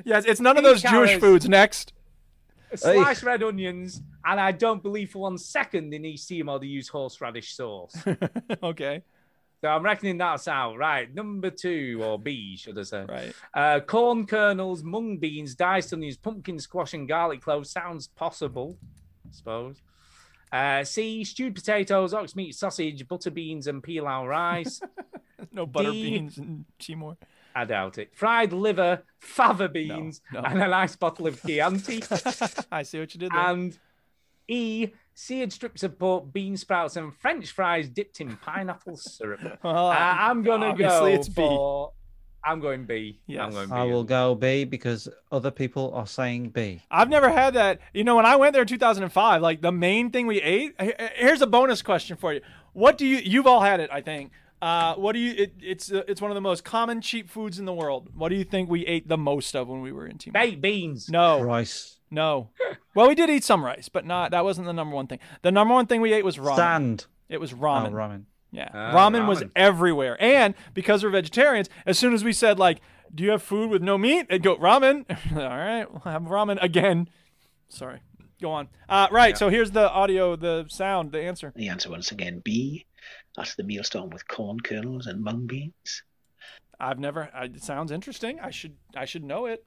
[SPEAKER 1] yes, it's none of
[SPEAKER 4] Steamed
[SPEAKER 1] those Jewish
[SPEAKER 4] carrots.
[SPEAKER 1] foods. Next.
[SPEAKER 4] Sliced red onions, and I don't believe for one second in East Timor they use horseradish sauce.
[SPEAKER 1] okay.
[SPEAKER 4] So I'm reckoning that's out. Right. Number two, or B, should I say.
[SPEAKER 1] Right.
[SPEAKER 4] Uh, corn kernels, mung beans, diced onions, pumpkin squash, and garlic cloves. Sounds possible, I suppose. Uh, C, stewed potatoes, ox meat sausage, butter beans, and pilau rice.
[SPEAKER 1] no butter
[SPEAKER 4] D,
[SPEAKER 1] beans in Timor.
[SPEAKER 4] I doubt it. Fried liver, fava beans,
[SPEAKER 1] no.
[SPEAKER 4] and a nice bottle of Chianti.
[SPEAKER 1] I see what you did there.
[SPEAKER 4] and E, seared strips of pork, bean sprouts, and French fries dipped in pineapple syrup.
[SPEAKER 1] Well,
[SPEAKER 4] Uh, I'm gonna go
[SPEAKER 1] obviously it's B.
[SPEAKER 4] for. I'm going B. I'm going B.
[SPEAKER 9] I will go B because other people are saying B.
[SPEAKER 1] I've never had that. You know, when I went there in 2005, like the main thing we ate. he- Here's a bonus question for you. What do you? You've all had it, I think. Uh, what do you? It, it's uh, it's one of the most common cheap foods in the world. What do you think we ate the most of when we were in Timor?
[SPEAKER 4] Baked beans.
[SPEAKER 1] No
[SPEAKER 9] rice.
[SPEAKER 1] No. Well, we did eat some rice, but not. That wasn't the number one thing. The number one thing we ate was ramen.
[SPEAKER 9] Sand.
[SPEAKER 1] It was ramen.
[SPEAKER 9] Oh, ramen.
[SPEAKER 1] Yeah,
[SPEAKER 9] Ah,
[SPEAKER 1] ramen, was
[SPEAKER 9] ramen.
[SPEAKER 1] everywhere. And because we're vegetarians, as soon as we said like, "Do you have food with no meat?" they'd go ramen. All right, we'll have ramen again. Sorry. Go on. Uh, right.
[SPEAKER 20] Yeah.
[SPEAKER 1] So here's the audio, the sound, the answer.
[SPEAKER 20] The answer once again B. That's the meal starting with corn kernels and mung beans.
[SPEAKER 1] I've never. I, it sounds interesting. I should. I should know it.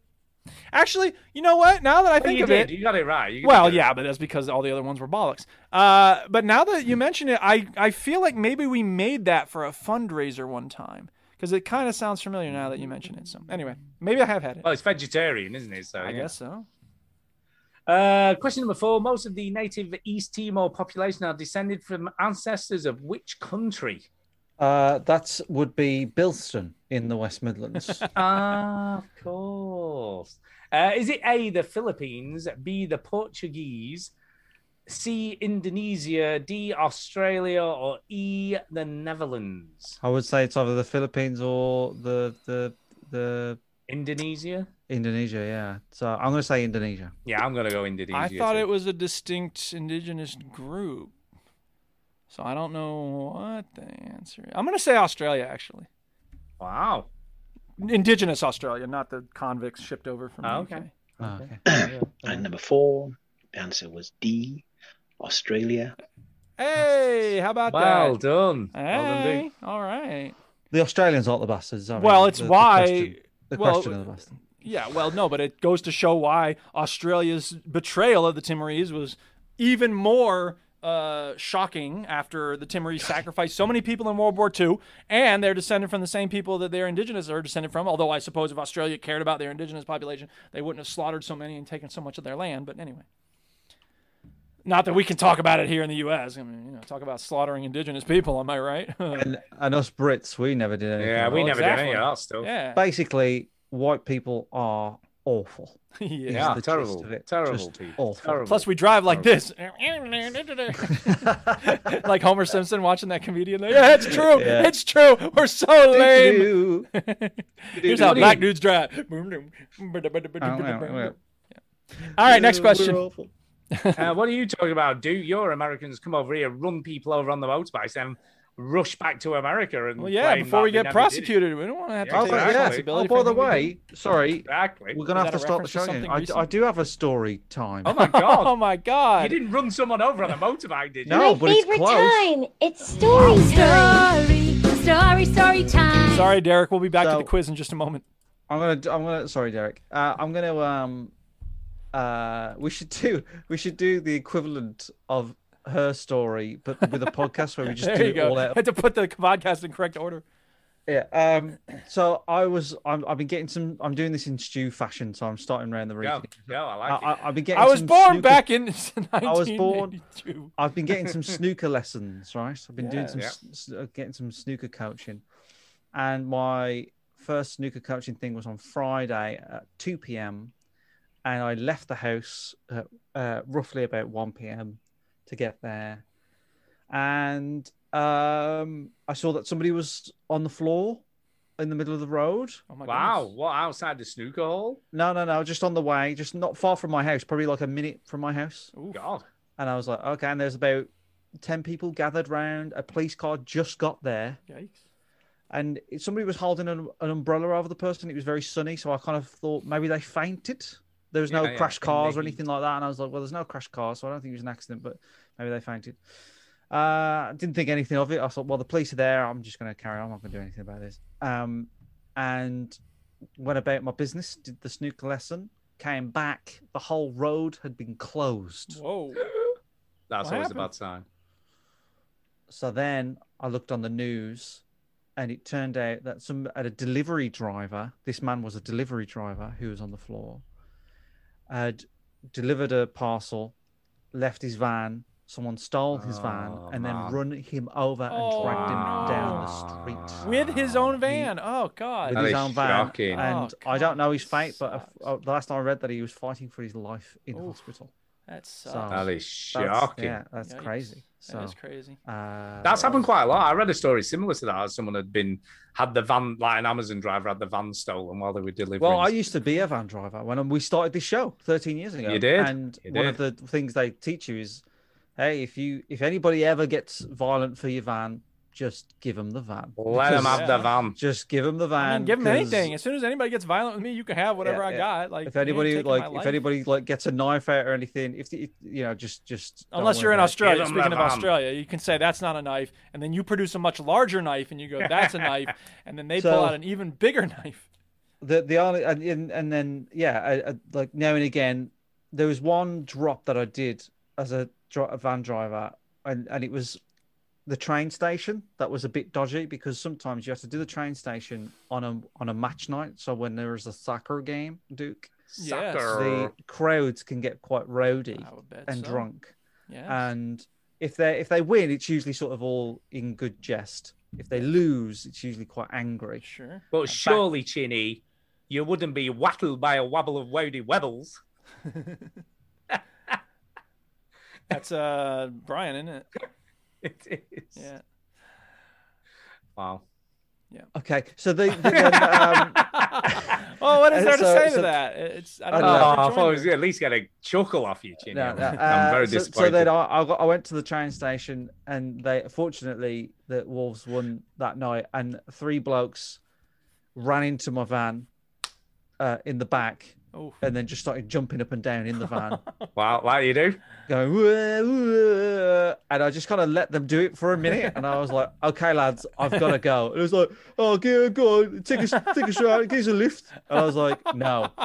[SPEAKER 1] Actually, you know what? Now that I
[SPEAKER 4] Well,
[SPEAKER 1] think
[SPEAKER 4] you
[SPEAKER 1] of
[SPEAKER 4] did.
[SPEAKER 1] it,
[SPEAKER 4] You got it right. You
[SPEAKER 1] well,
[SPEAKER 4] did it
[SPEAKER 1] yeah, but that's because all the other ones were bollocks. Uh, but now that you mention it, I, I feel like maybe we made that for a fundraiser one time because it kind of sounds familiar now that you mention it. So anyway, maybe I have had it.
[SPEAKER 4] Well, it's vegetarian, isn't it? So
[SPEAKER 1] I
[SPEAKER 4] Oh, yeah.
[SPEAKER 1] guess so.
[SPEAKER 4] Uh, question number four: Most of the native East Timor population are descended from ancestors of which country?
[SPEAKER 9] Uh, that would be Bilston in the West Midlands.
[SPEAKER 4] Ah, of course. Uh, is it A, the Philippines, B, the Portuguese, C, Indonesia, D, Australia, or E, the Netherlands?
[SPEAKER 9] I would say it's either the Philippines or the the the
[SPEAKER 4] Indonesia.
[SPEAKER 9] Indonesia, yeah. So I'm going to say Indonesia.
[SPEAKER 4] Yeah, I'm going to go Indonesia.
[SPEAKER 1] I thought it was a distinct indigenous group, so I don't know what the answer. Is. I'm gonna say Australia actually.
[SPEAKER 4] Wow.
[SPEAKER 1] Indigenous Australia, not the convicts shipped over
[SPEAKER 4] Oh,
[SPEAKER 1] from the UK. Oh.
[SPEAKER 20] and number four, the answer was D, Australia.
[SPEAKER 1] Hey, how about
[SPEAKER 4] Well
[SPEAKER 1] that?
[SPEAKER 4] done.
[SPEAKER 1] Hey,
[SPEAKER 4] Well done, dude.
[SPEAKER 1] all right.
[SPEAKER 9] The Australians aren't the bastards. Are
[SPEAKER 1] Well, it's
[SPEAKER 9] the,
[SPEAKER 1] why-
[SPEAKER 9] The question, the
[SPEAKER 1] well,
[SPEAKER 9] question are the bastards.
[SPEAKER 1] Yeah, well, no, but it goes to show why Australia's betrayal of the Timorese was even more uh, shocking after the Timorese sacrificed so many people in World War II, and they're descended from the same people that their indigenous are descended from. Although I suppose if Australia cared about their indigenous population, they wouldn't have slaughtered so many and taken so much of their land. But anyway, not that we can talk about it here in the U.S. I mean, you know, talk about slaughtering indigenous people. Am I right?
[SPEAKER 9] And, and us Brits, we never did anything.
[SPEAKER 4] Yeah, we
[SPEAKER 9] like
[SPEAKER 4] never
[SPEAKER 9] that.
[SPEAKER 4] did any of that stuff.
[SPEAKER 1] Yeah.
[SPEAKER 9] Basically, white people are awful.
[SPEAKER 1] Yeah.
[SPEAKER 9] Is
[SPEAKER 1] Yeah,
[SPEAKER 9] the gist
[SPEAKER 4] terrible,
[SPEAKER 9] of it.
[SPEAKER 4] terrible
[SPEAKER 9] Just
[SPEAKER 4] people,
[SPEAKER 9] awful.
[SPEAKER 4] terrible.
[SPEAKER 1] Plus, we drive like
[SPEAKER 4] Horrible.
[SPEAKER 1] this. like Homer Simpson watching that comedian. Like, yeah, it's true.
[SPEAKER 4] Yeah.
[SPEAKER 1] It's true. We're so lame. Here's how
[SPEAKER 4] What do
[SPEAKER 1] black
[SPEAKER 4] you-
[SPEAKER 1] dudes drive. All right, next question.
[SPEAKER 4] uh, what are you talking about? Do your Americans come over here, run people over on the motorbikes, then rush back to America? And
[SPEAKER 1] Well, yeah,
[SPEAKER 4] claim
[SPEAKER 1] before
[SPEAKER 4] that
[SPEAKER 1] we
[SPEAKER 4] they
[SPEAKER 1] get
[SPEAKER 4] never did it?
[SPEAKER 1] prosecuted, we don't want to have to
[SPEAKER 4] Yeah,
[SPEAKER 1] take
[SPEAKER 4] exactly.
[SPEAKER 1] responsibility.
[SPEAKER 4] Oh, by
[SPEAKER 1] for
[SPEAKER 4] the
[SPEAKER 1] anything we
[SPEAKER 4] way,
[SPEAKER 1] do.
[SPEAKER 9] Sorry,
[SPEAKER 4] Exactly.
[SPEAKER 9] we're gonna
[SPEAKER 1] Is
[SPEAKER 9] have
[SPEAKER 1] that
[SPEAKER 9] to
[SPEAKER 1] a
[SPEAKER 9] start the
[SPEAKER 1] reference to
[SPEAKER 9] show.
[SPEAKER 1] something
[SPEAKER 9] again. I, d-
[SPEAKER 1] recent?
[SPEAKER 9] I do have a story time.
[SPEAKER 1] Oh my god! oh my
[SPEAKER 4] You
[SPEAKER 1] god!
[SPEAKER 4] didn't run someone over on a motorbike, did you?
[SPEAKER 9] No,
[SPEAKER 7] My
[SPEAKER 9] Oh, but it's
[SPEAKER 7] favorite
[SPEAKER 9] close.
[SPEAKER 7] time. It's story, story, story, story time.
[SPEAKER 1] Sorry, Derek. We'll be back to the quiz in just a moment.
[SPEAKER 9] I'm gonna. I'm gonna. Sorry, Derek. Uh, I'm gonna. Um. Uh. We should do. We should do the equivalent of her story, but with a podcast where we just
[SPEAKER 1] there
[SPEAKER 9] do
[SPEAKER 1] you
[SPEAKER 9] it
[SPEAKER 1] go.
[SPEAKER 9] all out.
[SPEAKER 1] Had to put the podcast in correct order.
[SPEAKER 9] Yeah. Um. So I was. I'm, I've been getting some. I'm doing this in stew fashion, so I'm starting around the room.
[SPEAKER 4] Yeah, yeah, I like
[SPEAKER 9] I,
[SPEAKER 4] it.
[SPEAKER 9] I, I've been getting.
[SPEAKER 1] I was
[SPEAKER 9] some
[SPEAKER 1] born
[SPEAKER 9] snooker-
[SPEAKER 1] back in.
[SPEAKER 9] I was born.
[SPEAKER 1] 1982.
[SPEAKER 9] I've been getting some snooker lessons, right? I've been doing
[SPEAKER 1] Yeah.
[SPEAKER 9] some
[SPEAKER 1] Yeah.
[SPEAKER 9] s- s- uh, getting some snooker coaching, and my first snooker coaching thing was on Friday at two p.m. And I left the house at, uh, roughly about one p.m. to get there, and um, I saw that somebody was on the floor in the middle of the road.
[SPEAKER 1] Oh
[SPEAKER 4] wow, what outside the snooker hall?
[SPEAKER 9] No, no, no, just on the way, just not far from my house, probably like a minute from my house.
[SPEAKER 4] God.
[SPEAKER 9] And I was like, okay, and there's about 10 people gathered round. A police car just got there.
[SPEAKER 1] Yikes.
[SPEAKER 9] And it- somebody was holding an, an umbrella over the person. It was very sunny. So I kind of thought maybe they fainted. There was no
[SPEAKER 3] Yeah, yeah,
[SPEAKER 9] crash
[SPEAKER 3] and
[SPEAKER 9] cars or
[SPEAKER 3] maybe-
[SPEAKER 9] anything like that. And I was like, well, there's no crash cars. So I don't think it was an accident, but maybe they fainted. Uh, I didn't think anything of it. I thought, well, the police are there. I'm just going to carry on. I'm not going to do anything about this. Um, and went about my business, did the snooker lesson, came back. The whole road had been closed.
[SPEAKER 1] Whoa.
[SPEAKER 4] That's
[SPEAKER 9] What
[SPEAKER 4] always
[SPEAKER 9] happened?
[SPEAKER 4] a bad sign.
[SPEAKER 9] So then I looked on the news, and it turned out that some at a delivery driver, this man was a delivery driver who was on the floor, had delivered a parcel, left his van. Someone stole his van
[SPEAKER 4] Oh,
[SPEAKER 9] and
[SPEAKER 4] man.
[SPEAKER 9] then run him over and
[SPEAKER 1] Oh,
[SPEAKER 9] dragged him down the
[SPEAKER 1] no.
[SPEAKER 9] street.
[SPEAKER 4] Oh,
[SPEAKER 1] With his own van. Oh God. Oh,
[SPEAKER 9] with his own van,
[SPEAKER 4] shocking.
[SPEAKER 9] and I don't know his fate, but uh, uh, the last time I read that he was fighting for his life in hospital.
[SPEAKER 1] that sucks.
[SPEAKER 4] That is
[SPEAKER 9] Oh, that's-
[SPEAKER 4] shocking.
[SPEAKER 9] Yeah, that's
[SPEAKER 1] Yikes.
[SPEAKER 9] crazy.
[SPEAKER 1] That is
[SPEAKER 9] So,
[SPEAKER 1] crazy.
[SPEAKER 9] Uh,
[SPEAKER 4] That's happened quite a lot. I read a story similar to that. Someone had been had the van, like an Amazon driver had the van stolen while they were delivering.
[SPEAKER 9] Well, I used to be a van driver when um, we started this show 13 years ago.
[SPEAKER 4] You did.
[SPEAKER 9] And
[SPEAKER 4] You
[SPEAKER 9] one of the things they teach you is, hey, if you if anybody ever gets violent for your van, just give them the van.
[SPEAKER 4] Let 'em
[SPEAKER 9] Because-
[SPEAKER 4] have the van.
[SPEAKER 9] Just give them the
[SPEAKER 1] I
[SPEAKER 9] van.
[SPEAKER 1] mean, give him
[SPEAKER 9] 'cause
[SPEAKER 1] anything. As soon as anybody gets violent with me, you can have whatever
[SPEAKER 9] Yeah,
[SPEAKER 1] I
[SPEAKER 9] yeah.
[SPEAKER 1] got. Like
[SPEAKER 9] if
[SPEAKER 1] you ain't
[SPEAKER 9] anybody
[SPEAKER 1] taking
[SPEAKER 9] like
[SPEAKER 1] my
[SPEAKER 9] if
[SPEAKER 1] life.
[SPEAKER 9] anybody like gets a knife out or anything, if the, if- you know, just just don't
[SPEAKER 1] Unless
[SPEAKER 9] worry
[SPEAKER 1] you're in
[SPEAKER 9] about it.
[SPEAKER 1] Australia,
[SPEAKER 9] Give 'em the
[SPEAKER 1] speaking of
[SPEAKER 9] van.
[SPEAKER 1] Australia, you can say that's not a knife, and then you produce a much larger knife, and you go, "That's a knife," and then they pull
[SPEAKER 9] So-
[SPEAKER 1] out an even bigger knife.
[SPEAKER 9] the the only and and, and then yeah I, I, like now and again there was one drop that i did as a, dri- a van driver and and it was the train station that was a bit dodgy because sometimes you have to do the train station on a on a match night so when there is a soccer game duke
[SPEAKER 4] Yes.
[SPEAKER 9] the
[SPEAKER 4] Soccer.
[SPEAKER 9] crowds can get quite rowdy
[SPEAKER 1] bet
[SPEAKER 9] and
[SPEAKER 1] so.
[SPEAKER 9] drunk Uh,
[SPEAKER 1] Yes.
[SPEAKER 9] and if they if they win it's usually sort of all in good jest if they lose it's usually quite angry
[SPEAKER 1] sure
[SPEAKER 4] But surely, Chinny, you wouldn't be wattled by a wobble of woady webbles.
[SPEAKER 1] That's uh Brian, isn't it?
[SPEAKER 4] it is.
[SPEAKER 1] Yeah.
[SPEAKER 4] Wow.
[SPEAKER 9] Okay, so the, the then, um,
[SPEAKER 1] Oh, what is
[SPEAKER 9] and
[SPEAKER 1] there to
[SPEAKER 9] so-
[SPEAKER 1] say to
[SPEAKER 9] so-
[SPEAKER 1] that? It's I
[SPEAKER 4] Oh,
[SPEAKER 1] don't know. if
[SPEAKER 4] I
[SPEAKER 1] you
[SPEAKER 4] thought I
[SPEAKER 1] joined
[SPEAKER 4] was
[SPEAKER 1] it.
[SPEAKER 4] gonna at least get a chuckle off you, Chinny.
[SPEAKER 9] No,
[SPEAKER 4] I'm,
[SPEAKER 9] no,
[SPEAKER 4] I'm
[SPEAKER 9] uh,
[SPEAKER 4] very
[SPEAKER 9] so,
[SPEAKER 4] disappointed.
[SPEAKER 9] So then I, I, got, I went to the train station, and they fortunately the Wolves won that night, and three blokes ran into my van uh, in the back,
[SPEAKER 1] Oh.
[SPEAKER 9] and then just started jumping up and down in the van.
[SPEAKER 4] Wow, like you do.
[SPEAKER 9] going, "Wah, wah," and I just kind of let them do it for a minute, and I was like, okay, lads, I've got to go. And it was like, oh, go, go, on, take a take a shot, give us a lift. And I was like, no.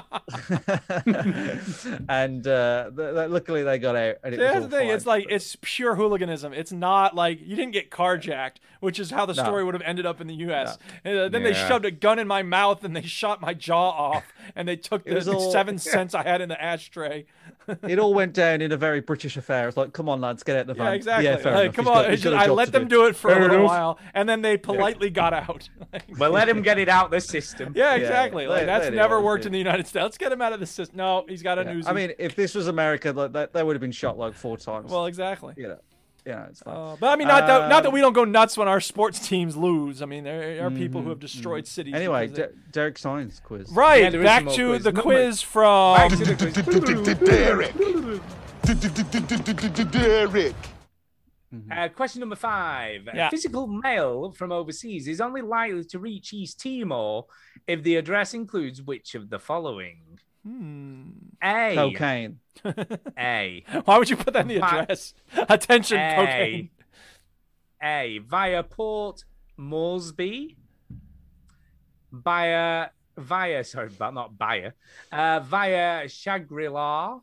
[SPEAKER 9] and uh, th- th- luckily they got out, and it
[SPEAKER 1] That's
[SPEAKER 9] was all
[SPEAKER 1] the thing.
[SPEAKER 9] fine.
[SPEAKER 1] It's like it's pure hooliganism. It's not like you didn't get carjacked, which is how the
[SPEAKER 9] No.
[SPEAKER 1] story would have ended up in the U.S. And, uh, then they
[SPEAKER 9] Yeah.
[SPEAKER 1] shoved a gun in my mouth and they shot my jaw off and they took
[SPEAKER 9] It
[SPEAKER 1] the,
[SPEAKER 9] was
[SPEAKER 1] the
[SPEAKER 9] all-
[SPEAKER 1] seven
[SPEAKER 9] yeah.
[SPEAKER 1] cents I had in the ashtray.
[SPEAKER 9] it all went down in a very British affair. It's like, come on, lads, get out the van.
[SPEAKER 1] Yeah, exactly.
[SPEAKER 9] fair
[SPEAKER 1] Like,
[SPEAKER 9] enough.
[SPEAKER 1] come
[SPEAKER 9] He's got-
[SPEAKER 1] on,
[SPEAKER 9] he's got a
[SPEAKER 1] I
[SPEAKER 9] job
[SPEAKER 1] let
[SPEAKER 9] to
[SPEAKER 1] them
[SPEAKER 9] do.
[SPEAKER 1] do it for
[SPEAKER 9] Fair
[SPEAKER 1] a little
[SPEAKER 9] enough.
[SPEAKER 1] while, and then they politely got out. Like-
[SPEAKER 4] Well, let him get it out the system.
[SPEAKER 1] yeah, exactly. like
[SPEAKER 9] let-
[SPEAKER 1] that's
[SPEAKER 9] let it
[SPEAKER 1] never
[SPEAKER 9] all
[SPEAKER 1] worked
[SPEAKER 9] do.
[SPEAKER 1] in the United States. Let's get him out of the system. No, he's got a
[SPEAKER 9] Yeah.
[SPEAKER 1] news.
[SPEAKER 9] I mean, if this was America, like, that, that would have been shot like four times.
[SPEAKER 1] well, exactly.
[SPEAKER 9] you know, yeah, it's fine.
[SPEAKER 1] Uh, But I mean, not that not that
[SPEAKER 9] Um,
[SPEAKER 1] we don't go nuts when our sports teams lose. I mean, there are people who have destroyed cities.
[SPEAKER 9] Mm-hmm, Anyway,
[SPEAKER 1] because they-
[SPEAKER 9] De- Derek Science quiz.
[SPEAKER 1] right back to the quiz from.
[SPEAKER 4] Um,
[SPEAKER 10] Derek. Derek.
[SPEAKER 4] Uh, question number five.
[SPEAKER 10] Yeah.
[SPEAKER 4] Physical mail from overseas is only likely to reach East Timor if the address includes which of the following? A.
[SPEAKER 9] Cocaine.
[SPEAKER 4] A.
[SPEAKER 1] Why would you put that in the
[SPEAKER 4] Vi-
[SPEAKER 1] address? Attention,
[SPEAKER 4] A.
[SPEAKER 1] cocaine.
[SPEAKER 4] A. Via Port Moresby. Via, via, sorry, but not via. Uh, via Shangri La.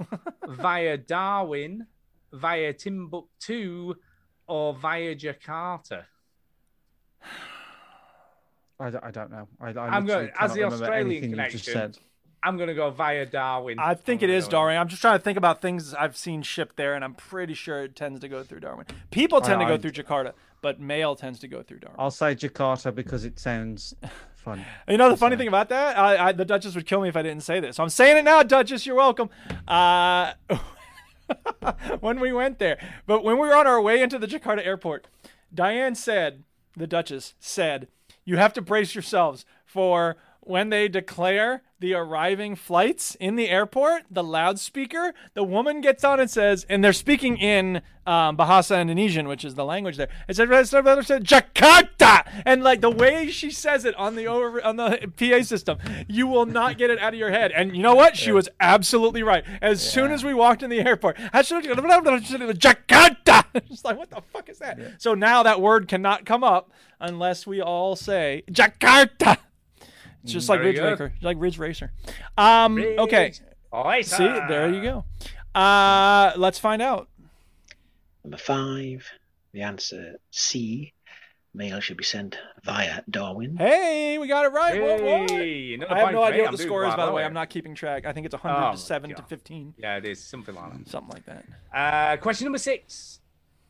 [SPEAKER 4] via Darwin. Via Timbuktu. Or via Jakarta.
[SPEAKER 9] I don't, I don't know. I, I
[SPEAKER 4] I'm going as the Australian
[SPEAKER 9] You just
[SPEAKER 4] connection.
[SPEAKER 9] said.
[SPEAKER 4] I'm going to go via Darwin.
[SPEAKER 1] I
[SPEAKER 9] Oh
[SPEAKER 1] think it is Darwin. I'm just trying to think about things I've seen shipped there, and I'm pretty sure it tends to go through Darwin. People
[SPEAKER 9] I-
[SPEAKER 1] tend to
[SPEAKER 9] Oh,
[SPEAKER 1] go
[SPEAKER 9] I-
[SPEAKER 1] through Jakarta, but mail tends to go through Darwin.
[SPEAKER 9] I'll say Jakarta because it sounds fun.
[SPEAKER 1] You know the funny thing about that? I, I, the Duchess would kill me if I didn't say this. So I'm saying it now, Duchess. You're welcome. Uh, when we went there, but when we were on our way into the Jakarta airport, Diane said, the Duchess said, you have to brace yourselves for when they declare the arriving flights in the airport, the loudspeaker, the woman gets on and says, and they're speaking in um, Bahasa Indonesian, which is the language there. It said, it said, it said, Jakarta, and like the way she says it on the over on the PA system, you will not get it out of your head. And you know what? She was absolutely right. As soon as we walked in the airport, I should have- Jakarta. It's like what the fuck is that? So now that word cannot come up unless we all say Jakarta. It's just like
[SPEAKER 4] Very
[SPEAKER 1] Ridge
[SPEAKER 4] good.
[SPEAKER 1] Racer, like Ridge Racer. Um, okay.
[SPEAKER 4] Racer.
[SPEAKER 1] See, there you go. Uh, let's find out.
[SPEAKER 20] Number five, the answer C. Mail should be sent via Darwin.
[SPEAKER 1] Hey, we got it right. What, what?
[SPEAKER 4] Hey, another
[SPEAKER 1] I have
[SPEAKER 4] point
[SPEAKER 1] no
[SPEAKER 4] for
[SPEAKER 1] idea
[SPEAKER 4] me.
[SPEAKER 1] what
[SPEAKER 4] I'm
[SPEAKER 1] the
[SPEAKER 4] doing
[SPEAKER 1] score is,
[SPEAKER 4] quite
[SPEAKER 1] by the
[SPEAKER 4] well
[SPEAKER 1] way.
[SPEAKER 4] here.
[SPEAKER 1] I'm not keeping track. I think it's
[SPEAKER 4] Oh,
[SPEAKER 1] 100
[SPEAKER 4] my
[SPEAKER 1] to 7 to
[SPEAKER 4] God.
[SPEAKER 1] 15.
[SPEAKER 4] Yeah, it is something like that.
[SPEAKER 1] Something like that.
[SPEAKER 4] Uh, question number six.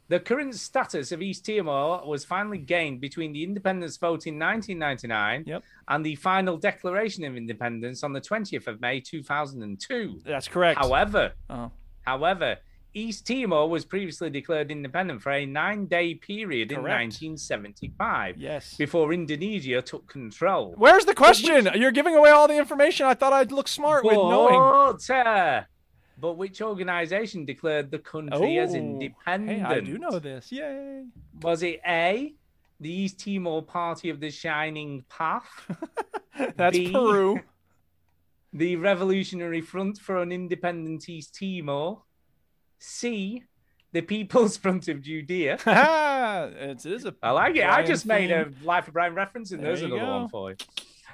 [SPEAKER 4] The current status of East Timor was finally gained between the independence vote in 1999 and the final declaration of independence on the 20th of May 2002.
[SPEAKER 1] That's correct.
[SPEAKER 4] However,
[SPEAKER 1] Oh.
[SPEAKER 4] however, East Timor was previously declared independent for a nine-day period in
[SPEAKER 1] Correct.
[SPEAKER 4] 1975.
[SPEAKER 1] Yes.
[SPEAKER 4] Before Indonesia took control.
[SPEAKER 1] Where's the question? You're giving away all the information. I thought I'd look smart with knowing.
[SPEAKER 4] But, uh, but which organization declared the country as
[SPEAKER 1] Oh,
[SPEAKER 4] independent?
[SPEAKER 1] Hey, I do know this. Yay.
[SPEAKER 4] Was it A, the East Timor Party of the Shining Path?
[SPEAKER 1] That's
[SPEAKER 4] B,
[SPEAKER 1] Peru.
[SPEAKER 4] The Revolutionary Front for an Independent East Timor. C, the People's Front of Judea.
[SPEAKER 1] it is a
[SPEAKER 4] I like it. I
[SPEAKER 1] Brian
[SPEAKER 4] just made a
[SPEAKER 1] theme.
[SPEAKER 4] Life of Brian reference, and there's
[SPEAKER 1] There you
[SPEAKER 4] another
[SPEAKER 1] go.
[SPEAKER 4] one for you.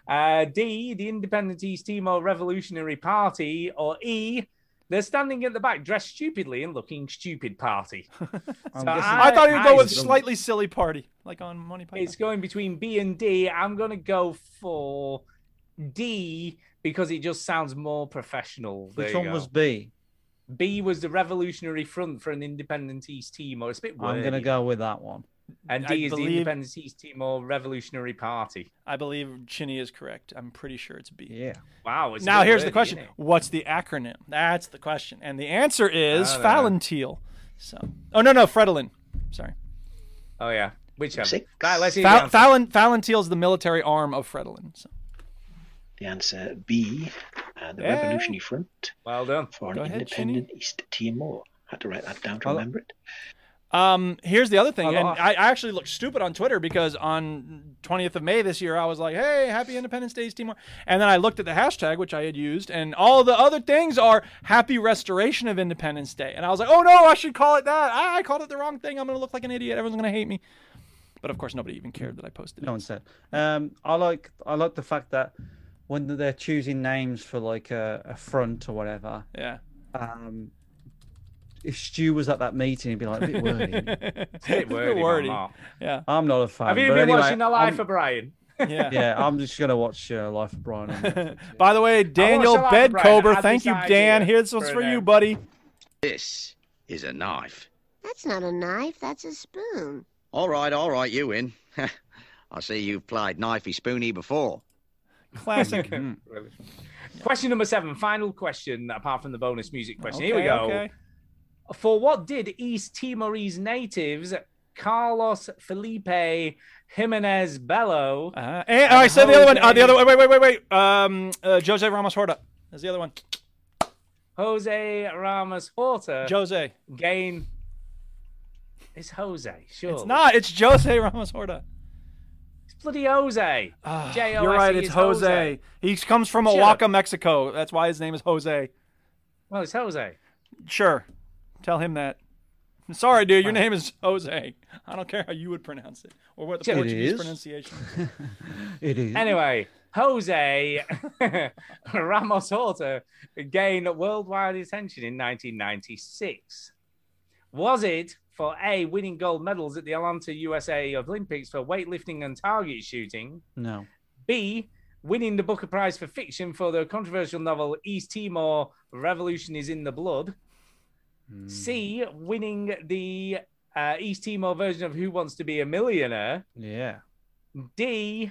[SPEAKER 4] Uh, D, the Independent East Timor Revolutionary Party, or E, they're standing at the back dressed stupidly and looking stupid party. So
[SPEAKER 1] I, thought he'd go with
[SPEAKER 4] I-
[SPEAKER 1] slightly silly party, like on Money Python.
[SPEAKER 4] It's going between B and D. I'm going to go for D because it just sounds more professional. There
[SPEAKER 9] Which
[SPEAKER 4] you
[SPEAKER 9] one
[SPEAKER 4] go.
[SPEAKER 9] was B?
[SPEAKER 4] B was the Revolutionary Front for an Independent East Timor. It's a bit wordy.
[SPEAKER 9] I'm going to go with that one.
[SPEAKER 4] And
[SPEAKER 1] I
[SPEAKER 4] D is
[SPEAKER 1] believe-
[SPEAKER 4] the Independent East Timor Revolutionary Party.
[SPEAKER 1] I believe Chinny is correct. I'm pretty sure it's B.
[SPEAKER 9] Yeah.
[SPEAKER 4] Wow. It's a
[SPEAKER 1] now
[SPEAKER 4] bit
[SPEAKER 1] here's the
[SPEAKER 4] wordy,
[SPEAKER 1] question.
[SPEAKER 4] isn't it?
[SPEAKER 1] What's the acronym? That's the question. And the answer is
[SPEAKER 4] I don't know.
[SPEAKER 1] Falunteal. So, oh no no, Fredolin. Sorry.
[SPEAKER 4] Oh yeah. Which one?
[SPEAKER 20] Six.
[SPEAKER 4] Right, let's hear the
[SPEAKER 1] Fal- Fallon
[SPEAKER 4] answer.
[SPEAKER 1] Falunteal is the military arm of Fredolin. So.
[SPEAKER 20] The answer B, uh, the
[SPEAKER 1] Yeah.
[SPEAKER 20] Revolutionary Front
[SPEAKER 4] Well done.
[SPEAKER 20] for an
[SPEAKER 1] Go ahead, Chinny.
[SPEAKER 20] independent East Timor. I had to write that down to
[SPEAKER 1] Well-
[SPEAKER 20] remember it.
[SPEAKER 1] Um, here's the other thing,
[SPEAKER 4] I
[SPEAKER 1] and
[SPEAKER 4] laugh.
[SPEAKER 1] I, I actually looked stupid on Twitter because on 20th of May this year, I was like, "Hey, Happy Independence Day, Timor," and then I looked at the hashtag which I had used, and all the other things are "Happy Restoration of Independence Day," and I was like, "Oh no, I should call it that. I, I called it the wrong thing. I'm gonna look like an idiot. Everyone's gonna hate me." But of course, nobody even cared that I posted.
[SPEAKER 9] No one said. Um, I like I like the fact that when they're choosing names for like a, a front or whatever.
[SPEAKER 1] Yeah.
[SPEAKER 9] Um, if Stu was at that meeting, he'd be like, a bit wordy.
[SPEAKER 4] It's a bit wordy, but I'm not.
[SPEAKER 1] Yeah.
[SPEAKER 9] I'm not a fan.
[SPEAKER 4] Have you
[SPEAKER 9] but
[SPEAKER 4] been
[SPEAKER 9] anyway,
[SPEAKER 4] watching The Life
[SPEAKER 9] I'm-
[SPEAKER 4] of Brian?
[SPEAKER 1] Yeah.
[SPEAKER 9] yeah, I'm just gonna watch uh, Life of Brian. on Netflix.
[SPEAKER 1] By the way, Daniel
[SPEAKER 9] shall I, Brian? I
[SPEAKER 1] Bedcober,
[SPEAKER 9] had
[SPEAKER 1] thank
[SPEAKER 9] this
[SPEAKER 1] you,
[SPEAKER 9] idea
[SPEAKER 1] Dan. Here's one's
[SPEAKER 9] for
[SPEAKER 1] for
[SPEAKER 9] a
[SPEAKER 1] you,
[SPEAKER 9] name.
[SPEAKER 1] buddy.
[SPEAKER 3] This is a knife.
[SPEAKER 17] That's not a knife, that's a spoon.
[SPEAKER 3] All right, all right, you in. I see you've played knifey spoony before.
[SPEAKER 1] Classic.
[SPEAKER 4] Really. Question number seven, final question, apart from the bonus music question. Here we
[SPEAKER 1] Mm. Okay,
[SPEAKER 4] go.
[SPEAKER 1] okay.
[SPEAKER 4] For what did East Timorese natives Carlos Felipe Jimenez Bello?
[SPEAKER 1] Uh, And, oh, I said the other one. Uh, the other one. Wait, wait, wait, wait. Um, uh, Jose Ramos Horta. That's the other one.
[SPEAKER 4] Jose Ramos Horta.
[SPEAKER 1] Jose.
[SPEAKER 4] Gain. It's Jose, sure.
[SPEAKER 1] It's not. It's Jose Ramos Horta.
[SPEAKER 4] bloody Jose. J O S E
[SPEAKER 1] You're right.
[SPEAKER 4] is
[SPEAKER 1] It's Jose. He comes from
[SPEAKER 4] Shut
[SPEAKER 1] Oaxaca, Mexico. That's why his name is Jose.
[SPEAKER 4] Well, it's Jose.
[SPEAKER 1] Sure. Tell him that. I'm sorry, dude. Your name is Jose. I don't care how you would pronounce it or what the
[SPEAKER 4] It
[SPEAKER 1] Portuguese
[SPEAKER 4] is.
[SPEAKER 1] pronunciation.
[SPEAKER 9] It is.
[SPEAKER 4] Anyway, Jose Ramos Horta gained worldwide attention in 1996. Was it for A, winning gold medals at the Atlanta USA Olympics for weightlifting and target shooting?
[SPEAKER 9] No.
[SPEAKER 4] B, winning the Booker Prize for fiction for the controversial novel East Timor Revolution is in the Blood?
[SPEAKER 9] Hmm.
[SPEAKER 4] C, winning the uh, East Timor version of Who Wants to Be a Millionaire?
[SPEAKER 9] Yeah.
[SPEAKER 4] D,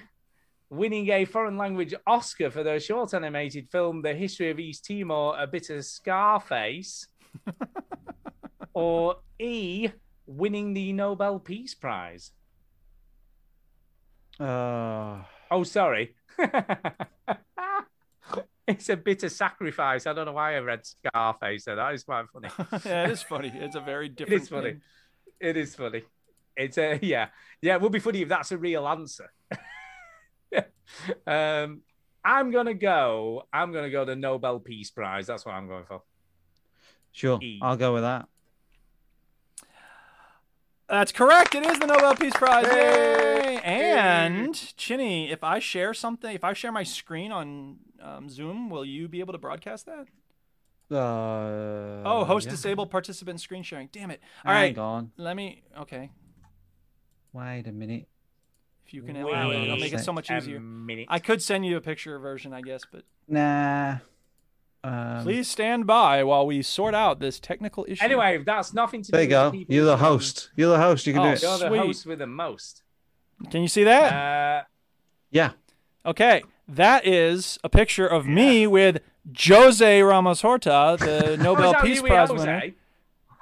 [SPEAKER 4] winning a foreign language Oscar for their short animated film, The History of East Timor, A Bit of Scarface. or E, winning the Nobel Peace Prize.
[SPEAKER 9] Uh,
[SPEAKER 4] Oh, sorry. it's a bit of sacrifice. I don't know why I read Scarface. So that is quite funny.
[SPEAKER 1] yeah, it is funny. It's a very
[SPEAKER 4] It
[SPEAKER 1] different.
[SPEAKER 4] is funny.
[SPEAKER 1] name.
[SPEAKER 4] It is funny. It's a yeah, yeah. It would be funny if that's a real answer. um, I'm gonna go. I'm gonna go the Nobel Peace Prize. That's what I'm going for.
[SPEAKER 9] Sure,
[SPEAKER 4] E.
[SPEAKER 9] I'll go with that.
[SPEAKER 1] That's correct. It is the Nobel Peace Prize. Yay! And Chinny, if I share something, if I share my screen on um, Zoom, will you be able to broadcast that?
[SPEAKER 9] Uh,
[SPEAKER 1] oh, host
[SPEAKER 9] yeah.
[SPEAKER 1] disabled participant screen sharing. Damn it! All right,
[SPEAKER 9] Hang on.
[SPEAKER 1] let me. Okay,
[SPEAKER 9] Wait a minute.
[SPEAKER 1] if you can allow it, it'll make it so much
[SPEAKER 9] Wait a
[SPEAKER 1] easier.
[SPEAKER 4] minute.
[SPEAKER 1] I could send you a picture version, I guess, but
[SPEAKER 9] Nah. Um,
[SPEAKER 1] please stand by while we sort out this technical issue.
[SPEAKER 4] Anyway, that's nothing to
[SPEAKER 9] There you
[SPEAKER 4] do. with
[SPEAKER 9] go.
[SPEAKER 4] people
[SPEAKER 9] You're the
[SPEAKER 4] who-
[SPEAKER 9] host. You're the host. You can
[SPEAKER 1] Oh,
[SPEAKER 9] do
[SPEAKER 4] You're
[SPEAKER 9] it.
[SPEAKER 4] the
[SPEAKER 1] Sweet.
[SPEAKER 4] host with the most.
[SPEAKER 1] Can you see that?
[SPEAKER 4] Uh,
[SPEAKER 9] Yeah.
[SPEAKER 1] Okay, that is a picture of me with Jose Ramos Horta, the
[SPEAKER 4] oh, is
[SPEAKER 1] Nobel
[SPEAKER 4] that
[SPEAKER 1] Peace
[SPEAKER 4] you,
[SPEAKER 1] Prize
[SPEAKER 4] Jose?
[SPEAKER 1] winner.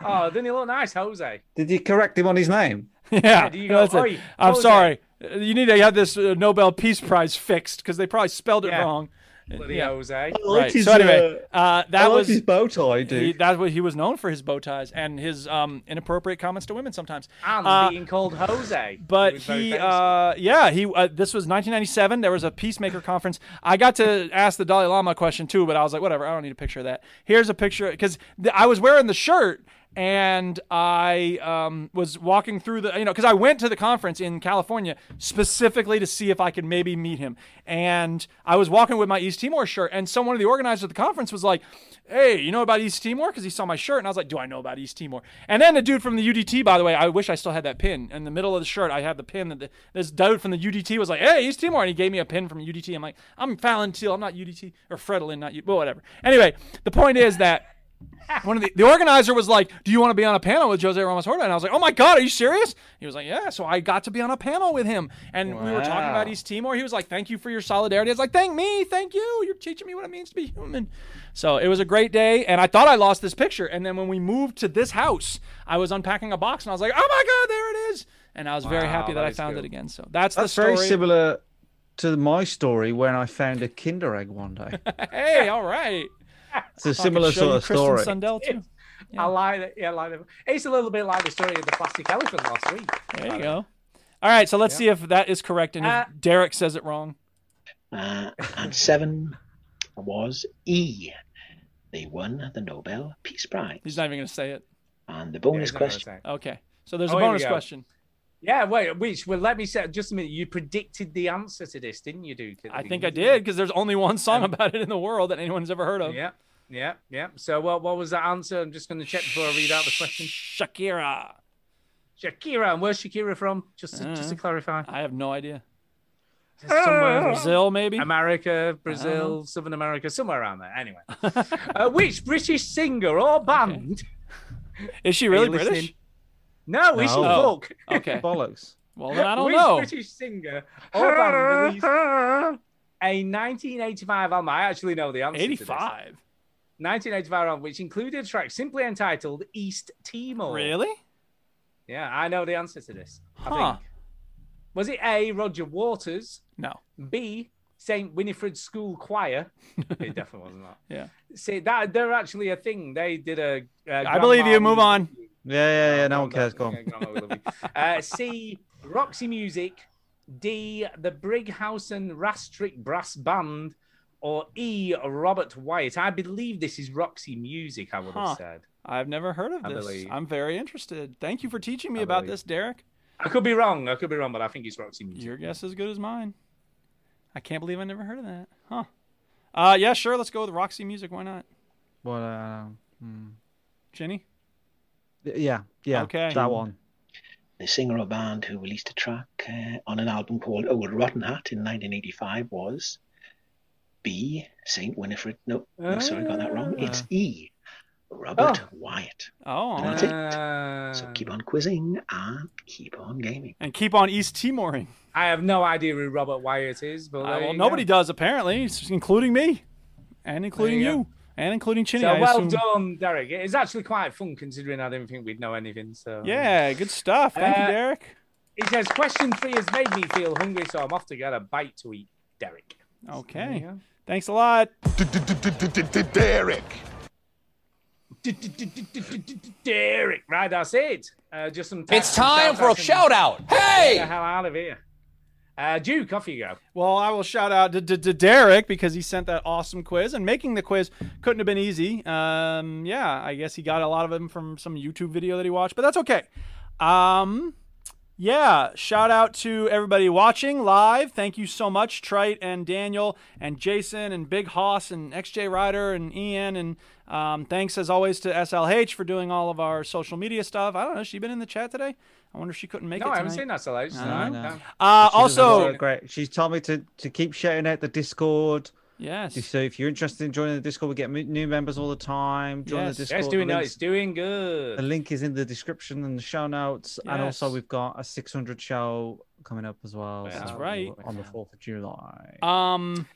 [SPEAKER 4] Oh, doesn't he look nice, Jose?
[SPEAKER 9] Did you correct him on his name?
[SPEAKER 1] Yeah,
[SPEAKER 4] do you go,
[SPEAKER 1] that's it.
[SPEAKER 4] "Oi,
[SPEAKER 1] I'm
[SPEAKER 4] Jose."
[SPEAKER 1] sorry. Uh, You need to have this uh, Nobel Peace Prize fixed because they probably spelled it
[SPEAKER 4] Yeah.
[SPEAKER 1] wrong.
[SPEAKER 4] Bloody
[SPEAKER 1] yeah.
[SPEAKER 4] Jose.
[SPEAKER 1] Right. so anyway, uh, that was
[SPEAKER 9] bow tie,
[SPEAKER 1] he, that's what he was known for his bow ties and his um, inappropriate comments to women sometimes.
[SPEAKER 4] and
[SPEAKER 1] Uh,
[SPEAKER 4] being called Jose.
[SPEAKER 1] but
[SPEAKER 4] was very
[SPEAKER 1] he
[SPEAKER 4] famous.
[SPEAKER 1] uh yeah he uh, this was 1997 there was a peacemaker conference i got to ask the dalai lama question too but i was like whatever i don't need a picture of that here's a picture because th- i was wearing the shirt and i um, was walking through the you know because i went to the conference in california specifically to see if i could maybe meet him and i was walking with my east timor shirt and so one of the organizers of the conference was like hey you know about east timor because he saw my shirt and i was like do i know about east timor and then the dude from the udt by the way i wish i still had that pin in the middle of the shirt i had the pin that the, this dude from the udt was like hey east timor and he gave me a pin from udt i'm like i'm fallon teal i'm not udt or fredlin not you but whatever anyway the point is that one of the, the organizer was like, "Do you want to be on a panel with Jose Ramos Horta?" And I was like, "Oh my god, are you serious?" He was like, "Yeah." So I got to be on a panel with him, and we were talking about
[SPEAKER 9] Wow.
[SPEAKER 1] East Timor. He was like, "Thank you for your solidarity." I was like, "Thank me, thank you. You're teaching me what it means to be human." So it was a great day, and I thought I lost this picture. And then when we moved to this house, I was unpacking a box, and I was like, "Oh my god, there it is!" And I was very
[SPEAKER 9] Wow,
[SPEAKER 1] happy that,
[SPEAKER 9] that
[SPEAKER 1] I
[SPEAKER 9] is
[SPEAKER 1] found
[SPEAKER 9] cool.
[SPEAKER 1] it again. So that's,
[SPEAKER 9] That's
[SPEAKER 1] the story.
[SPEAKER 9] very similar to my story when I found a Kinder Egg one day.
[SPEAKER 1] hey, all right.
[SPEAKER 9] It's a
[SPEAKER 1] Fucking
[SPEAKER 9] similar
[SPEAKER 1] show
[SPEAKER 9] sort
[SPEAKER 1] you
[SPEAKER 9] of
[SPEAKER 1] Kristen
[SPEAKER 9] story.
[SPEAKER 1] Sundell too.
[SPEAKER 4] I like it. Yeah, I like it. It's a little bit like the story of the plastic elephant last week.
[SPEAKER 1] There you go. All right, so let's see if that is correct and if
[SPEAKER 4] Uh,
[SPEAKER 1] Derek says it wrong.
[SPEAKER 20] Uh, and seven was E. They won the Nobel Peace Prize.
[SPEAKER 1] He's not even going to say it.
[SPEAKER 20] And the bonus question.
[SPEAKER 1] Okay, so there's
[SPEAKER 4] Oh,
[SPEAKER 1] a
[SPEAKER 4] here we
[SPEAKER 1] bonus
[SPEAKER 4] go.
[SPEAKER 1] question.
[SPEAKER 4] Yeah, wait, which well let me say just a minute. You predicted the answer to this, didn't you, Duke?
[SPEAKER 1] I think I did because there's only one song about it in the world that anyone's ever heard of.
[SPEAKER 4] Yeah, yeah, yeah. So what what was that answer? I'm just gonna check before I read out the question.
[SPEAKER 1] Shakira.
[SPEAKER 4] Shakira, and where's Shakira from? Just to, just to
[SPEAKER 1] Uh,
[SPEAKER 4] clarify.
[SPEAKER 1] I have no idea.
[SPEAKER 4] Somewhere
[SPEAKER 1] Ah. Brazil, maybe?
[SPEAKER 4] America,
[SPEAKER 1] Uh-huh.
[SPEAKER 4] Brazil, Southern America, somewhere around there. Anyway, uh, which British singer or band?
[SPEAKER 1] Is she
[SPEAKER 4] Are
[SPEAKER 1] really
[SPEAKER 4] you listening?
[SPEAKER 1] British?
[SPEAKER 4] No, we
[SPEAKER 1] No.
[SPEAKER 4] should look.
[SPEAKER 1] Oh, okay.
[SPEAKER 9] Bollocks.
[SPEAKER 1] Well, then I don't
[SPEAKER 4] Which
[SPEAKER 1] know.
[SPEAKER 4] British singer or band released a 1985 album? I actually know the answer. 85. 1985 album, which included a track simply entitled "East Timor."
[SPEAKER 1] Really?
[SPEAKER 4] Yeah, I know the answer to this. I
[SPEAKER 1] Huh.
[SPEAKER 4] think. Was it A. Roger Waters?
[SPEAKER 1] No.
[SPEAKER 4] B. Saint Winifred School Choir. It definitely wasn't that.
[SPEAKER 1] Yeah.
[SPEAKER 4] See that they're actually a thing. They did a. a
[SPEAKER 1] I believe you.
[SPEAKER 4] Grandma-
[SPEAKER 1] Move on.
[SPEAKER 9] Yeah, yeah, yeah. No one cares. Go
[SPEAKER 4] on. Uh, C. Roxy Music. D. The Brighausen Rastrick Brass Band. Or E. Robert Wyatt. I believe this is Roxy Music. I would have
[SPEAKER 1] Huh.
[SPEAKER 4] said.
[SPEAKER 1] I've never heard of
[SPEAKER 4] I
[SPEAKER 1] this.
[SPEAKER 4] believe-
[SPEAKER 1] I'm very interested. Thank you for teaching me about
[SPEAKER 4] believe-
[SPEAKER 1] this, Derek.
[SPEAKER 4] I could be wrong. I could be wrong, but I think it's Roxy Music.
[SPEAKER 1] Your guess is as good as mine. I can't believe I never heard of that. Huh. Uh, yeah, sure. Let's go with Roxy Music. Why not?
[SPEAKER 9] What? Uh, hmm.
[SPEAKER 1] Jenny?
[SPEAKER 9] Yeah, yeah.
[SPEAKER 1] Okay.
[SPEAKER 9] That one.
[SPEAKER 20] The singer or band who released a track uh, on an album called Old Rotten Hat in 1985 was B. Saint Winifred. No, no, sorry, I got that wrong. It's
[SPEAKER 1] Ah.
[SPEAKER 20] E. Robert Wyatt.
[SPEAKER 1] Oh.
[SPEAKER 20] And that's
[SPEAKER 4] Uh,
[SPEAKER 20] it. So keep on quizzing and keep on gaming.
[SPEAKER 1] And keep on East Timoring.
[SPEAKER 4] I have no idea who Robert Wyatt is, but
[SPEAKER 1] Uh,
[SPEAKER 4] there
[SPEAKER 1] well,
[SPEAKER 4] you
[SPEAKER 1] nobody
[SPEAKER 4] go.
[SPEAKER 1] does apparently, s- including me, and including
[SPEAKER 4] you
[SPEAKER 1] you,
[SPEAKER 4] go.
[SPEAKER 1] and including Chinny.
[SPEAKER 4] So
[SPEAKER 1] I
[SPEAKER 4] well
[SPEAKER 1] assume.
[SPEAKER 4] done, Derek. It's actually quite fun considering I didn't think we'd know anything. So
[SPEAKER 1] Yeah, good stuff. Thank
[SPEAKER 4] Uh,
[SPEAKER 1] you, Derek.
[SPEAKER 4] He says question three has made me feel hungry, so I'm off to get a bite to eat, Derek.
[SPEAKER 1] Okay. Thanks a lot.
[SPEAKER 10] Derek.
[SPEAKER 4] Derek, right? That's it. Uh, just some.
[SPEAKER 1] It's time for a shout-out. Hey!
[SPEAKER 4] Get the hell out of here, uh, Duke. Off you go.
[SPEAKER 1] Well, I will shout out to, to, to Derek because he sent that awesome quiz, and making the quiz couldn't have been easy. Um, yeah, I guess he got a lot of them from some YouTube video that he watched, but that's okay. Um, yeah, shout out to everybody watching live. Thank you so much, Trite and Daniel and Jason and Big Hoss and XJ Ryder and Ian. And um, thanks as always to SLH for doing all of our social media stuff. I don't know, has she been in the chat today? I wonder if she couldn't make
[SPEAKER 4] No,
[SPEAKER 1] it.
[SPEAKER 4] I haven't
[SPEAKER 1] tonight.
[SPEAKER 4] seen that, Solange.
[SPEAKER 1] No,
[SPEAKER 4] No,
[SPEAKER 1] no.
[SPEAKER 4] no.
[SPEAKER 1] Uh,
[SPEAKER 9] She does a lot
[SPEAKER 1] also,
[SPEAKER 9] of great. She's told me to, to keep shouting out the Discord.
[SPEAKER 1] Yes.
[SPEAKER 9] So if you're interested in joining the Discord, we get m- new members all the time. Join
[SPEAKER 4] Yes,
[SPEAKER 9] the Discord.
[SPEAKER 4] it's doing
[SPEAKER 9] the
[SPEAKER 4] no,
[SPEAKER 9] links-
[SPEAKER 4] it's doing good.
[SPEAKER 9] The link is in the description and the show notes, and also
[SPEAKER 1] Yes.
[SPEAKER 9] we've got a 600 show coming up as well.
[SPEAKER 1] That's
[SPEAKER 9] so
[SPEAKER 1] right.
[SPEAKER 9] on the 4th of July.
[SPEAKER 1] Um,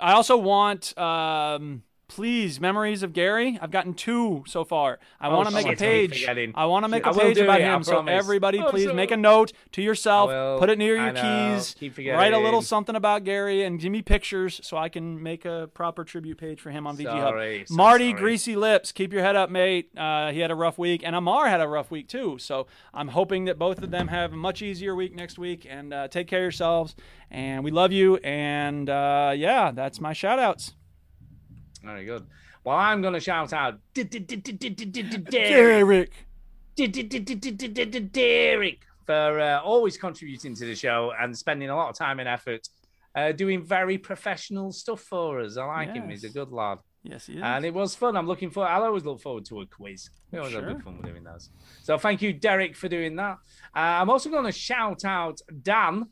[SPEAKER 1] I also want, um, please, memories of Gary. I've gotten two so far. I
[SPEAKER 4] Oh,
[SPEAKER 1] want to make a
[SPEAKER 4] shit, I'm
[SPEAKER 1] page.
[SPEAKER 4] forgetting.
[SPEAKER 1] I want to make
[SPEAKER 4] I
[SPEAKER 1] a
[SPEAKER 4] will
[SPEAKER 1] page
[SPEAKER 4] do
[SPEAKER 1] about
[SPEAKER 4] it, I
[SPEAKER 1] him. So
[SPEAKER 4] promise.
[SPEAKER 1] everybody,
[SPEAKER 4] Oh,
[SPEAKER 1] please
[SPEAKER 4] so-
[SPEAKER 1] make a note to yourself.
[SPEAKER 4] I will.
[SPEAKER 1] Put it near
[SPEAKER 4] I
[SPEAKER 1] your
[SPEAKER 4] know.
[SPEAKER 1] keys.
[SPEAKER 4] Keep
[SPEAKER 1] write a little
[SPEAKER 4] forgetting.
[SPEAKER 1] something about Gary and give me pictures so I can make a proper tribute page for him on VG
[SPEAKER 4] Sorry,
[SPEAKER 1] Hub.
[SPEAKER 4] so
[SPEAKER 1] Marty
[SPEAKER 4] sorry.
[SPEAKER 1] Greasy Lips, keep your head up, mate. Uh, he had a rough week, and Amar had a rough week too. So I'm hoping that both of them have a much easier week next week. And uh, take care of yourselves. And we love you. And uh, yeah, that's my shout outs.
[SPEAKER 4] Very good. Well, I'm going to shout out Derek
[SPEAKER 1] Derek.
[SPEAKER 4] Derek for uh, always contributing to the show and spending a lot of time and effort uh, doing very professional stuff for us. I like him. He's a
[SPEAKER 1] Yes.
[SPEAKER 4] good lad.
[SPEAKER 1] Yes, he is.
[SPEAKER 4] And it was fun. I'm looking forward. I'll always look forward to a quiz. We always have
[SPEAKER 1] Sure.
[SPEAKER 4] good fun with doing those. So thank you, Derek, for doing that. Uh, I'm also going to shout out Dan,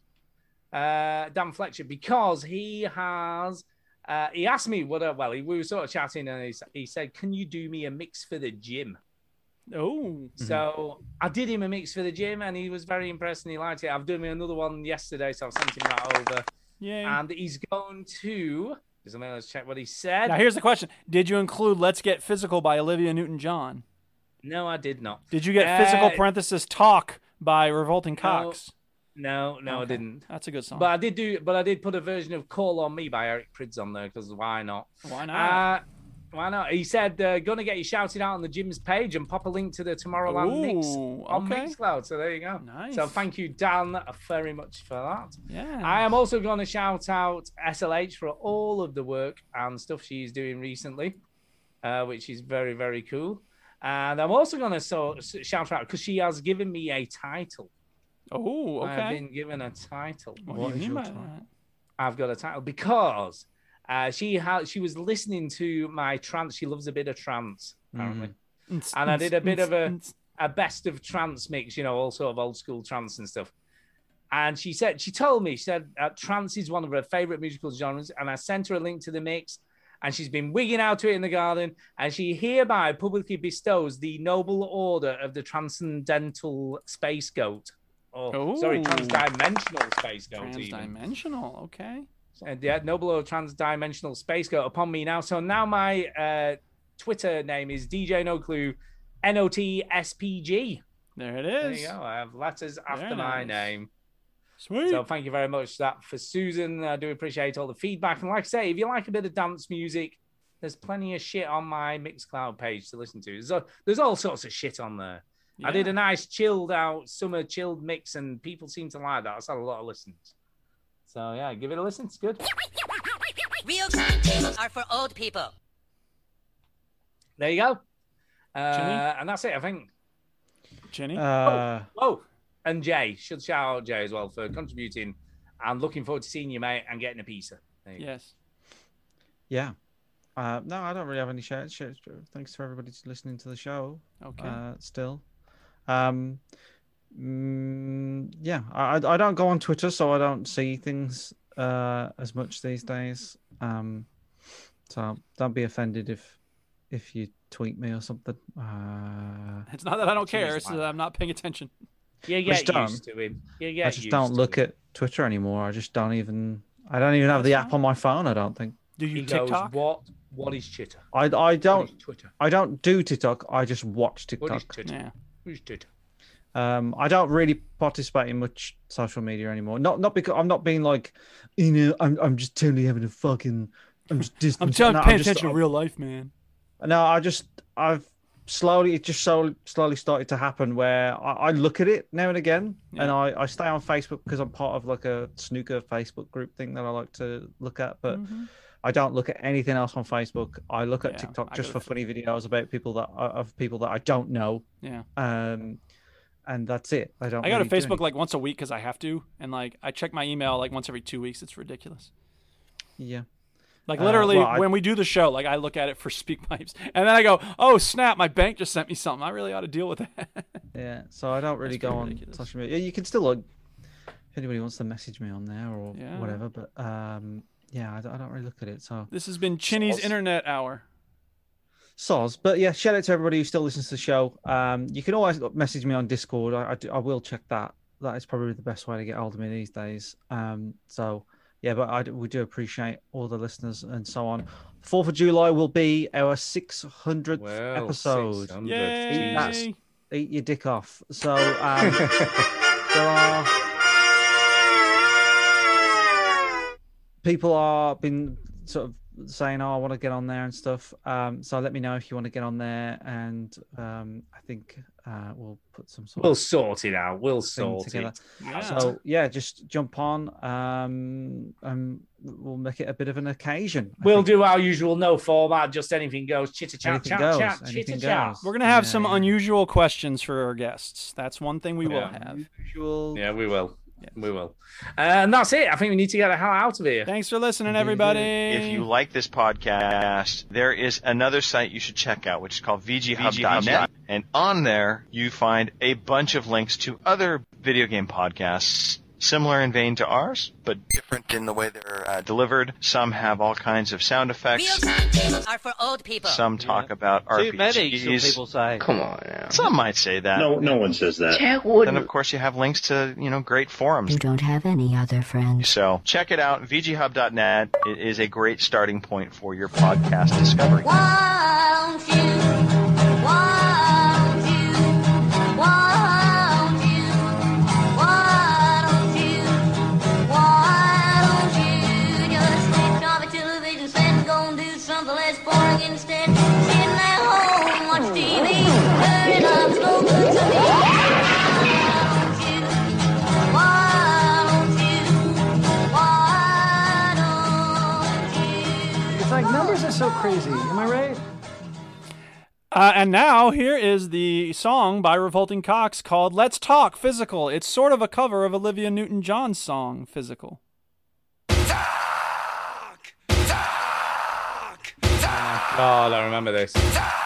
[SPEAKER 4] uh, Dan Fletcher, because he has. Uh, he asked me what. I- Well, he, we were sort of chatting, and he, s- he said, "Can you do me a mix for the gym?"
[SPEAKER 1] Oh.
[SPEAKER 4] So I did him a mix for the gym, and he was very impressed, and he liked it. I've done me another one yesterday, so I've sent him that over.
[SPEAKER 1] Yay.
[SPEAKER 4] And he's going to. Just a minute, let's check what he said.
[SPEAKER 1] Now, here's the question Did you include Let's Get Physical by Olivia Newton John?
[SPEAKER 4] No, I did not.
[SPEAKER 1] Did you get Physical
[SPEAKER 4] Uh,
[SPEAKER 1] parenthesis Talk by Revolting
[SPEAKER 4] no,
[SPEAKER 1] Cox?
[SPEAKER 4] No, no, I
[SPEAKER 1] Okay.
[SPEAKER 4] didn't.
[SPEAKER 1] That's a good song.
[SPEAKER 4] But I did do. But I did put a version of "Call on Me" by Eric Prids on there because why not?
[SPEAKER 1] Why not?
[SPEAKER 4] Uh, Why not? He said, uh, "Gonna get you shouted out on the gym's page and pop a link to the Tomorrowland Knicks
[SPEAKER 1] Ooh,
[SPEAKER 4] on
[SPEAKER 1] okay.
[SPEAKER 4] Mixcloud." So there you go.
[SPEAKER 1] Nice.
[SPEAKER 4] So thank you, Dan, very much for that.
[SPEAKER 1] Yeah.
[SPEAKER 4] I am also going to shout out SLH for all of the work and stuff she's doing recently, uh, which is very very cool. And I'm also going to so, s- shout her out because she has given me a title.
[SPEAKER 1] Oh,
[SPEAKER 4] I've
[SPEAKER 1] okay.
[SPEAKER 4] been given a title.
[SPEAKER 1] What do you mean by that?
[SPEAKER 4] I've got a title because uh, she had she was listening to my trance. She loves a bit of trance, apparently. And I did a bit of a a best of trance mix, you know, all sort of old school trance and stuff. And she said she told me she said uh, trance is one of her favorite musical genres, and I sent her a link to the mix. And she's been wigging out to it in the garden, and she hereby publicly bestows the noble order of the transcendental space goat. Oh, sorry,
[SPEAKER 1] Ooh.
[SPEAKER 4] transdimensional space goat. even.
[SPEAKER 1] Transdimensional. Okay.
[SPEAKER 4] And yeah, Noble or Transdimensional Space Goat upon me now. So now my uh, Twitter name is DJ No Clue, N O T S P G.
[SPEAKER 1] There it
[SPEAKER 4] There
[SPEAKER 1] is.
[SPEAKER 4] you go. I have letters after
[SPEAKER 1] Very
[SPEAKER 4] my
[SPEAKER 1] nice.
[SPEAKER 4] name.
[SPEAKER 1] Sweet.
[SPEAKER 4] So thank you very much for that for Susan. I do appreciate all the feedback. And like I say, if you like a bit of dance music, there's plenty of shit on my Mixcloud page to listen to. There's, a- there's all sorts of shit on there. I did a nice chilled out summer chilled mix, and people seem to like that. That's had a lot of listens. So yeah, give it a listen. It's good.
[SPEAKER 5] Real games are for old people.
[SPEAKER 4] There you go.
[SPEAKER 5] Jenny?
[SPEAKER 4] Uh, and that's it, I think.
[SPEAKER 1] Jenny?
[SPEAKER 9] Uh,
[SPEAKER 4] oh, and Jay. Should shout out Jay as well for contributing. I'm looking forward to seeing you, mate, and getting a pizza. There you go.
[SPEAKER 1] Yes.
[SPEAKER 9] Yeah. Uh, no, I don't really have any shout shouts. but Thanks to everybody who's listening to the show.
[SPEAKER 1] Okay.
[SPEAKER 9] Uh, still. Um, mm, yeah, I, I I don't go on Twitter, so I don't see things uh, as much these days. Um, so don't be offended if if you tweet me or something. Uh,
[SPEAKER 1] It's not that I don't
[SPEAKER 4] Jeez,
[SPEAKER 1] care. It's
[SPEAKER 4] wow.
[SPEAKER 1] that I'm not paying attention.
[SPEAKER 4] You
[SPEAKER 9] I just
[SPEAKER 4] get used
[SPEAKER 9] don't.
[SPEAKER 4] to him. You
[SPEAKER 9] I
[SPEAKER 4] get
[SPEAKER 9] just
[SPEAKER 4] used
[SPEAKER 9] don't
[SPEAKER 4] to
[SPEAKER 9] look at Twitter anymore. I just don't even. I don't even have the app on my phone. I don't think.
[SPEAKER 1] Do you
[SPEAKER 4] he
[SPEAKER 1] TikTok?
[SPEAKER 4] Goes, what? What is chitter?
[SPEAKER 9] I I don't.
[SPEAKER 4] Twitter?
[SPEAKER 9] I don't do TikTok. I just watch TikTok.
[SPEAKER 4] What is chitter? What is chitter?
[SPEAKER 9] Um, I don't really participate in much social media anymore. Not not because I'm not being like, you know, I'm I'm just totally having a fucking. I'm just
[SPEAKER 1] I'm
[SPEAKER 9] distant.
[SPEAKER 1] trying
[SPEAKER 9] No,
[SPEAKER 1] to pay
[SPEAKER 9] just-
[SPEAKER 1] attention to
[SPEAKER 9] I-
[SPEAKER 1] real life, man.
[SPEAKER 9] no, I just I've slowly it just slowly slowly started to happen where I, I look at it now and again, and I I stay on Facebook because I'm part of like a snooker Facebook group thing that I like to look at, but.
[SPEAKER 1] Mhm.
[SPEAKER 9] I don't look at anything else on Facebook. I look at
[SPEAKER 1] Yeah,
[SPEAKER 9] TikTok
[SPEAKER 1] I
[SPEAKER 9] just for
[SPEAKER 1] gotta
[SPEAKER 9] funny videos about people that of people that I don't know.
[SPEAKER 1] Yeah.
[SPEAKER 9] Um, and that's it. I don't.
[SPEAKER 1] I go to
[SPEAKER 9] really do
[SPEAKER 1] Facebook like once a week because I have to, and like I check my email like once every two weeks. It's ridiculous.
[SPEAKER 9] Yeah.
[SPEAKER 1] Like
[SPEAKER 9] Uh,
[SPEAKER 1] literally,
[SPEAKER 9] well, I-
[SPEAKER 1] when we do the show, like I look at it for speak pipes, and then I go, "Oh snap! My bank just sent me something. I really ought to deal with that."
[SPEAKER 9] Yeah, so I don't really
[SPEAKER 1] That's pretty
[SPEAKER 9] go on social media. Yeah, you can still like if anybody wants to message me on there or
[SPEAKER 1] Yeah.
[SPEAKER 9] whatever, but um, yeah, I don't, I don't really look at it. So
[SPEAKER 1] this has been Chinny's Internet Hour.
[SPEAKER 9] soz, but yeah, shout out to everybody who still listens to the show. Um, you can always message me on Discord. I I, do- I will check that. That is probably the best way to get hold of me these days. Um, so yeah, but I, do- we do appreciate all the listeners and so on. Fourth of July will be our six hundredth
[SPEAKER 4] Well,
[SPEAKER 9] episode.
[SPEAKER 4] 600,
[SPEAKER 9] Eat that-
[SPEAKER 1] Yay.
[SPEAKER 9] eat your dick off. So um, there are people are been sort of saying, "Oh, I want to get on there and stuff." Um, so let me know if you want to get on there, and um, I think uh, we'll put some sort
[SPEAKER 4] We'll
[SPEAKER 9] of
[SPEAKER 4] sort it out. We'll
[SPEAKER 9] thing
[SPEAKER 4] sort
[SPEAKER 9] together.
[SPEAKER 4] it. out.
[SPEAKER 9] So yeah, just jump on. Um, um, we'll make it a bit of an occasion.
[SPEAKER 4] We'll do our usual no format, just anything goes. Chitter chat,
[SPEAKER 9] Anything
[SPEAKER 4] chat,
[SPEAKER 9] goes,
[SPEAKER 4] chat,
[SPEAKER 9] anything
[SPEAKER 4] chitter chat.
[SPEAKER 9] goes.
[SPEAKER 1] We're gonna have some unusual questions for our guests. That's one thing we will
[SPEAKER 4] Yeah.
[SPEAKER 1] have.
[SPEAKER 9] Usual.
[SPEAKER 4] Yeah, we will. We will. Uh, and that's it. I think we need to get the hell out of here.
[SPEAKER 1] Thanks for listening, everybody.
[SPEAKER 22] If you like this podcast, there is another site you should check out, which is called VGHub.net. And on there, you find a bunch of links to other video game podcasts, similar in vein to ours, but different in the way they're uh, delivered. Some have all kinds of sound effects.
[SPEAKER 5] Games are for old people.
[SPEAKER 22] Some talk about RPGs.
[SPEAKER 5] Too many, some people
[SPEAKER 22] say. Come on now. Some might say that.
[SPEAKER 23] No- no one says that.
[SPEAKER 5] Jack wouldn't.
[SPEAKER 22] Then of course you have links to you know great forums.
[SPEAKER 23] You don't have any other friends.
[SPEAKER 22] So check it out, VGHub.net. It is a great starting point for your podcast discovery.
[SPEAKER 17] Won't you? Won't you? Won't you? Won't you? Won't you just take off the television set and go and do something? the less boring instead. Sitting at home, watch TV. Dirty love's no good to me. Why don't you? Why
[SPEAKER 15] It's like numbers are so crazy. Am I right?
[SPEAKER 1] Uh, and now here is the song by Revolting Cox called "Let's Talk Physical." It's sort of a cover of Olivia Newton-John's song "Physical."
[SPEAKER 4] God, I remember this. Oh.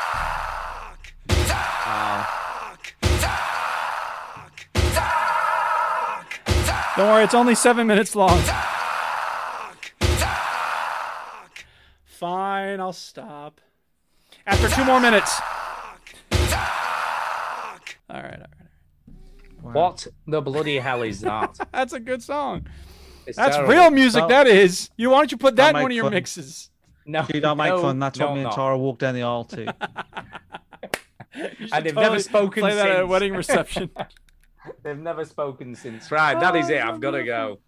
[SPEAKER 1] Don't worry, it's only seven minutes long. Fine, I'll stop. After two more minutes. All right, all right.
[SPEAKER 4] What the bloody hell is that?
[SPEAKER 1] That's a good song.
[SPEAKER 4] It's
[SPEAKER 1] That's
[SPEAKER 4] terrible.
[SPEAKER 1] real music.
[SPEAKER 4] Oh.
[SPEAKER 1] That is. You why don't you put
[SPEAKER 4] I'll
[SPEAKER 1] that in
[SPEAKER 4] make
[SPEAKER 1] one of your
[SPEAKER 4] fun.
[SPEAKER 1] mixes?
[SPEAKER 4] No,
[SPEAKER 9] Do not make
[SPEAKER 4] no,
[SPEAKER 9] fun. That's
[SPEAKER 4] no,
[SPEAKER 9] what me and
[SPEAKER 4] no.
[SPEAKER 9] Tara walked down the aisle to.
[SPEAKER 4] and they've
[SPEAKER 1] totally
[SPEAKER 4] never spoken
[SPEAKER 1] play
[SPEAKER 4] since.
[SPEAKER 1] that at a wedding reception.
[SPEAKER 4] they've never spoken since. Right, that is it. I've got to go.